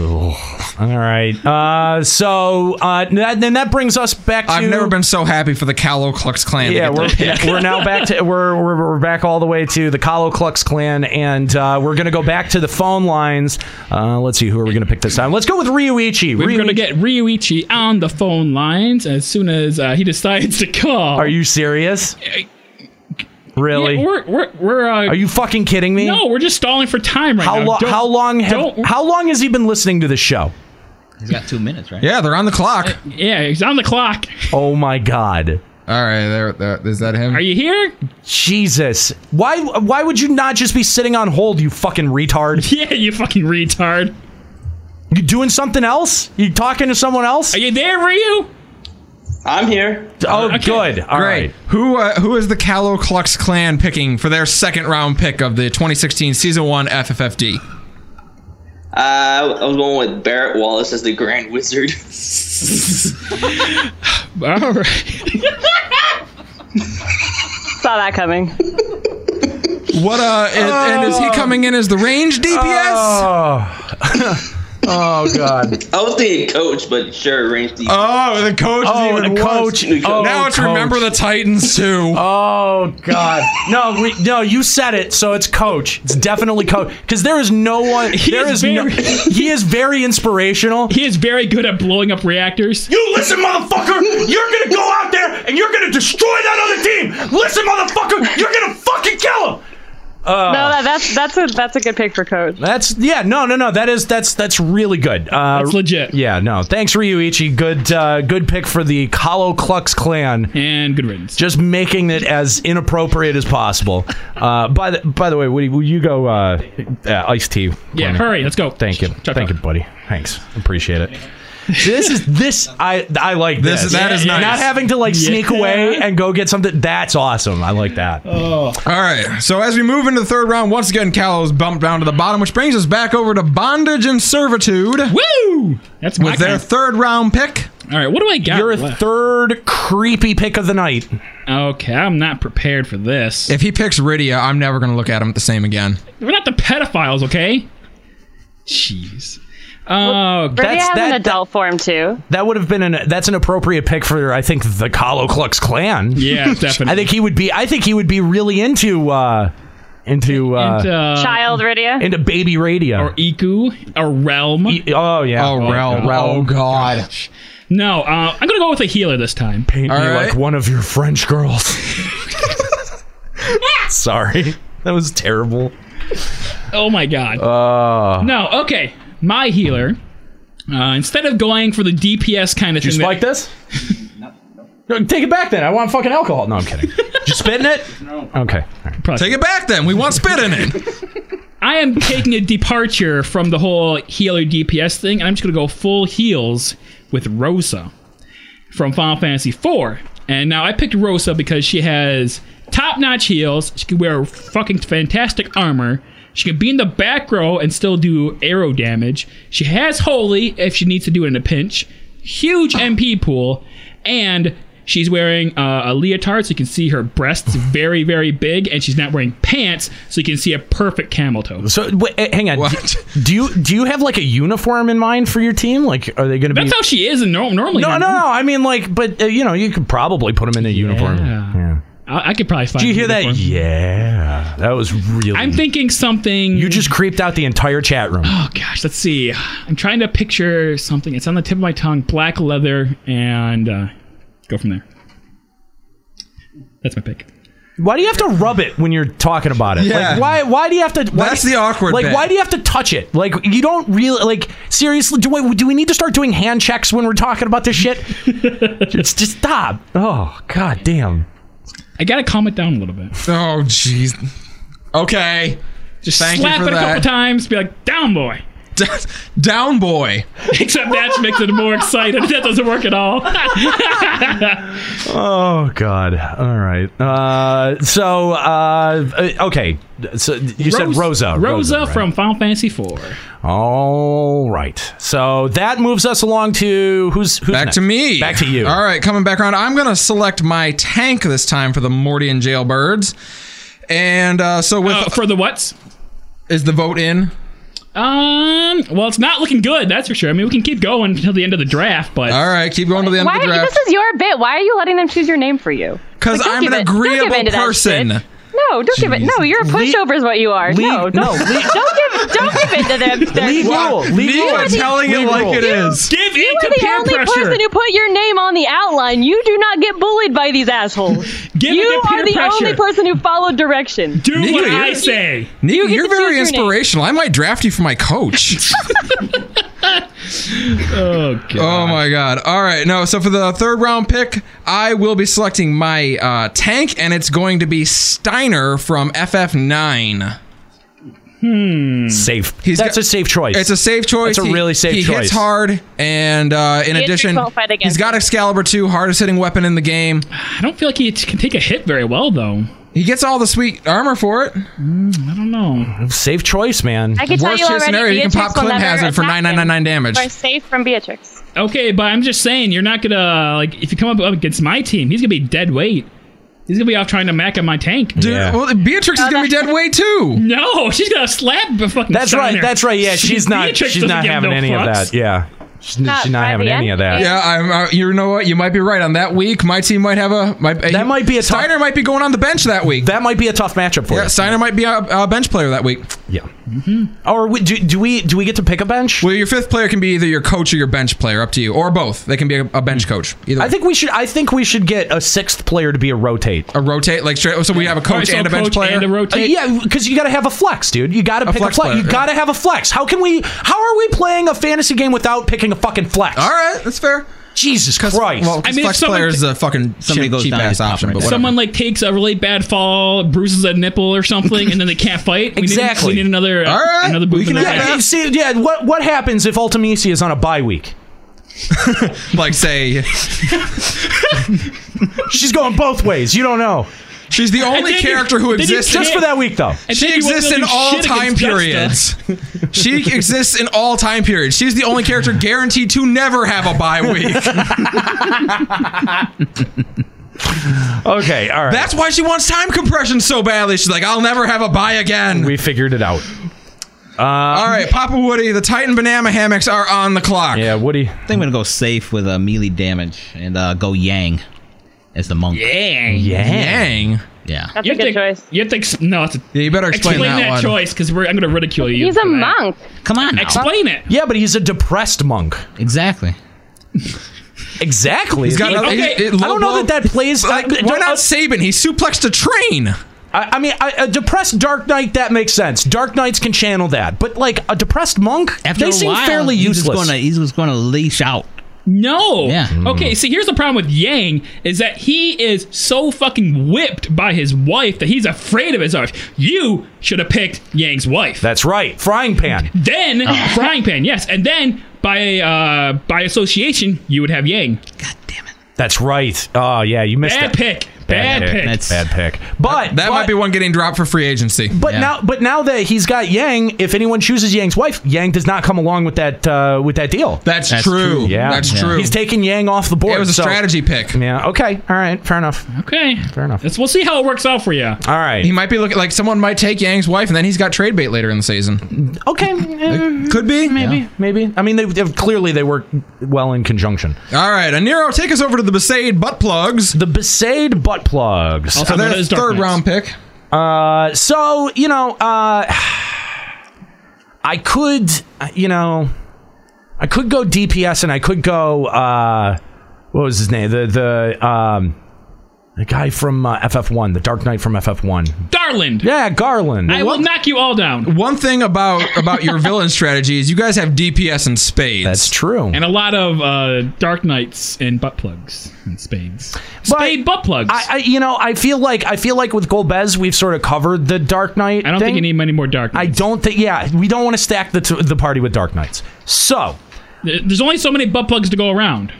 [SPEAKER 8] All right. Uh, so uh, that, then that brings us back to.
[SPEAKER 1] I've never been so happy for the Callow Klux Klan.
[SPEAKER 8] Yeah, we're,
[SPEAKER 1] to get
[SPEAKER 8] [laughs] we're now
[SPEAKER 1] [laughs]
[SPEAKER 8] back to we're, we're we're back all the way to the Kalo Klux Klan, and uh, we're gonna go back to the phone lines. Uh, let's see who are we gonna pick this time. Let's go with Ryuichi.
[SPEAKER 10] We're going to
[SPEAKER 8] Ryuichi-
[SPEAKER 10] get Ryuichi on the phone lines as soon as uh, he decides to call. Uh,
[SPEAKER 8] Are you serious? Really?
[SPEAKER 10] Yeah, we're, we're, we're, uh,
[SPEAKER 8] Are you fucking kidding me?
[SPEAKER 10] No, we're just stalling for time right
[SPEAKER 8] How
[SPEAKER 10] now.
[SPEAKER 8] long?
[SPEAKER 10] Don't-
[SPEAKER 8] How long? Have,
[SPEAKER 10] don't-
[SPEAKER 8] how long has he been listening to this show?
[SPEAKER 12] He's got two minutes, right?
[SPEAKER 1] Yeah, they're on the clock.
[SPEAKER 10] Uh, Yeah, he's on the clock. [laughs]
[SPEAKER 8] Oh my god.
[SPEAKER 1] All right, there, there. Is that him?
[SPEAKER 10] Are you here?
[SPEAKER 8] Jesus. Why? Why would you not just be sitting on hold? You fucking retard.
[SPEAKER 10] [laughs] Yeah, you fucking retard.
[SPEAKER 8] You doing something else? You talking to someone else?
[SPEAKER 10] Are you there, Ryu?
[SPEAKER 18] I'm here.
[SPEAKER 8] Oh, good. All right.
[SPEAKER 1] Great. Who uh, who is the Callow Klux Klan picking for their second round pick of the 2016 season one FFFD?
[SPEAKER 18] Uh, I was going with Barrett Wallace as the Grand Wizard.
[SPEAKER 10] All right.
[SPEAKER 9] Saw that coming.
[SPEAKER 1] What uh? And, and is he coming in as the range DPS?
[SPEAKER 8] Oh. Oh. [laughs] Oh God.
[SPEAKER 18] I was thinking coach, but sure, range defense.
[SPEAKER 1] Oh, the coach. is
[SPEAKER 18] Oh,
[SPEAKER 1] even
[SPEAKER 18] the
[SPEAKER 1] worse.
[SPEAKER 18] coach. Oh,
[SPEAKER 1] now it's
[SPEAKER 18] coach.
[SPEAKER 1] remember the Titans too.
[SPEAKER 8] [laughs] Oh God! No, we, no, you said it. So it's coach. It's definitely coach because there is no one. there is, no. He is very inspirational.
[SPEAKER 10] He is very good at blowing up reactors.
[SPEAKER 8] You listen, motherfucker. You're gonna go out there and you're gonna destroy that other team. Listen, motherfucker. You're gonna fucking kill him. Uh,
[SPEAKER 14] no, that, that's that's a that's a good pick for coach.
[SPEAKER 8] That's yeah, no, no, no. That is that's that's really good. Uh, that's
[SPEAKER 10] legit.
[SPEAKER 8] Yeah, no. Thanks, Ryuichi. Good, uh, good pick for the Kalo Klux Klan.
[SPEAKER 10] And good riddance.
[SPEAKER 8] Just making it as inappropriate as possible. Uh, by the by the way, Woody, will you go uh, uh, iced tea?
[SPEAKER 10] Yeah,
[SPEAKER 8] Courtney?
[SPEAKER 10] hurry, let's go.
[SPEAKER 8] Thank you, thank you, buddy. Thanks, appreciate it. this is this I I like
[SPEAKER 1] This-
[SPEAKER 8] this.
[SPEAKER 1] that is nice.
[SPEAKER 8] Not having to like
[SPEAKER 1] Yeah.
[SPEAKER 8] sneak away and go get something. That's awesome. I like that.
[SPEAKER 1] Oh. All right. So as we move into the third round, once again, Callow's bumped down to the bottom, which brings us back over to bondage and servitude.
[SPEAKER 10] Woo! That's my
[SPEAKER 1] with their
[SPEAKER 10] kind.
[SPEAKER 1] third round pick.
[SPEAKER 10] All right, what do I got?
[SPEAKER 1] Your
[SPEAKER 8] third creepy pick of the night.
[SPEAKER 10] Okay, I'm not prepared for this.
[SPEAKER 1] If he picks Rydia, I'm never going to look at him the same again.
[SPEAKER 10] We're not the pedophiles, okay? Jeez. Oh,
[SPEAKER 14] Brady has an adult form too.
[SPEAKER 8] That would have been an that's an appropriate pick for I think the Kalo Klux Klan. [laughs]
[SPEAKER 10] Yeah, definitely.
[SPEAKER 8] I think he would be I think he would be really into uh into uh
[SPEAKER 14] Child Rydia.
[SPEAKER 8] into baby radio.
[SPEAKER 10] Or Iku, or Realm.
[SPEAKER 8] oh yeah.
[SPEAKER 1] Oh, Realm. Oh, God.
[SPEAKER 10] Gosh. No, uh, I'm gonna go with a healer this time.
[SPEAKER 8] Paint me like one of your French girls. [laughs] Sorry. [laughs] That was terrible.
[SPEAKER 10] Oh my god.
[SPEAKER 8] Uh
[SPEAKER 10] No, okay. My healer. Uh, instead of going for the DPS kind of
[SPEAKER 8] Did you
[SPEAKER 10] thing,
[SPEAKER 8] spike this?
[SPEAKER 10] [laughs]
[SPEAKER 8] No, Take it back then. I want fucking alcohol. No, I'm kidding. Did you spit in it? No. Okay.
[SPEAKER 1] Take it back then. We want spit in it.
[SPEAKER 10] [laughs] I am taking a departure from the whole healer DPS thing, and I'm just gonna go full heals with Rosa from Final Fantasy IV. And now I picked Rosa because she has top-notch heals. She can wear fucking fantastic armor. She can be in the back row and still do arrow damage. She has holy if she needs to do it in a pinch. Huge MP pool, and She's wearing uh, a leotard, so you can see her
[SPEAKER 8] [sighs]
[SPEAKER 10] breasts very, very big, and she's not wearing pants, so you can see a perfect camel toe.
[SPEAKER 8] So wait, eh, hang on. Do, do you do you have like a uniform in mind for your team? Like, are they going to be?
[SPEAKER 10] That's how she is in norm- normally.
[SPEAKER 8] No,
[SPEAKER 10] her-
[SPEAKER 8] no, no. I mean, like, but uh, you know, you could probably put them in a uniform. Yeah.
[SPEAKER 10] I, I could probably find.
[SPEAKER 8] Do you hear
[SPEAKER 10] a
[SPEAKER 8] that?
[SPEAKER 10] uniform.
[SPEAKER 8] Yeah, that was really.
[SPEAKER 10] I'm thinking something.
[SPEAKER 8] You just creeped out the entire chat room.
[SPEAKER 10] Oh gosh, let's see. I'm trying to picture something. It's on the tip of my tongue. Black leather, and uh, go from there. That's my pick.
[SPEAKER 8] Why do you have to rub it when you're talking about it?
[SPEAKER 10] Yeah.
[SPEAKER 8] Like, why? Why do you have to? Why
[SPEAKER 1] That's
[SPEAKER 8] do you-
[SPEAKER 1] the awkward
[SPEAKER 8] Like,
[SPEAKER 1] bit.
[SPEAKER 8] why do you have to touch it? Like, you don't really like. Seriously, do we do we need to start doing hand checks when we're talking about
[SPEAKER 10] [laughs]
[SPEAKER 8] this shit? it's just stop. Oh god damn.
[SPEAKER 10] I gotta calm it down a little bit.
[SPEAKER 1] Oh, jeez. Okay.
[SPEAKER 10] Just
[SPEAKER 1] Thank
[SPEAKER 10] slap
[SPEAKER 1] you
[SPEAKER 10] it
[SPEAKER 1] for
[SPEAKER 10] a couple
[SPEAKER 1] that.
[SPEAKER 10] times. Be like, down boy.
[SPEAKER 1] [laughs] Down boy.
[SPEAKER 10] Except that makes it more excited. [laughs] That doesn't work at all.
[SPEAKER 8] Oh God! All right. Uh, so uh, uh, okay. So you said Rosa.
[SPEAKER 10] Rosa,
[SPEAKER 8] right?
[SPEAKER 10] from Final Fantasy IV.
[SPEAKER 8] All right. So that moves us along to who's who's
[SPEAKER 1] Back
[SPEAKER 8] next?
[SPEAKER 1] to me.
[SPEAKER 8] Back to you.
[SPEAKER 1] All right, coming back around. I'm going to select my tank this time for the Morty and Jailbirds. And uh, so with
[SPEAKER 10] Oh, for the what's
[SPEAKER 1] is the vote in?
[SPEAKER 10] Um, well, it's not looking good, that's for sure. I mean, we can keep going until the end of the draft, but
[SPEAKER 1] All right, keep going to the end
[SPEAKER 14] Why?
[SPEAKER 1] of the draft.
[SPEAKER 14] This is your bit. Why are you letting them choose your name for you?
[SPEAKER 1] Because
[SPEAKER 14] Like, don't
[SPEAKER 1] I'm
[SPEAKER 14] give
[SPEAKER 1] an
[SPEAKER 14] it- don't give
[SPEAKER 1] agreeable
[SPEAKER 14] in to that
[SPEAKER 1] person.
[SPEAKER 14] shit. No, don't give it. No, you're a pushover, is what you are. no,
[SPEAKER 1] leave-
[SPEAKER 14] don't,
[SPEAKER 1] no, leave-
[SPEAKER 14] don't give, don't give in to
[SPEAKER 1] [laughs]
[SPEAKER 14] them. their-
[SPEAKER 1] Leave rule, leave
[SPEAKER 14] You
[SPEAKER 1] rule.
[SPEAKER 14] are the-
[SPEAKER 1] Telling it
[SPEAKER 14] you-
[SPEAKER 1] like it
[SPEAKER 14] you-
[SPEAKER 1] is.
[SPEAKER 10] Give
[SPEAKER 14] you
[SPEAKER 10] in
[SPEAKER 14] are
[SPEAKER 10] to
[SPEAKER 14] the
[SPEAKER 10] peer
[SPEAKER 14] only
[SPEAKER 10] pressure.
[SPEAKER 14] person who put your name on the outline. You do not get bullied by these
[SPEAKER 1] [laughs]
[SPEAKER 14] assholes.
[SPEAKER 10] Give in
[SPEAKER 14] you
[SPEAKER 10] to peer
[SPEAKER 14] are the only
[SPEAKER 10] pressure.
[SPEAKER 14] person who followed direction.
[SPEAKER 10] do
[SPEAKER 1] Nico,
[SPEAKER 10] what
[SPEAKER 1] you're-
[SPEAKER 10] I say.
[SPEAKER 1] Nico,
[SPEAKER 14] get
[SPEAKER 1] you are
[SPEAKER 14] to choose
[SPEAKER 1] very
[SPEAKER 14] your name.
[SPEAKER 1] inspirational. I might draft you for my coach.
[SPEAKER 10] [laughs] Oh, God.
[SPEAKER 1] Oh my god. All right. No, so for the third round pick, I will be selecting my uh, tank and it's going to be Steiner from FF9.
[SPEAKER 10] Hmm.
[SPEAKER 8] Safe.
[SPEAKER 1] He's
[SPEAKER 8] That's
[SPEAKER 1] got-
[SPEAKER 8] a safe choice.
[SPEAKER 1] It's a safe choice.
[SPEAKER 8] It's a
[SPEAKER 1] He-
[SPEAKER 8] really safe
[SPEAKER 1] he
[SPEAKER 8] choice.
[SPEAKER 1] hits hard and uh, in
[SPEAKER 14] He hits your
[SPEAKER 1] addition
[SPEAKER 14] twelve fight
[SPEAKER 1] he's
[SPEAKER 14] against
[SPEAKER 1] got Excalibur 2, hardest hitting weapon in the game.
[SPEAKER 10] I don't feel like he t- can take a hit very well, though.
[SPEAKER 1] He gets all the sweet armor for it.
[SPEAKER 10] Mm, I don't know.
[SPEAKER 8] Safe choice, man.
[SPEAKER 14] I can tell
[SPEAKER 1] Worst
[SPEAKER 14] you
[SPEAKER 1] case
[SPEAKER 14] already,
[SPEAKER 1] scenario, you can
[SPEAKER 14] Beatrix
[SPEAKER 1] pop
[SPEAKER 14] will
[SPEAKER 1] Clint
[SPEAKER 14] never
[SPEAKER 1] Hazard for
[SPEAKER 14] attack
[SPEAKER 1] 999 damage.
[SPEAKER 14] You are safe from Beatrix.
[SPEAKER 10] Okay, but I'm just saying, you're not gonna like if you come up against my team, he's gonna be dead weight. He's gonna be off trying to mac on my tank.
[SPEAKER 1] Dude, well, Beatrix is gonna be dead weight too.
[SPEAKER 10] No, she's gonna slap the fucking.
[SPEAKER 8] That's right.
[SPEAKER 10] Steiner.
[SPEAKER 8] That's right. Yeah,
[SPEAKER 10] She-
[SPEAKER 8] she's not.
[SPEAKER 10] Beatrix
[SPEAKER 8] She's
[SPEAKER 10] doesn't
[SPEAKER 8] not
[SPEAKER 10] give
[SPEAKER 8] having
[SPEAKER 10] no
[SPEAKER 8] any of
[SPEAKER 10] fucks.
[SPEAKER 8] that. Yeah, she's,
[SPEAKER 10] Not
[SPEAKER 8] she's not
[SPEAKER 10] by
[SPEAKER 8] having
[SPEAKER 10] the
[SPEAKER 8] any
[SPEAKER 10] end
[SPEAKER 8] of that.
[SPEAKER 1] Yeah, I'm. Uh, you know what? You might be right on that week. My team might have a. My, that might be a Steiner might be going on the bench that week.
[SPEAKER 8] That might be a tough matchup for
[SPEAKER 1] yeah,
[SPEAKER 8] you.
[SPEAKER 1] Steiner might be a, a bench player that week.
[SPEAKER 8] Yeah.
[SPEAKER 10] Mm-hmm.
[SPEAKER 8] Or we, do, do we do we get to pick a bench?
[SPEAKER 1] Well, your fifth player can be either your coach or your bench player, up to you, or both. They can be a, a bench coach. Either.
[SPEAKER 8] I think we should. I think we should get a sixth player to be a rotate.
[SPEAKER 1] A rotate, like straight. So we have a coach and a bench player.
[SPEAKER 8] Uh, yeah, because you got to have a flex, dude. You got to pick
[SPEAKER 1] flex
[SPEAKER 8] a flex.
[SPEAKER 1] player,
[SPEAKER 8] You
[SPEAKER 1] yeah.
[SPEAKER 8] got to have a flex. How can we? How are we playing a fantasy game without picking a fucking flex? All
[SPEAKER 1] right, that's fair.
[SPEAKER 8] Jesus Christ!
[SPEAKER 1] Well, 'cause flex player is a uh, fucking
[SPEAKER 8] Somebody
[SPEAKER 1] cheap,
[SPEAKER 8] goes
[SPEAKER 1] cheap
[SPEAKER 8] down,
[SPEAKER 1] ass
[SPEAKER 8] he's popping
[SPEAKER 1] option,
[SPEAKER 8] right
[SPEAKER 1] but
[SPEAKER 8] back.
[SPEAKER 1] whatever.
[SPEAKER 10] Someone like takes a really bad fall, bruises a nipple or something, and then they can't fight. We
[SPEAKER 8] Exactly.
[SPEAKER 10] Need, we need another uh, another boob in the back.
[SPEAKER 8] yeah, see, yeah. What what happens if Ultimisi is on a bye
[SPEAKER 1] [laughs]
[SPEAKER 8] week?
[SPEAKER 1] like [laughs] say,
[SPEAKER 8] she's going both ways. You don't know.
[SPEAKER 1] She's the only
[SPEAKER 8] think
[SPEAKER 1] character who
[SPEAKER 8] then you
[SPEAKER 1] exists
[SPEAKER 8] just for that week, though.
[SPEAKER 1] She exists in all time periods. she exists in all time periods. She's the only character guaranteed to never have a bye week.
[SPEAKER 8] [laughs] okay, all right.
[SPEAKER 1] That's why she wants time compression so badly. She's like, I'll never have a bye again.
[SPEAKER 8] We figured it out.
[SPEAKER 1] all right, Papa Woody, the Titan banana hammocks are on the clock.
[SPEAKER 8] Yeah, Woody.
[SPEAKER 12] I think I'm gonna go safe with uh, melee damage and uh, go Yang as the monk.
[SPEAKER 10] Yang.
[SPEAKER 1] Yang.
[SPEAKER 12] Yeah.
[SPEAKER 10] That's you a good choice. You have to ex- no. It's a,
[SPEAKER 1] yeah, you better
[SPEAKER 12] explain that one.
[SPEAKER 10] choice because I'm going to ridicule you.
[SPEAKER 12] He's
[SPEAKER 10] for that.
[SPEAKER 12] Come on. now.
[SPEAKER 10] Explain it.
[SPEAKER 8] Yeah, but he's a depressed monk.
[SPEAKER 12] Exactly.
[SPEAKER 8] Exactly.
[SPEAKER 1] He's got another-
[SPEAKER 8] okay.
[SPEAKER 1] he's- it-
[SPEAKER 8] I don't know
[SPEAKER 1] low
[SPEAKER 8] that that plays.
[SPEAKER 1] Like,
[SPEAKER 8] I-
[SPEAKER 1] why
[SPEAKER 8] I-
[SPEAKER 1] not Saban? He suplexed a train.
[SPEAKER 8] I, I mean, I, a depressed Dark Knight that makes sense. Dark Knights can channel that, but like a depressed monk,
[SPEAKER 12] After
[SPEAKER 8] they
[SPEAKER 12] a
[SPEAKER 8] seem
[SPEAKER 12] while,
[SPEAKER 8] fairly
[SPEAKER 12] he was
[SPEAKER 8] useless.
[SPEAKER 12] gonna- he was going to leash out.
[SPEAKER 10] No.
[SPEAKER 12] Yeah.
[SPEAKER 8] Mm.
[SPEAKER 10] Okay. See, here's the problem with Yang is that he is so fucking whipped by his wife that he's afraid of his wife. You should have picked Yang's wife.
[SPEAKER 8] That's right, frying pan.
[SPEAKER 10] Then frying pan, yes, and then by uh by association, you would have Yang.
[SPEAKER 8] That's right. Oh yeah, you missed
[SPEAKER 10] Bad
[SPEAKER 8] that
[SPEAKER 10] pick. Bad pick.
[SPEAKER 8] Bad pick. But
[SPEAKER 1] That might be one getting dropped for free agency.
[SPEAKER 8] But now, but now that he's got Yang, if anyone chooses Yang's wife, Yang does not come along with that uh, with that deal.
[SPEAKER 1] That's, true.
[SPEAKER 8] Yeah,
[SPEAKER 1] That's true.
[SPEAKER 8] He's taking Yang off the board.
[SPEAKER 1] It was a
[SPEAKER 8] so-
[SPEAKER 1] strategy pick.
[SPEAKER 8] Yeah. Okay. All right. Fair enough.
[SPEAKER 10] Okay.
[SPEAKER 8] Fair enough.
[SPEAKER 10] Let's, we'll see how it works out for you. All
[SPEAKER 8] right.
[SPEAKER 1] He might be looking like someone might take Yang's wife, and then he's got trade bait later in the season.
[SPEAKER 8] Okay. uh,
[SPEAKER 1] Could be.
[SPEAKER 8] Maybe. Maybe. I mean, they, they clearly they work well in conjunction.
[SPEAKER 1] All right, Aniro, take us over to the Besaid butt plugs.
[SPEAKER 8] The Besaid butt plugs.
[SPEAKER 1] so they're the third round pick.
[SPEAKER 8] Uh, so you know, uh, I could, you know, I could go DPS and I could go. Uh, what was his name? The the um, the guy from uh, FF1, the Dark Knight from FF1.
[SPEAKER 10] Garland.
[SPEAKER 8] Yeah, Garland.
[SPEAKER 10] I will knock you all down.
[SPEAKER 1] One thing about
[SPEAKER 8] [laughs]
[SPEAKER 1] about your villain strategy is you guys have DPS and spades. That's
[SPEAKER 8] true.
[SPEAKER 10] And a lot of uh, Dark Knights and butt plugs and spades. Spade butt plugs.
[SPEAKER 8] I, I, you know, I feel like I feel like with Golbez, we've sort of covered the Dark Knight. I
[SPEAKER 10] don't think you need many more Dark
[SPEAKER 8] I don't think. Yeah, we don't want to stack the t- the party with Dark Knights. So
[SPEAKER 10] There- There's only so many butt plugs to go around.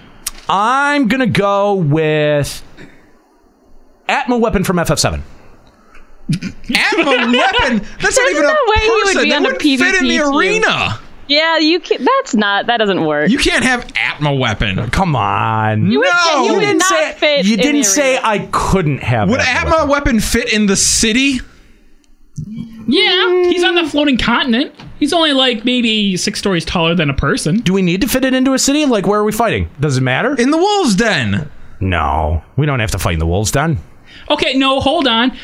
[SPEAKER 8] I'm gonna go with Atma weapon from FF7.
[SPEAKER 1] Atma weapon. That's not
[SPEAKER 14] There's
[SPEAKER 1] even
[SPEAKER 14] no
[SPEAKER 1] a
[SPEAKER 14] way he would
[SPEAKER 1] person.
[SPEAKER 14] be
[SPEAKER 1] They
[SPEAKER 14] on a
[SPEAKER 1] wouldn't fit in
[SPEAKER 14] PvP
[SPEAKER 1] the
[SPEAKER 14] team.
[SPEAKER 1] arena.
[SPEAKER 14] Yeah, you can, that's not that doesn't work.
[SPEAKER 1] You can't have Atma weapon.
[SPEAKER 8] Uh, Come on.
[SPEAKER 14] You would-
[SPEAKER 1] no.
[SPEAKER 14] you would
[SPEAKER 8] didn't
[SPEAKER 14] not
[SPEAKER 8] say,
[SPEAKER 14] fit
[SPEAKER 8] You
[SPEAKER 14] in
[SPEAKER 8] didn't
[SPEAKER 14] the
[SPEAKER 8] say I couldn't have.
[SPEAKER 1] Would
[SPEAKER 8] Atma
[SPEAKER 1] Atma weapon fit in the city?
[SPEAKER 10] Yeah, he's on the floating continent. He's only like maybe six stories taller than a person.
[SPEAKER 8] Do we need to fit it into a city? Like, where are we fighting? Does it matter?
[SPEAKER 1] In the wolves' den.
[SPEAKER 8] No, we don't have to fight in the wolves' den.
[SPEAKER 10] Okay, no, hold on.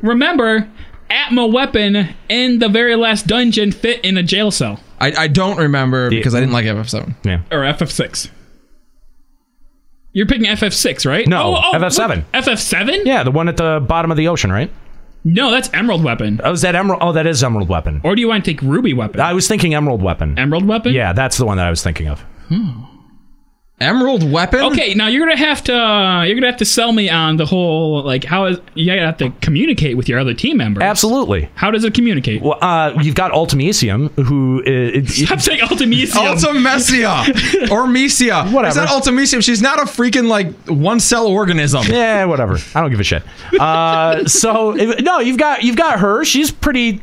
[SPEAKER 10] Remember, Atma weapon in the very last dungeon fit in a jail cell
[SPEAKER 1] I, I don't remember because I didn't like FF7.
[SPEAKER 8] Yeah.
[SPEAKER 10] or FF6. You're picking FF6, right?
[SPEAKER 8] No,
[SPEAKER 10] Oh, oh,
[SPEAKER 8] FF7.
[SPEAKER 10] what- FF7?
[SPEAKER 8] Yeah, the one at the bottom of the ocean, right?
[SPEAKER 10] No, that's Emerald Weapon.
[SPEAKER 8] Oh, is that emerald? Oh, that is emerald weapon.
[SPEAKER 10] Or do you want to take Ruby Weapon?
[SPEAKER 8] I was thinking emerald weapon.
[SPEAKER 10] Emerald weapon?
[SPEAKER 8] Yeah, that's the one that I was thinking of.
[SPEAKER 1] Emerald weapon.
[SPEAKER 10] Okay, now you're gonna have to uh, you're gonna have to sell me on the whole like how is you gotta have to communicate with your other team members.
[SPEAKER 8] Absolutely.
[SPEAKER 10] How does it communicate?
[SPEAKER 8] Well, uh, you've got Ultimisium, who uh, is,
[SPEAKER 10] Stop saying Ultimisium.
[SPEAKER 8] [laughs]
[SPEAKER 1] Ultimesia or Mesia. Whatever. It's not Ultimesium. She's not a freaking like one cell organism.
[SPEAKER 8] Yeah, Eh, whatever. I don't give a shit. Uh, so if- no, you've got you've got her. She's pretty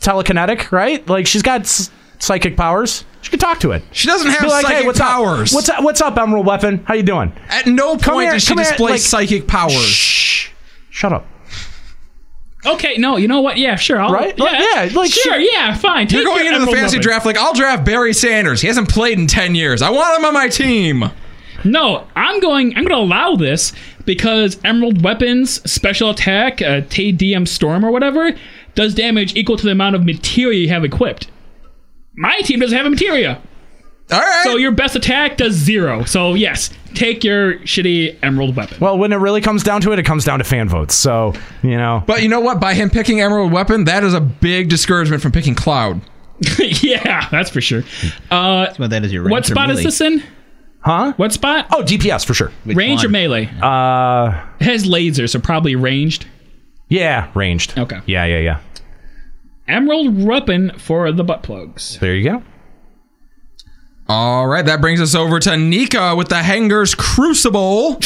[SPEAKER 8] telekinetic, right? Like she's got s- psychic powers. She can talk to it.
[SPEAKER 1] She doesn't have
[SPEAKER 8] Be like,
[SPEAKER 1] psychic
[SPEAKER 8] hey, what's
[SPEAKER 1] powers."
[SPEAKER 8] Up? What's up? What's up, Emerald Weapon? How you doing?
[SPEAKER 1] At no
[SPEAKER 8] Come
[SPEAKER 1] point
[SPEAKER 8] here,
[SPEAKER 1] does she
[SPEAKER 8] come here,
[SPEAKER 1] display
[SPEAKER 8] like-
[SPEAKER 1] psychic powers.
[SPEAKER 8] Shh. Shut up.
[SPEAKER 10] Okay, no, you know what? Yeah, sure. I'll,
[SPEAKER 8] Right?
[SPEAKER 10] Yeah,
[SPEAKER 8] Like, yeah, like,
[SPEAKER 10] sure,
[SPEAKER 8] sure.
[SPEAKER 10] yeah, fine.
[SPEAKER 1] You're
[SPEAKER 10] Take
[SPEAKER 1] going
[SPEAKER 10] your
[SPEAKER 1] into the
[SPEAKER 10] Emerald
[SPEAKER 1] fantasy
[SPEAKER 10] Woman.
[SPEAKER 1] draft like I'll draft Barry Sanders. He hasn't played in ten years. I want him on my team.
[SPEAKER 10] No, I'm going. I'm going to allow this because Emerald Weapons special attack, uh, Tay DM Storm or whatever, does damage equal to the amount of materia you have equipped. My team doesn't have a materia.
[SPEAKER 1] All right.
[SPEAKER 10] So your best attack does zero. So yes, take your shitty Emerald Weapon.
[SPEAKER 8] Well, when it really comes down to it, it comes down to fan votes. So, you know.
[SPEAKER 1] But you know what? By him picking Emerald Weapon, that is a big discouragement from picking Cloud.
[SPEAKER 10] [laughs] yeah, that's for sure. Uh,
[SPEAKER 1] that is your
[SPEAKER 10] what spot is this in?
[SPEAKER 8] Huh?
[SPEAKER 10] What spot?
[SPEAKER 8] Oh, DPS for sure.
[SPEAKER 10] range or melee?
[SPEAKER 8] Uh,
[SPEAKER 10] it has laser, so probably ranged.
[SPEAKER 8] Yeah, ranged.
[SPEAKER 10] Okay.
[SPEAKER 8] Yeah, yeah, yeah.
[SPEAKER 10] Emerald weapon for the butt plugs.
[SPEAKER 8] There you go.
[SPEAKER 1] All right, that brings us over to Nika with the Hangers Crucible.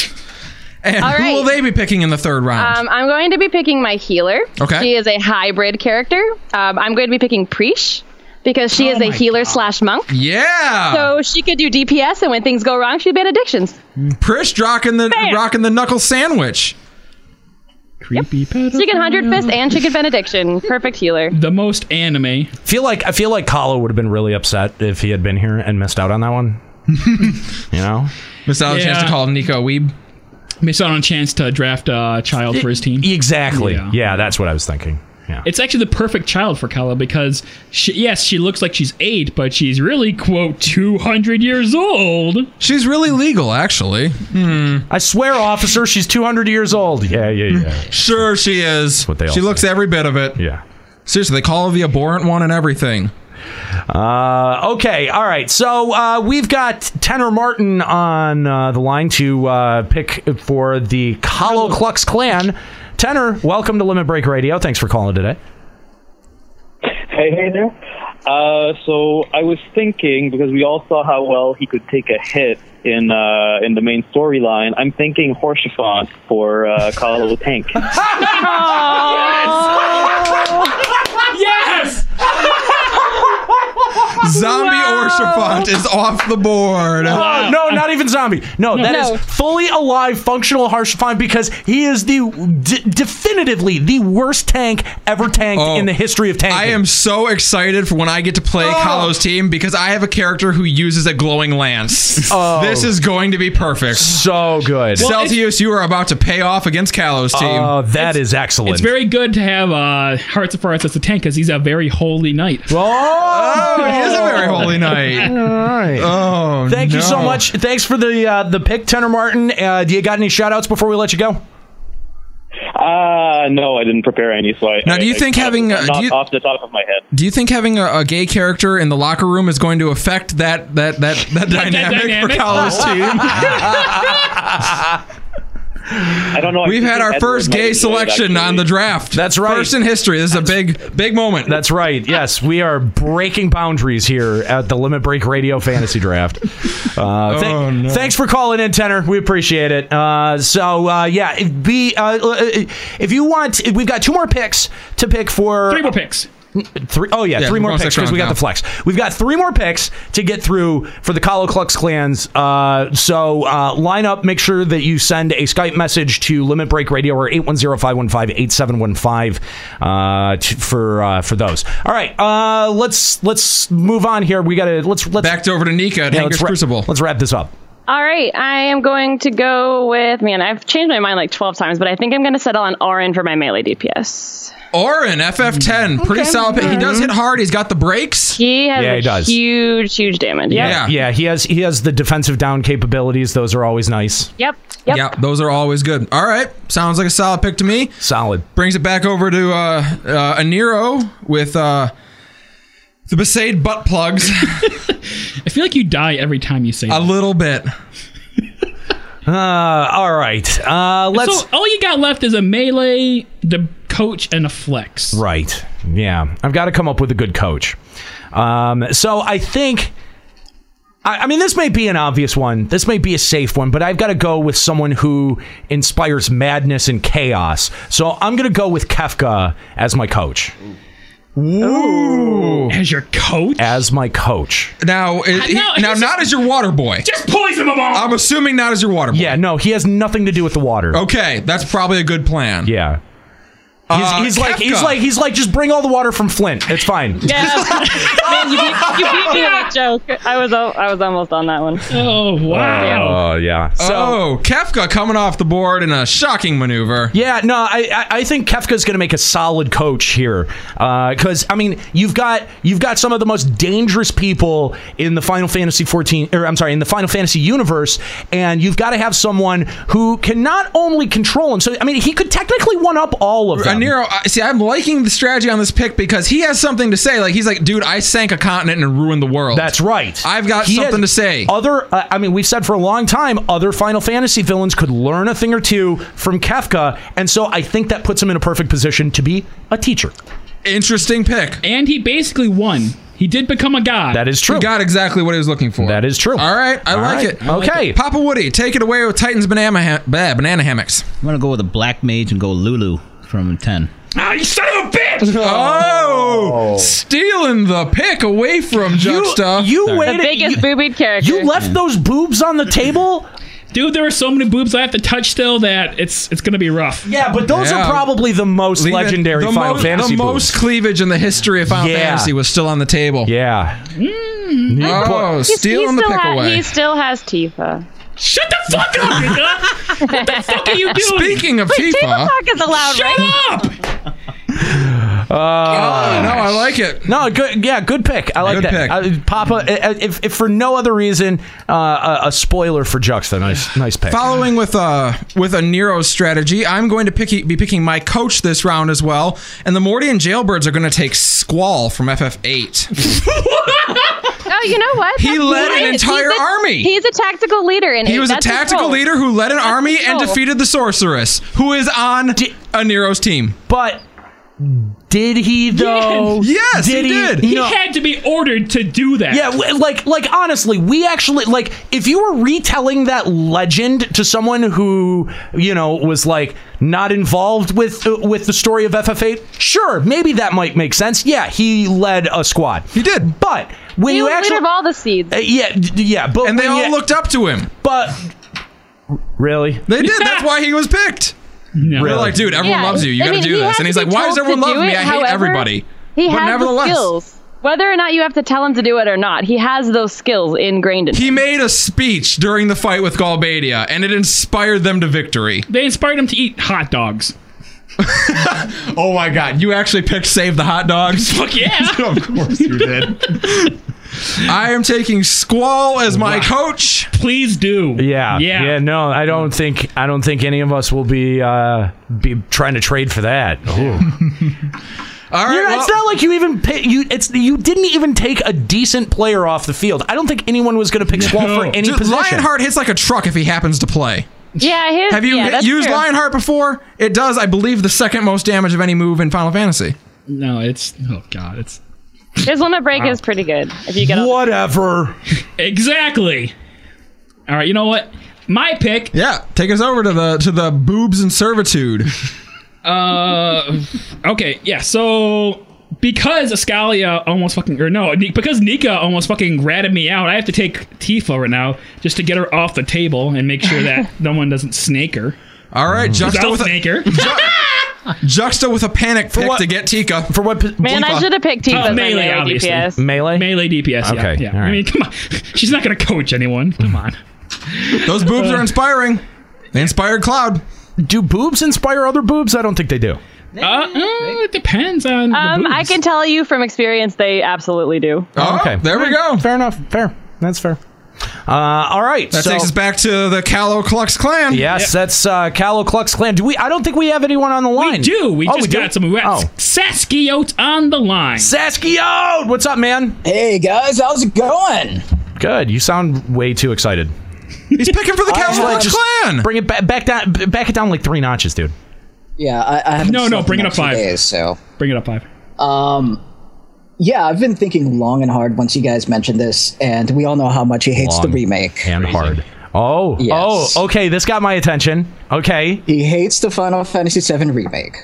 [SPEAKER 1] And
[SPEAKER 14] All
[SPEAKER 1] who will
[SPEAKER 14] right.
[SPEAKER 1] they be picking in the third round?
[SPEAKER 14] Um, I'm going to be picking my healer.
[SPEAKER 1] Okay.
[SPEAKER 14] She is a hybrid character. Um, I'm going to be picking Preach because she is a healer slash monk.
[SPEAKER 1] Oh yeah.
[SPEAKER 14] Uh, So she could do DPS, and when things go wrong, she'd ban addictions.
[SPEAKER 1] Prish rocking the rocking the knuckle sandwich.
[SPEAKER 10] Creepy
[SPEAKER 14] She can hundred fist and she can benediction. Perfect
[SPEAKER 1] [laughs]
[SPEAKER 14] healer.
[SPEAKER 10] The most anime.
[SPEAKER 8] Feel like I feel like Kahlo would have been really upset if he had been here and missed out on that
[SPEAKER 1] [laughs]
[SPEAKER 8] one. you know,
[SPEAKER 1] missed out on a chance to call Nico Weeb.
[SPEAKER 10] Missed out on a chance to draft a child for his team.
[SPEAKER 8] Exactly.
[SPEAKER 10] Yeah.
[SPEAKER 8] Yeah. that's what I was thinking. Yeah.
[SPEAKER 10] It's actually the perfect child for Kala because she, yes, she looks like she's eight, but she's really quote two hundred years old.
[SPEAKER 1] She's really legal, actually.
[SPEAKER 10] Hmm.
[SPEAKER 8] I swear, officer, she's 200 years old. Yeah, yeah, yeah.
[SPEAKER 1] Sure, she is. what
[SPEAKER 8] they all
[SPEAKER 1] she looks every bit of it.
[SPEAKER 8] Yeah.
[SPEAKER 1] Seriously, they call her the abhorrent one and everything.
[SPEAKER 8] Uh, okay, all right. So uh, we've got Tenor Martin on uh, the line to uh, pick for the Kalo Klux Klan. Tenor, welcome to Limit Break Radio. Thanks for calling today.
[SPEAKER 20] Hey, hey there. Uh,
[SPEAKER 19] [laughs]
[SPEAKER 20] so I was thinking because we all saw how well he could take a hit in uh, in the main storyline. I'm thinking Horshafont for uh, Kahlo
[SPEAKER 10] [laughs]
[SPEAKER 20] Tank.
[SPEAKER 6] yes! yes!
[SPEAKER 1] Zombie
[SPEAKER 6] Wow.
[SPEAKER 1] Orshafont is off the board.
[SPEAKER 8] Oh, no, not even zombie. No, that is fully alive, functional harsh fine because he is the d- definitively the worst tank ever tanked
[SPEAKER 1] Oh.
[SPEAKER 8] in the history of tanking. Oh.
[SPEAKER 1] I am so excited for when I get to play Kahlo's team because I have a character who uses a glowing
[SPEAKER 8] [laughs]
[SPEAKER 1] lance.
[SPEAKER 8] Oh.
[SPEAKER 1] This is going to be perfect.
[SPEAKER 8] So good.
[SPEAKER 10] Well, it's-
[SPEAKER 1] Celsius, you are about to pay off against Kahlo's team.
[SPEAKER 8] Oh, that is excellent.
[SPEAKER 10] Uh, It's very good to have uh, Hearts of Hearts as a tank because he's a very holy knight.
[SPEAKER 8] Oh,
[SPEAKER 10] [laughs]
[SPEAKER 1] he is a very holy knight.
[SPEAKER 8] [laughs] All right.
[SPEAKER 1] Oh,
[SPEAKER 8] Thank you so
[SPEAKER 1] no.
[SPEAKER 8] much. Thanks for the uh, the pick, Tenor Martin. Uh, do you got any shout outs before we let you go?
[SPEAKER 20] Uh, no, I didn't prepare any. So I
[SPEAKER 1] Now,
[SPEAKER 20] I-
[SPEAKER 1] do you
[SPEAKER 20] I-
[SPEAKER 1] think
[SPEAKER 20] I-
[SPEAKER 1] having, uh,
[SPEAKER 20] not
[SPEAKER 1] do you-
[SPEAKER 20] off the top of my head?
[SPEAKER 1] Do you think having a, a gay character in the locker room is going to affect that that
[SPEAKER 8] [laughs]
[SPEAKER 1] that that, dynamic,
[SPEAKER 6] dynamic?
[SPEAKER 1] for Kahlo's team?
[SPEAKER 20] I don't know. I
[SPEAKER 1] We've
[SPEAKER 20] think
[SPEAKER 1] had our
[SPEAKER 20] Edward
[SPEAKER 1] first
[SPEAKER 20] might
[SPEAKER 1] gay
[SPEAKER 20] enjoy it,
[SPEAKER 1] selection on
[SPEAKER 20] actually.
[SPEAKER 1] the draft.
[SPEAKER 8] That's right.
[SPEAKER 1] First in history. This is a big, big moment.
[SPEAKER 8] That's right. Yes, we are breaking boundaries here at the Limit Break Radio Fantasy Draft.
[SPEAKER 1] [laughs]
[SPEAKER 8] Uh, thank-
[SPEAKER 1] Oh, no.
[SPEAKER 8] Thanks for calling in, Tenor. We appreciate it. Uh, so uh, yeah, if be uh, if you want, we've got two more picks to pick for
[SPEAKER 10] three more picks.
[SPEAKER 8] Three, oh yeah,
[SPEAKER 10] Yeah,
[SPEAKER 8] three
[SPEAKER 10] we're
[SPEAKER 8] more
[SPEAKER 10] going
[SPEAKER 8] picks
[SPEAKER 10] six
[SPEAKER 8] because we got the
[SPEAKER 10] rounds
[SPEAKER 8] flex. We've got three more picks to get through for the Kalo Klux Klans. Uh, so uh, line up. Make sure that you send a Skype message to Limit Break Radio or 810-515-8715 uh, t- for uh, for those. All right, uh, let's let's move on here. We got to let's let's back
[SPEAKER 1] over to Nika.
[SPEAKER 8] Yeah, let's, Crucible. let's wrap this up.
[SPEAKER 14] All right, I am going to go with man. I've changed my mind like twelve times, but I think I'm going to settle on Orin for my melee DPS.
[SPEAKER 1] Orin, FF10, pretty solid. pick. He does
[SPEAKER 8] Mm-hmm.
[SPEAKER 1] hit hard. He's got the brakes.
[SPEAKER 14] He has
[SPEAKER 8] Yeah,
[SPEAKER 14] a
[SPEAKER 8] he does.
[SPEAKER 14] huge, huge damage. Yep.
[SPEAKER 8] yeah, He has he has the defensive down capabilities. Those are always nice.
[SPEAKER 14] Yep.
[SPEAKER 1] Yep. those are always good. All right, sounds like a solid pick to me.
[SPEAKER 8] Solid.
[SPEAKER 1] Brings it back over to uh, uh, Aniro with uh, the Besaid butt plugs.
[SPEAKER 10] [laughs]
[SPEAKER 1] [laughs]
[SPEAKER 10] I feel like you die every time you say
[SPEAKER 1] a little bit.
[SPEAKER 8] Uh, all right, uh, let's.
[SPEAKER 10] so all you got left is a melee, the coach, and a flex.
[SPEAKER 8] Right. Yeah. I've got to come up with a good coach. Um, so I think. I, I mean, this may be an obvious one. This may be a safe one, but I've got to go with someone who inspires madness and chaos. So I'm going to go with Kefka as my coach.
[SPEAKER 1] Ooh.
[SPEAKER 10] As your coach?
[SPEAKER 8] As my coach.
[SPEAKER 1] Now, it, he-
[SPEAKER 10] no,
[SPEAKER 1] now
[SPEAKER 10] he's
[SPEAKER 1] not
[SPEAKER 10] just-
[SPEAKER 1] as your water boy.
[SPEAKER 10] Just poison them all.
[SPEAKER 1] I'm assuming not as your water boy.
[SPEAKER 8] Yeah, no, he has nothing to do with the water.
[SPEAKER 1] Okay, that's probably a good plan.
[SPEAKER 8] Yeah. He's,
[SPEAKER 1] Uh,
[SPEAKER 8] he's like he's
[SPEAKER 1] Kefka.
[SPEAKER 8] like he's like just bring all the water from Flint. It's fine.
[SPEAKER 1] [laughs]
[SPEAKER 14] Man, you beat, you beat me to that joke. I was al- I was almost on that one.
[SPEAKER 10] Oh
[SPEAKER 8] Oh yeah.
[SPEAKER 1] oh, Kefka coming off the board in a shocking maneuver.
[SPEAKER 8] Yeah, no, I I- I think Kefka's going to make a solid coach here because I mean you've got you've got some of the most dangerous people in the Final Fantasy 14 or I'm sorry in the Final Fantasy universe, and you've got to have someone who can not only control him. So I mean he could technically one up all of them.
[SPEAKER 1] Nero, I, see, I'm liking the strategy on this pick because he has something to say. Like he's like, dude, I sank a continent and ruined the world.
[SPEAKER 8] That's right.
[SPEAKER 1] I've got
[SPEAKER 8] He
[SPEAKER 1] something
[SPEAKER 8] has-
[SPEAKER 1] to say.
[SPEAKER 8] Other, uh, I mean, we've said for a long time, other Final Fantasy villains could learn a thing or two from Kefka, and so I think that puts him in a perfect position to be a teacher.
[SPEAKER 1] Interesting pick.
[SPEAKER 10] And he basically won. He did become a god.
[SPEAKER 8] That is true.
[SPEAKER 1] He got exactly what he was looking for. That
[SPEAKER 8] is true.
[SPEAKER 1] All right, I
[SPEAKER 12] All
[SPEAKER 1] like
[SPEAKER 12] right,
[SPEAKER 1] it.
[SPEAKER 12] I like
[SPEAKER 1] okay, Papa Woody, take it away with Titans banana ha- bah, banana hammocks.
[SPEAKER 12] I'm gonna go with a black mage and go Lulu from ten.
[SPEAKER 10] Ah, you son of a bitch!
[SPEAKER 1] [laughs] Oh, stealing the pick away from Juxta.
[SPEAKER 8] You,
[SPEAKER 14] The biggest boobied character.
[SPEAKER 8] those boobs on the table?
[SPEAKER 10] Dude, there are so many boobs I have to touch still that it's it's gonna be rough.
[SPEAKER 8] Yeah, but those are probably the most
[SPEAKER 1] Leave it-
[SPEAKER 8] legendary
[SPEAKER 1] the
[SPEAKER 8] Final
[SPEAKER 1] most-
[SPEAKER 8] Fantasy.
[SPEAKER 1] The most cleavage in the history of Final
[SPEAKER 8] Yeah.
[SPEAKER 1] Fantasy was still on the table.
[SPEAKER 8] Yeah.
[SPEAKER 1] Oh,
[SPEAKER 14] He's- he
[SPEAKER 1] stealing the
[SPEAKER 14] still
[SPEAKER 1] pick
[SPEAKER 14] ha-
[SPEAKER 1] away.
[SPEAKER 14] He still has Tifa.
[SPEAKER 10] Shut the fuck up, nigga! What the fuck are you doing?
[SPEAKER 1] Speaking of
[SPEAKER 14] Wait,
[SPEAKER 1] Tifa-
[SPEAKER 14] Tifa talk is allowed,
[SPEAKER 10] Shut
[SPEAKER 14] right?
[SPEAKER 10] up!
[SPEAKER 8] Uh,
[SPEAKER 1] no, I like it.
[SPEAKER 8] No, good. Yeah, good pick. I like
[SPEAKER 1] Good
[SPEAKER 8] that. Uh, Papa, uh, if, if for no other reason, uh, a, a spoiler for Juxta. Nice, nice pick.
[SPEAKER 1] Following with uh with a Nero strategy, I'm going to pick, be picking my coach this round as well, and the Morty and Jailbirds are going to take Squall from FF8.
[SPEAKER 14] Oh, you know what?
[SPEAKER 1] He
[SPEAKER 14] That's
[SPEAKER 1] led an
[SPEAKER 14] right.
[SPEAKER 1] entire
[SPEAKER 14] He's a-
[SPEAKER 1] army.
[SPEAKER 14] He's a tactical leader, and
[SPEAKER 1] he was a tactical leader who led an army and defeated the sorceress, who is on a Nero's team.
[SPEAKER 8] But did he though?
[SPEAKER 1] Yes, he did.
[SPEAKER 10] He
[SPEAKER 8] No.
[SPEAKER 10] had to be ordered to do that.
[SPEAKER 8] Yeah, w- like like honestly, we actually like if you were retelling that legend to someone who you know was like not involved with uh, with the story of FF8, sure, maybe that might make sense. Yeah, he led a squad. He did, but when
[SPEAKER 14] He
[SPEAKER 8] you
[SPEAKER 14] was
[SPEAKER 8] actually
[SPEAKER 14] leader of all the seeds.
[SPEAKER 8] Uh, yeah, d- d- yeah, but
[SPEAKER 1] And they
[SPEAKER 8] when
[SPEAKER 1] all
[SPEAKER 8] you-
[SPEAKER 1] looked up to him.
[SPEAKER 8] But really,
[SPEAKER 1] they did. That's why
[SPEAKER 8] [laughs]
[SPEAKER 1] he was picked. They're
[SPEAKER 8] Really?
[SPEAKER 1] like, dude, everyone
[SPEAKER 14] Yeah,
[SPEAKER 1] loves you. You
[SPEAKER 14] I
[SPEAKER 1] got to
[SPEAKER 14] mean,
[SPEAKER 1] do
[SPEAKER 14] he
[SPEAKER 1] this.
[SPEAKER 14] had
[SPEAKER 1] And
[SPEAKER 14] to
[SPEAKER 1] he's
[SPEAKER 14] be
[SPEAKER 1] like, why
[SPEAKER 14] told
[SPEAKER 1] does
[SPEAKER 14] to
[SPEAKER 1] everyone love
[SPEAKER 14] do
[SPEAKER 1] me?
[SPEAKER 14] it,
[SPEAKER 1] I
[SPEAKER 14] however,
[SPEAKER 1] hate everybody.
[SPEAKER 14] He
[SPEAKER 1] but
[SPEAKER 14] has the
[SPEAKER 1] nevertheless,
[SPEAKER 14] skills. Whether or not you have to tell him to do it or not, he has those skills ingrained in him.
[SPEAKER 1] he made a speech during the fight with Galbadia, and it inspired them to victory.
[SPEAKER 10] They inspired him to eat hot dogs.
[SPEAKER 1] [laughs] Oh my god, you actually picked Save the Hot Dogs?
[SPEAKER 10] Fuck yeah!
[SPEAKER 1] [laughs] of course you did. I am taking Squall as my coach.
[SPEAKER 10] Please do.
[SPEAKER 8] Yeah,
[SPEAKER 10] Yeah.
[SPEAKER 8] No, I don't think I don't think any of us will be uh, be trying to trade for that.
[SPEAKER 1] All right,
[SPEAKER 8] You're not- it's
[SPEAKER 1] well-
[SPEAKER 8] not [laughs] like you even pick, you. It's you didn't even take a decent player off the field. I don't think anyone was going to pick Squall for any
[SPEAKER 1] Dude,
[SPEAKER 8] position.
[SPEAKER 1] Lionheart hits like a truck if he happens to play.
[SPEAKER 14] Yeah, his,
[SPEAKER 1] Have you
[SPEAKER 14] yeah,
[SPEAKER 1] hit-
[SPEAKER 14] that's
[SPEAKER 1] used
[SPEAKER 14] true.
[SPEAKER 1] Lionheart before? It does, I believe, the second most damage of any move in Final Fantasy.
[SPEAKER 10] No, it's oh god, it's
[SPEAKER 14] His limit break is pretty good. If you get all-
[SPEAKER 8] Whatever.
[SPEAKER 10] Exactly. All right, you know what? My pick.
[SPEAKER 1] Yeah, take us over to the to the boobs and servitude.
[SPEAKER 10] Uh, okay, yeah. So because Ascalia almost fucking or no, Ni- because Nika almost fucking ratted me out, I have to take Tifa right now just to get her off the table and make sure that no one doesn't snake her.
[SPEAKER 1] All right, Juxta
[SPEAKER 10] I'll
[SPEAKER 1] with
[SPEAKER 10] snake
[SPEAKER 1] a,
[SPEAKER 10] her.
[SPEAKER 1] Juxta with a panic pick to get Tika.
[SPEAKER 8] For what?
[SPEAKER 14] Man, I should have picked Tifa
[SPEAKER 10] Oh,
[SPEAKER 14] as my
[SPEAKER 10] melee,
[SPEAKER 14] melee
[SPEAKER 10] obviously.
[SPEAKER 14] DPS.
[SPEAKER 8] Melee?
[SPEAKER 10] Melee DPS.
[SPEAKER 8] Okay,
[SPEAKER 10] Yeah. yeah.
[SPEAKER 8] all right.
[SPEAKER 10] I mean, come on. [laughs] She's not going to coach anyone.
[SPEAKER 8] [laughs]
[SPEAKER 10] Come on.
[SPEAKER 1] Those boobs are inspiring. They inspired Cloud.
[SPEAKER 8] Do boobs inspire other boobs? I don't think they do.
[SPEAKER 10] Uh, uh, it depends on.
[SPEAKER 14] Um,
[SPEAKER 10] the
[SPEAKER 14] I
[SPEAKER 10] boobs.
[SPEAKER 14] can tell you from experience, they absolutely do.
[SPEAKER 1] Oh,
[SPEAKER 8] okay.
[SPEAKER 1] there we go.
[SPEAKER 8] Fair enough. Fair. That's fair. Uh, all right.
[SPEAKER 1] That
[SPEAKER 8] so-
[SPEAKER 1] takes us back to the Callow Klux Klan.
[SPEAKER 8] Yes, that's uh, Callow Klux Klan. Do we? I don't think we have anyone on the
[SPEAKER 10] We
[SPEAKER 8] line.
[SPEAKER 10] do. We
[SPEAKER 8] Oh,
[SPEAKER 10] just
[SPEAKER 8] do?
[SPEAKER 10] got some. We got
[SPEAKER 8] Oh.
[SPEAKER 10] Saskiote on the line.
[SPEAKER 8] Saskio, what's up, man?
[SPEAKER 21] Hey guys, how's it going?
[SPEAKER 8] Good. You sound way too excited.
[SPEAKER 1] He's
[SPEAKER 8] [laughs]
[SPEAKER 1] picking for the Callow Klux
[SPEAKER 8] Just
[SPEAKER 1] Klan.
[SPEAKER 8] Bring it back, back down, b- back it down like three notches, dude.
[SPEAKER 21] Yeah, I, I haven't.
[SPEAKER 10] No, no,
[SPEAKER 21] slept
[SPEAKER 10] bring it
[SPEAKER 21] in
[SPEAKER 10] up
[SPEAKER 21] like
[SPEAKER 10] five.
[SPEAKER 21] two Days, so,
[SPEAKER 10] Bring it up five.
[SPEAKER 21] um, yeah, I've been thinking long and hard once you guys mentioned this, and we all know how much he hates the
[SPEAKER 8] Long
[SPEAKER 21] remake.
[SPEAKER 8] and hard. Oh,
[SPEAKER 21] Yes.
[SPEAKER 8] oh, okay. This got my attention. Okay,
[SPEAKER 21] He hates the Final Fantasy VII remake,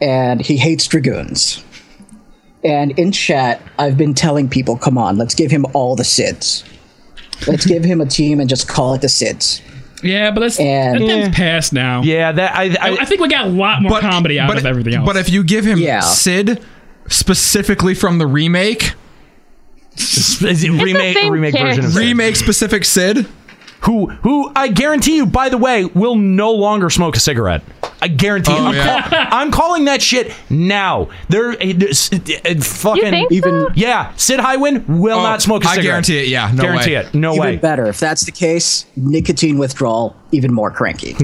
[SPEAKER 21] and he hates dragoons. And in chat, I've been telling people, come on, let's give him all the SIDS. Let's give him a team and just call it the SIDS.
[SPEAKER 10] Yeah, but that's that thing's past now.
[SPEAKER 8] Yeah, that I
[SPEAKER 10] I, I think we got a lot more comedy out
[SPEAKER 1] but
[SPEAKER 10] of everything else.
[SPEAKER 1] But if you give him
[SPEAKER 10] Yeah.
[SPEAKER 1] Sid specifically from the remake,
[SPEAKER 8] remake remake version of Sid.
[SPEAKER 1] remake specific Sid.
[SPEAKER 8] Who who I guarantee you, by the way, will no longer smoke a cigarette. I guarantee you.
[SPEAKER 1] Oh,
[SPEAKER 8] I'm,
[SPEAKER 1] yeah.
[SPEAKER 8] call- I'm calling that shit now. There, eh, there's- eh, eh, fucking
[SPEAKER 21] think so? Even-
[SPEAKER 8] yeah. Sid Highwind will
[SPEAKER 1] Oh,
[SPEAKER 8] not smoke a cigarette. Oh, guarantee it. No
[SPEAKER 21] Even
[SPEAKER 8] way.
[SPEAKER 21] better. If that's the case, nicotine withdrawal, even more
[SPEAKER 8] [laughs]
[SPEAKER 21] cranky.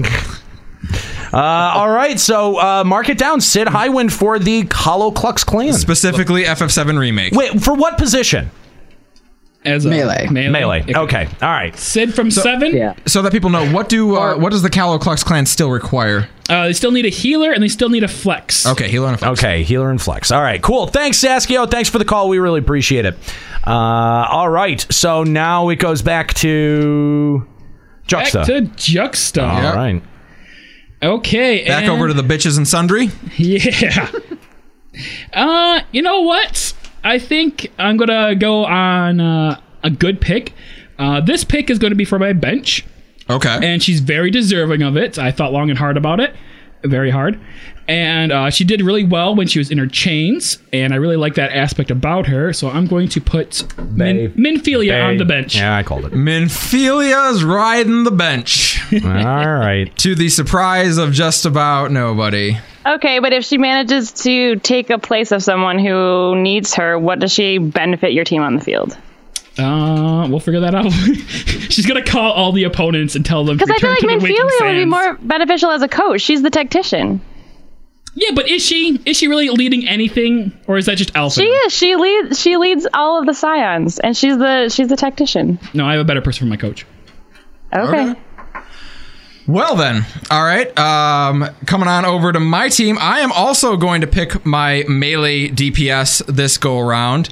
[SPEAKER 8] Uh, all right, so uh, mark it down. Sid Highwind for the Hollow Klux Klan,
[SPEAKER 1] specifically FF7 remake.
[SPEAKER 8] Wait, for what position?
[SPEAKER 10] As a Melee. melee.
[SPEAKER 8] Okay. All right.
[SPEAKER 10] Sid from Seven. Yeah.
[SPEAKER 1] So that people know what do uh, what does the Callow Klux Klan still require?
[SPEAKER 10] Uh, they still need a healer and they still need a flex.
[SPEAKER 1] Okay, healer and flex.
[SPEAKER 8] Okay, healer and flex. All right, cool. Thanks, Saskio. Thanks for the call. We really appreciate it. Uh, all right, so now it goes back to Juxta.
[SPEAKER 10] Back to Juxta.
[SPEAKER 8] All
[SPEAKER 10] Yep.
[SPEAKER 8] right.
[SPEAKER 10] Okay.
[SPEAKER 1] Back
[SPEAKER 10] and-
[SPEAKER 1] over to the bitches and sundry.
[SPEAKER 10] Yeah. Uh, you know what? I think I'm gonna go on uh, a good pick. Uh, this pick is gonna be for my bench.
[SPEAKER 1] Okay.
[SPEAKER 10] And she's very deserving of it. I thought long and hard about it, very hard. And uh, she did really well when she was in her chains, and I really like that aspect about her. So I'm going to put Min- Minfilia on the bench.
[SPEAKER 8] Yeah, I called it.
[SPEAKER 1] Minfilia's riding the bench. All
[SPEAKER 8] right.
[SPEAKER 1] to the surprise of just about nobody.
[SPEAKER 14] Okay, but if she manages to take a place of someone who needs her, what does she benefit your team on the field?
[SPEAKER 10] Uh, we'll figure that out. [laughs] she's gonna call all the opponents and tell them.
[SPEAKER 14] Because I feel like
[SPEAKER 10] "Return to the waking
[SPEAKER 14] Minfilia would be
[SPEAKER 10] sands."
[SPEAKER 14] more beneficial as a coach. She's the tactician.
[SPEAKER 10] Yeah, but is she is she really leading anything, or is that just Alpha?
[SPEAKER 14] She is. She leads. She leads all of the scions, and she's the she's the tactician.
[SPEAKER 10] No, I have a better person for my coach.
[SPEAKER 14] Okay.
[SPEAKER 1] Well then, all right. Um, coming on over to my team, I am also going to pick my melee DPS this go around,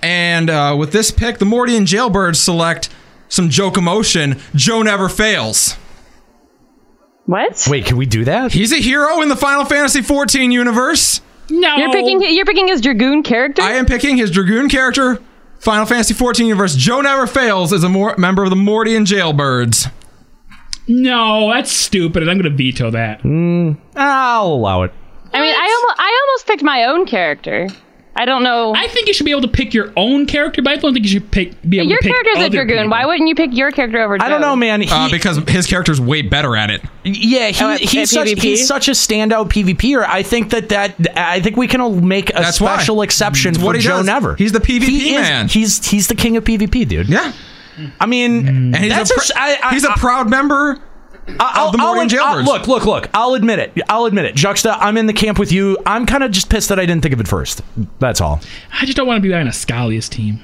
[SPEAKER 1] and uh, with this pick, the Morty and Jailbird select some joke emotion. Joe never fails.
[SPEAKER 14] What?
[SPEAKER 8] Wait, can we do that?
[SPEAKER 1] He's a hero in the Final Fantasy XIV universe.
[SPEAKER 10] No.
[SPEAKER 14] You're picking. You're picking his dragoon character.
[SPEAKER 1] I am picking his dragoon character. Final Fantasy XIV universe. Joe never fails is a mor- member of the Morty and Jailbirds.
[SPEAKER 10] No, that's stupid, and I'm gonna veto that.
[SPEAKER 1] Hmm.
[SPEAKER 8] I'll allow it.
[SPEAKER 14] I mean, I almost I almost picked my own character. I don't know.
[SPEAKER 10] I think you should be able to pick your own character, but I don't think you should pick be able
[SPEAKER 14] Your
[SPEAKER 10] to pick
[SPEAKER 14] character's a
[SPEAKER 10] other
[SPEAKER 14] dragoon. Why wouldn't you pick your character over? Joe?
[SPEAKER 1] [laughs] Uh, because his character's way better at it.
[SPEAKER 8] Yeah, he,
[SPEAKER 14] Oh, at-
[SPEAKER 8] he's
[SPEAKER 14] at
[SPEAKER 8] such
[SPEAKER 14] PvP?
[SPEAKER 8] he's such a standout PvPer. I think that that I think we can all make a
[SPEAKER 1] That's why.
[SPEAKER 8] special exception
[SPEAKER 1] It's
[SPEAKER 8] for
[SPEAKER 1] what he
[SPEAKER 8] Joe
[SPEAKER 1] does.
[SPEAKER 8] Never.
[SPEAKER 1] He's the PvP
[SPEAKER 8] He is-
[SPEAKER 1] man.
[SPEAKER 8] he's he's the king of PvP, dude.
[SPEAKER 1] Yeah. Mm.
[SPEAKER 8] I mean,
[SPEAKER 1] And he's
[SPEAKER 8] that's
[SPEAKER 1] a
[SPEAKER 8] a
[SPEAKER 1] pr-
[SPEAKER 8] s- I- I-
[SPEAKER 1] he's a
[SPEAKER 8] I-
[SPEAKER 1] proud member
[SPEAKER 8] I'll,
[SPEAKER 1] of the
[SPEAKER 8] I'll
[SPEAKER 1] Morgan
[SPEAKER 8] ad- I'll-
[SPEAKER 1] Jailbirds.
[SPEAKER 8] look, look, look. I'll admit it. I'll admit it. Juxta, I'm in the camp with you. I'm kind of just pissed that I didn't think of it first. That's all.
[SPEAKER 10] I just don't want to be on a Scalia's team.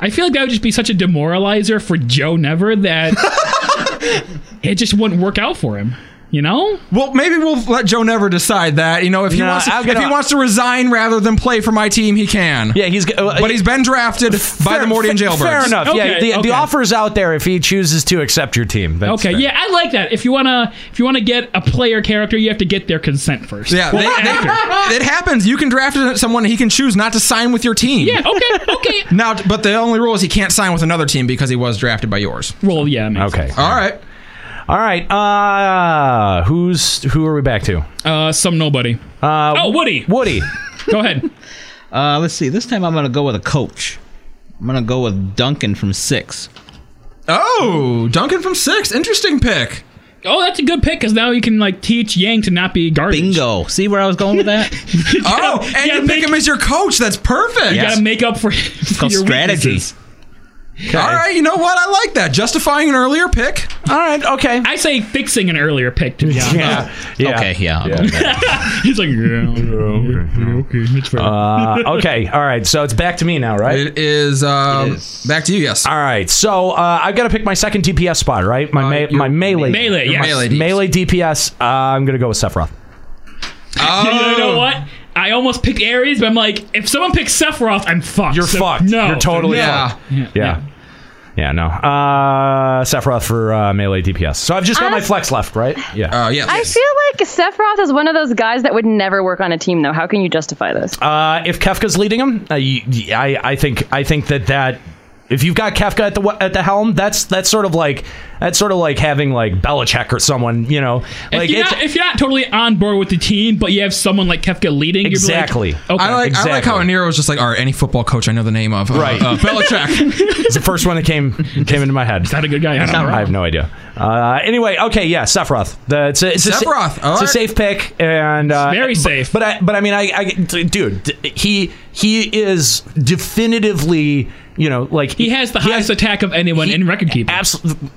[SPEAKER 10] I feel like that would just be such a demoralizer for Joe Never that [laughs] it just wouldn't work out for him. You know?
[SPEAKER 1] Well, maybe we'll let Joe Never decide that. You know, if he
[SPEAKER 8] No,
[SPEAKER 1] wants to,
[SPEAKER 8] I'm
[SPEAKER 1] if
[SPEAKER 8] gonna-
[SPEAKER 1] he wants to resign rather than play for my team, he can.
[SPEAKER 8] Yeah, he's.
[SPEAKER 1] but he's been drafted by the Morty and
[SPEAKER 8] Fair-
[SPEAKER 1] Jailbirds.
[SPEAKER 8] Fair enough. yeah, the,
[SPEAKER 10] okay.
[SPEAKER 8] the offer is out there if he chooses to accept your team. That's
[SPEAKER 10] okay,
[SPEAKER 8] fair.
[SPEAKER 10] yeah, I like that. If you wanna if you wanna get a player character, you have to get their consent first.
[SPEAKER 1] Yeah,
[SPEAKER 10] Well,
[SPEAKER 1] they-
[SPEAKER 10] not
[SPEAKER 1] they-
[SPEAKER 10] after.
[SPEAKER 1] it happens. You can draft someone, he can choose not to sign with your team.
[SPEAKER 10] Yeah, okay, okay.
[SPEAKER 1] [laughs] Now, but the only rule is he can't sign with another team because he was drafted by yours.
[SPEAKER 10] Well, yeah, makes
[SPEAKER 8] Okay.
[SPEAKER 1] All right.
[SPEAKER 8] All right. Uh, who's who are we back to?
[SPEAKER 10] Uh, some nobody.
[SPEAKER 8] Uh,
[SPEAKER 10] oh, Woody.
[SPEAKER 8] Woody.
[SPEAKER 10] [laughs] Go ahead.
[SPEAKER 12] Uh, let's see. This time I'm going to go with a coach. I'm going to go with Duncan from six.
[SPEAKER 1] Oh, Duncan from six.
[SPEAKER 12] [laughs]
[SPEAKER 1] Interesting pick.
[SPEAKER 10] Oh, that's a good pick because now you can like teach Yang to not be garbage. Bingo.
[SPEAKER 12] See where I was going
[SPEAKER 10] [laughs]
[SPEAKER 12] with that?
[SPEAKER 1] Oh, and you, pick him as your coach. That's perfect.
[SPEAKER 10] You gotta make up for, for your weaknesses.
[SPEAKER 1] All right, you know what? I like that. Justifying an earlier pick.
[SPEAKER 8] All right, okay.
[SPEAKER 10] [laughs] I say fixing an earlier pick to be honest.
[SPEAKER 8] Yeah. Yeah.
[SPEAKER 12] Okay, yeah.
[SPEAKER 10] [laughs] He's like, yeah, okay, okay, it's fair.
[SPEAKER 8] Uh, okay. All right. So it's back to me now, right?
[SPEAKER 1] It is, um, back to you. Yes.
[SPEAKER 8] All right. So uh, I've got to pick my second DPS spot, right? My
[SPEAKER 1] Uh,
[SPEAKER 8] me- my melee
[SPEAKER 10] Melee,
[SPEAKER 8] Your
[SPEAKER 10] yes.
[SPEAKER 8] melee,
[SPEAKER 10] Melee
[SPEAKER 8] DPS.
[SPEAKER 10] DPS.
[SPEAKER 8] Uh, I'm gonna go with Sephiroth.
[SPEAKER 10] You
[SPEAKER 1] Oh.
[SPEAKER 10] know what? I almost picked Aries, but I'm like, if someone picks Sephiroth, I'm fucked.
[SPEAKER 8] You're
[SPEAKER 10] So,
[SPEAKER 8] fucked.
[SPEAKER 10] No,
[SPEAKER 8] You're totally
[SPEAKER 10] no.
[SPEAKER 8] fucked. Yeah. Yeah, no. Uh, Sephiroth for uh, melee DPS. So I've just got my flex left, right? Yeah. Uh,
[SPEAKER 14] I feel like Sephiroth is one of those guys that would never work on a team, though. How can you
[SPEAKER 10] [laughs]
[SPEAKER 14] justify this?
[SPEAKER 8] Uh, if Kefka's leading him, uh, y- y- I I think I think that that if you've got Kefka at the we- at the helm, that's that's sort of like that's sort of like having like Belichick or someone, you know, like
[SPEAKER 10] if, you're
[SPEAKER 8] it's
[SPEAKER 10] not, if you're not totally on board with the team, but you have someone like Kefka leading, you'd be like,
[SPEAKER 8] exactly.
[SPEAKER 10] okay,
[SPEAKER 1] I like I like how Nero was just like, all right, any football coach I know the name of, uh,
[SPEAKER 8] Right. [laughs]
[SPEAKER 1] Uh, Belichick.
[SPEAKER 8] it's the first one that came came into my head. Is
[SPEAKER 10] that a good guy? I,
[SPEAKER 1] don't know.
[SPEAKER 8] I have no idea. Uh, anyway, okay, yeah, Sephiroth. The, it's a, it's a sa-
[SPEAKER 1] Sephiroth, all
[SPEAKER 8] it's a
[SPEAKER 1] right.
[SPEAKER 8] safe pick and uh, very safe. But I, but I mean, I, I d- dude, d- he he is definitively, you know, like he
[SPEAKER 10] has the highest attack of anyone in record keeping.
[SPEAKER 8] Absolutely.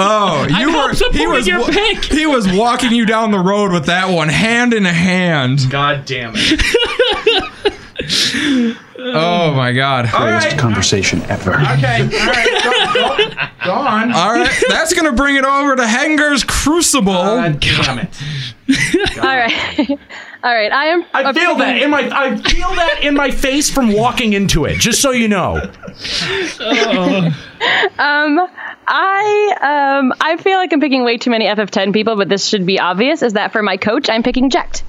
[SPEAKER 1] Oh,
[SPEAKER 6] I'm
[SPEAKER 1] you were he
[SPEAKER 6] supporting
[SPEAKER 1] was
[SPEAKER 6] your
[SPEAKER 1] wa-
[SPEAKER 6] pick.
[SPEAKER 1] he was walking you down the road with that one hand in hand.
[SPEAKER 8] God damn it!
[SPEAKER 1] Oh my god!
[SPEAKER 8] Greatest
[SPEAKER 1] conversation ever.
[SPEAKER 8] Okay, all right, go, go, go on.
[SPEAKER 1] All right, that's gonna bring it over to Hangar's Crucible. God
[SPEAKER 8] damn it!
[SPEAKER 14] All right, [laughs] all right. I am.
[SPEAKER 8] I feel that
[SPEAKER 14] [laughs]
[SPEAKER 8] in my I feel that in my face from walking into it. Just so you know.
[SPEAKER 10] Oh.
[SPEAKER 14] um, I um, I feel like I'm picking way too many FF10 people, but this should be obvious. Is that for my coach? I'm picking Jekt.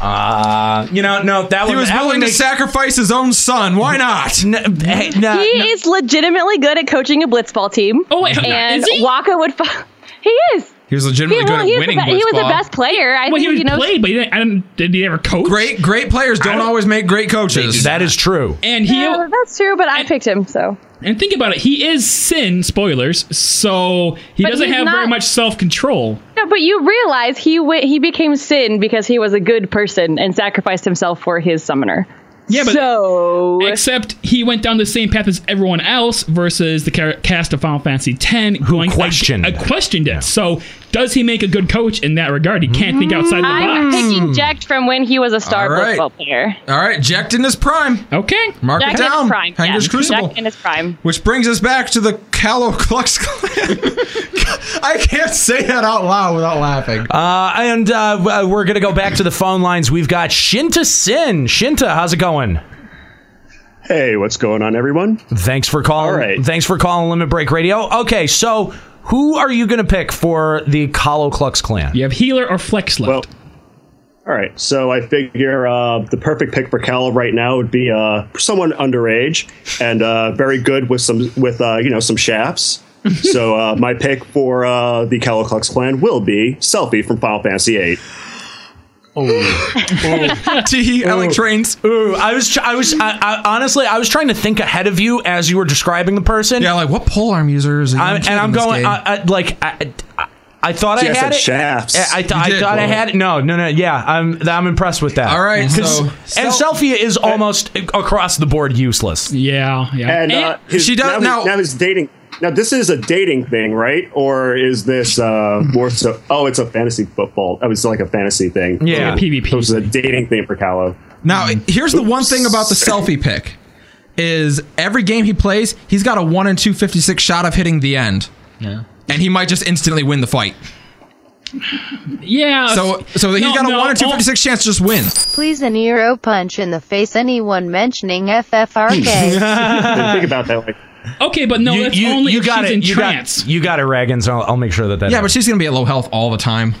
[SPEAKER 8] Uh, you know, no, that
[SPEAKER 1] he
[SPEAKER 8] one-
[SPEAKER 1] was
[SPEAKER 8] that
[SPEAKER 1] willing
[SPEAKER 8] one
[SPEAKER 1] to
[SPEAKER 8] makes-
[SPEAKER 1] sacrifice his own son. Why not?
[SPEAKER 8] hey,
[SPEAKER 14] he is legitimately good at coaching a blitzball team. Oh
[SPEAKER 1] wait, hold on.
[SPEAKER 14] and
[SPEAKER 1] Is he?
[SPEAKER 14] Waka would. F- he is.
[SPEAKER 1] He was
[SPEAKER 14] He,
[SPEAKER 1] legitimately
[SPEAKER 14] well,
[SPEAKER 1] good
[SPEAKER 14] he, was
[SPEAKER 1] at
[SPEAKER 14] the,
[SPEAKER 1] winning.
[SPEAKER 14] be- he was the
[SPEAKER 1] blitzball.
[SPEAKER 14] best player. I
[SPEAKER 10] well,
[SPEAKER 14] think
[SPEAKER 10] he was
[SPEAKER 14] you know.
[SPEAKER 10] played, but he didn't, I didn't, did he ever coach?
[SPEAKER 1] Great, great players don't, always make great coaches.
[SPEAKER 8] That is true.
[SPEAKER 10] And he
[SPEAKER 14] Yeah, that's true, but I picked him. So
[SPEAKER 10] and think about it, he is sin spoilers, so he
[SPEAKER 14] But
[SPEAKER 10] doesn't
[SPEAKER 14] he's
[SPEAKER 10] have very
[SPEAKER 14] not-
[SPEAKER 10] much self control.
[SPEAKER 14] no, but you realize he w- he became sin because he was a good person and sacrificed himself for his summoner.
[SPEAKER 10] Yeah, but
[SPEAKER 14] so
[SPEAKER 10] except he went down the same path as everyone else versus the ca- cast of Final Fantasy X, who going questioned, I questioned it. So does he make a good coach in that regard? He can't think outside the
[SPEAKER 14] Mm. I'm
[SPEAKER 10] box.
[SPEAKER 14] picking Jack from when he was a star
[SPEAKER 1] All right.
[SPEAKER 14] blitzball player.
[SPEAKER 1] All right, Jacked in his prime.
[SPEAKER 10] Okay,
[SPEAKER 1] mark
[SPEAKER 14] Jack
[SPEAKER 1] it down.
[SPEAKER 14] In his prime.
[SPEAKER 1] Hangar's
[SPEAKER 14] yeah.
[SPEAKER 1] Crucible.
[SPEAKER 14] Jack in his prime.
[SPEAKER 1] Which brings us back to the Callow Klux Klan. I can't say that out loud without laughing.
[SPEAKER 8] Uh, and uh, w- uh, we're gonna go back to the phone lines. We've got Shinta Sin. Shinta, how's it going?
[SPEAKER 4] Hey, what's going on, everyone?
[SPEAKER 8] Thanks for calling.
[SPEAKER 4] All right.
[SPEAKER 8] Thanks for calling Limit Break Radio. Okay, so who are you gonna pick for the Kalo Klux Klan?
[SPEAKER 10] You have
[SPEAKER 8] [laughs]
[SPEAKER 10] healer or flex left.
[SPEAKER 4] All right, so I figure uh, the perfect pick for Cal right now would be uh, someone underage and uh, very good with some with uh, you know some
[SPEAKER 1] [laughs]
[SPEAKER 4] shafts. so uh, my pick for uh, the Cal Klux Klan will be Selfie from Final Fantasy VIII.
[SPEAKER 8] E
[SPEAKER 1] Tee, I like trains.
[SPEAKER 8] Ooh, E I was, tr- I was, I, I, honestly, I was trying to think ahead of you as you were describing the person. Yeah,
[SPEAKER 1] like what pole arm user is?
[SPEAKER 8] I'm, and I'm going, uh, I, I, like, I, I, I thought
[SPEAKER 1] She
[SPEAKER 8] I
[SPEAKER 1] has
[SPEAKER 8] had
[SPEAKER 1] some
[SPEAKER 8] it.
[SPEAKER 1] shafts.
[SPEAKER 8] I, I, th-
[SPEAKER 1] You
[SPEAKER 8] I
[SPEAKER 1] did,
[SPEAKER 8] thought I
[SPEAKER 1] Will.
[SPEAKER 8] had it. No, no, no. Yeah, I'm, th- I'm impressed with that. Mm-hmm.
[SPEAKER 1] All right,
[SPEAKER 8] 'Cause-
[SPEAKER 1] so-
[SPEAKER 8] and selfie is almost across the board useless.
[SPEAKER 10] Yeah, yeah.
[SPEAKER 4] And uh, his- now, his- now his dating. Now this is a dating thing, right? Or is this uh, more so? Oh, it's a fantasy football. That was like a fantasy thing.
[SPEAKER 1] Yeah.
[SPEAKER 10] PvP.
[SPEAKER 4] It was a dating thing for Callow.
[SPEAKER 1] Now, here's the one thing about the selfie pick is every game he plays, he's got a 1 in 256 shot of hitting the end.
[SPEAKER 12] Yeah.
[SPEAKER 1] And he might just instantly win the fight.
[SPEAKER 10] Yeah.
[SPEAKER 1] So so he's
[SPEAKER 11] No,
[SPEAKER 1] got a
[SPEAKER 11] no, oh.
[SPEAKER 1] 1 in 256 chance to just win.
[SPEAKER 11] Please a Nero punch in the face anyone mentioning FFRK.
[SPEAKER 4] think about that. Like,
[SPEAKER 10] Okay, but no,
[SPEAKER 8] you,
[SPEAKER 10] that's
[SPEAKER 8] you,
[SPEAKER 10] only
[SPEAKER 8] you
[SPEAKER 10] if
[SPEAKER 8] got
[SPEAKER 10] she's
[SPEAKER 8] it.
[SPEAKER 10] in
[SPEAKER 8] you
[SPEAKER 10] trance.
[SPEAKER 8] Got, you got it, Raggins. I'll, I'll make sure that that.
[SPEAKER 1] Yeah, but she's going to be at low health all the time.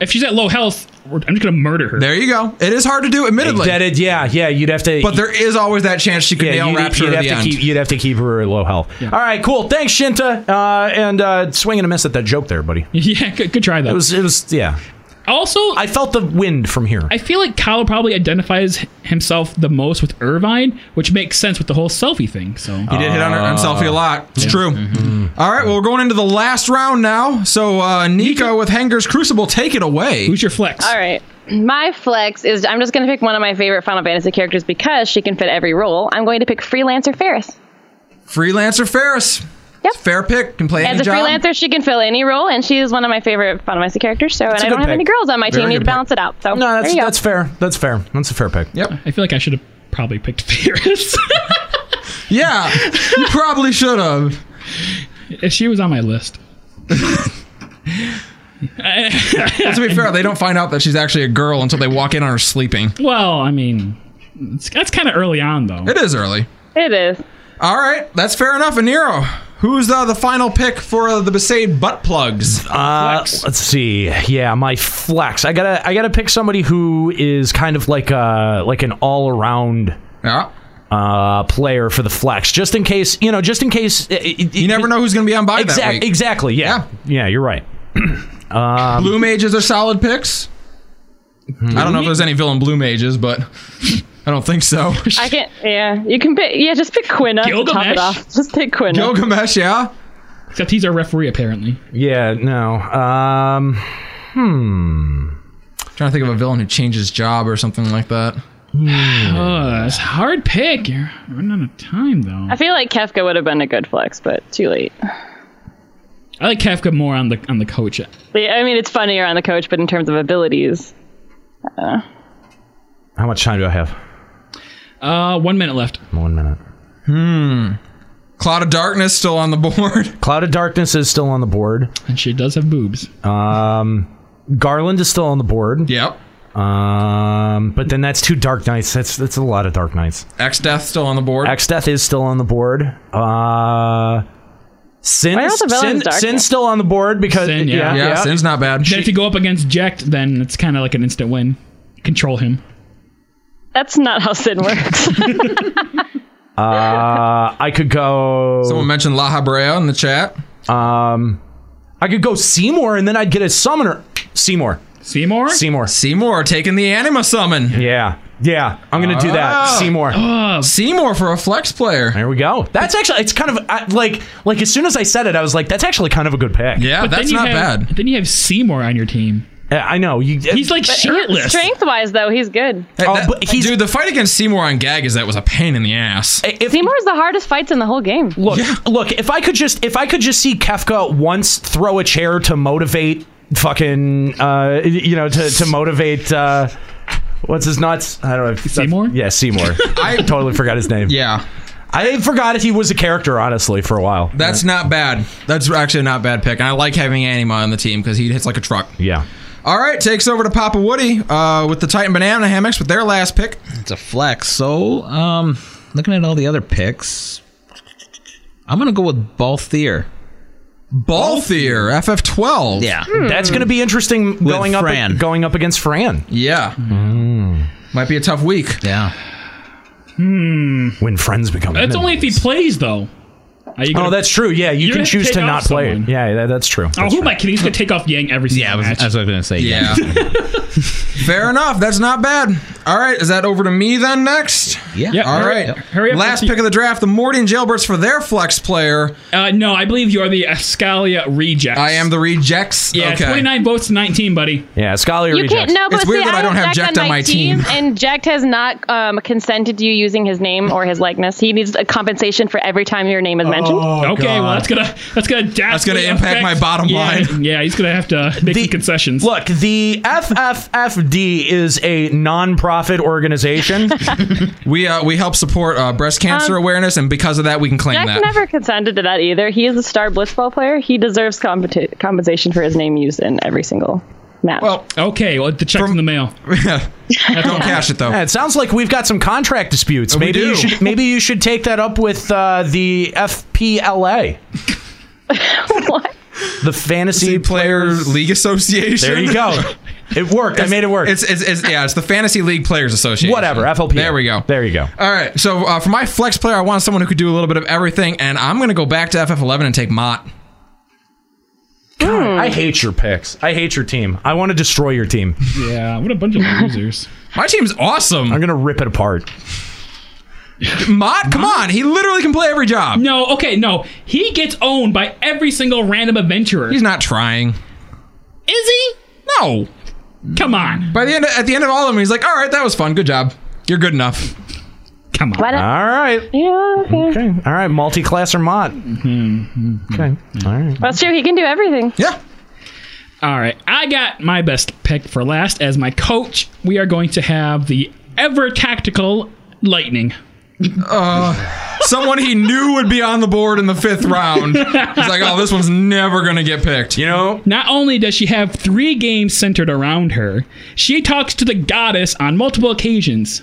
[SPEAKER 10] If she's at low health, we're- I'm just gonna murder her.
[SPEAKER 1] There you go. It is hard to do, admittedly.
[SPEAKER 8] That it, yeah, yeah. You'd have to.
[SPEAKER 1] But there is always that chance she could nail
[SPEAKER 8] you'd,
[SPEAKER 1] rapture
[SPEAKER 8] you'd have
[SPEAKER 1] at the
[SPEAKER 8] to
[SPEAKER 1] end.
[SPEAKER 8] keep. You'd have to keep her at low health. All right, cool. Thanks, Shinta. Uh, and uh, swing and a miss at that joke there, buddy.
[SPEAKER 10] [laughs] Yeah, good, good try though.
[SPEAKER 8] It was. It was. Yeah.
[SPEAKER 10] Also,
[SPEAKER 8] I felt the wind from here.
[SPEAKER 10] I feel like Kyle probably identifies himself the most with Irvine, which makes sense with the whole selfie thing. So Mm-hmm.
[SPEAKER 1] He did hit on, her, on
[SPEAKER 8] Uh,
[SPEAKER 1] selfie a lot. It's true.
[SPEAKER 8] Mm-hmm.
[SPEAKER 1] All right, well, we're going into the last round now. So, uh, Nico with Hangar's Crucible, take it away.
[SPEAKER 10] Who's your flex?
[SPEAKER 14] All right. My flex is I'm just going to pick one of my favorite Final Fantasy characters because she can fit every role. I'm going to pick Freelancer Ferris.
[SPEAKER 1] Freelancer Ferris. Yep. Fair pick. Can play
[SPEAKER 14] As
[SPEAKER 1] any
[SPEAKER 14] a
[SPEAKER 1] job.
[SPEAKER 14] freelancer, she can fill any role, and she is one of my favorite Final Fantasy characters. So, and
[SPEAKER 8] That's a
[SPEAKER 14] I
[SPEAKER 8] good
[SPEAKER 14] don't have any
[SPEAKER 8] pick.
[SPEAKER 14] girls on my
[SPEAKER 8] Very
[SPEAKER 14] team. Need
[SPEAKER 8] good
[SPEAKER 14] to
[SPEAKER 8] pick.
[SPEAKER 14] balance it out. So
[SPEAKER 8] No, that's
[SPEAKER 14] there you go.
[SPEAKER 8] that's fair. That's fair. That's a fair pick.
[SPEAKER 1] Yep.
[SPEAKER 10] I feel like I should have probably picked [laughs] Ferris.
[SPEAKER 1] yeah, you probably should have.
[SPEAKER 10] If she was on my list.
[SPEAKER 1] well, to be fair, they don't find out that she's actually a girl until they walk in on her sleeping.
[SPEAKER 10] Well, I mean, It's, that's kind of early on, though.
[SPEAKER 1] It is early.
[SPEAKER 14] It is.
[SPEAKER 1] All right, that's fair enough. Aniro, who's uh, the final pick for uh, the Besaid butt plugs?
[SPEAKER 8] Uh, let's see. Yeah, my flex. I gotta I gotta pick somebody who is kind of like a like an all around. Uh, player for the flex, just in case you know, just in case uh, you
[SPEAKER 1] never know who's going to be on by that
[SPEAKER 8] exactly,
[SPEAKER 1] week.
[SPEAKER 8] Exactly, yeah. yeah, you're right. um,
[SPEAKER 1] Blue mages are solid picks. I don't know if there's any villain blue mages, but [laughs] I don't
[SPEAKER 8] [laughs]
[SPEAKER 1] think so.
[SPEAKER 14] I can. Yeah, you can pick. Yeah, just pick Quinn up to top it
[SPEAKER 10] Gilgamesh?
[SPEAKER 14] off. [laughs] Just take Quinn. up.
[SPEAKER 1] yeah.
[SPEAKER 10] Except he's our referee, apparently.
[SPEAKER 8] Yeah, no. Um, hmm.
[SPEAKER 1] trying to think of a villain who changes job or something like that.
[SPEAKER 10] [sighs]
[SPEAKER 8] Hmm.
[SPEAKER 10] oh, that's a hard pick. You're running out of time, though.
[SPEAKER 14] I feel like Kefka would have been a good flex, but too late.
[SPEAKER 10] I like Kafka more on the on the coach.
[SPEAKER 14] But yeah, I mean, it's funnier on the coach, but in terms of abilities, uh,
[SPEAKER 8] How much time do I have?
[SPEAKER 10] Uh, one minute left.
[SPEAKER 8] One minute.
[SPEAKER 1] Hmm. Cloud of Darkness still on the
[SPEAKER 8] [laughs]
[SPEAKER 1] board.
[SPEAKER 8] Cloud of Darkness is still on the board,
[SPEAKER 10] and she does have boobs.
[SPEAKER 8] Um, Garland is still on the board.
[SPEAKER 1] Yep.
[SPEAKER 8] Um, but then that's two Dark Knights. That's that's a lot of Dark Knights.
[SPEAKER 1] X Death still on the board.
[SPEAKER 8] X Death is still on the board. Uh, Sin,
[SPEAKER 10] Why are all the
[SPEAKER 8] Sin,
[SPEAKER 10] villains Dark
[SPEAKER 8] Sin's
[SPEAKER 10] Knights?
[SPEAKER 8] still on the board because
[SPEAKER 10] Sin,
[SPEAKER 8] yeah,
[SPEAKER 10] yeah.
[SPEAKER 8] yeah,
[SPEAKER 1] not bad.
[SPEAKER 10] Then if you go up against Jekt, then it's kind of like an instant win. Control him.
[SPEAKER 14] that's not how Sin works.
[SPEAKER 8] Uh, I could go.
[SPEAKER 1] Someone mentioned La Habrea in the chat.
[SPEAKER 8] Oh. Um, I could go Seymour, and then I'd get a summoner. Seymour.
[SPEAKER 10] Seymour.
[SPEAKER 8] Seymour.
[SPEAKER 1] Seymour taking the anima summon.
[SPEAKER 8] Yeah. Yeah. I'm gonna do that.
[SPEAKER 1] Ah.
[SPEAKER 8] Seymour.
[SPEAKER 1] Seymour for a flex player.
[SPEAKER 8] There we go. That's actually. It's kind of I, like like as soon as I said it, I was like, that's actually kind of a good pick.
[SPEAKER 1] Yeah,
[SPEAKER 10] But then you have, bad. Then you have Seymour on your team.
[SPEAKER 8] I know. You,
[SPEAKER 10] He's like shirtless. Oh,
[SPEAKER 14] Strength wise, though, he's good.
[SPEAKER 8] Oh,
[SPEAKER 1] Hey, that- dude, the fight against Seymour on Gag is that was a pain in the ass.
[SPEAKER 14] Seymour's the hardest fights in the whole game.
[SPEAKER 8] Look, look. If I could just, if I could just see Kefka once throw a chair to motivate fucking, uh, you know, to to motivate. Uh, What's his nuts? I don't know. Seymour?
[SPEAKER 12] [laughs]
[SPEAKER 8] Yeah, Seymour. I totally forgot his name.
[SPEAKER 1] Yeah.
[SPEAKER 8] I forgot he was a character, honestly, for a while.
[SPEAKER 1] That's not bad. That's actually not a bad pick. And I like having Anima on the team because he hits like a truck.
[SPEAKER 8] Yeah.
[SPEAKER 1] All right, takes over to Papa Woody uh, with the Titan Banana Hammocks with their last pick.
[SPEAKER 12] It's a flex. So, um, looking at all the other picks, I'm gonna go with Balthier.
[SPEAKER 1] Balthier, FF12.
[SPEAKER 12] Yeah,
[SPEAKER 8] Hmm. That's gonna be interesting
[SPEAKER 12] With
[SPEAKER 8] going up-
[SPEAKER 12] Fran.
[SPEAKER 8] going up against Fran.
[SPEAKER 1] Yeah.
[SPEAKER 8] Hmm.
[SPEAKER 1] Might be a tough week.
[SPEAKER 12] Yeah.
[SPEAKER 10] Hmm.
[SPEAKER 8] When friends become
[SPEAKER 10] That's only if he plays, though. Are you gonna-
[SPEAKER 8] oh, that's true. Yeah, you
[SPEAKER 10] You're
[SPEAKER 8] can
[SPEAKER 10] gonna
[SPEAKER 8] choose
[SPEAKER 10] take
[SPEAKER 8] to
[SPEAKER 10] out
[SPEAKER 8] not play.
[SPEAKER 10] someone.
[SPEAKER 8] Yeah, that, that's true.
[SPEAKER 10] Oh,
[SPEAKER 8] That's
[SPEAKER 10] who
[SPEAKER 8] true.
[SPEAKER 10] am I kidding? He's gonna take off Yang every single yeah, match.
[SPEAKER 12] That's what I was gonna say.
[SPEAKER 1] Yeah. Fair enough. That's not bad. All right, is that over to me then next?
[SPEAKER 12] Yeah.
[SPEAKER 10] Yeah,
[SPEAKER 1] All
[SPEAKER 10] hurry-
[SPEAKER 1] right.
[SPEAKER 10] hurry up,
[SPEAKER 1] Last
[SPEAKER 10] let's-
[SPEAKER 1] pick of the draft, the Morty and Jailbirds for their flex player.
[SPEAKER 10] Uh, no, I believe you are the Escalia rejects.
[SPEAKER 1] I am the rejects.
[SPEAKER 10] Yeah,
[SPEAKER 1] okay.
[SPEAKER 10] 29 votes to 19, buddy.
[SPEAKER 8] Yeah, Scholar
[SPEAKER 14] You can't know, but
[SPEAKER 1] it's
[SPEAKER 14] see,
[SPEAKER 1] weird that I
[SPEAKER 14] have
[SPEAKER 1] don't have
[SPEAKER 14] Jacked
[SPEAKER 1] Jacked on my team.
[SPEAKER 14] and Jacked has not um, consented to you using his name or his likeness. He needs a compensation for every time your
[SPEAKER 1] Oh,
[SPEAKER 14] name is mentioned.
[SPEAKER 10] Oh, okay, well that's gonna that's gonna that's
[SPEAKER 1] gonna impact my bottom line.
[SPEAKER 10] [laughs] Yeah, he's gonna
[SPEAKER 8] [laughs]
[SPEAKER 10] have to make some concessions.
[SPEAKER 8] Look, the FFFD is a
[SPEAKER 10] [laughs]
[SPEAKER 8] non-profit organization.
[SPEAKER 1] We uh, we help support uh, breast cancer
[SPEAKER 14] Um,
[SPEAKER 1] awareness, and because of that, we can claim
[SPEAKER 14] Jack
[SPEAKER 1] that.
[SPEAKER 14] never consented to that either. He is a star blitzball player. He deserves competi- compensation for his name used in every single match.
[SPEAKER 1] Well,
[SPEAKER 10] Okay, well the check's in the
[SPEAKER 1] [laughs]
[SPEAKER 10] mail.
[SPEAKER 1] Don't cash it though.
[SPEAKER 8] Yeah, it sounds like we've got some contract disputes.
[SPEAKER 1] We
[SPEAKER 8] maybe
[SPEAKER 1] do.
[SPEAKER 8] you should maybe you should take that up with uh, the
[SPEAKER 10] [laughs]
[SPEAKER 8] FPLA. what? The Fantasy
[SPEAKER 1] Players League Association.
[SPEAKER 8] There you go. It worked. I made it work.
[SPEAKER 1] It's, it's, it's yeah, it's the Fantasy League Players Association.
[SPEAKER 8] Whatever. FLP.
[SPEAKER 1] There we go.
[SPEAKER 8] There you go.
[SPEAKER 1] [laughs] All right. So uh, for my flex player, I want someone who could do a little bit of everything, and I'm going to go back to FF11 and take Mott.
[SPEAKER 8] God, I hate your picks. I hate your team. I want to destroy your team.
[SPEAKER 10] Yeah, what a bunch of
[SPEAKER 8] [laughs]
[SPEAKER 10] losers.
[SPEAKER 1] My team's awesome.
[SPEAKER 8] I'm gonna rip it apart.
[SPEAKER 1] Mott, come on. He literally can play every job.
[SPEAKER 10] No, okay, no. He gets owned by every single random adventurer.
[SPEAKER 1] He's not trying.
[SPEAKER 10] Is he?
[SPEAKER 1] No.
[SPEAKER 10] Come on.
[SPEAKER 1] By the end, at the end of all of them, he's like, "All right, that was fun. Good job. You're good enough."
[SPEAKER 10] Come on.
[SPEAKER 8] All right.
[SPEAKER 14] Yeah. Okay.
[SPEAKER 8] Okay. All right. Multi-class or mod.
[SPEAKER 10] Mm-hmm,
[SPEAKER 8] Okay. All right.
[SPEAKER 14] That's true. He can do everything.
[SPEAKER 1] Yeah.
[SPEAKER 10] All right, I got my best pick for last as my coach. We are going to have the ever tactical Lightning.
[SPEAKER 1] Uh, [laughs] someone he knew would be on the board in the
[SPEAKER 10] [laughs]
[SPEAKER 1] fifth round. He's like, "Oh, this one's never going to get picked."
[SPEAKER 8] You know,
[SPEAKER 10] Not only does she have three games centered around her, she talks to the goddess on multiple occasions.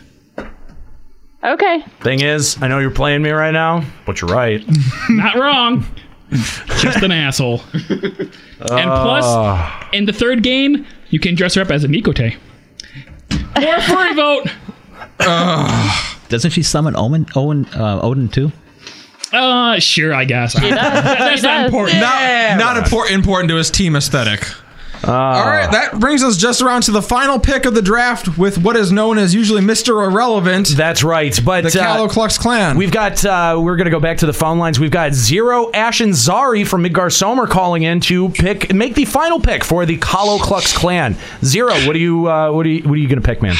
[SPEAKER 14] Okay.
[SPEAKER 8] Thing is, I know you're playing me right now, but you're right.
[SPEAKER 10] [laughs]
[SPEAKER 8] [laughs]
[SPEAKER 10] Not wrong. Just
[SPEAKER 1] [laughs]
[SPEAKER 10] an asshole. And
[SPEAKER 1] Uh, Ah.
[SPEAKER 10] plus, in the third game, you can dress her up as a Mikote. Or a furry
[SPEAKER 1] [laughs]
[SPEAKER 10] vote.
[SPEAKER 1] Ah.
[SPEAKER 12] Doesn't she summon Omen, Owen, uh, Odin too?
[SPEAKER 10] Uh, sure, I guess.
[SPEAKER 1] He does.
[SPEAKER 10] That- [laughs] that's
[SPEAKER 1] He
[SPEAKER 10] not
[SPEAKER 1] does.
[SPEAKER 10] important.
[SPEAKER 1] Not, not import- important to his team aesthetic.
[SPEAKER 8] Ah.
[SPEAKER 1] All right, that brings us just around to the final pick of the draft with what is known as usually Mr. Irrelevant.
[SPEAKER 8] That's right, but uh,
[SPEAKER 1] the Callow Klux Klan.
[SPEAKER 8] We've got. Uh, we're going to go back to the phone lines. We've got Zero Ash and Zari from Midgar Somer calling in to pick, make the final pick for the Callow Klux Klan. Zero, what do you, uh, what do you, what are you going to pick, man?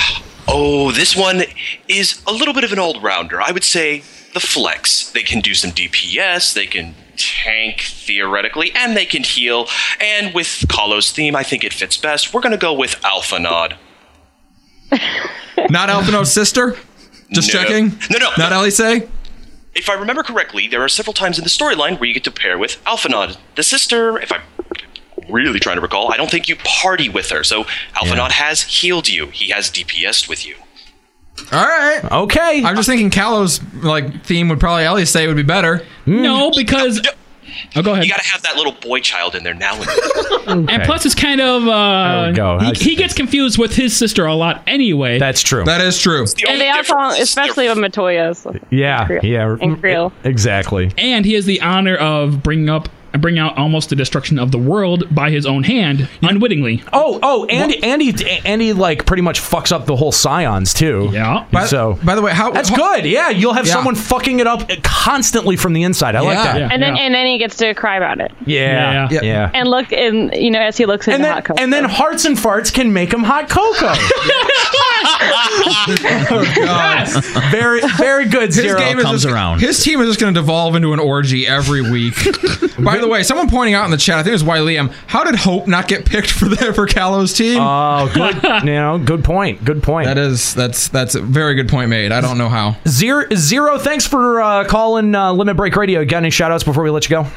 [SPEAKER 3] Oh, this one is a little bit of an all rounder. I would say the flex. They can do some DPS, they can tank theoretically, and they can heal. And with Kalo's theme, I think it fits best. We're going to go with Alphanod.
[SPEAKER 1] Not Alphinode's sister? Just
[SPEAKER 3] No.
[SPEAKER 1] checking?
[SPEAKER 3] No, no.
[SPEAKER 1] Not Elise?
[SPEAKER 3] If I remember correctly, there are several times in the storyline where you get to pair with Alphanod, the sister. If I'm really trying to recall, I don't think you party with her. So Alphanod has healed you, he has DPS'd with you.
[SPEAKER 1] All right.
[SPEAKER 8] Okay.
[SPEAKER 1] I'm just thinking Callow's like theme would probably Ellie say would be better.
[SPEAKER 10] No, because oh, go ahead.
[SPEAKER 3] You gotta have that little boy child in there now and
[SPEAKER 10] And plus, it's kind of
[SPEAKER 8] There
[SPEAKER 10] uh,
[SPEAKER 8] we go.
[SPEAKER 10] He, he gets confused with his sister a lot anyway.
[SPEAKER 8] That's true.
[SPEAKER 1] That is true.
[SPEAKER 14] and they all call, especially with Matoya. so-
[SPEAKER 8] Yeah, yeah, Mm, e,
[SPEAKER 14] And Creel.
[SPEAKER 8] exactly.
[SPEAKER 10] And he has the honor of bringing up bringing out almost the destruction of the world by his own hand, unwittingly.
[SPEAKER 8] Oh, oh, and and he and he like pretty much fucks up the whole Scions too. Yeah.
[SPEAKER 1] By-
[SPEAKER 8] so
[SPEAKER 1] by the way, how
[SPEAKER 8] that's good. Yeah, you'll have
[SPEAKER 1] Yeah.
[SPEAKER 8] someone fucking it up constantly from the inside. I like that.
[SPEAKER 14] and then and then he gets to cry about it.
[SPEAKER 8] yeah, yeah. yeah.
[SPEAKER 14] And look, and you know, as he looks into
[SPEAKER 8] And then,
[SPEAKER 14] hot cocoa.
[SPEAKER 8] and then hearts and farts can make him hot cocoa. [laughs] Very, very good.
[SPEAKER 1] His
[SPEAKER 8] Zero
[SPEAKER 1] game is just- His team is just going to devolve into an orgy every
[SPEAKER 8] [laughs]
[SPEAKER 1] week. By the way, someone pointing out in the chat, I think it was Y Liam, how did Hope not get picked for the for Callow's team?
[SPEAKER 8] Oh, good. [laughs] you know, good point. Good point.
[SPEAKER 1] That is that's that's a very good point made. I don't know how.
[SPEAKER 8] Zero, zero. Thanks for uh, calling uh, Limit Break Radio. Got any shout outs before we let you go?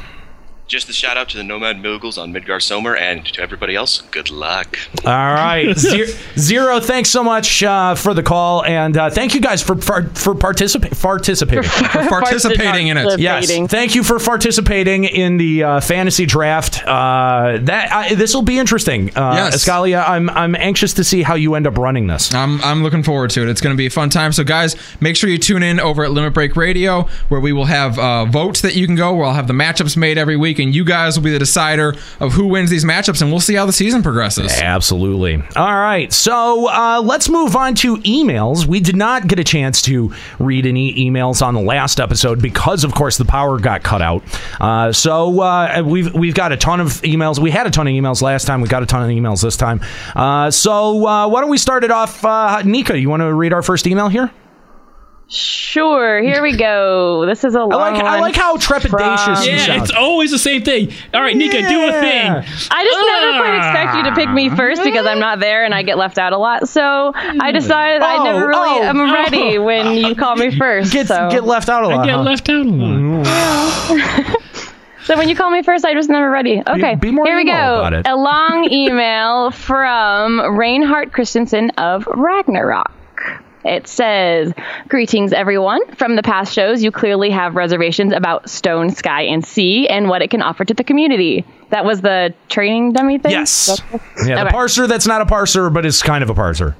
[SPEAKER 3] Just a shout out to the Nomad Moguls on Midgar Somer and to everybody else, good luck.
[SPEAKER 8] All [laughs] right,
[SPEAKER 5] [laughs]
[SPEAKER 8] Zero, Zero, thanks so much uh, for the call, and uh, thank you guys for for, for participating participating
[SPEAKER 1] For- For participating in it.
[SPEAKER 8] Yes,
[SPEAKER 1] participating.
[SPEAKER 8] thank you for participating in the uh, fantasy draft. Uh, that I, this will be interesting. Uh,
[SPEAKER 1] Yes.
[SPEAKER 8] Escalia, I'm I'm anxious to see how you end up running this.
[SPEAKER 1] I'm, I'm looking forward to it. It's going to be a fun time. So, guys, make sure you tune in over at Limit Break Radio, where we will have uh, votes that you can go, where I'll have the matchups made every week, and you guys will be the decider of who wins these matchups, and we'll see how the season progresses.
[SPEAKER 8] Absolutely. All right. So uh, let's move on to emails. We did not get a chance to read any emails on the last episode because, of course, the power got cut out. Uh, so uh, we've we've got a ton of emails. We had a ton of emails last time. We got a ton of emails this time. Uh, so uh, why don't we start it off? Uh, Nika, you want to read our first email here?
[SPEAKER 14] [laughs] sure, here we go. This is a long
[SPEAKER 10] like- I
[SPEAKER 14] one
[SPEAKER 10] like how
[SPEAKER 14] from-
[SPEAKER 10] yeah, it's always the same thing. All right, Nika, do a thing.
[SPEAKER 14] I just never quite expect you to pick me first because I'm not there and I get left out a lot. So
[SPEAKER 8] Hmm.
[SPEAKER 14] I decided I
[SPEAKER 10] Oh,
[SPEAKER 8] Oh,
[SPEAKER 14] never really am ready
[SPEAKER 8] [laughs]
[SPEAKER 14] when
[SPEAKER 10] [laughs]
[SPEAKER 14] you call me first.
[SPEAKER 8] Get,
[SPEAKER 14] so.
[SPEAKER 8] get left out a lot.
[SPEAKER 14] I get
[SPEAKER 10] left out a lot.
[SPEAKER 14] So when you call me first, I was never ready. Okay,
[SPEAKER 8] be more
[SPEAKER 14] here we go.
[SPEAKER 8] emo about it.
[SPEAKER 14] A long email from Reinhardt Christensen of Ragnarok. It says, Greetings, everyone. From the past shows, you clearly have reservations about Stone, Sky, and Sea and what it can offer to the community. That was the training dummy thing? [gasps]
[SPEAKER 8] Yes. Yeah, the
[SPEAKER 14] Okay.
[SPEAKER 8] parser that's not a parser, but it's kind of a parser.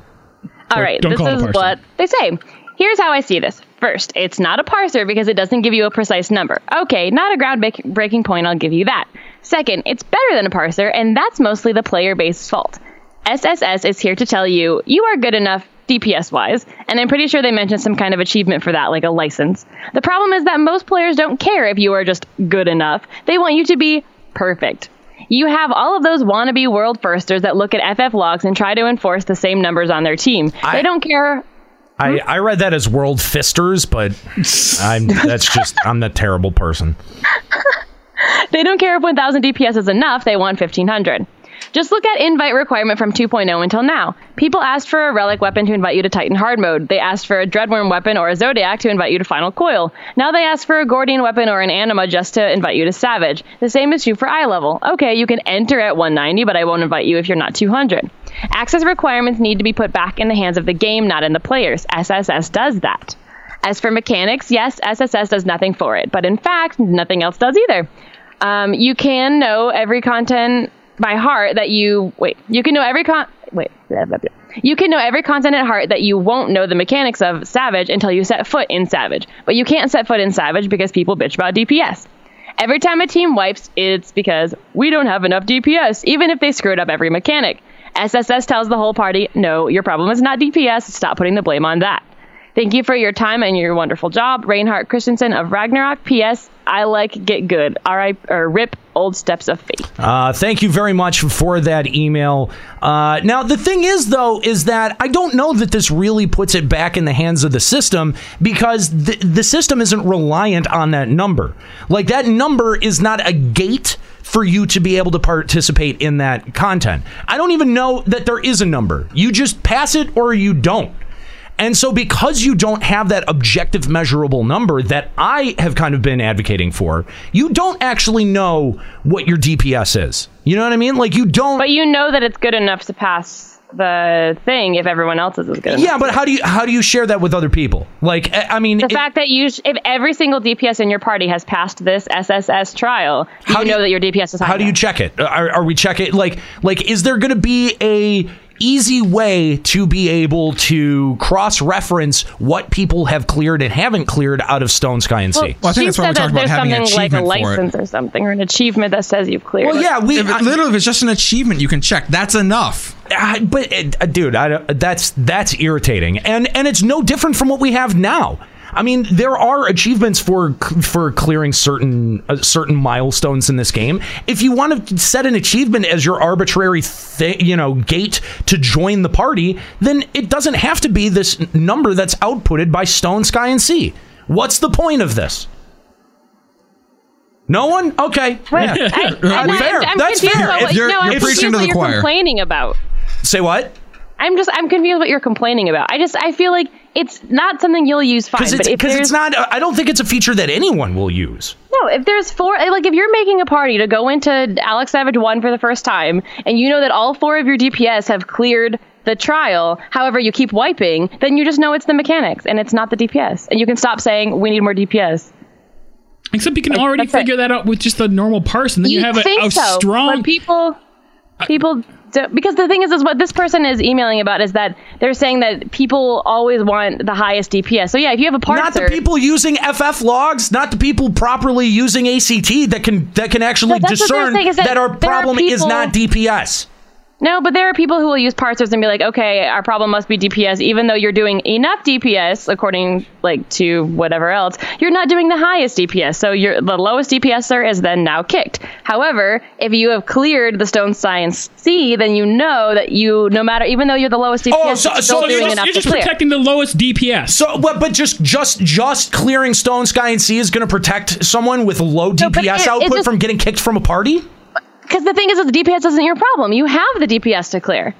[SPEAKER 14] All right,
[SPEAKER 8] don't
[SPEAKER 14] this
[SPEAKER 8] call it a
[SPEAKER 14] is
[SPEAKER 8] parser.
[SPEAKER 14] what they say. Here's how I see this. First, it's not a parser because it doesn't give you a precise number. Okay, not a groundbreaking point, I'll give you that. Second, it's better than a parser, and that's mostly the player base's fault. SSS is here to tell you you are good enough DPS wise, and I'm pretty sure they mentioned some kind of achievement for that, like a license. The problem is that most players don't care if you are just good enough, they want you to be perfect. You have all of those wannabe world firsters that look at FF logs and try to enforce the same numbers on their team. they don't care.
[SPEAKER 8] I, I read that as world fisters, but I'm that's just I'm the terrible person.
[SPEAKER 14] [laughs] They don't care if 1000 DPS is enough. They want 1500. Just look at invite requirement from 2.0 until now. People asked for a relic weapon to invite you to Titan hard mode. They asked for a dreadworm weapon or a zodiac to invite you to final coil. Now they ask for a guardian weapon or an anima just to invite you to savage. The same is true for eye level. Okay, you can enter at 190, but I won't invite you if you're not 200. Access requirements need to be put back in the hands of the game, not in the players. SSS does that. As for mechanics, yes, SSS does nothing for it, but in fact, nothing else does either. Um, you can know every content by heart that you wait. You can know every con wait. blah, blah, blah. You can know every content at heart that you won't know the mechanics of Savage until you set foot in Savage. But you can't set foot in Savage because people bitch about DPS. Every time a team wipes, it's because we don't have enough DPS, even if they screwed up every mechanic. SSS tells the whole party, no, your problem is not DPS, stop putting the blame on that. Thank you for your time and your wonderful job, Reinhardt Christensen of Ragnarok. P.S. I like Get Good. R.I. or Rip Old Steps of Faith.
[SPEAKER 8] Uh, thank you very much for that email. Uh, now, the thing is, though, is that I don't know that this really puts it back in the hands of the system because the, the system isn't reliant on that number. Like, that number is not a gate for you to be able to participate in that content. I don't even know that there is a number. You just pass it or you don't. And so, because you don't have that objective, measurable number that I have kind of been advocating for, you don't actually know what your DPS is. You know what I mean? Like, you don't.
[SPEAKER 14] But you know that it's good enough to pass the thing if everyone else is as good.
[SPEAKER 8] Yeah, but how do you how do you share that with other people? Like, I I mean,
[SPEAKER 14] The
[SPEAKER 8] it-
[SPEAKER 14] fact that you, sh- if every single DPS in your party has passed this SSS trial, you
[SPEAKER 8] How do
[SPEAKER 14] know
[SPEAKER 8] you-
[SPEAKER 14] that your DPS is high.
[SPEAKER 8] how do you check it? Uh, Are, are we check it? Like, like, is there going to be a easy way to be able to cross reference what people have cleared and haven't cleared out of Stone Sky and Sea?
[SPEAKER 14] she said that there's something like a license or something, or an achievement that says you've cleared. it.
[SPEAKER 1] If it- literally, if it's just an achievement you can check, that's enough.
[SPEAKER 8] I, but uh, dude, I, don't- that's that's irritating, and and it's no different from what we have now. I mean, there are achievements for for clearing certain uh, certain milestones in this game. If you want to set an achievement as your arbitrary, thi- you know, gate to join the party, then it doesn't have to be this n- number that's outputted by Stone, Sky, and Sea. What's the point of this? No one? Okay.
[SPEAKER 14] Wait,
[SPEAKER 8] Yeah. Uh,
[SPEAKER 14] I, I'm, I'm-
[SPEAKER 8] [laughs] fair.
[SPEAKER 14] I'm
[SPEAKER 8] That's
[SPEAKER 14] confused
[SPEAKER 8] fair.
[SPEAKER 14] about what- no, I'm confused what you're complaining about.
[SPEAKER 8] Say what?
[SPEAKER 14] I'm just I'm confused what you're complaining about. I just I feel like it's not something you'll use fine.
[SPEAKER 8] Because
[SPEAKER 14] but
[SPEAKER 8] it's,
[SPEAKER 14] if
[SPEAKER 8] 'cause
[SPEAKER 14] there's
[SPEAKER 8] it's not. I don't think it's a feature that anyone will use.
[SPEAKER 14] no, if there's four eh, like if you're making a party to go into Alex Savage one for the first time and you know that all four of your DPS have cleared the trial, however you keep wiping, then you just know it's the mechanics and it's not the DPS. And you can stop saying we need more DPS.
[SPEAKER 10] Except you can already figure that out with just a normal parse, and then you, have a,
[SPEAKER 14] think
[SPEAKER 10] a
[SPEAKER 14] so,
[SPEAKER 10] strong.
[SPEAKER 14] but people people don't, because the thing is is what this person is emailing about is that they're saying that people always want the highest DPS. So yeah, if you have a parser,
[SPEAKER 8] Not the people using FF logs. Not the people properly using ACT that can that can actually
[SPEAKER 14] No, that's what they're
[SPEAKER 8] discern
[SPEAKER 14] saying is
[SPEAKER 8] that,
[SPEAKER 14] that
[SPEAKER 8] our
[SPEAKER 14] there are
[SPEAKER 8] problem is
[SPEAKER 14] people-
[SPEAKER 8] not DPS.
[SPEAKER 14] No, but there are people who will use parsers and be like, okay, our problem must be DPS, even though you're doing enough DPS according like to whatever else. You're not doing the highest DPS, so you're the lowest DPSer is then now kicked. However, if you have cleared the Stone Science C, then you know that you, no matter, even though you're the lowest DPS,
[SPEAKER 8] Oh, so,
[SPEAKER 14] you're still
[SPEAKER 8] so
[SPEAKER 14] doing
[SPEAKER 8] you're just,
[SPEAKER 14] enough
[SPEAKER 8] you're
[SPEAKER 14] to
[SPEAKER 8] just
[SPEAKER 14] clear.
[SPEAKER 8] protecting
[SPEAKER 10] the lowest DPS.
[SPEAKER 8] So, but but just just just clearing Stone Sky and Sea is going to protect someone with low DPS
[SPEAKER 14] it- it
[SPEAKER 8] output
[SPEAKER 14] just-
[SPEAKER 8] from getting kicked from a party.
[SPEAKER 14] Because the thing is, that the DPS isn't your problem. You have the DPS to clear.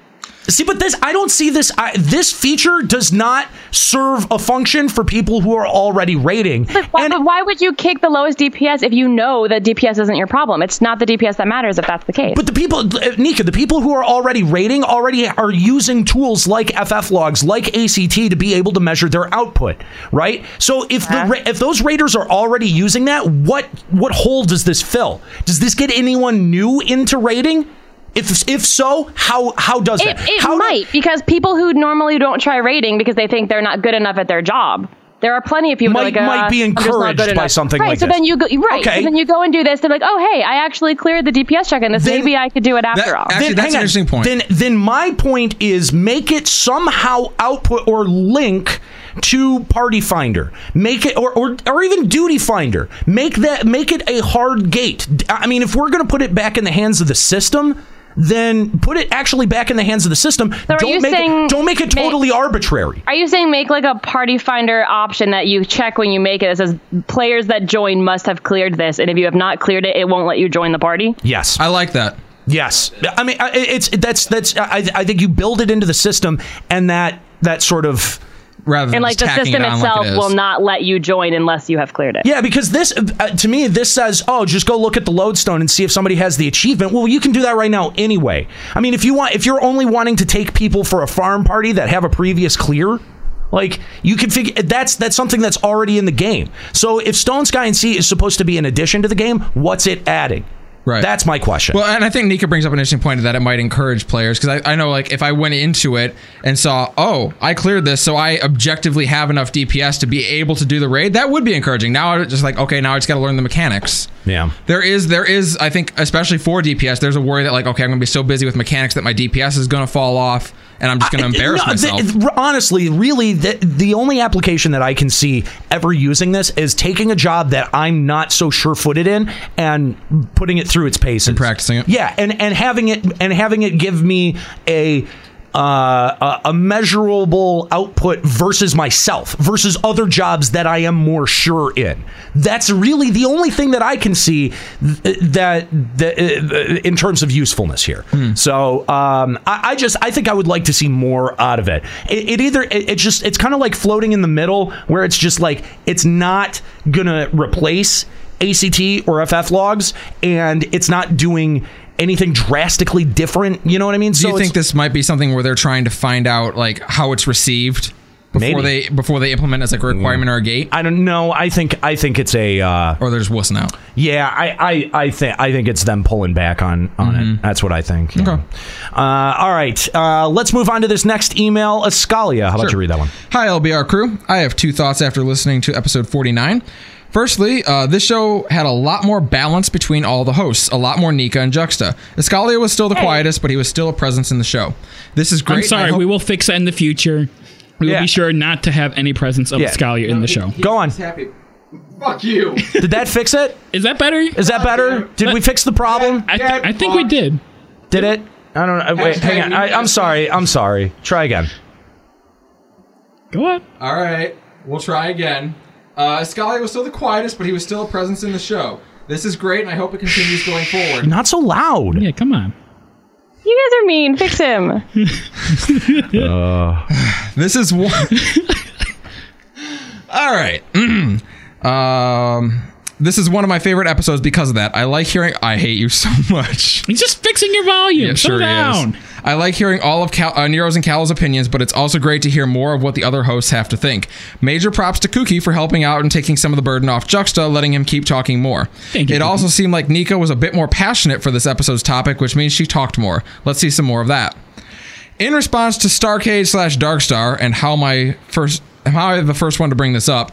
[SPEAKER 8] See, but this I don't see this. I, this feature does not serve a function for people who are already rating.
[SPEAKER 14] But why, but why would you kick the lowest DPS if you know that DPS isn't your problem? It's not the DPS that matters if that's the case.
[SPEAKER 8] But the people, uh, Nika, the people who are already rating already are using tools like FF logs, like ACT to be able to measure their output, right? So if the ra- if those raters are already using that, what what hole does this fill? Does this get anyone new into rating? If if so, how how does
[SPEAKER 14] It,
[SPEAKER 8] that?
[SPEAKER 14] it might because people who normally don't try rating because they think they're not good enough at their job. There are plenty of people
[SPEAKER 8] Might-
[SPEAKER 14] that are like,
[SPEAKER 8] might
[SPEAKER 14] uh,
[SPEAKER 8] be
[SPEAKER 14] I'm just not
[SPEAKER 8] encouraged
[SPEAKER 14] good
[SPEAKER 8] by
[SPEAKER 14] enough.
[SPEAKER 8] something
[SPEAKER 14] right,
[SPEAKER 8] like
[SPEAKER 14] so
[SPEAKER 8] this.
[SPEAKER 14] Then you go, right,
[SPEAKER 8] Okay.
[SPEAKER 14] so then you go and do this. They're like, oh, hey, I actually cleared the DPS check on this. Maybe I could do it after all.
[SPEAKER 8] Then- hang on. Then, then my point is make it somehow output or link to Party Finder. Make it or or, or even Duty Finder. Make that make it a hard gate. D- I mean, if we're going to put it back in the hands of the system. Then put it actually back in the hands of the system.
[SPEAKER 14] are
[SPEAKER 8] don't
[SPEAKER 14] you
[SPEAKER 8] make
[SPEAKER 14] saying
[SPEAKER 8] it, don't make it
[SPEAKER 14] make-
[SPEAKER 8] totally arbitrary.
[SPEAKER 14] Are you saying make like a party finder option that you check when you make it that says players that join must have cleared this, and if you have not cleared it, it won't let you join the party?
[SPEAKER 8] Yes, I
[SPEAKER 1] like that.
[SPEAKER 8] Yes, I mean I- it's that's that's I, I think you build it into the system and that that sort of
[SPEAKER 1] rather
[SPEAKER 14] And like the system itself will not let you join unless you have cleared it.
[SPEAKER 8] Yeah, because this, uh, to me, this says, oh, just go look at the lodestone and see if somebody has the achievement. Well, you can do that right now anyway. I mean, if you want, if you're only wanting to take people for a farm party that have a previous clear, Like you can figure that's that's something that's already in the game. So if Stone Sky and Sea is supposed to be an addition to the game, what's it adding? Right. That's my question.
[SPEAKER 1] Well, and I think Nika brings up an interesting point that it might encourage players because I, I know, like, if I went into it and saw, oh, I cleared this, so I objectively have enough DPS to be able to do the raid, that would be encouraging. Now I'm just like, okay, now I just got to learn the mechanics.
[SPEAKER 8] Yeah.
[SPEAKER 1] There is, there is, I think, especially for DPS, there's a worry that, like, okay, I'm going to be so busy with mechanics that my DPS is going to fall off and I'm just going to embarrass
[SPEAKER 8] No, th-
[SPEAKER 1] myself.
[SPEAKER 8] r- honestly, really, the, the only application that I can see ever using this is taking a job that I'm not so sure-footed in and putting it through its paces and practicing it. Yeah, and and having it and having it give me a. Uh, a, a measurable output versus myself versus other jobs that I am more sure in. That's really the only thing that I can see th- that, that uh, in terms of usefulness here.
[SPEAKER 1] Hmm.
[SPEAKER 8] So um, I, I just I think I would like to see more out of it. It, it either it, it just it's kind of like floating in the middle where it's just like it's not gonna replace ACT or FF logs and it's not doing anything drastically different. You know what I mean?
[SPEAKER 1] Do you
[SPEAKER 8] it's-
[SPEAKER 1] think this might be something where they're trying to find out like how it's received before
[SPEAKER 8] Maybe.
[SPEAKER 1] they before they implement as like a requirement or a gate?
[SPEAKER 8] I don't know. I think I think it's a uh,
[SPEAKER 1] or they're just wussing out.
[SPEAKER 8] Yeah, I, I, I think I think it's them pulling back on on
[SPEAKER 1] Mm-hmm.
[SPEAKER 8] it. That's what I think. Okay. Uh, all right. Uh, let's move on to this next email. Ascalia, how about you
[SPEAKER 1] Sure.
[SPEAKER 8] read that one?
[SPEAKER 1] Hi, LBR crew. I have two thoughts after listening to episode 49. Firstly, uh, this show had a lot more balance between all the hosts, a lot more Nika and Juxta. Escalia was still the quietest, but he was still a presence in the show. This is great.
[SPEAKER 10] I'm sorry. we will fix that in the future. We will be sure not to have any presence of
[SPEAKER 1] Yeah.
[SPEAKER 10] Scalia in the show.
[SPEAKER 8] Go on.
[SPEAKER 1] happy. Fuck you.
[SPEAKER 8] [laughs] Did that fix it?
[SPEAKER 10] Is that better? Is
[SPEAKER 8] that better? Did we fix the problem?
[SPEAKER 10] I, th- I think we did.
[SPEAKER 8] Did it? I don't know. Wait, hang on. I, I'm sorry. I'm sorry. Try again.
[SPEAKER 10] Go on.
[SPEAKER 1] All right, we'll try again. Uh, Escalia was still the quietest, but he was still a presence in the show. This is great, and I hope it continues going forward.
[SPEAKER 8] Not so loud.
[SPEAKER 10] Yeah, come on.
[SPEAKER 14] You guys are mean. Fix him.
[SPEAKER 8] [laughs]
[SPEAKER 1] Uh. [sighs] this is one. [laughs] All right. Mm. um, this is one of my favorite episodes because of that. I like hearing. I hate you so [laughs] much.
[SPEAKER 10] He's just fixing your volume. Slow
[SPEAKER 1] he is.
[SPEAKER 10] down.
[SPEAKER 1] I like hearing all of Cal, uh, Nero's and Cal's opinions, but it's also great to hear more of what the other hosts have to think. Major props to Kuki for helping out and taking some of the burden off Juxta, letting him keep talking more.
[SPEAKER 10] Thank you,
[SPEAKER 1] it
[SPEAKER 10] Kuki.
[SPEAKER 1] also seemed like Nika was a bit more passionate for this episode's topic, which means she talked more. Let's see some more of that. In response to Starcade slash Darkstar and how my first how I the first one to bring this up,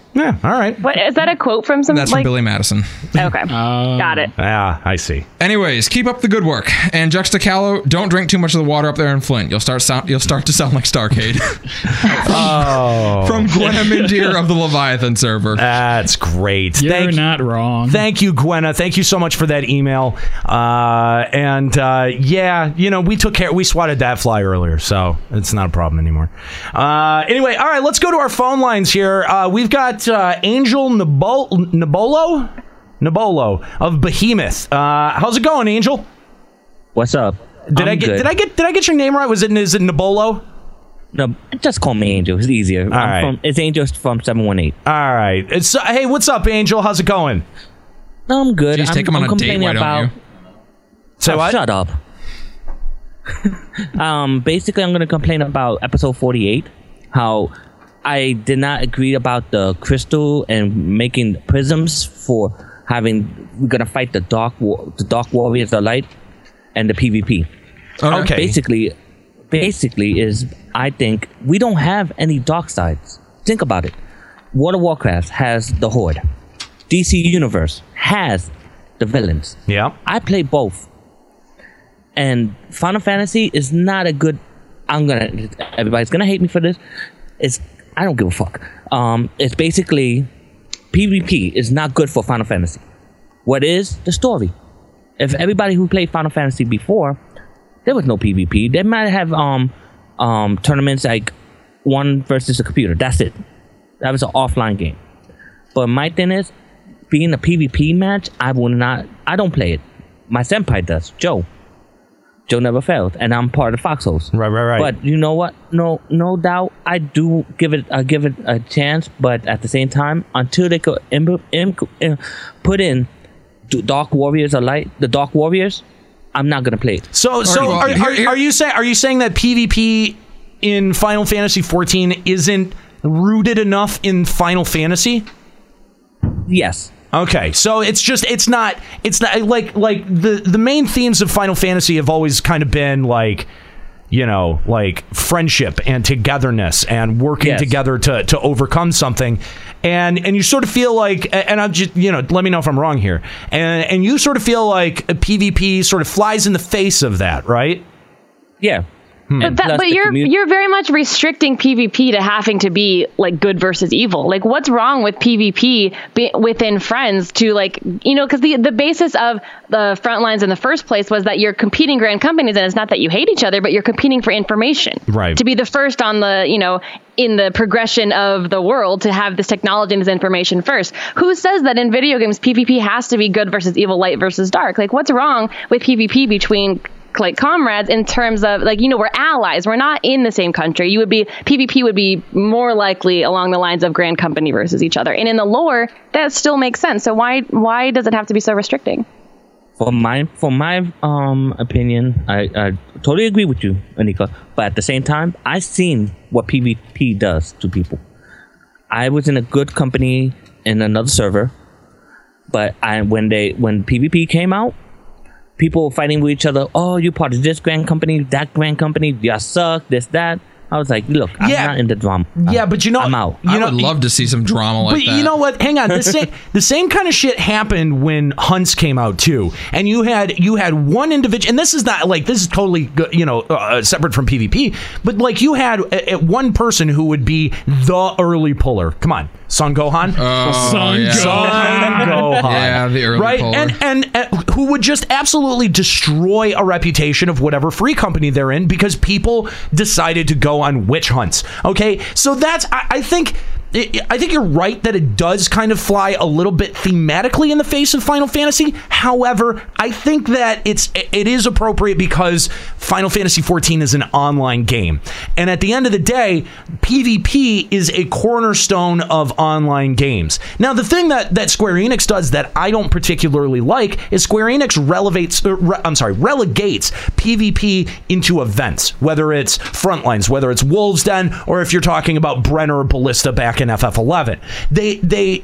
[SPEAKER 8] Yeah. All right.
[SPEAKER 14] What is that a quote from some?
[SPEAKER 1] That's
[SPEAKER 14] like,
[SPEAKER 1] from Billy Madison.
[SPEAKER 8] [laughs]
[SPEAKER 14] Okay. Got it.
[SPEAKER 8] Ah, I see.
[SPEAKER 1] Anyways, keep up the good work. And Juxta Callow, don't drink too much of the water up there in Flint. You'll start sound, you'll start to sound like Starcade. [laughs] Uh,
[SPEAKER 8] Oh.
[SPEAKER 1] From Gwenna Mindir of the Leviathan server.
[SPEAKER 8] That's great.
[SPEAKER 10] You're
[SPEAKER 8] Thank-
[SPEAKER 10] not wrong.
[SPEAKER 8] Thank you, Gwenna. Thank you so much for that email. Uh, and uh, yeah, you know, we took care, we swatted that fly earlier, so it's not a problem anymore. Uh, anyway, all right, let's go to our phone lines here. Uh, we've got uh, Angel Nibol- Nibolo? Nibolo of Behemoth. Uh, how's it going, Angel?
[SPEAKER 13] What's up?
[SPEAKER 8] Did
[SPEAKER 13] I'm
[SPEAKER 8] I get?
[SPEAKER 13] good.
[SPEAKER 8] Did I get? Did I get your name right? Was it? Is it Nibolo?
[SPEAKER 13] No, just call me Angel. It's easier. I'm
[SPEAKER 8] right.
[SPEAKER 13] from- it's Angel from seven one eight.
[SPEAKER 8] All right. It's, uh, hey, what's up, Angel? How's it going?
[SPEAKER 13] No, I'm good.
[SPEAKER 8] Jeez,
[SPEAKER 13] I'm,
[SPEAKER 8] take him on
[SPEAKER 13] I'm
[SPEAKER 8] a date,
[SPEAKER 13] complaining
[SPEAKER 8] why don't
[SPEAKER 13] about.
[SPEAKER 8] you? Say
[SPEAKER 13] Oh,
[SPEAKER 8] what?
[SPEAKER 13] Shut up. um, basically, I'm gonna complain about episode forty eight. How I did not agree about the crystal and making prisms for having we're gonna fight the dark war, the dark warriors, the light, and the PvP.
[SPEAKER 8] Okay.
[SPEAKER 13] Basically, basically is I think we don't have any dark sides. Think about it. World of Warcraft has the Horde. DC Universe has the villains.
[SPEAKER 8] Yeah.
[SPEAKER 13] I play both. And Final Fantasy is not a good I'm gonna everybody's gonna hate me for this. It's I don't give a fuck. Um it's basically PvP is not good for Final Fantasy. What is the story? If everybody who played Final Fantasy before, there was no PvP. They might have um um tournaments like one versus a computer. That's it. That was an offline game. But my thing is, being a PvP match, I will not. I don't play it. My senpai does, Joe. Joe never failed, and I'm part of Foxholes.
[SPEAKER 8] Right, right, right.
[SPEAKER 13] But you know what? No, no doubt, I do give it. I give it a chance, but at the same time, until they could im- im- im- put in d- Dark Warriors or Light, the Dark Warriors, I'm not gonna play it.
[SPEAKER 8] So, so are, are, are you saying are you saying that PvP in Final Fantasy 14 isn't rooted enough in Final Fantasy?
[SPEAKER 13] Yes.
[SPEAKER 8] Okay, so it's just it's not it's not like like the the main themes of Final Fantasy have always kind of been like you know like friendship and togetherness and working
[SPEAKER 13] Yes.
[SPEAKER 8] together to to overcome something and and you sort of feel like and I'm just you know let me know if I'm wrong here and and you sort of feel like a PvP sort of flies in the face of that right Hmm.
[SPEAKER 13] yeah
[SPEAKER 14] But, that, but you're you're very much restricting PvP to having to be like good versus evil. Like, what's wrong with PvP be, within friends to like you know because the the basis of the front lines in the first place was that you're competing grand companies and it's not that you hate each other, but you're competing for information.
[SPEAKER 8] Right.
[SPEAKER 14] To be the first on the you know in the progression of the world to have this technology and this information first. Who says that in video games PvP has to be good versus evil, light versus dark? Like, what's wrong with PvP between like comrades in terms of like you know we're allies we're not in the same country you would be pvp would be more likely along the lines of grand company versus each other and in the lore that still makes sense so why why does it have to be so restricting
[SPEAKER 13] For my for my um opinion, I, I totally agree with you, Anika. But at the same time, I've seen what PvP does to people. I was in a good company in another server, but I when they when PvP came out, people were fighting with each other. Oh, you part of this grand company, that grand company, y'all suck, this that. I was like, look, I'm
[SPEAKER 8] Yeah.
[SPEAKER 13] not in the drama.
[SPEAKER 8] Yeah, but you know,
[SPEAKER 13] I'm out.
[SPEAKER 8] you I know- would
[SPEAKER 1] Love to see some drama like
[SPEAKER 8] but
[SPEAKER 1] that.
[SPEAKER 8] you know what? Hang on. The
[SPEAKER 1] [laughs]
[SPEAKER 8] same the same kind of shit happened when Hunts came out too, and you had you had one individual, and this is not like this is totally go- you know uh, separate from PvP, but like you had a, a- one person who would be the early puller. Come on, Son Gohan.
[SPEAKER 1] Son Oh, yeah.
[SPEAKER 8] Son
[SPEAKER 1] Gohan.
[SPEAKER 8] Gohan.
[SPEAKER 1] Yeah, the early
[SPEAKER 8] right?
[SPEAKER 1] puller.
[SPEAKER 8] And and uh, who would just absolutely destroy a reputation of whatever free company they're in because people decided to go on witch hunts. Okay, so that's I, I think. I I think you're right that it does kind of fly a little bit thematically in the face of Final Fantasy. However, I think that it's it is appropriate because Final Fantasy 14 is an online game. And at the end of the day, PvP is a cornerstone of online games. Now, the thing that that Square Enix does that I don't particularly like is Square Enix relegates er, re- I'm sorry, relegates PvP into events, whether it's Frontlines, whether it's Wolves Den, or if you're talking about Brenner or Ballista back in FF11. They they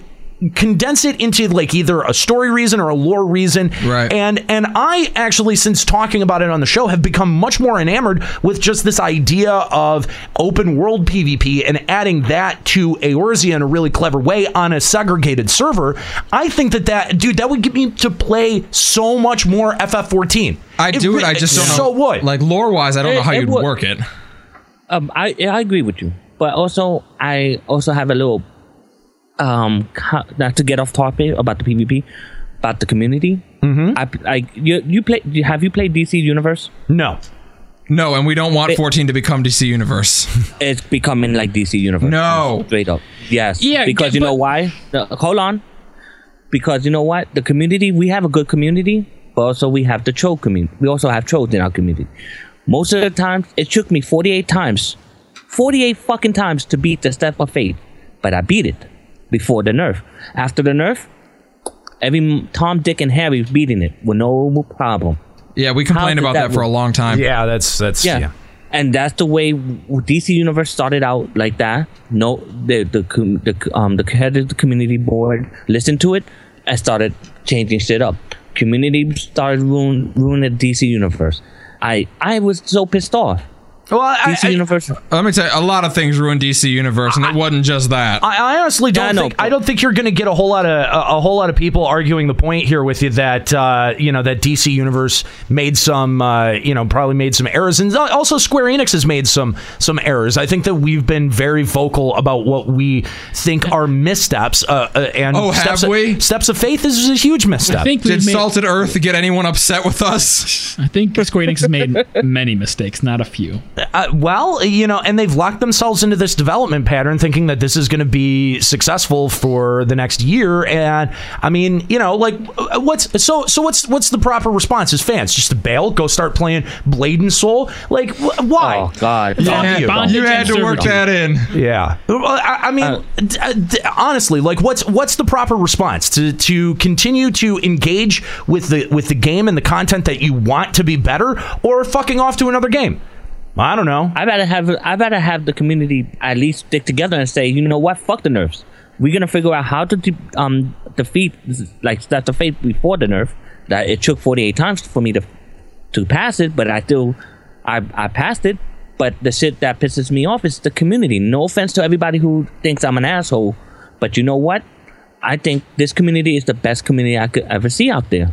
[SPEAKER 8] condense it into like either a story reason or a lore reason right and and i actually since talking about it on the show have become much more enamored with just this idea of open world pvp and adding that to eorzea in a really clever way on a segregated server i think that that dude that would get me to play so much more ff14
[SPEAKER 1] I do it. I just don't know.
[SPEAKER 8] so would
[SPEAKER 1] Like lore wise, I don't know
[SPEAKER 13] It-
[SPEAKER 1] how
[SPEAKER 13] it
[SPEAKER 1] you'd
[SPEAKER 13] would.
[SPEAKER 1] work it.
[SPEAKER 13] Um, I yeah, I agree with you, but also I also have a little um co- not to get off topic about the PvP, about the community. Mm-hmm. I, I you you play have you played DC Universe?
[SPEAKER 8] No,
[SPEAKER 1] no, and we don't want
[SPEAKER 13] It-
[SPEAKER 1] 14 to become
[SPEAKER 8] [laughs]
[SPEAKER 1] DC Universe.
[SPEAKER 13] It's becoming like DC Universe.
[SPEAKER 1] No.
[SPEAKER 13] straight up. Yes.
[SPEAKER 1] Yeah,
[SPEAKER 13] Because you know why? The- hold on. Because you know what? The community we have a good community, but also we have the troll community. We also have trolls in our community. Most of the times, it took me forty-eight times, forty-eight fucking times to beat the step of fate, but I beat it before the nerf. After the nerf, every m- Tom, Dick, and Harry was beating it with no problem.
[SPEAKER 1] Yeah, we
[SPEAKER 13] complained
[SPEAKER 1] complained about that, for a long time.
[SPEAKER 8] Yeah, that's that's
[SPEAKER 13] yeah. And that's the way w- DC Universe started out like that. No, the the com- the c- um the head of the community board listened to it and started changing shit up. Community started ruin ruining DC Universe. I I was so pissed off.
[SPEAKER 8] Well, I,
[SPEAKER 13] DC Universe.
[SPEAKER 1] Let me tell you, a lot of things ruined DC Universe, and it wasn't just that.
[SPEAKER 8] I, I honestly don't think I don't think you're going to get a whole lot of a, a whole lot of people arguing the point here with you that uh, you know that DC Universe made some uh, you know probably made some errors and al- also Square Enix has made some some errors. I think that we've been very vocal about what we think are missteps uh, uh, and
[SPEAKER 1] Oh, have
[SPEAKER 8] steps
[SPEAKER 1] we?
[SPEAKER 8] Steps of Faith is a huge misstep.
[SPEAKER 1] Did Salted Earth get anyone upset with
[SPEAKER 10] [laughs]
[SPEAKER 1] us?
[SPEAKER 10] I think Square Enix has made many mistakes, not a few.
[SPEAKER 8] Uh, well, you know, and they've locked themselves into this development pattern, thinking that this is going to be successful for the next year. And I mean, you know, like uh, what's so so what's what's the proper response as fans? Just to bail, go start playing Blade and Soul? Like wh- why? Oh God,
[SPEAKER 1] Yeah, you had to work that in.
[SPEAKER 8] Yeah. Well, I, I mean, d- uh, d- honestly, like, what's what's the proper response to to continue to engage with the with the game and the content that you want to be better, or fucking off to another game? I don't know.
[SPEAKER 13] I better have I better have the community at least stick together and say, you know what, fuck the nerfs. We're gonna figure out how to de- um defeat like that's the fate before the nerf that it took 48 times for me to to pass it, but I still I I passed it. But the shit that pisses me off is the community. No offense to everybody who thinks I'm an asshole, but you know what? I think this community is the best community I could ever see out there.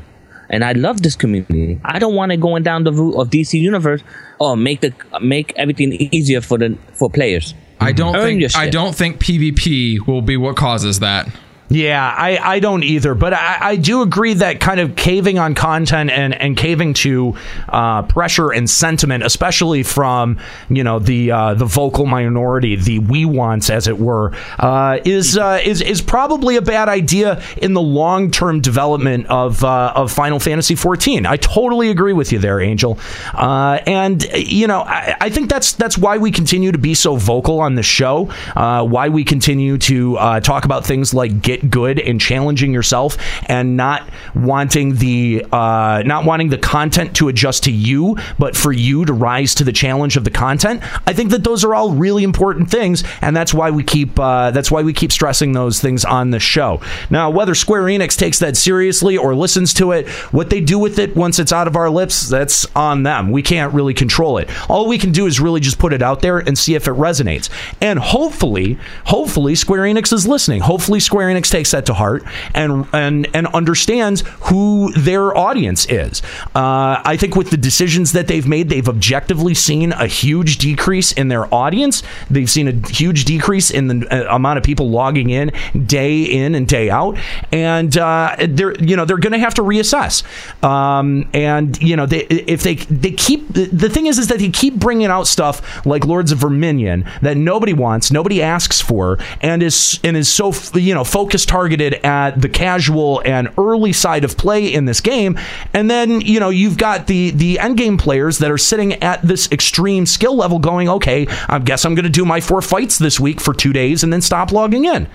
[SPEAKER 13] And I love this community. I don't want it going down the route of DC Universe or make the make everything easier for the for players.
[SPEAKER 1] I don't
[SPEAKER 13] Earn your
[SPEAKER 1] think I
[SPEAKER 13] shit.
[SPEAKER 1] don't think PvP will be what causes that.
[SPEAKER 8] Yeah, I, I don't either, but I, I do agree that kind of caving on content and, and caving to uh, pressure and sentiment, especially from you know the uh, the vocal minority, the we wants as it were, uh, is uh, is is probably a bad idea in the long term development of uh, of Final Fantasy XIV. I totally agree with you there, Angel, uh, and you know I, I think that's that's why we continue to be so vocal on the show, uh, why we continue to uh, talk about things like get good and challenging yourself, and not wanting the uh, not wanting the content to adjust to you, but for you to rise to the challenge of the content. I think that those are all really important things, and that's why we keep uh, that's why we keep stressing those things on the show. Now, whether Square Enix takes that seriously or listens to it, what they do with it once it's out of our lips, that's on them. We can't really control it. All we can do is really just put it out there and see if it resonates. And hopefully, hopefully Square Enix is listening. Hopefully Square Enix takes that to heart and and and understands who their audience is. Uh, I think with the decisions that they've made, they've objectively seen a huge decrease in their audience. They've seen a huge decrease in the uh, amount of people logging in day in and day out, and uh, they're you know they're going to have to reassess. Um, and you know they, if they they keep the- the thing is is that they keep bringing out stuff like Lords of Verminion that nobody wants, nobody asks for, and is and is so f- you know focus targeted at the casual and early side of play in this game, and then you know you've got the the end game players that are sitting at this extreme skill level, going okay, I guess I'm going to do my four fights this week for two days and then stop logging in.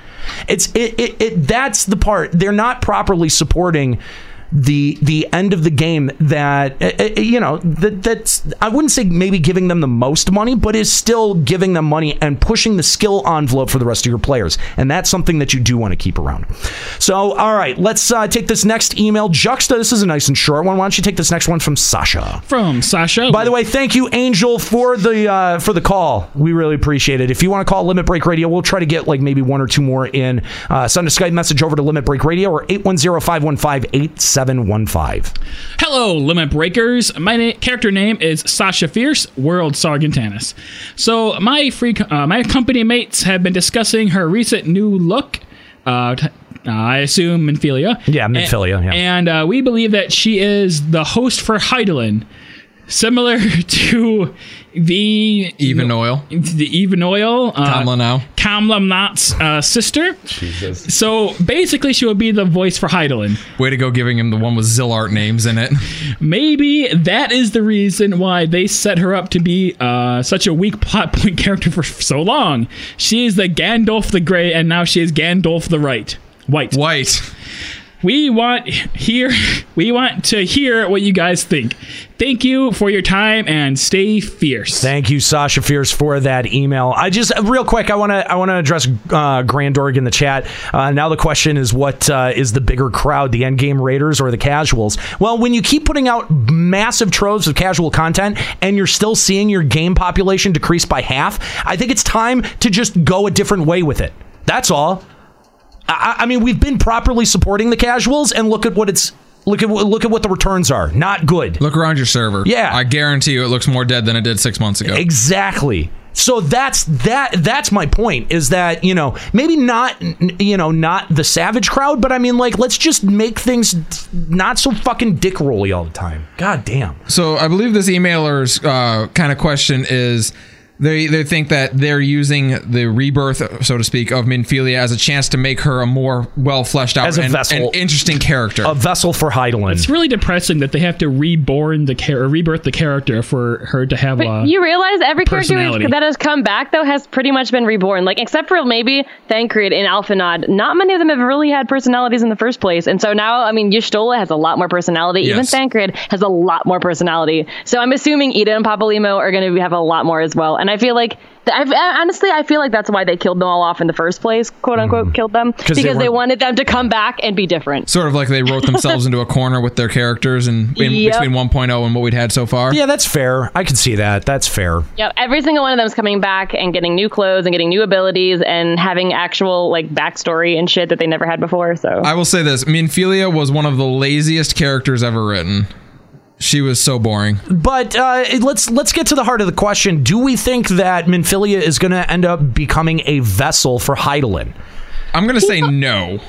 [SPEAKER 8] It's it it, it that's the part they're not properly supporting the the end of the game that eh, eh, you know that that's I wouldn't say maybe giving them the most money, but is still giving them money and pushing the skill envelope for the rest of your players, and that's something that you do want to keep around. So, all right, let's uh, take this next email. Juxta, this is a nice and short one. Why don't you take this next one from Sasha?
[SPEAKER 10] From Sasha.
[SPEAKER 8] By the way, thank you, Angel, for the uh, for the call. We really appreciate it. If you want to call Limit Break Radio, we'll try to get like maybe one or two more in. Uh, send a Skype message over to Limit Break Radio or 810-515-8715.
[SPEAKER 10] Hello, Limit Breakers. My na- character name is Sasha Fierce, World Sergeant Tannis. So my free, co- uh, my company mates have been discussing her recent new look. Uh, t- uh, I assume Minfilia. Yeah,
[SPEAKER 8] Minfilia, yeah.
[SPEAKER 10] And uh, we believe that she is the host for Heidelin, similar [laughs] to the
[SPEAKER 1] Even Oil.
[SPEAKER 10] the even oil uh,
[SPEAKER 1] Kamla now.
[SPEAKER 10] Kamla Knott's uh, sister. So basically, she will be the voice for Heidelin.
[SPEAKER 1] Way to go, giving him the one with Zillart names in it.
[SPEAKER 10] Maybe that is the reason why they set her up to be uh, such a weak plot point [laughs] character for so long. She is the Gandalf the Grey, and now she is Gandalf the Right. White.
[SPEAKER 1] White.
[SPEAKER 10] We want here. We want to hear what you guys think. Thank you for your time and stay fierce.
[SPEAKER 8] Thank you, Sasha Fierce, for that email. I just real quick, I want to I want to address uh, Grand Org in the chat. Uh, now the question is, what uh, is the bigger crowd, the endgame raiders or the casuals? Well, when you keep putting out massive troves of casual content and you're still seeing your game population decrease by half, I think it's time to just go a different way with it. That's all. I, I mean, we've been properly supporting the casuals, and look at what it's look at what- look at what the returns are. Not good.
[SPEAKER 1] Look around your server.
[SPEAKER 8] Yeah.
[SPEAKER 1] I guarantee you it looks more dead than it did six months ago.
[SPEAKER 8] Exactly. So that's that. That's my point. Is that you know maybe not n- you know not the savage crowd, but I mean like let's just make things d- not so fucking dick rolly all the time. God damn.
[SPEAKER 1] So I believe this emailer's uh, kind of question is they they think that they're using the rebirth, so to speak, of Minfilia as a chance to make her a more well fleshed out
[SPEAKER 8] As a
[SPEAKER 1] and,
[SPEAKER 8] vessel.
[SPEAKER 1] and interesting character.
[SPEAKER 8] A vessel for Heidelin.
[SPEAKER 10] It's really depressing that they have to reborn the char- or rebirth the character for her to have a.
[SPEAKER 14] You realize every character
[SPEAKER 10] Personality.
[SPEAKER 14] that has come back though has pretty much been reborn. Like except for maybe Thancred and Alphanod, not many of them have really had personalities in the first place. And so now, I mean, Yshtola has a lot more personality. Even
[SPEAKER 2] Yes.
[SPEAKER 14] Thancred has a lot more personality. So I'm assuming Ida and Papalimo are going to have a lot more as well. And I feel like. th- I've, I- honestly, I feel like that's why they killed them all off in the first place, quote unquote, killed them
[SPEAKER 1] 'Cause
[SPEAKER 14] because
[SPEAKER 1] they
[SPEAKER 14] they,
[SPEAKER 1] weren't-
[SPEAKER 14] wanted them to come back and be different.
[SPEAKER 1] Sort of like they
[SPEAKER 8] [laughs]
[SPEAKER 1] wrote themselves into a corner with their characters and in
[SPEAKER 14] Yep.
[SPEAKER 1] between 1.0 and what we'd had so far.
[SPEAKER 8] Yeah, that's fair. I can see that. That's fair.
[SPEAKER 14] Yep, every single one of them is coming back and getting new clothes and getting new abilities and having actual like backstory and shit that they never had before. So
[SPEAKER 1] I will say this: Minfilia was one of the laziest characters ever written. She was so boring.
[SPEAKER 8] But uh, let's let's get to the heart of the question. Do we think that Minfilia is going to end up becoming a vessel for Heidelin?
[SPEAKER 1] I'm going to say no.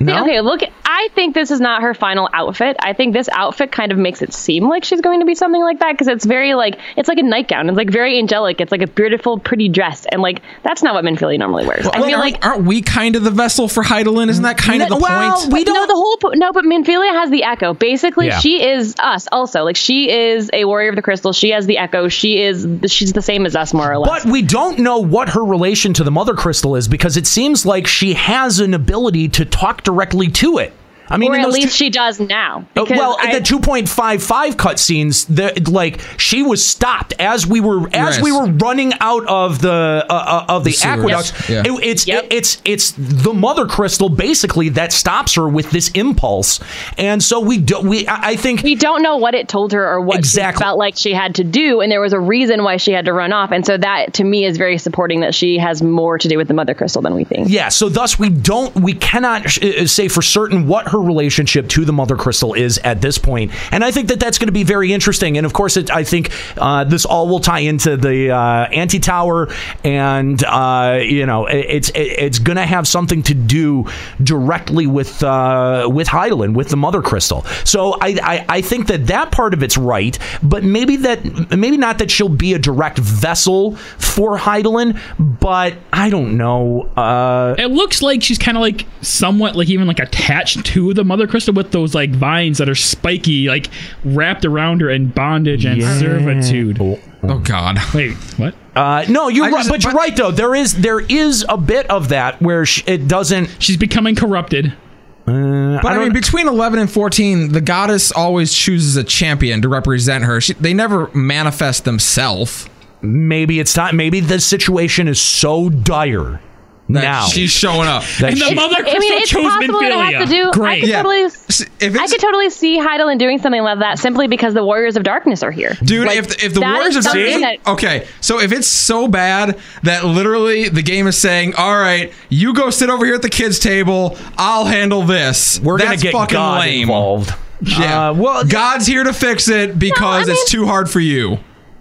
[SPEAKER 8] No.
[SPEAKER 14] okay, look, I think this is not her final outfit. I think this outfit kind of makes it seem like she's going to be something like that because it's very like it's like a nightgown. It's like very angelic. It's like a beautiful, pretty dress, and like that's not what Minfilia normally wears.
[SPEAKER 1] Well,
[SPEAKER 14] I feel
[SPEAKER 1] aren't,
[SPEAKER 14] like.
[SPEAKER 1] aren't we kind of the vessel for Heidelin? Isn't that kind of the
[SPEAKER 14] well,
[SPEAKER 1] point?
[SPEAKER 14] we don't. No, the whole po- no, but Minfilia has the echo. Basically,
[SPEAKER 1] Yeah.
[SPEAKER 14] she is us. Also, like she is a warrior of the crystal. She has the echo. She is she's the same as us, more or less.
[SPEAKER 8] But we don't know what her relation to the Mother Crystal is because it seems like she has an ability to talk directly to it. I mean,
[SPEAKER 14] or
[SPEAKER 8] in
[SPEAKER 14] at
[SPEAKER 8] those
[SPEAKER 14] least
[SPEAKER 8] two-
[SPEAKER 14] she does now.
[SPEAKER 8] Uh,
[SPEAKER 14] because
[SPEAKER 8] well,
[SPEAKER 14] I-
[SPEAKER 8] the 2.55 cutscenes, the like she was stopped as we were as
[SPEAKER 1] Yes.
[SPEAKER 8] we were running out of the uh, uh, of the,
[SPEAKER 1] The sewers.
[SPEAKER 8] aqueducts.
[SPEAKER 1] Yeah.
[SPEAKER 8] It- it's it- it's it's the mother crystal basically that stops her with this impulse, and so we do, we I I think
[SPEAKER 14] we don't know what it told her or what
[SPEAKER 8] Exactly.
[SPEAKER 14] she felt like she had to do, and there was a reason why she had to run off. And so that, to me, is very supporting that she has more to do with the mother crystal than we think.
[SPEAKER 8] Yeah, so thus we don't, we cannot sh- uh, say for certain what her relationship to the Mother Crystal is at this point, and I think that that's going to be very interesting. And of course, it, I think uh, this all will tie into the uh, anti tower, and uh, you know, it, it's it, it's going to have something to do directly with uh, with Heidelin, with the Mother Crystal. So I, I I think that that part of it's right, but maybe that maybe not that she'll be a direct vessel for Heidelin, but I don't know. Uh,
[SPEAKER 10] it looks like she's kind of like somewhat like even like attached to the mother crystal with those like vines that are spiky, like wrapped around her in bondage and
[SPEAKER 8] Yeah.
[SPEAKER 10] servitude.
[SPEAKER 8] Oh,
[SPEAKER 1] God!
[SPEAKER 10] Wait, what?
[SPEAKER 8] Uh, no, you're right, but you're right though. There is there is a bit of that where sh- it doesn't.
[SPEAKER 10] She's becoming corrupted.
[SPEAKER 8] Uh,
[SPEAKER 1] But I, mean, between 11 and 14, the goddess always chooses a champion to represent her. She, they never manifest themselves.
[SPEAKER 8] Maybe it's not. Maybe the situation is so dire now.
[SPEAKER 1] she's showing up.
[SPEAKER 8] That she-
[SPEAKER 14] I mean, it's possible it'll have to do. I could, totally, I could totally see Heidelin doing something like that simply because the Warriors of Darkness are here.
[SPEAKER 1] Dude,
[SPEAKER 14] Like,
[SPEAKER 1] if the, if the
[SPEAKER 14] that
[SPEAKER 1] Warriors
[SPEAKER 14] is
[SPEAKER 1] of
[SPEAKER 14] something
[SPEAKER 1] Darkness,
[SPEAKER 14] that-
[SPEAKER 1] okay, so if it's so bad that literally the game is saying, "All right, you go sit over here at the kids' table, I'll handle this." We're
[SPEAKER 8] gonna
[SPEAKER 1] That's
[SPEAKER 8] get
[SPEAKER 1] fucking
[SPEAKER 8] God
[SPEAKER 1] lame.
[SPEAKER 8] involved. Uh,
[SPEAKER 1] Yeah,
[SPEAKER 8] well,
[SPEAKER 1] God's here to fix it because it's too hard for you.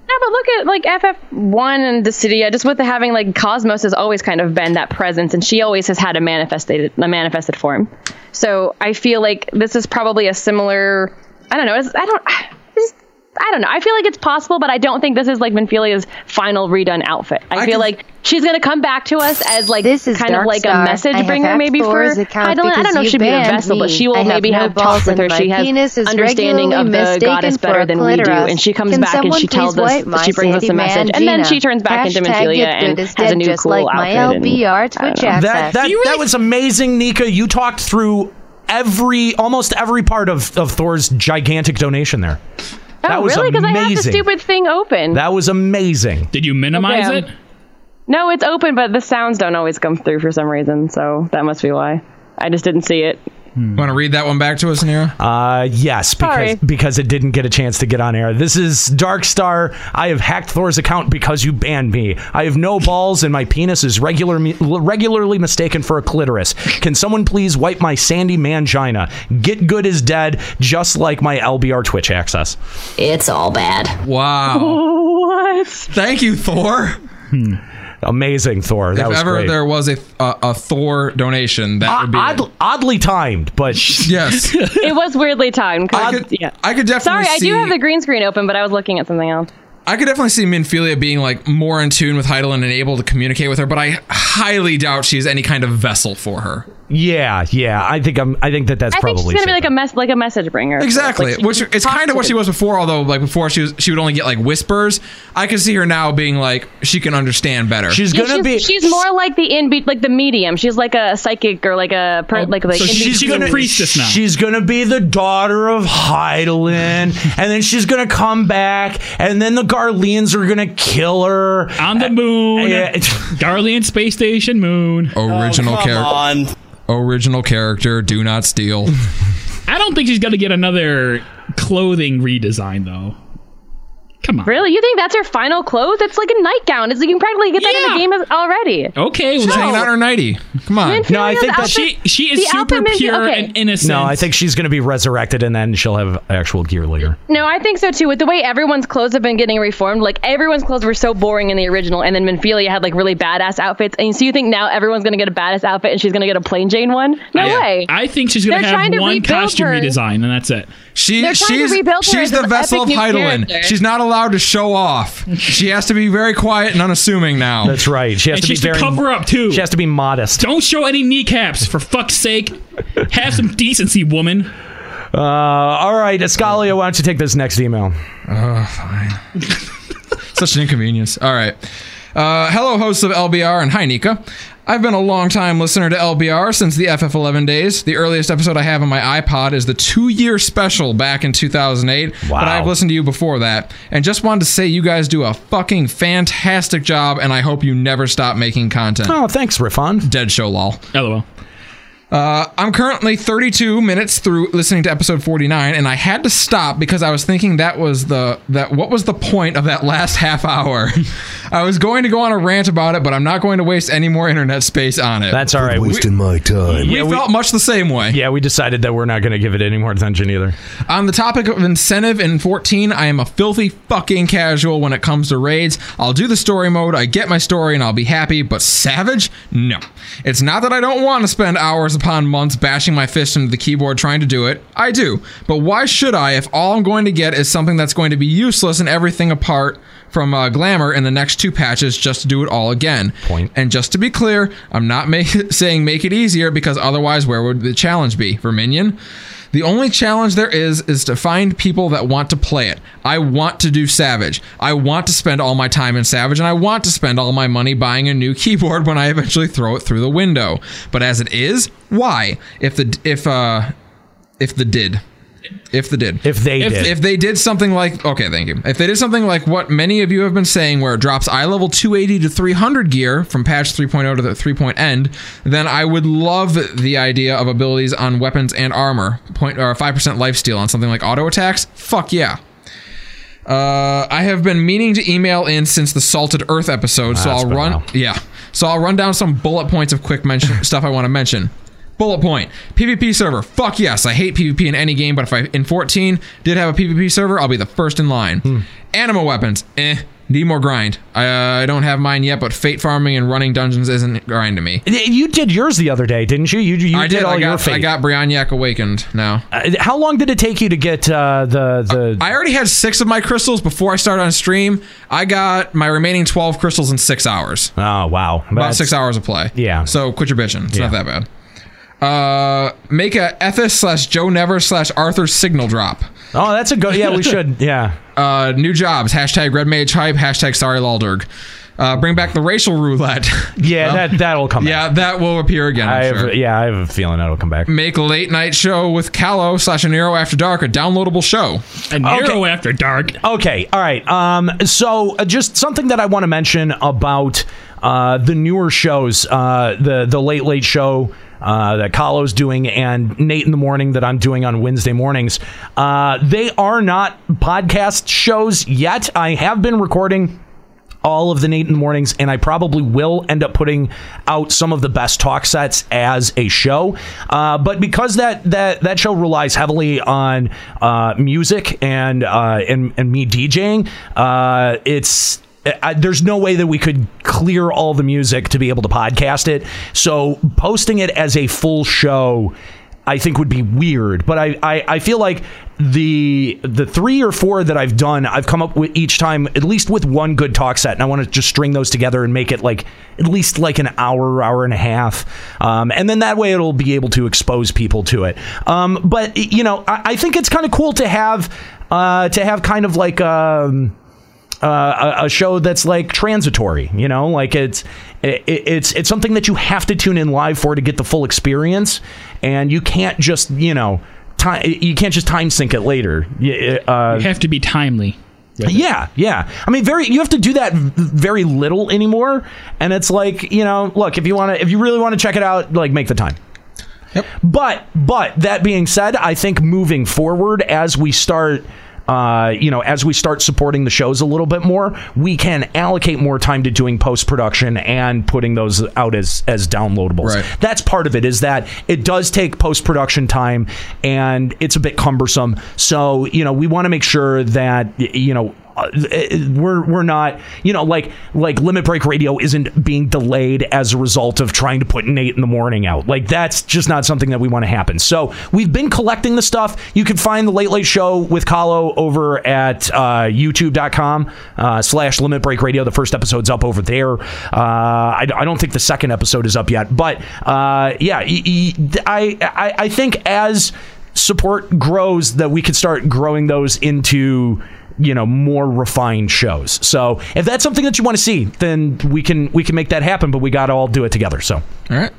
[SPEAKER 14] No, but look at like FF1 and the city. uh, Just with the having like Cosmos has always kind of been that presence, and she always has had a manifested a manifested form. So I feel like this is probably a similar. I don't know. It's, I don't. it's- I don't know. I feel like it's possible, but I don't think this is like Minfilia's final redone outfit. I, feel like she's gonna come back to us as like this is [laughs] kind of like a
[SPEAKER 11] Darkstar.
[SPEAKER 14] message
[SPEAKER 11] I have
[SPEAKER 14] bringer, maybe for.
[SPEAKER 11] X4's account
[SPEAKER 14] I don't. I
[SPEAKER 11] because
[SPEAKER 14] don't know. if
[SPEAKER 11] you
[SPEAKER 14] She'd be a
[SPEAKER 11] banned
[SPEAKER 14] vessel, but
[SPEAKER 11] me.
[SPEAKER 14] she will
[SPEAKER 11] I have
[SPEAKER 14] maybe
[SPEAKER 11] no
[SPEAKER 14] have
[SPEAKER 11] balls
[SPEAKER 14] talks with her.
[SPEAKER 11] and
[SPEAKER 14] She
[SPEAKER 11] my penis is
[SPEAKER 14] has understanding of
[SPEAKER 11] regularly
[SPEAKER 14] the goddess
[SPEAKER 11] mistaken for
[SPEAKER 14] better
[SPEAKER 11] a
[SPEAKER 14] than we do,
[SPEAKER 11] clitoris.
[SPEAKER 14] and she comes
[SPEAKER 11] Can
[SPEAKER 14] back and
[SPEAKER 11] someone
[SPEAKER 14] she tells
[SPEAKER 11] please
[SPEAKER 14] us.
[SPEAKER 11] wipe my
[SPEAKER 14] She brings us a
[SPEAKER 11] Sandy
[SPEAKER 14] message, and then
[SPEAKER 11] Mangina?
[SPEAKER 14] she turns back into
[SPEAKER 11] Hashtag
[SPEAKER 14] Minfilia
[SPEAKER 11] get
[SPEAKER 14] and
[SPEAKER 11] good is
[SPEAKER 14] has a
[SPEAKER 11] dead,
[SPEAKER 14] new
[SPEAKER 11] just
[SPEAKER 14] cool
[SPEAKER 11] like my
[SPEAKER 14] outfit. and-
[SPEAKER 11] LBR
[SPEAKER 14] I don't
[SPEAKER 11] Twitch
[SPEAKER 14] know.
[SPEAKER 11] access.
[SPEAKER 8] that that, that was amazing, Nika. You talked through every almost every part of of Thor's gigantic donation there.
[SPEAKER 14] Oh,
[SPEAKER 8] that was
[SPEAKER 14] really?
[SPEAKER 8] amazing.
[SPEAKER 14] I have the stupid thing open.
[SPEAKER 8] that was amazing.
[SPEAKER 10] Did you minimize
[SPEAKER 14] Okay, um,
[SPEAKER 10] it?
[SPEAKER 14] No, it's open, but the sounds don't always come through for some reason, so that must be why. I just didn't see it.
[SPEAKER 1] Want to read that one back to us, Nira?
[SPEAKER 8] Hmm. Uh, yes, because
[SPEAKER 14] Sorry.
[SPEAKER 8] because it didn't get a chance to get on air. This is Dark Star. I have hacked Thor's account because you banned me. I have no balls, and my penis is regular, regularly mistaken for a clitoris. Can someone please wipe my sandy mangina? Get good is dead, just like my LBR Twitch access.
[SPEAKER 22] It's all bad.
[SPEAKER 14] [laughs]
[SPEAKER 1] Wow.
[SPEAKER 14] what?
[SPEAKER 1] Thank you, Thor.
[SPEAKER 8] Hmm. Amazing, Thor. That
[SPEAKER 1] if
[SPEAKER 8] was
[SPEAKER 1] ever
[SPEAKER 8] great.
[SPEAKER 1] there was a, a a Thor donation, that would be
[SPEAKER 8] odd, oddly timed, but
[SPEAKER 1] [laughs] yes.
[SPEAKER 14] [laughs] it was weirdly timed. 'cause- yeah.
[SPEAKER 1] I could definitely
[SPEAKER 14] Sorry, I
[SPEAKER 1] see-
[SPEAKER 14] do have the green screen open, but I was looking at something else.
[SPEAKER 1] I could definitely see Minfilia being like more in tune with Heidelin and able to communicate with her, but I highly doubt she is any kind of vessel for her.
[SPEAKER 8] Yeah, yeah. I think I'm. I think that that's
[SPEAKER 14] I think
[SPEAKER 8] probably
[SPEAKER 14] she's gonna be like a mess, like a message bringer.
[SPEAKER 1] Exactly,
[SPEAKER 14] Like, she
[SPEAKER 1] which it's
[SPEAKER 14] talks
[SPEAKER 1] kind of
[SPEAKER 14] to
[SPEAKER 1] what she
[SPEAKER 14] the-
[SPEAKER 1] was before. Although, like before, she was she would only get like whispers. I could see her now being like she can understand better.
[SPEAKER 14] Yeah, She's more like the in be- like the medium. She's like a psychic or like a per- like like. in-
[SPEAKER 8] priestess now. She's gonna be the daughter of Heidelin,
[SPEAKER 10] [laughs]
[SPEAKER 8] and then she's gonna come back, and then the Garleans are gonna kill her
[SPEAKER 10] on the moon.
[SPEAKER 8] Yeah,
[SPEAKER 10] [laughs]
[SPEAKER 8] Oh,
[SPEAKER 10] Garlean space station moon.
[SPEAKER 1] original
[SPEAKER 10] Oh, come
[SPEAKER 1] character. Original character. Do not steal.
[SPEAKER 10] I don't think she's going to get another clothing redesign though. Come on.
[SPEAKER 14] Really, you think that's her final clothes? It's like a nightgown. It's like you can practically get that in the game as- already.
[SPEAKER 10] Okay,
[SPEAKER 1] she's
[SPEAKER 10] well-
[SPEAKER 1] hanging out her nighty. Come on,
[SPEAKER 14] Minfilia's No, I think that's- outfit-
[SPEAKER 10] she. She
[SPEAKER 14] the
[SPEAKER 10] is super
[SPEAKER 14] outfit may be-
[SPEAKER 10] pure
[SPEAKER 14] okay.
[SPEAKER 10] and innocent.
[SPEAKER 8] No, I think she's gonna be resurrected, and then she'll have actual gear later.
[SPEAKER 14] No, I think so too. With the way everyone's clothes have been getting reformed, like everyone's clothes were so boring in the original, and then Minfilia had like really badass outfits, and so you think now everyone's gonna get a badass outfit and she's gonna get a plain Jane one? No
[SPEAKER 10] I,
[SPEAKER 14] way.
[SPEAKER 10] I think she's going
[SPEAKER 14] They're
[SPEAKER 10] to
[SPEAKER 14] trying
[SPEAKER 10] have
[SPEAKER 14] to
[SPEAKER 10] one
[SPEAKER 14] rebuild
[SPEAKER 10] costume
[SPEAKER 14] her.
[SPEAKER 10] redesign, and that's it.
[SPEAKER 1] She
[SPEAKER 14] They're trying to
[SPEAKER 1] she's
[SPEAKER 14] rebuild her
[SPEAKER 1] she's
[SPEAKER 14] as
[SPEAKER 1] the
[SPEAKER 14] an
[SPEAKER 1] vessel of
[SPEAKER 14] epic new
[SPEAKER 1] Heidelin.
[SPEAKER 14] character.
[SPEAKER 1] She's not allowed to show off. She has to be very quiet and unassuming now.
[SPEAKER 8] That's right. She has
[SPEAKER 10] And
[SPEAKER 8] to
[SPEAKER 10] she
[SPEAKER 8] be
[SPEAKER 10] has to
[SPEAKER 8] very
[SPEAKER 10] cover up too. She has
[SPEAKER 8] to be modest.
[SPEAKER 10] Don't show any kneecaps, for fuck's sake. Have some decency, woman.
[SPEAKER 8] Uh, all right, Escalia, why don't you take this next email?
[SPEAKER 1] Oh, fine. [laughs] Such an inconvenience. All right. Uh, hello, hosts of LBR, and hi, Nika. I've been a long-time listener to LBR since the FF11 days. The earliest episode I have on my iPod is the two-year special back in 2008. Wow. But I've listened to you before that, and just wanted to say you guys do a fucking fantastic job, and I hope you never stop making content.
[SPEAKER 8] Oh, thanks, Riffon.
[SPEAKER 1] Dead show, lol.
[SPEAKER 10] LOL.
[SPEAKER 1] Uh, I'm currently 32 minutes through listening to episode 49, and I had to stop because I was thinking that was the that what was the point of that last half hour? [laughs] I was going to go on a rant about it, but I'm not going to waste any more internet space on it.
[SPEAKER 8] That's all right.
[SPEAKER 1] Wasting
[SPEAKER 8] my time.
[SPEAKER 1] We felt much the same way.
[SPEAKER 8] Yeah, we decided that we're not going to give it any more attention either.
[SPEAKER 1] On the topic of incentive in 14, I am a filthy fucking casual when it comes to raids. I'll do the story mode, I get my story, and I'll be happy, but Savage? No. It's not that I don't want to spend hours upon months bashing my fist into the keyboard trying to do it. I do. But why should I if all I'm going to get is something that's going to be useless and everything apart from uh, Glamour in the next two patches just to do it all again. Point. And just to be clear, I'm not ma- [laughs] saying make it easier because otherwise, where would the challenge be? Verminion? The only challenge there is is to find people that want to play it. I want to do Savage. I want to spend all my time in Savage, and I want to spend all my money buying a new [laughs] keyboard when I eventually throw it through the window. But as it is, why? If the if uh if the did. If the did.
[SPEAKER 8] If they
[SPEAKER 1] if,
[SPEAKER 8] did.
[SPEAKER 1] If they did something like okay, thank you. If they did something like what many of you have been saying, where it drops eye level 280 to 300 gear from patch 3.0 to the 3. point end, then I would love the idea of abilities on weapons and armor, point or 5% lifesteal on something like auto attacks. Fuck yeah. Uh, I have been meaning to email in since the Salted Earth episode, so
[SPEAKER 8] Wow, it's
[SPEAKER 1] I'll
[SPEAKER 8] been a
[SPEAKER 1] run.
[SPEAKER 8] while.
[SPEAKER 1] Yeah, so I'll run down some bullet points of
[SPEAKER 8] [laughs]
[SPEAKER 1] quick mention stuff I want to mention. Bullet point: PvP server. Fuck yes, I hate PvP in any game, but if I in 14 did have a PvP server, I'll be the first in line.
[SPEAKER 8] Hmm.
[SPEAKER 1] Animal weapons. Eh, need more grind. I, I don't have mine yet, but fate farming and running dungeons isn't grind to me.
[SPEAKER 8] You did yours the other day, didn't you? You, you
[SPEAKER 1] I did.
[SPEAKER 8] all
[SPEAKER 1] I
[SPEAKER 8] your
[SPEAKER 1] got.
[SPEAKER 8] fate.
[SPEAKER 1] I got Brianyak awakened now.
[SPEAKER 8] Uh, How long did it take you to get uh, the the?
[SPEAKER 1] I already had six of my crystals before I started on stream. I got my remaining 12 crystals in six hours.
[SPEAKER 8] Oh, wow.
[SPEAKER 1] About
[SPEAKER 8] That's-
[SPEAKER 1] six hours of play.
[SPEAKER 8] Yeah.
[SPEAKER 1] So quit your bitching. It's not
[SPEAKER 8] Yeah.
[SPEAKER 1] that bad. Uh, make a Ethis slash Joe Never slash Arthur signal drop.
[SPEAKER 8] Oh, that's a good. Yeah, we
[SPEAKER 1] [laughs]
[SPEAKER 8] should. Yeah.
[SPEAKER 1] Uh, new jobs. Hashtag red mage hype. Hashtag sorry Laldurg. Uh, bring back the racial roulette.
[SPEAKER 8] [laughs] yeah, that that'll come.
[SPEAKER 1] Yeah, that will appear again.
[SPEAKER 8] I
[SPEAKER 1] I'm
[SPEAKER 8] have,
[SPEAKER 1] sure.
[SPEAKER 8] Yeah, I have a feeling that'll come back.
[SPEAKER 1] Make late night show with Callow slash Anero After Dark a downloadable show.
[SPEAKER 10] Arrow after dark.
[SPEAKER 8] Okay, all right. Um, so uh, just something that I want to mention about uh, the newer shows, uh, the the late late show. Uh, that Kalo's doing and Nate in the morning that I'm doing on Wednesday mornings. Uh, they are not podcast shows yet. I have been recording all of the Nate in the mornings, and I probably will end up putting out some of the best talk sets as a show. Uh, but because that that that show relies heavily on uh, music and uh, and and me DJing, uh, it's I, there's no way that we could clear all the music to be able to podcast it. So posting it as a full show, I think would be weird. But I, I, I feel like the the three or four that I've done, I've come up with each time at least with one good talk set, and I want to just string those together and make it like at least like an hour, hour and a half, um, and then that way it'll be able to expose people to it. Um, but you know, I, I think it's kind of cool to have uh, to have kind of like. Um, uh, a, a show that's like transitory, you know, like it's it, it's it's something that you have to tune in live for to get the full experience, and you can't just you know time you can't just time sync it later. Y- Uh,
[SPEAKER 10] You have to be timely.
[SPEAKER 8] yeah, yeah. I mean, very. You have to do that v- very little anymore, and it's like you know, look, if you want to, if you really want to check it out, like make the time. But but that being said, I think moving forward as we start. Uh, you know, as we start supporting the shows a little bit more, we can allocate more time to doing post production and putting those out as as downloadables. That's part of it. Is that it does take post production time and it's a bit cumbersome. So you know, we want to make sure that y- you know uh, we're we're not you know like like limit break radio isn't being delayed as a result of trying to put Nate in the morning out like that's just not something that we want to happen so we've been collecting the stuff you can find the late late show with Kahlo over at uh, youtube.com uh, slash limit break radio the first episode's up over there uh, I, I don't think the second episode is up yet but uh, yeah y- y- I, I I think as support grows that we could start growing those into you know more refined shows so if that's something that you want to see then we can we can make that happen but we got to all do it together so
[SPEAKER 1] All right.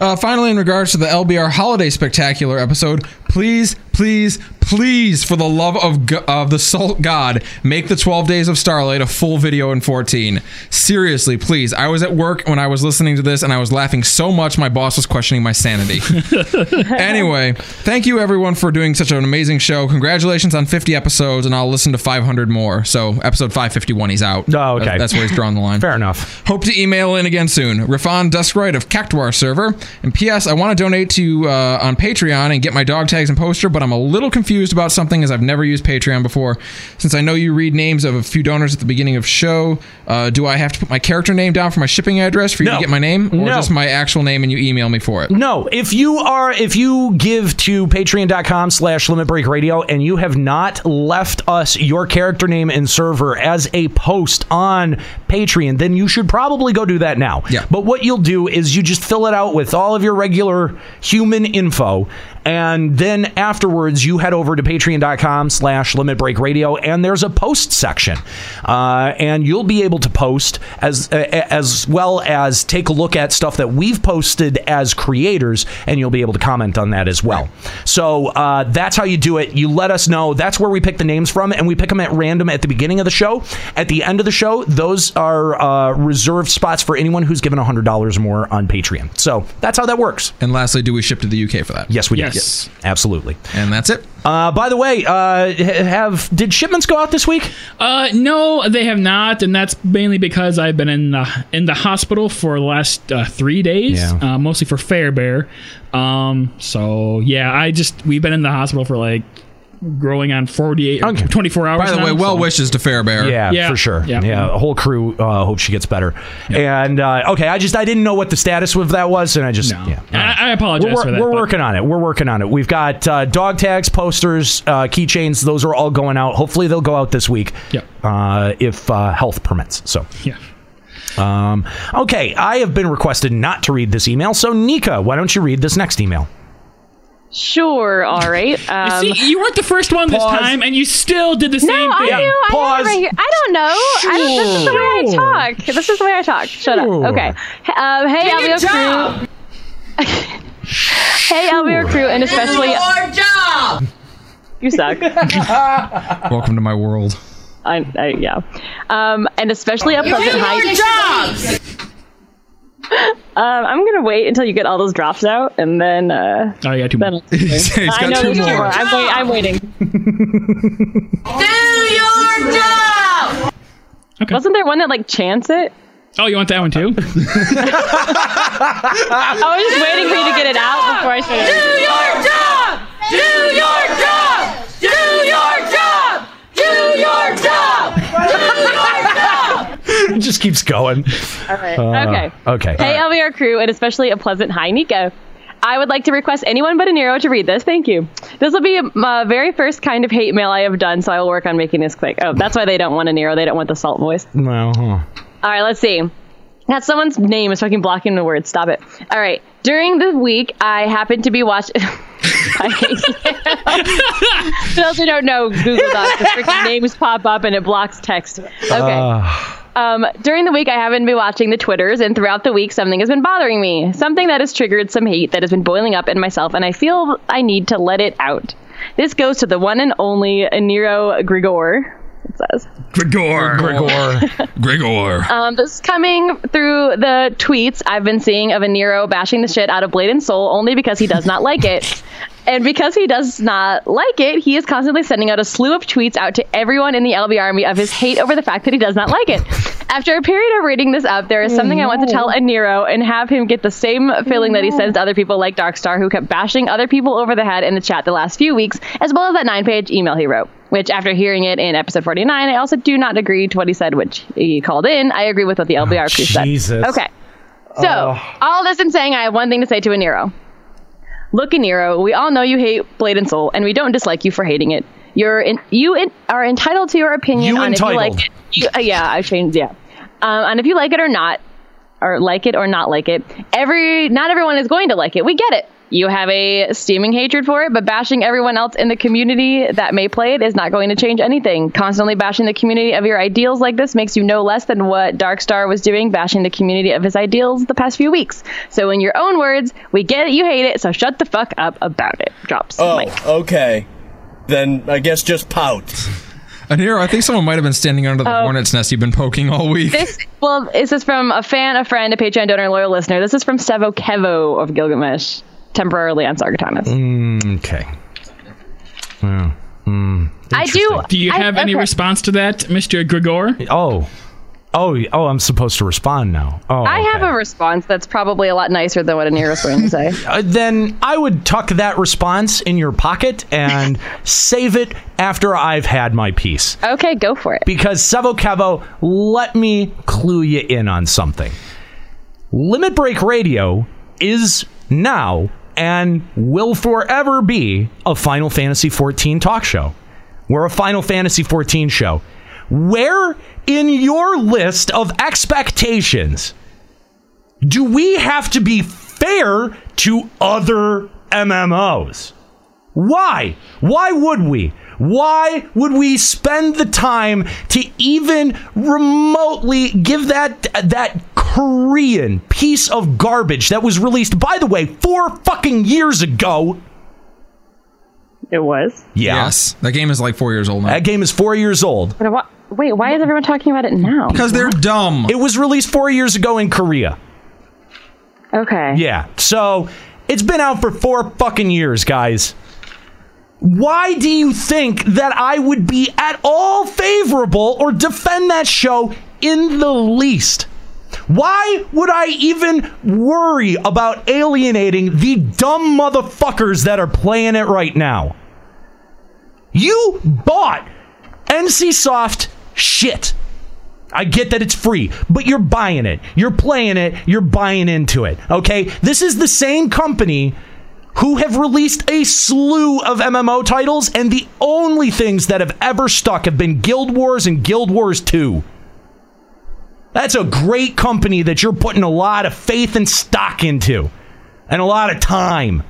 [SPEAKER 1] Uh, finally, in regards to the LBR Holiday Spectacular episode, please, please, please, for the love of go- of the salt god, make the 12 Days of Starlight a full video in 14. Seriously, please. I was at work when I was listening to this, and I was laughing so much my boss was questioning my sanity. [laughs]
[SPEAKER 14] [laughs]
[SPEAKER 1] anyway, thank you everyone for doing such an amazing show. Congratulations on 50 episodes, and I'll listen to 500 more. So episode 551, he's out. Oh,
[SPEAKER 8] okay.
[SPEAKER 1] That's where he's drawn the
[SPEAKER 8] [laughs]
[SPEAKER 1] line.
[SPEAKER 8] Fair enough.
[SPEAKER 1] Hope to email in again soon. Rafan Duskroyd of Cactuar server. And P.S. I want to donate to uh, on Patreon and get my dog tags and poster, but I'm a little confused about something as I've never used Patreon before. Since I know you read names of a few donors at the beginning of show, uh, do I have to put my character name down for my shipping address for you
[SPEAKER 8] No.
[SPEAKER 1] to get my name, or
[SPEAKER 8] No.
[SPEAKER 1] just my actual name and you email me for it?
[SPEAKER 8] No, if you are if you give to patreon.com slash limit break radio and you have not left us your character name and server as a post on Patreon, then you should probably go do that now. Yeah. But what you'll do is you just fill it out with all of your regular human info. And then afterwards, you head over to patreon.com slash limit break radio, and there's a post section. Uh, and you'll be able to post as, uh, as well as take a look at stuff that we've posted as creators, and you'll be able to comment on that as well. So uh, that's how you do it. You let us know. That's where we pick the names from, and we pick them at random at the beginning of the show. At the end of the show, those are uh, reserved spots for anyone who's given $100 more on Patreon. So that's how that works.
[SPEAKER 1] And lastly, do we ship to the UK for that?
[SPEAKER 8] Yes, we do.
[SPEAKER 1] Yes.
[SPEAKER 8] Yes, absolutely.
[SPEAKER 1] And that's it.
[SPEAKER 8] Uh, by the way, uh, ha- have did shipments go out this week?
[SPEAKER 10] Uh, no, they have not, and that's mainly because I've been in the in the hospital for the last uh, three days,
[SPEAKER 8] Yeah.
[SPEAKER 10] uh, mostly for Fairbear. Um, so yeah, I just we've been in the hospital for like growing on 48 or 24 hours
[SPEAKER 1] By the
[SPEAKER 10] now,
[SPEAKER 1] way, well
[SPEAKER 10] so-
[SPEAKER 1] wishes to Fairbear.
[SPEAKER 8] Yeah, for sure. Yeah,
[SPEAKER 10] Yeah.
[SPEAKER 8] the whole crew uh, hope she gets better. And uh, okay, I just I didn't know what the status of that was, and I just yeah.
[SPEAKER 10] I, I apologize
[SPEAKER 8] We're, wor-
[SPEAKER 10] for that
[SPEAKER 8] we're
[SPEAKER 10] but-
[SPEAKER 8] working on it. We're working on it. We've got uh, dog tags, posters, uh, keychains. Those are all going out. Hopefully, they'll go out this week. Uh, if uh, health permits. So.
[SPEAKER 10] Yeah.
[SPEAKER 8] Um, okay, I have been requested not to read this email. So, Nika, why don't you read this next email? [laughs]
[SPEAKER 14] Sure, all right. Um,
[SPEAKER 10] See, you weren't the first one
[SPEAKER 14] Pause.
[SPEAKER 10] this time, and you still did the
[SPEAKER 14] no,
[SPEAKER 10] [laughs] same
[SPEAKER 14] oh, I
[SPEAKER 10] thing.
[SPEAKER 14] do. I have it right here. I don't know. I don't, this is the way I talk. This is the way I talk. Shut
[SPEAKER 6] Sure.
[SPEAKER 14] up. Okay. Um, hey,
[SPEAKER 6] Take your
[SPEAKER 14] LBO crew.
[SPEAKER 6] job.
[SPEAKER 14] [laughs] hey, LBO crew, and especially
[SPEAKER 6] job.
[SPEAKER 14] you
[SPEAKER 10] [laughs]
[SPEAKER 14] suck.
[SPEAKER 1] [laughs] Welcome to my world.
[SPEAKER 14] I, I, yeah, um, and especially up Pleasant Heights. Um, I'm gonna wait until you get all those drops out, and then. Uh,
[SPEAKER 10] oh, yeah, two
[SPEAKER 14] more.
[SPEAKER 10] [laughs]
[SPEAKER 6] He's
[SPEAKER 14] I
[SPEAKER 6] got
[SPEAKER 14] know
[SPEAKER 6] two
[SPEAKER 14] there's
[SPEAKER 6] more.
[SPEAKER 14] I'm, wait, I'm waiting.
[SPEAKER 6] Do your job.
[SPEAKER 14] Wasn't there one that like
[SPEAKER 6] [laughs]
[SPEAKER 14] chants it?
[SPEAKER 10] Oh, you want that one too?
[SPEAKER 14] I was just waiting for you to get it out before I started.
[SPEAKER 6] Do your job. Do your job. Do your job. Do your job. Do your job.
[SPEAKER 8] just keeps going.
[SPEAKER 14] All right.
[SPEAKER 8] Uh,
[SPEAKER 14] okay.
[SPEAKER 8] Okay.
[SPEAKER 14] Hey, LVR crew, and especially a pleasant hi, Nico. I would like to request anyone but a Nero to read this. Thank you. This will be my very first kind of hate mail I have done, so I will work on making this quick. Oh, that's why they don't want a Nero. They don't want the salt voice.
[SPEAKER 8] No. Huh.
[SPEAKER 14] All right, let's see. That someone's name is fucking blocking the word. Stop it. All right. During the week, I happened to be [laughs] watching. [laughs] For those who don't know, Google Docs, the freaking names pop up and it blocks text.
[SPEAKER 8] Uh,
[SPEAKER 14] Okay.
[SPEAKER 8] Uh-huh.
[SPEAKER 14] Um, during the week, I haven't been watching the Twitters, and throughout the week, something has been bothering me. Something that has triggered some hate that has been boiling up in myself, and I feel I need to let it out. This goes to the one and only Nero Grigor. It says.
[SPEAKER 10] Gregor.
[SPEAKER 8] Gregor.
[SPEAKER 10] Gregor.
[SPEAKER 14] Um, this is coming through the tweets I've been seeing of a Nero bashing the shit out of Blade and Soul only because he does not like it. And because he does not like it, he is constantly sending out a slew of tweets out to everyone in the LB army of his hate over the fact that he does not like it. After a period of reading this up, there is something I want to tell a Nero and have him get the same feeling that he sends to other people like Darkstar, who kept bashing other people over the head in the chat the last few weeks, as well as that nine page email he wrote which after hearing it in episode 49, I also do not agree to what he said, which he called in. I agree with what the LBR crew said.
[SPEAKER 6] Jesus.
[SPEAKER 14] Okay. So, all this in saying, I have one thing to say to Aniro. Look, Aniro, we all know you hate Blade and Soul, and we don't dislike you for hating it. You're in, you in, are entitled to your opinion
[SPEAKER 6] You
[SPEAKER 14] on if you
[SPEAKER 6] entitled.
[SPEAKER 14] like it. You, uh, yeah, I changed. Yeah, um, and if you like it or not, or like it or not like it, every not everyone is going to like it. We get it. You have a steaming hatred for it, but bashing everyone else in the community that may play it is not going to change anything. Constantly bashing the community of your ideals like this makes you no less than what Darkstar was doing, bashing the community of his ideals the past few weeks. So, in your own words, we get it, you hate it, so shut the fuck up about it. Drops.
[SPEAKER 2] Oh,
[SPEAKER 14] Mike.
[SPEAKER 2] okay. Then I guess just pout.
[SPEAKER 1] Aniro, I think someone might have been standing under the
[SPEAKER 14] Oh.
[SPEAKER 1] hornet's nest you've been poking all week.
[SPEAKER 14] This well, this is from a fan, a friend, a Patreon donor, and loyal listener. This is from Sevo Kevo of Gilgamesh, temporarily on Sargatanus.
[SPEAKER 8] Mm, okay. [laughs] Wow. Mm.
[SPEAKER 14] I do.
[SPEAKER 10] Do you
[SPEAKER 14] I-
[SPEAKER 10] have any
[SPEAKER 14] okay.
[SPEAKER 10] response to that, Mr. Gregor?
[SPEAKER 8] Oh. Oh, y- oh, I'm supposed to respond now. Oh.
[SPEAKER 14] I have a response that's probably a lot nicer than what a Nero's going to say. [laughs]
[SPEAKER 8] Uh, then I would tuck that response in your
[SPEAKER 14] [laughs]
[SPEAKER 8] pocket and save it after I've had my piece.
[SPEAKER 14] Okay, go for it.
[SPEAKER 8] Because Sevo Kevo, let me clue you in on something. Limit Break Radio is now and will forever be a Final Fantasy XIV talk show. We're a Final Fantasy XIV show. Where in your list of expectations do we have to be fair to other MMOs? Why? Why would we? Why would we spend the time to even remotely give that that Korean piece of garbage that was released by the way 4 fucking years ago?
[SPEAKER 14] It was.
[SPEAKER 1] Yes. That game is like four years old now.
[SPEAKER 8] That game is 4 years old.
[SPEAKER 14] But wha- wait, why is everyone talking about it now?
[SPEAKER 1] Because they're dumb.
[SPEAKER 8] It was released 4 years ago in Korea.
[SPEAKER 14] Okay.
[SPEAKER 8] Yeah. So it's been out for four fucking years, guys. Why do you think that I would be at all favorable or defend that show in the least? Why would I even worry about alienating the dumb motherfuckers that are playing it right now? You bought NCSoft shit. I get that it's free, but you're buying it. You're playing it. You're buying into it. Okay? This is the same company who have released a slew of MMO titles, and the only things that have ever stuck have been Guild Wars and Guild Wars 2. That's a great company that you're putting a lot of faith and stock into, and a lot of time.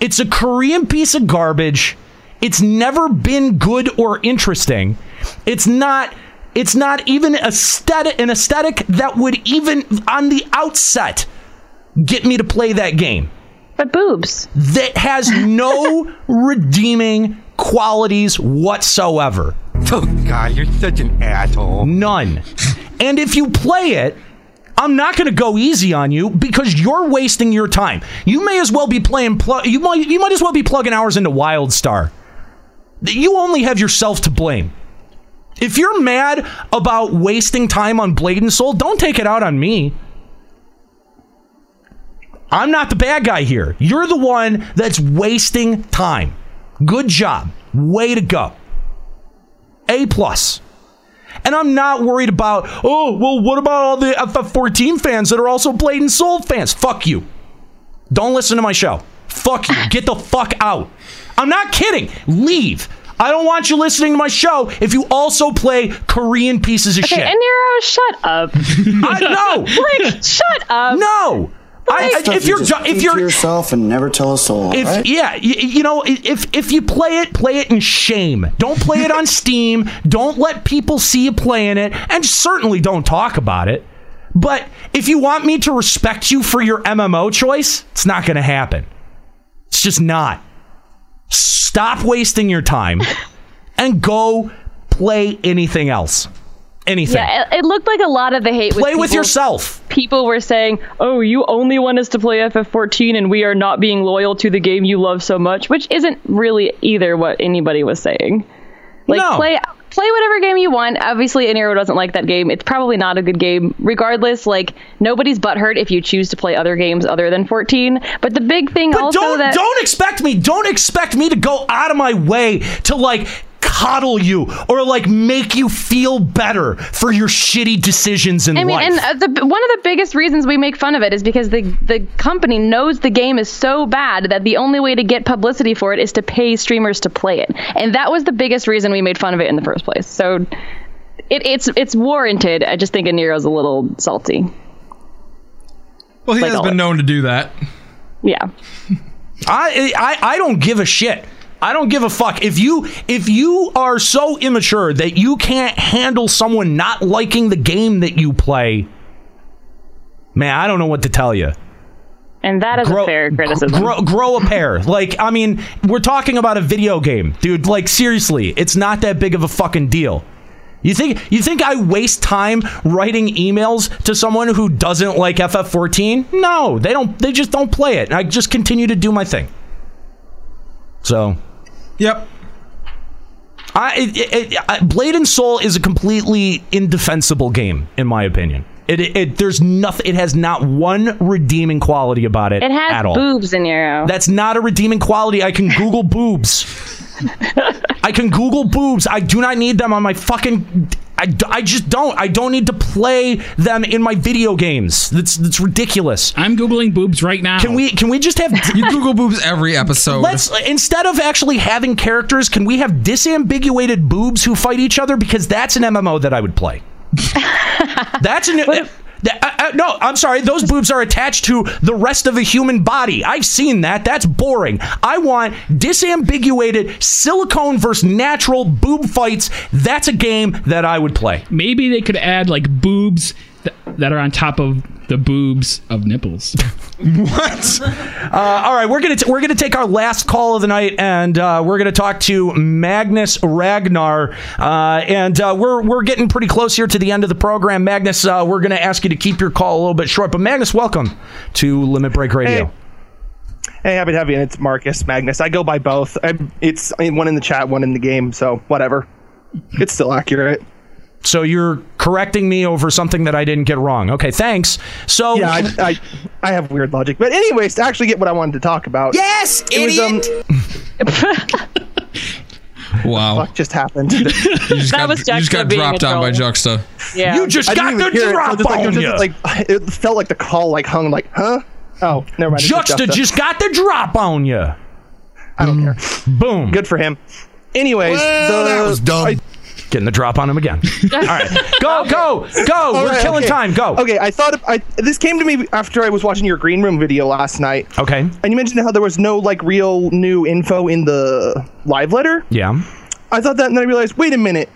[SPEAKER 8] It's a Korean piece of garbage. It's never been good or interesting. It's not it's not even aesthetic an aesthetic that would even on the outset get me to play that game.
[SPEAKER 14] But boobs.
[SPEAKER 8] That has
[SPEAKER 14] [laughs]
[SPEAKER 8] no redeeming qualities whatsoever. Oh god, you're such an asshole. None. And if you play it, I'm not going to go easy on you because you're wasting your time. You may as well be playing. Pl- you might. You might as well be plugging hours into WildStar. You only have yourself to blame. If you're mad about wasting time on Blade and Soul, don't take it out on me. I'm not the bad guy here. You're the one that's wasting time. Good job. Way to go. A plus. And I'm not worried about, oh, well, what about all the FF14 fans that are also Blade and Soul fans? Fuck you. Don't listen to my show. Fuck you. Get the fuck out. I'm not kidding. Leave. I don't want you listening to my show if you also play Korean pieces of
[SPEAKER 14] Okay,
[SPEAKER 8] shit.
[SPEAKER 14] Enero, shut up. [laughs]
[SPEAKER 8] I, no,
[SPEAKER 14] Blake, shut up.
[SPEAKER 8] No. I, I, if you're
[SPEAKER 5] just
[SPEAKER 8] ju- if
[SPEAKER 5] keep to
[SPEAKER 8] you're
[SPEAKER 5] yourself and never tell a soul,
[SPEAKER 8] if
[SPEAKER 5] alright?
[SPEAKER 8] yeah, y- you know, i- if if you play it, play it in shame. Don't play
[SPEAKER 5] [laughs]
[SPEAKER 8] it on Steam. Don't let people see you playing it, and certainly don't talk about it. But if you want me to respect you for your MMO choice, it's not going to happen. It's just not. Stop wasting
[SPEAKER 5] [laughs]
[SPEAKER 8] your time and go play anything else. Anything.
[SPEAKER 14] Yeah, it, it looked like a lot of the hate. was
[SPEAKER 8] Play with
[SPEAKER 14] people-
[SPEAKER 8] yourself.
[SPEAKER 14] People were saying, "Oh, you only want us to play FF14, and we are not being loyal to the game you love so much," which isn't really either what anybody was saying. Like
[SPEAKER 6] No.
[SPEAKER 14] play play whatever game you want. Obviously, Enero doesn't like that game. It's probably not a good game. Regardless, like nobody's butthurt if you choose to play other games other than 14. But the big thing also
[SPEAKER 8] don't
[SPEAKER 14] that
[SPEAKER 8] don't expect me don't expect me to go out of my way to like coddle you or like make you feel better for your shitty decisions in
[SPEAKER 14] I mean,
[SPEAKER 8] life.
[SPEAKER 14] and uh, the, one of the biggest reasons we make fun of it is because the the company knows the game is so bad that the only way to get publicity for it is to pay streamers to play it, and that was the biggest reason we made fun of it in the first place. So, it, it's it's warranted. I just think Nero's a little salty.
[SPEAKER 1] Well, he
[SPEAKER 14] Like
[SPEAKER 1] has
[SPEAKER 14] all
[SPEAKER 1] been
[SPEAKER 14] it.
[SPEAKER 1] known to do that.
[SPEAKER 14] Yeah.
[SPEAKER 8] [laughs] I, I I don't give a shit. I don't give a fuck. If you if you are so immature that you can't handle someone not liking the game that you play, man, I don't know what to tell you.
[SPEAKER 14] And that is a fair criticism.
[SPEAKER 8] Grow, grow a pair. Like, I mean, we're talking about a video game, dude. Like, seriously, it's not that big of a fucking deal. You think you think I waste time writing emails to someone who doesn't like FF14? No, they don't. They just don't play it. I just continue to do my thing. So,
[SPEAKER 1] yep.
[SPEAKER 8] I, it, it, it- I Blade and Soul is a completely indefensible game, in my opinion. It, it, it there's nothing. It has not one redeeming quality about it.
[SPEAKER 14] It has
[SPEAKER 8] at all.
[SPEAKER 14] boobs in Nero.
[SPEAKER 8] That's not a redeeming quality. I can Google [laughs] boobs. I can Google boobs. I do not need them on my fucking. I, d- I just don't. I don't need to play them in my video games. That's that's ridiculous.
[SPEAKER 10] I'm googling boobs right now.
[SPEAKER 8] Can we can we
[SPEAKER 10] [laughs]
[SPEAKER 8] just have
[SPEAKER 1] you Google boobs every episode?
[SPEAKER 8] Let's instead of actually having characters, can we have disambiguated boobs who fight each other? Because that's an MMO that I would play. that's an. uh, that- I- I- no, I'm sorry. Those boobs are attached to the rest of a human body. I've seen that. That's boring. I want disambiguated silicone versus natural boob fights. That's a game that I would play.
[SPEAKER 10] Maybe they could add like boobs th- that are on top of the boobs of nipples.
[SPEAKER 8] [laughs] what? [laughs] Uh, all right, we're gonna t- we're gonna take our last call of the night, and uh, we're gonna talk to Magnus Ragnar, uh, and uh, we're we're getting pretty close here to the end of the program. Magnus, uh, we're gonna ask you to keep your call a little bit short, but Magnus, welcome to Limit Break Radio.
[SPEAKER 22] Hey, happy to have you. And it's Marcus Magnus. I go by both. I, it's I mean, one in the chat, one in the game. So whatever. It's still accurate.
[SPEAKER 8] So you're correcting me over something that I didn't get wrong. Okay, thanks. So
[SPEAKER 22] yeah, I, I, I have weird logic. But anyways, to actually get what I wanted to talk about.
[SPEAKER 6] Yes,
[SPEAKER 22] Was, um,
[SPEAKER 1] Wow.
[SPEAKER 22] fuck just happened.
[SPEAKER 1] that was you just got dropped on by Juxta.
[SPEAKER 8] You just
[SPEAKER 22] I didn't even
[SPEAKER 8] got the
[SPEAKER 22] hear it, so
[SPEAKER 8] drop
[SPEAKER 22] just like, it
[SPEAKER 8] on
[SPEAKER 22] was just
[SPEAKER 8] ya.
[SPEAKER 22] Like it felt like the call like hung like huh? Oh, never mind. it's
[SPEAKER 8] Juxta just got the drop on you.
[SPEAKER 22] I don't care.
[SPEAKER 8] Boom.
[SPEAKER 22] Good for him. Anyways,
[SPEAKER 8] Well,
[SPEAKER 22] the,
[SPEAKER 8] that was dumb.
[SPEAKER 22] I-
[SPEAKER 8] Getting the drop on him [laughs] again. All right, [laughs] go, go, go.
[SPEAKER 22] All
[SPEAKER 8] We're
[SPEAKER 22] right,
[SPEAKER 8] killing
[SPEAKER 22] okay.
[SPEAKER 8] time. Go.
[SPEAKER 22] Okay, I thought I this came to me after I was watching your green room video last night.
[SPEAKER 8] Okay.
[SPEAKER 22] And you mentioned how there was no like real new info in the live letter.
[SPEAKER 8] Yeah.
[SPEAKER 22] I thought that, and then I realized, wait a minute,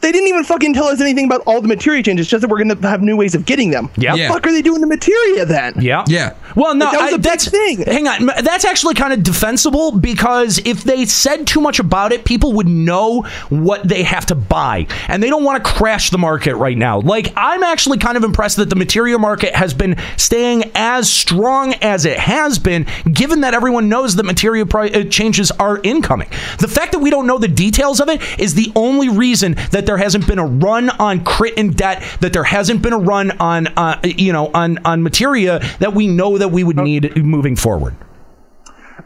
[SPEAKER 22] they didn't even fucking tell us anything about all the materia changes. Just that we're gonna have new ways of getting them.
[SPEAKER 8] Yeah.
[SPEAKER 22] The fuck are they doing the materia then?
[SPEAKER 8] Yeah.
[SPEAKER 1] Yeah.
[SPEAKER 8] Well, no,
[SPEAKER 22] Like, that was
[SPEAKER 8] I-
[SPEAKER 22] a big
[SPEAKER 8] that's
[SPEAKER 22] thing.
[SPEAKER 8] Hang on, M- that's actually kind of defensible because if they said too much about it, people would know what they have to buy, and they don't want to crash the market right now. Like, I'm actually kind of impressed that the material market has been staying as strong as it has been, given that everyone knows that material pri- uh, changes are incoming. The fact that we don't know the details of it is the only reason that there hasn't been a run on crit and debt, that there hasn't been a run on, uh, you know, on on materia that we know that we would need moving forward.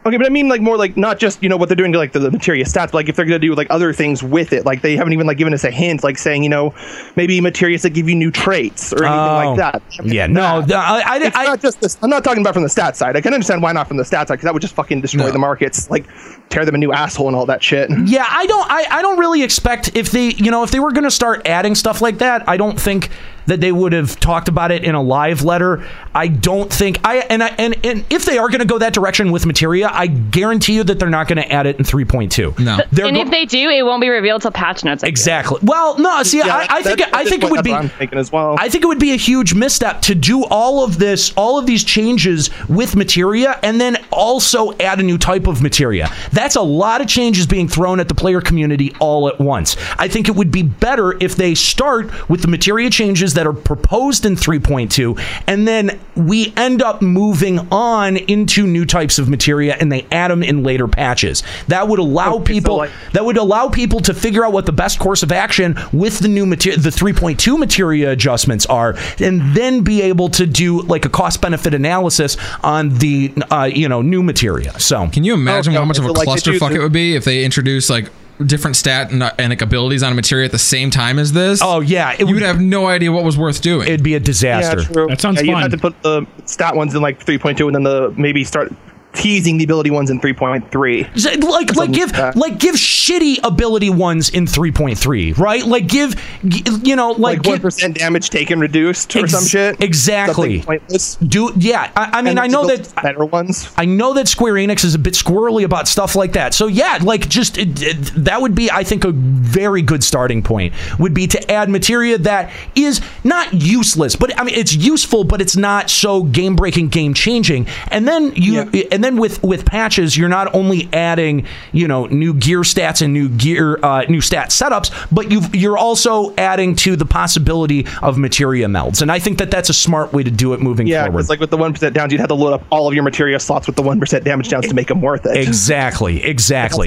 [SPEAKER 22] Okay, but I mean like more like not just you know what they're doing to like the, the materia stats, but like if they're gonna do like other things with it. Like they haven't even like given us a hint, like saying you know maybe materials that give you new traits or anything
[SPEAKER 8] Oh.
[SPEAKER 22] like that.
[SPEAKER 8] Yeah, no, I, I,
[SPEAKER 22] it's not just this. I'm not talking about from the stat side. I can understand why not from the stat side because that would just fucking destroy the markets, like tear them a new asshole and all that shit.
[SPEAKER 8] Yeah, I don't. I, I don't really expect if they, you know, if they were going to start adding stuff like that, I don't think that they would have talked about it in a live letter. I don't think I and I and and if they are going to go that direction with materia, I guarantee you that they're not going to add it in three point two. No, they're
[SPEAKER 14] and
[SPEAKER 8] go-
[SPEAKER 14] if they do, it won't be revealed till patch notes. I feel.
[SPEAKER 8] exactly. Well, no, see,
[SPEAKER 14] Yeah,
[SPEAKER 8] I, I
[SPEAKER 14] that-
[SPEAKER 8] think
[SPEAKER 14] at
[SPEAKER 8] I
[SPEAKER 14] this
[SPEAKER 8] think
[SPEAKER 14] point,
[SPEAKER 8] it would
[SPEAKER 14] that's
[SPEAKER 8] be
[SPEAKER 14] what I'm
[SPEAKER 22] thinking as well.
[SPEAKER 8] I think it would be a huge misstep to do all of this, all of these changes with materia, and then also add a new type of materia. That's a lot of changes being thrown at the player community all at once. I think it would be better if they start with the materia changes that are proposed in 3.2, and then we end up moving on into new types of materia, and they add them in later patches. That would allow people that would allow people to figure out what the best course of action with the new material, the 3.2 materia adjustments are, and then be able to do like a cost benefit analysis on the uh, you know new materia. So
[SPEAKER 1] can you
[SPEAKER 8] Oh,
[SPEAKER 1] Imagine how much of a
[SPEAKER 8] cluster
[SPEAKER 1] clusterfuck it would be if they introduced like different stat and, uh, and like abilities on a material at the same time as this. Oh
[SPEAKER 8] yeah, it
[SPEAKER 1] you would have no idea what was worth doing. It'd
[SPEAKER 8] be a
[SPEAKER 22] Yeah, true. yeah, You'd have to put the stat ones in like 3.2 and then the maybe start teasing the ability ones in 3.3.
[SPEAKER 8] Z- like like give like give shitty ability ones in 3.3 right like give g- you know like
[SPEAKER 22] Like 1% damage taken reduced or
[SPEAKER 8] Ex-
[SPEAKER 22] some shit.
[SPEAKER 8] exactly
[SPEAKER 22] Something pointless.
[SPEAKER 8] do yeah i, I mean
[SPEAKER 22] And
[SPEAKER 8] i know
[SPEAKER 22] those
[SPEAKER 8] that better ones i know that square enix is a bit squirrely about stuff like that so yeah like just it, it- that would be i think a very good starting point would be to add materia that is not useless but i mean it's useful but it's not so game breaking game changing and then you and then with with patches you're not only adding you know new gear stats and new gear uh, new stat setups but you you're also adding to the possibility of materia melds and i think that that's a smart way to do it moving
[SPEAKER 22] Yeah,
[SPEAKER 8] forward
[SPEAKER 22] because like with the 1% downs, you'd have to load up all of your materia slots with the 1% damage downs to make them worth it.
[SPEAKER 8] Exactly, exactly.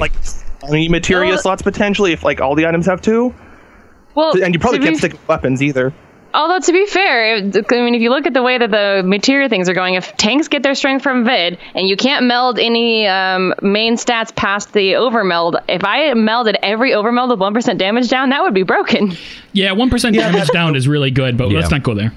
[SPEAKER 10] [laughs]
[SPEAKER 22] Like 20 materia
[SPEAKER 14] Well-
[SPEAKER 22] slots potentially if like all the items have two.
[SPEAKER 14] Well,
[SPEAKER 22] and you probably
[SPEAKER 14] to
[SPEAKER 22] can't
[SPEAKER 14] be-
[SPEAKER 22] stick with weapons either.
[SPEAKER 14] Although to be fair, if- I mean, if you look at the way that the material things are going, if tanks get their strength from vid, and you can't meld any um, main stats past the overmeld, if I melded every overmeld with one percent damage down, that would be broken.
[SPEAKER 10] Yeah, one percent
[SPEAKER 14] Yeah.
[SPEAKER 10] damage down is really good, but let's not go there.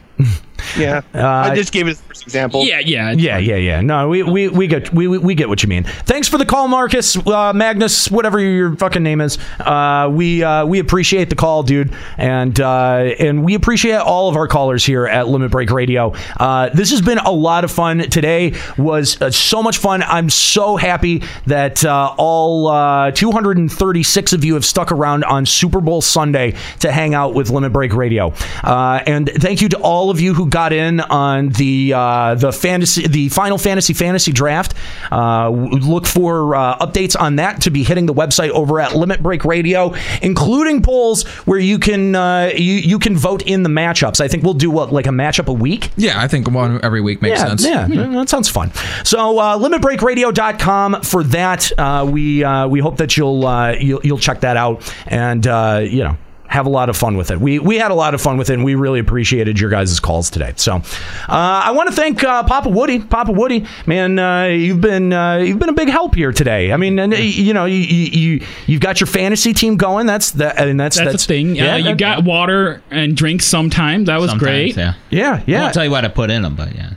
[SPEAKER 22] Yeah. I just gave it as the first example.
[SPEAKER 10] Uh, Yeah, yeah,
[SPEAKER 8] yeah, yeah, yeah. No, we we, we get we, we- we get what you mean. Thanks for the call, Marcus, uh, Magnus, whatever your fucking name is. Uh, we uh, we appreciate the call, dude, and uh, and we appreciate all of our callers here at Limit Break Radio. Uh, this has been a lot of fun. Today was uh, so much fun. I'm so happy that uh, all uh, 236 of you have stuck around on Super Bowl Sunday to hang out with Limit Break Radio. Uh, and thank you to all of you who got in on the uh, the fantasy the Final Fantasy fantasy draft. Uh, w- look for uh, updates on that to be hitting the website over at Limit Break Radio, including polls where you can uh, you you can vote in the matchups. I think we'll do what like a matchup a week.
[SPEAKER 1] Yeah, I think one every week makes
[SPEAKER 8] yeah,
[SPEAKER 1] sense.
[SPEAKER 8] Yeah,
[SPEAKER 10] Mm-hmm.
[SPEAKER 8] that sounds fun. So uh, limitbreakradio.com for that. Uh, we uh, we hope that you'll uh, you'll, you'll check that out and uh, you know have a lot of fun with it. We we had a lot of fun with it. and We really appreciated your guys' calls today. So uh, I want to thank uh, Papa Woody. Papa Woody, man, uh, you've been uh, you've been a big help here today. I mean, and, uh, you know, you, you you- you've got your fantasy team going. That's the and that's
[SPEAKER 10] That's, the thing. Yeah, you
[SPEAKER 8] that-
[SPEAKER 10] got water and drinks sometimes. That was great.
[SPEAKER 1] yeah.
[SPEAKER 8] Yeah,
[SPEAKER 10] yeah.
[SPEAKER 12] I'll tell you what I put in them, but yeah.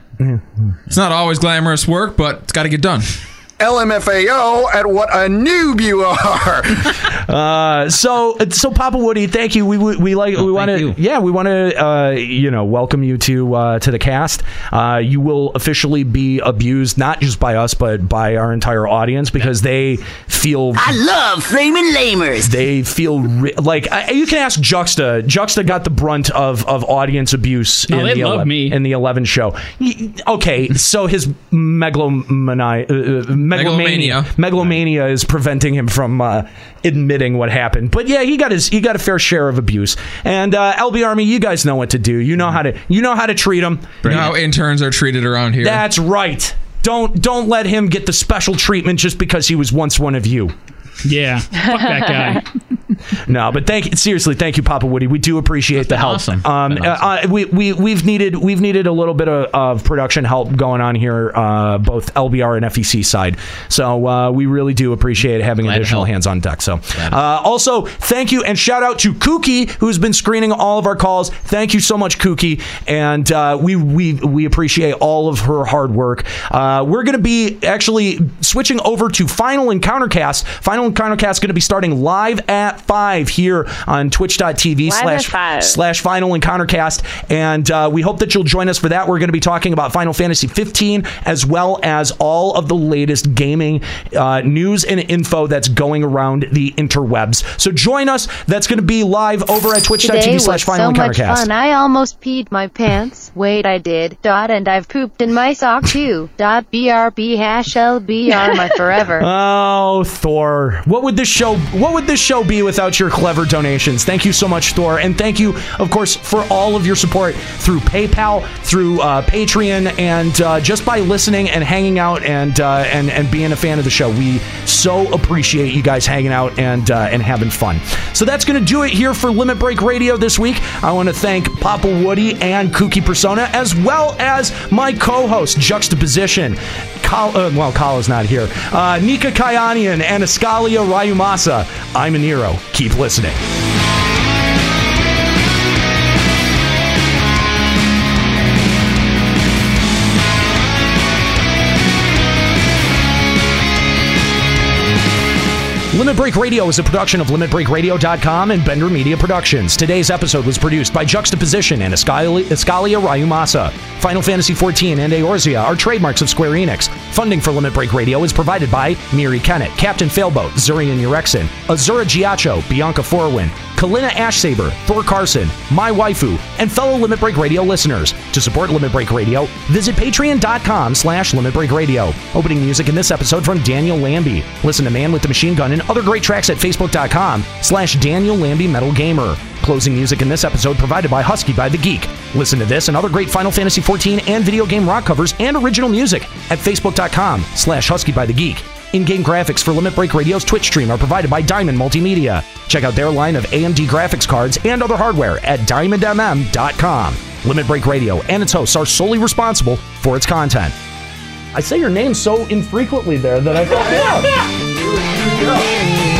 [SPEAKER 1] It's not always glamorous work, but it's got to get done.
[SPEAKER 5] LMFAO at what a noob you are.
[SPEAKER 8] [laughs] Uh, so so Papa Woody, thank you. We we, we like
[SPEAKER 10] Oh,
[SPEAKER 8] we want to yeah we want to uh, you know welcome you to uh, to the cast. Uh, you will officially be abused not just by us but by our entire audience because they feel
[SPEAKER 15] I love flaming lamers.
[SPEAKER 8] they feel ri- like I, you can ask Juxta. Juxta got the brunt of of audience abuse
[SPEAKER 10] No,
[SPEAKER 8] in
[SPEAKER 10] Oh, they
[SPEAKER 8] the
[SPEAKER 10] love
[SPEAKER 8] 11,
[SPEAKER 10] me.
[SPEAKER 8] in the eleven show. Y- Okay, so his megalomani- uh, uh, megalomania
[SPEAKER 1] Megalomania.
[SPEAKER 8] megalomania is preventing him from uh, admitting what happened. But yeah, he got his he got a fair share of abuse. And uh, LB Army, you guys know what to do. You know how to you know how to treat him.
[SPEAKER 1] You know how interns are treated around here.
[SPEAKER 8] That's right. Don't don't let him get the special treatment just because he was once one of you.
[SPEAKER 10] Yeah, fuck that guy.
[SPEAKER 8] [laughs] no, but thank seriously, thank you, Papa Woody. We do appreciate the help.
[SPEAKER 12] awesome.
[SPEAKER 8] Um, uh, uh, we we we've needed we've needed a little bit of, of production help going on here, uh, both LBR and FEC side. So uh, we really do appreciate having additional hands on deck. So uh, also thank you and shout out to Kookie who's been screening all of our calls. Thank you so much, Kookie, and uh, we we we appreciate all of her hard work. Uh, we're going to be actually switching over to Final Encounter Cast. Final Encounter Cast going to be starting live at five here on
[SPEAKER 14] Live
[SPEAKER 8] Twitch.tv
[SPEAKER 14] at
[SPEAKER 8] slash
[SPEAKER 14] five.
[SPEAKER 8] slash Final Encounter Cast, and uh, we hope that you'll join us for that. We're going to be talking about Final Fantasy 15 as well as all of the latest gaming uh, news and info that's going around the interwebs. So join us. That's going to be live over at
[SPEAKER 11] Today
[SPEAKER 8] Twitch.tv slash
[SPEAKER 11] was so
[SPEAKER 8] Final Encounter
[SPEAKER 11] much
[SPEAKER 8] Cast.
[SPEAKER 11] fun. I almost peed my pants. Wait, I did. Dot, and I've pooped in my sock too. Dot, brb hash lbr my forever.
[SPEAKER 8] [laughs] Oh, Thor! What would this show? What would this show be without your clever donations? Thank you so much, Thor, and thank you, of course, for all of your support through PayPal, through uh, Patreon, and uh, just by listening and hanging out and uh, and and being a fan of the show. We so appreciate you guys hanging out and uh, and having fun. So that's gonna do it here for Limit Break Radio this week. I want to thank Papa Woody and Kooky Persona, as well as my co-host Juxtaposition. Kal- uh, well, Kala's not here. Uh, Nika Kayanian and Ascalia Rayumasa. I'm a Nero. Keep listening. Limit Break Radio is a production of LimitBreakRadio.com and Bender Media Productions. Today's episode was produced by Juxtaposition and Escalia Escalia Rayumasa. Final Fantasy XIV and Eorzea are trademarks of Square Enix. Funding for Limit Break Radio is provided by Miri Kennett, Captain Failboat, Zurian Urexin, Azura Giacho, Bianca Forwin, Kalina Ashsaber, Thor Carson, My Waifu, and fellow Limit Break Radio listeners. To support Limit Break Radio, visit patreon.com slash Limit Break Radio. Opening music in this episode from Daniel Lambie. Listen to Man with the Machine Gun and other great tracks at facebook.com slash Daniel Lambie Metal Gamer. Closing music in this episode provided by Husky by the Geek. Listen to this and other great Final Fantasy XIV and video game rock covers and original music at facebook.com slash Husky by the Geek. In-game graphics for Limit Break Radio's Twitch stream are provided by Diamond Multimedia. Check out their line of AMD graphics cards and other hardware at diamondmm.com. Limit Break Radio and its hosts are solely responsible for its content. I say your name so infrequently there that I thought, yeah.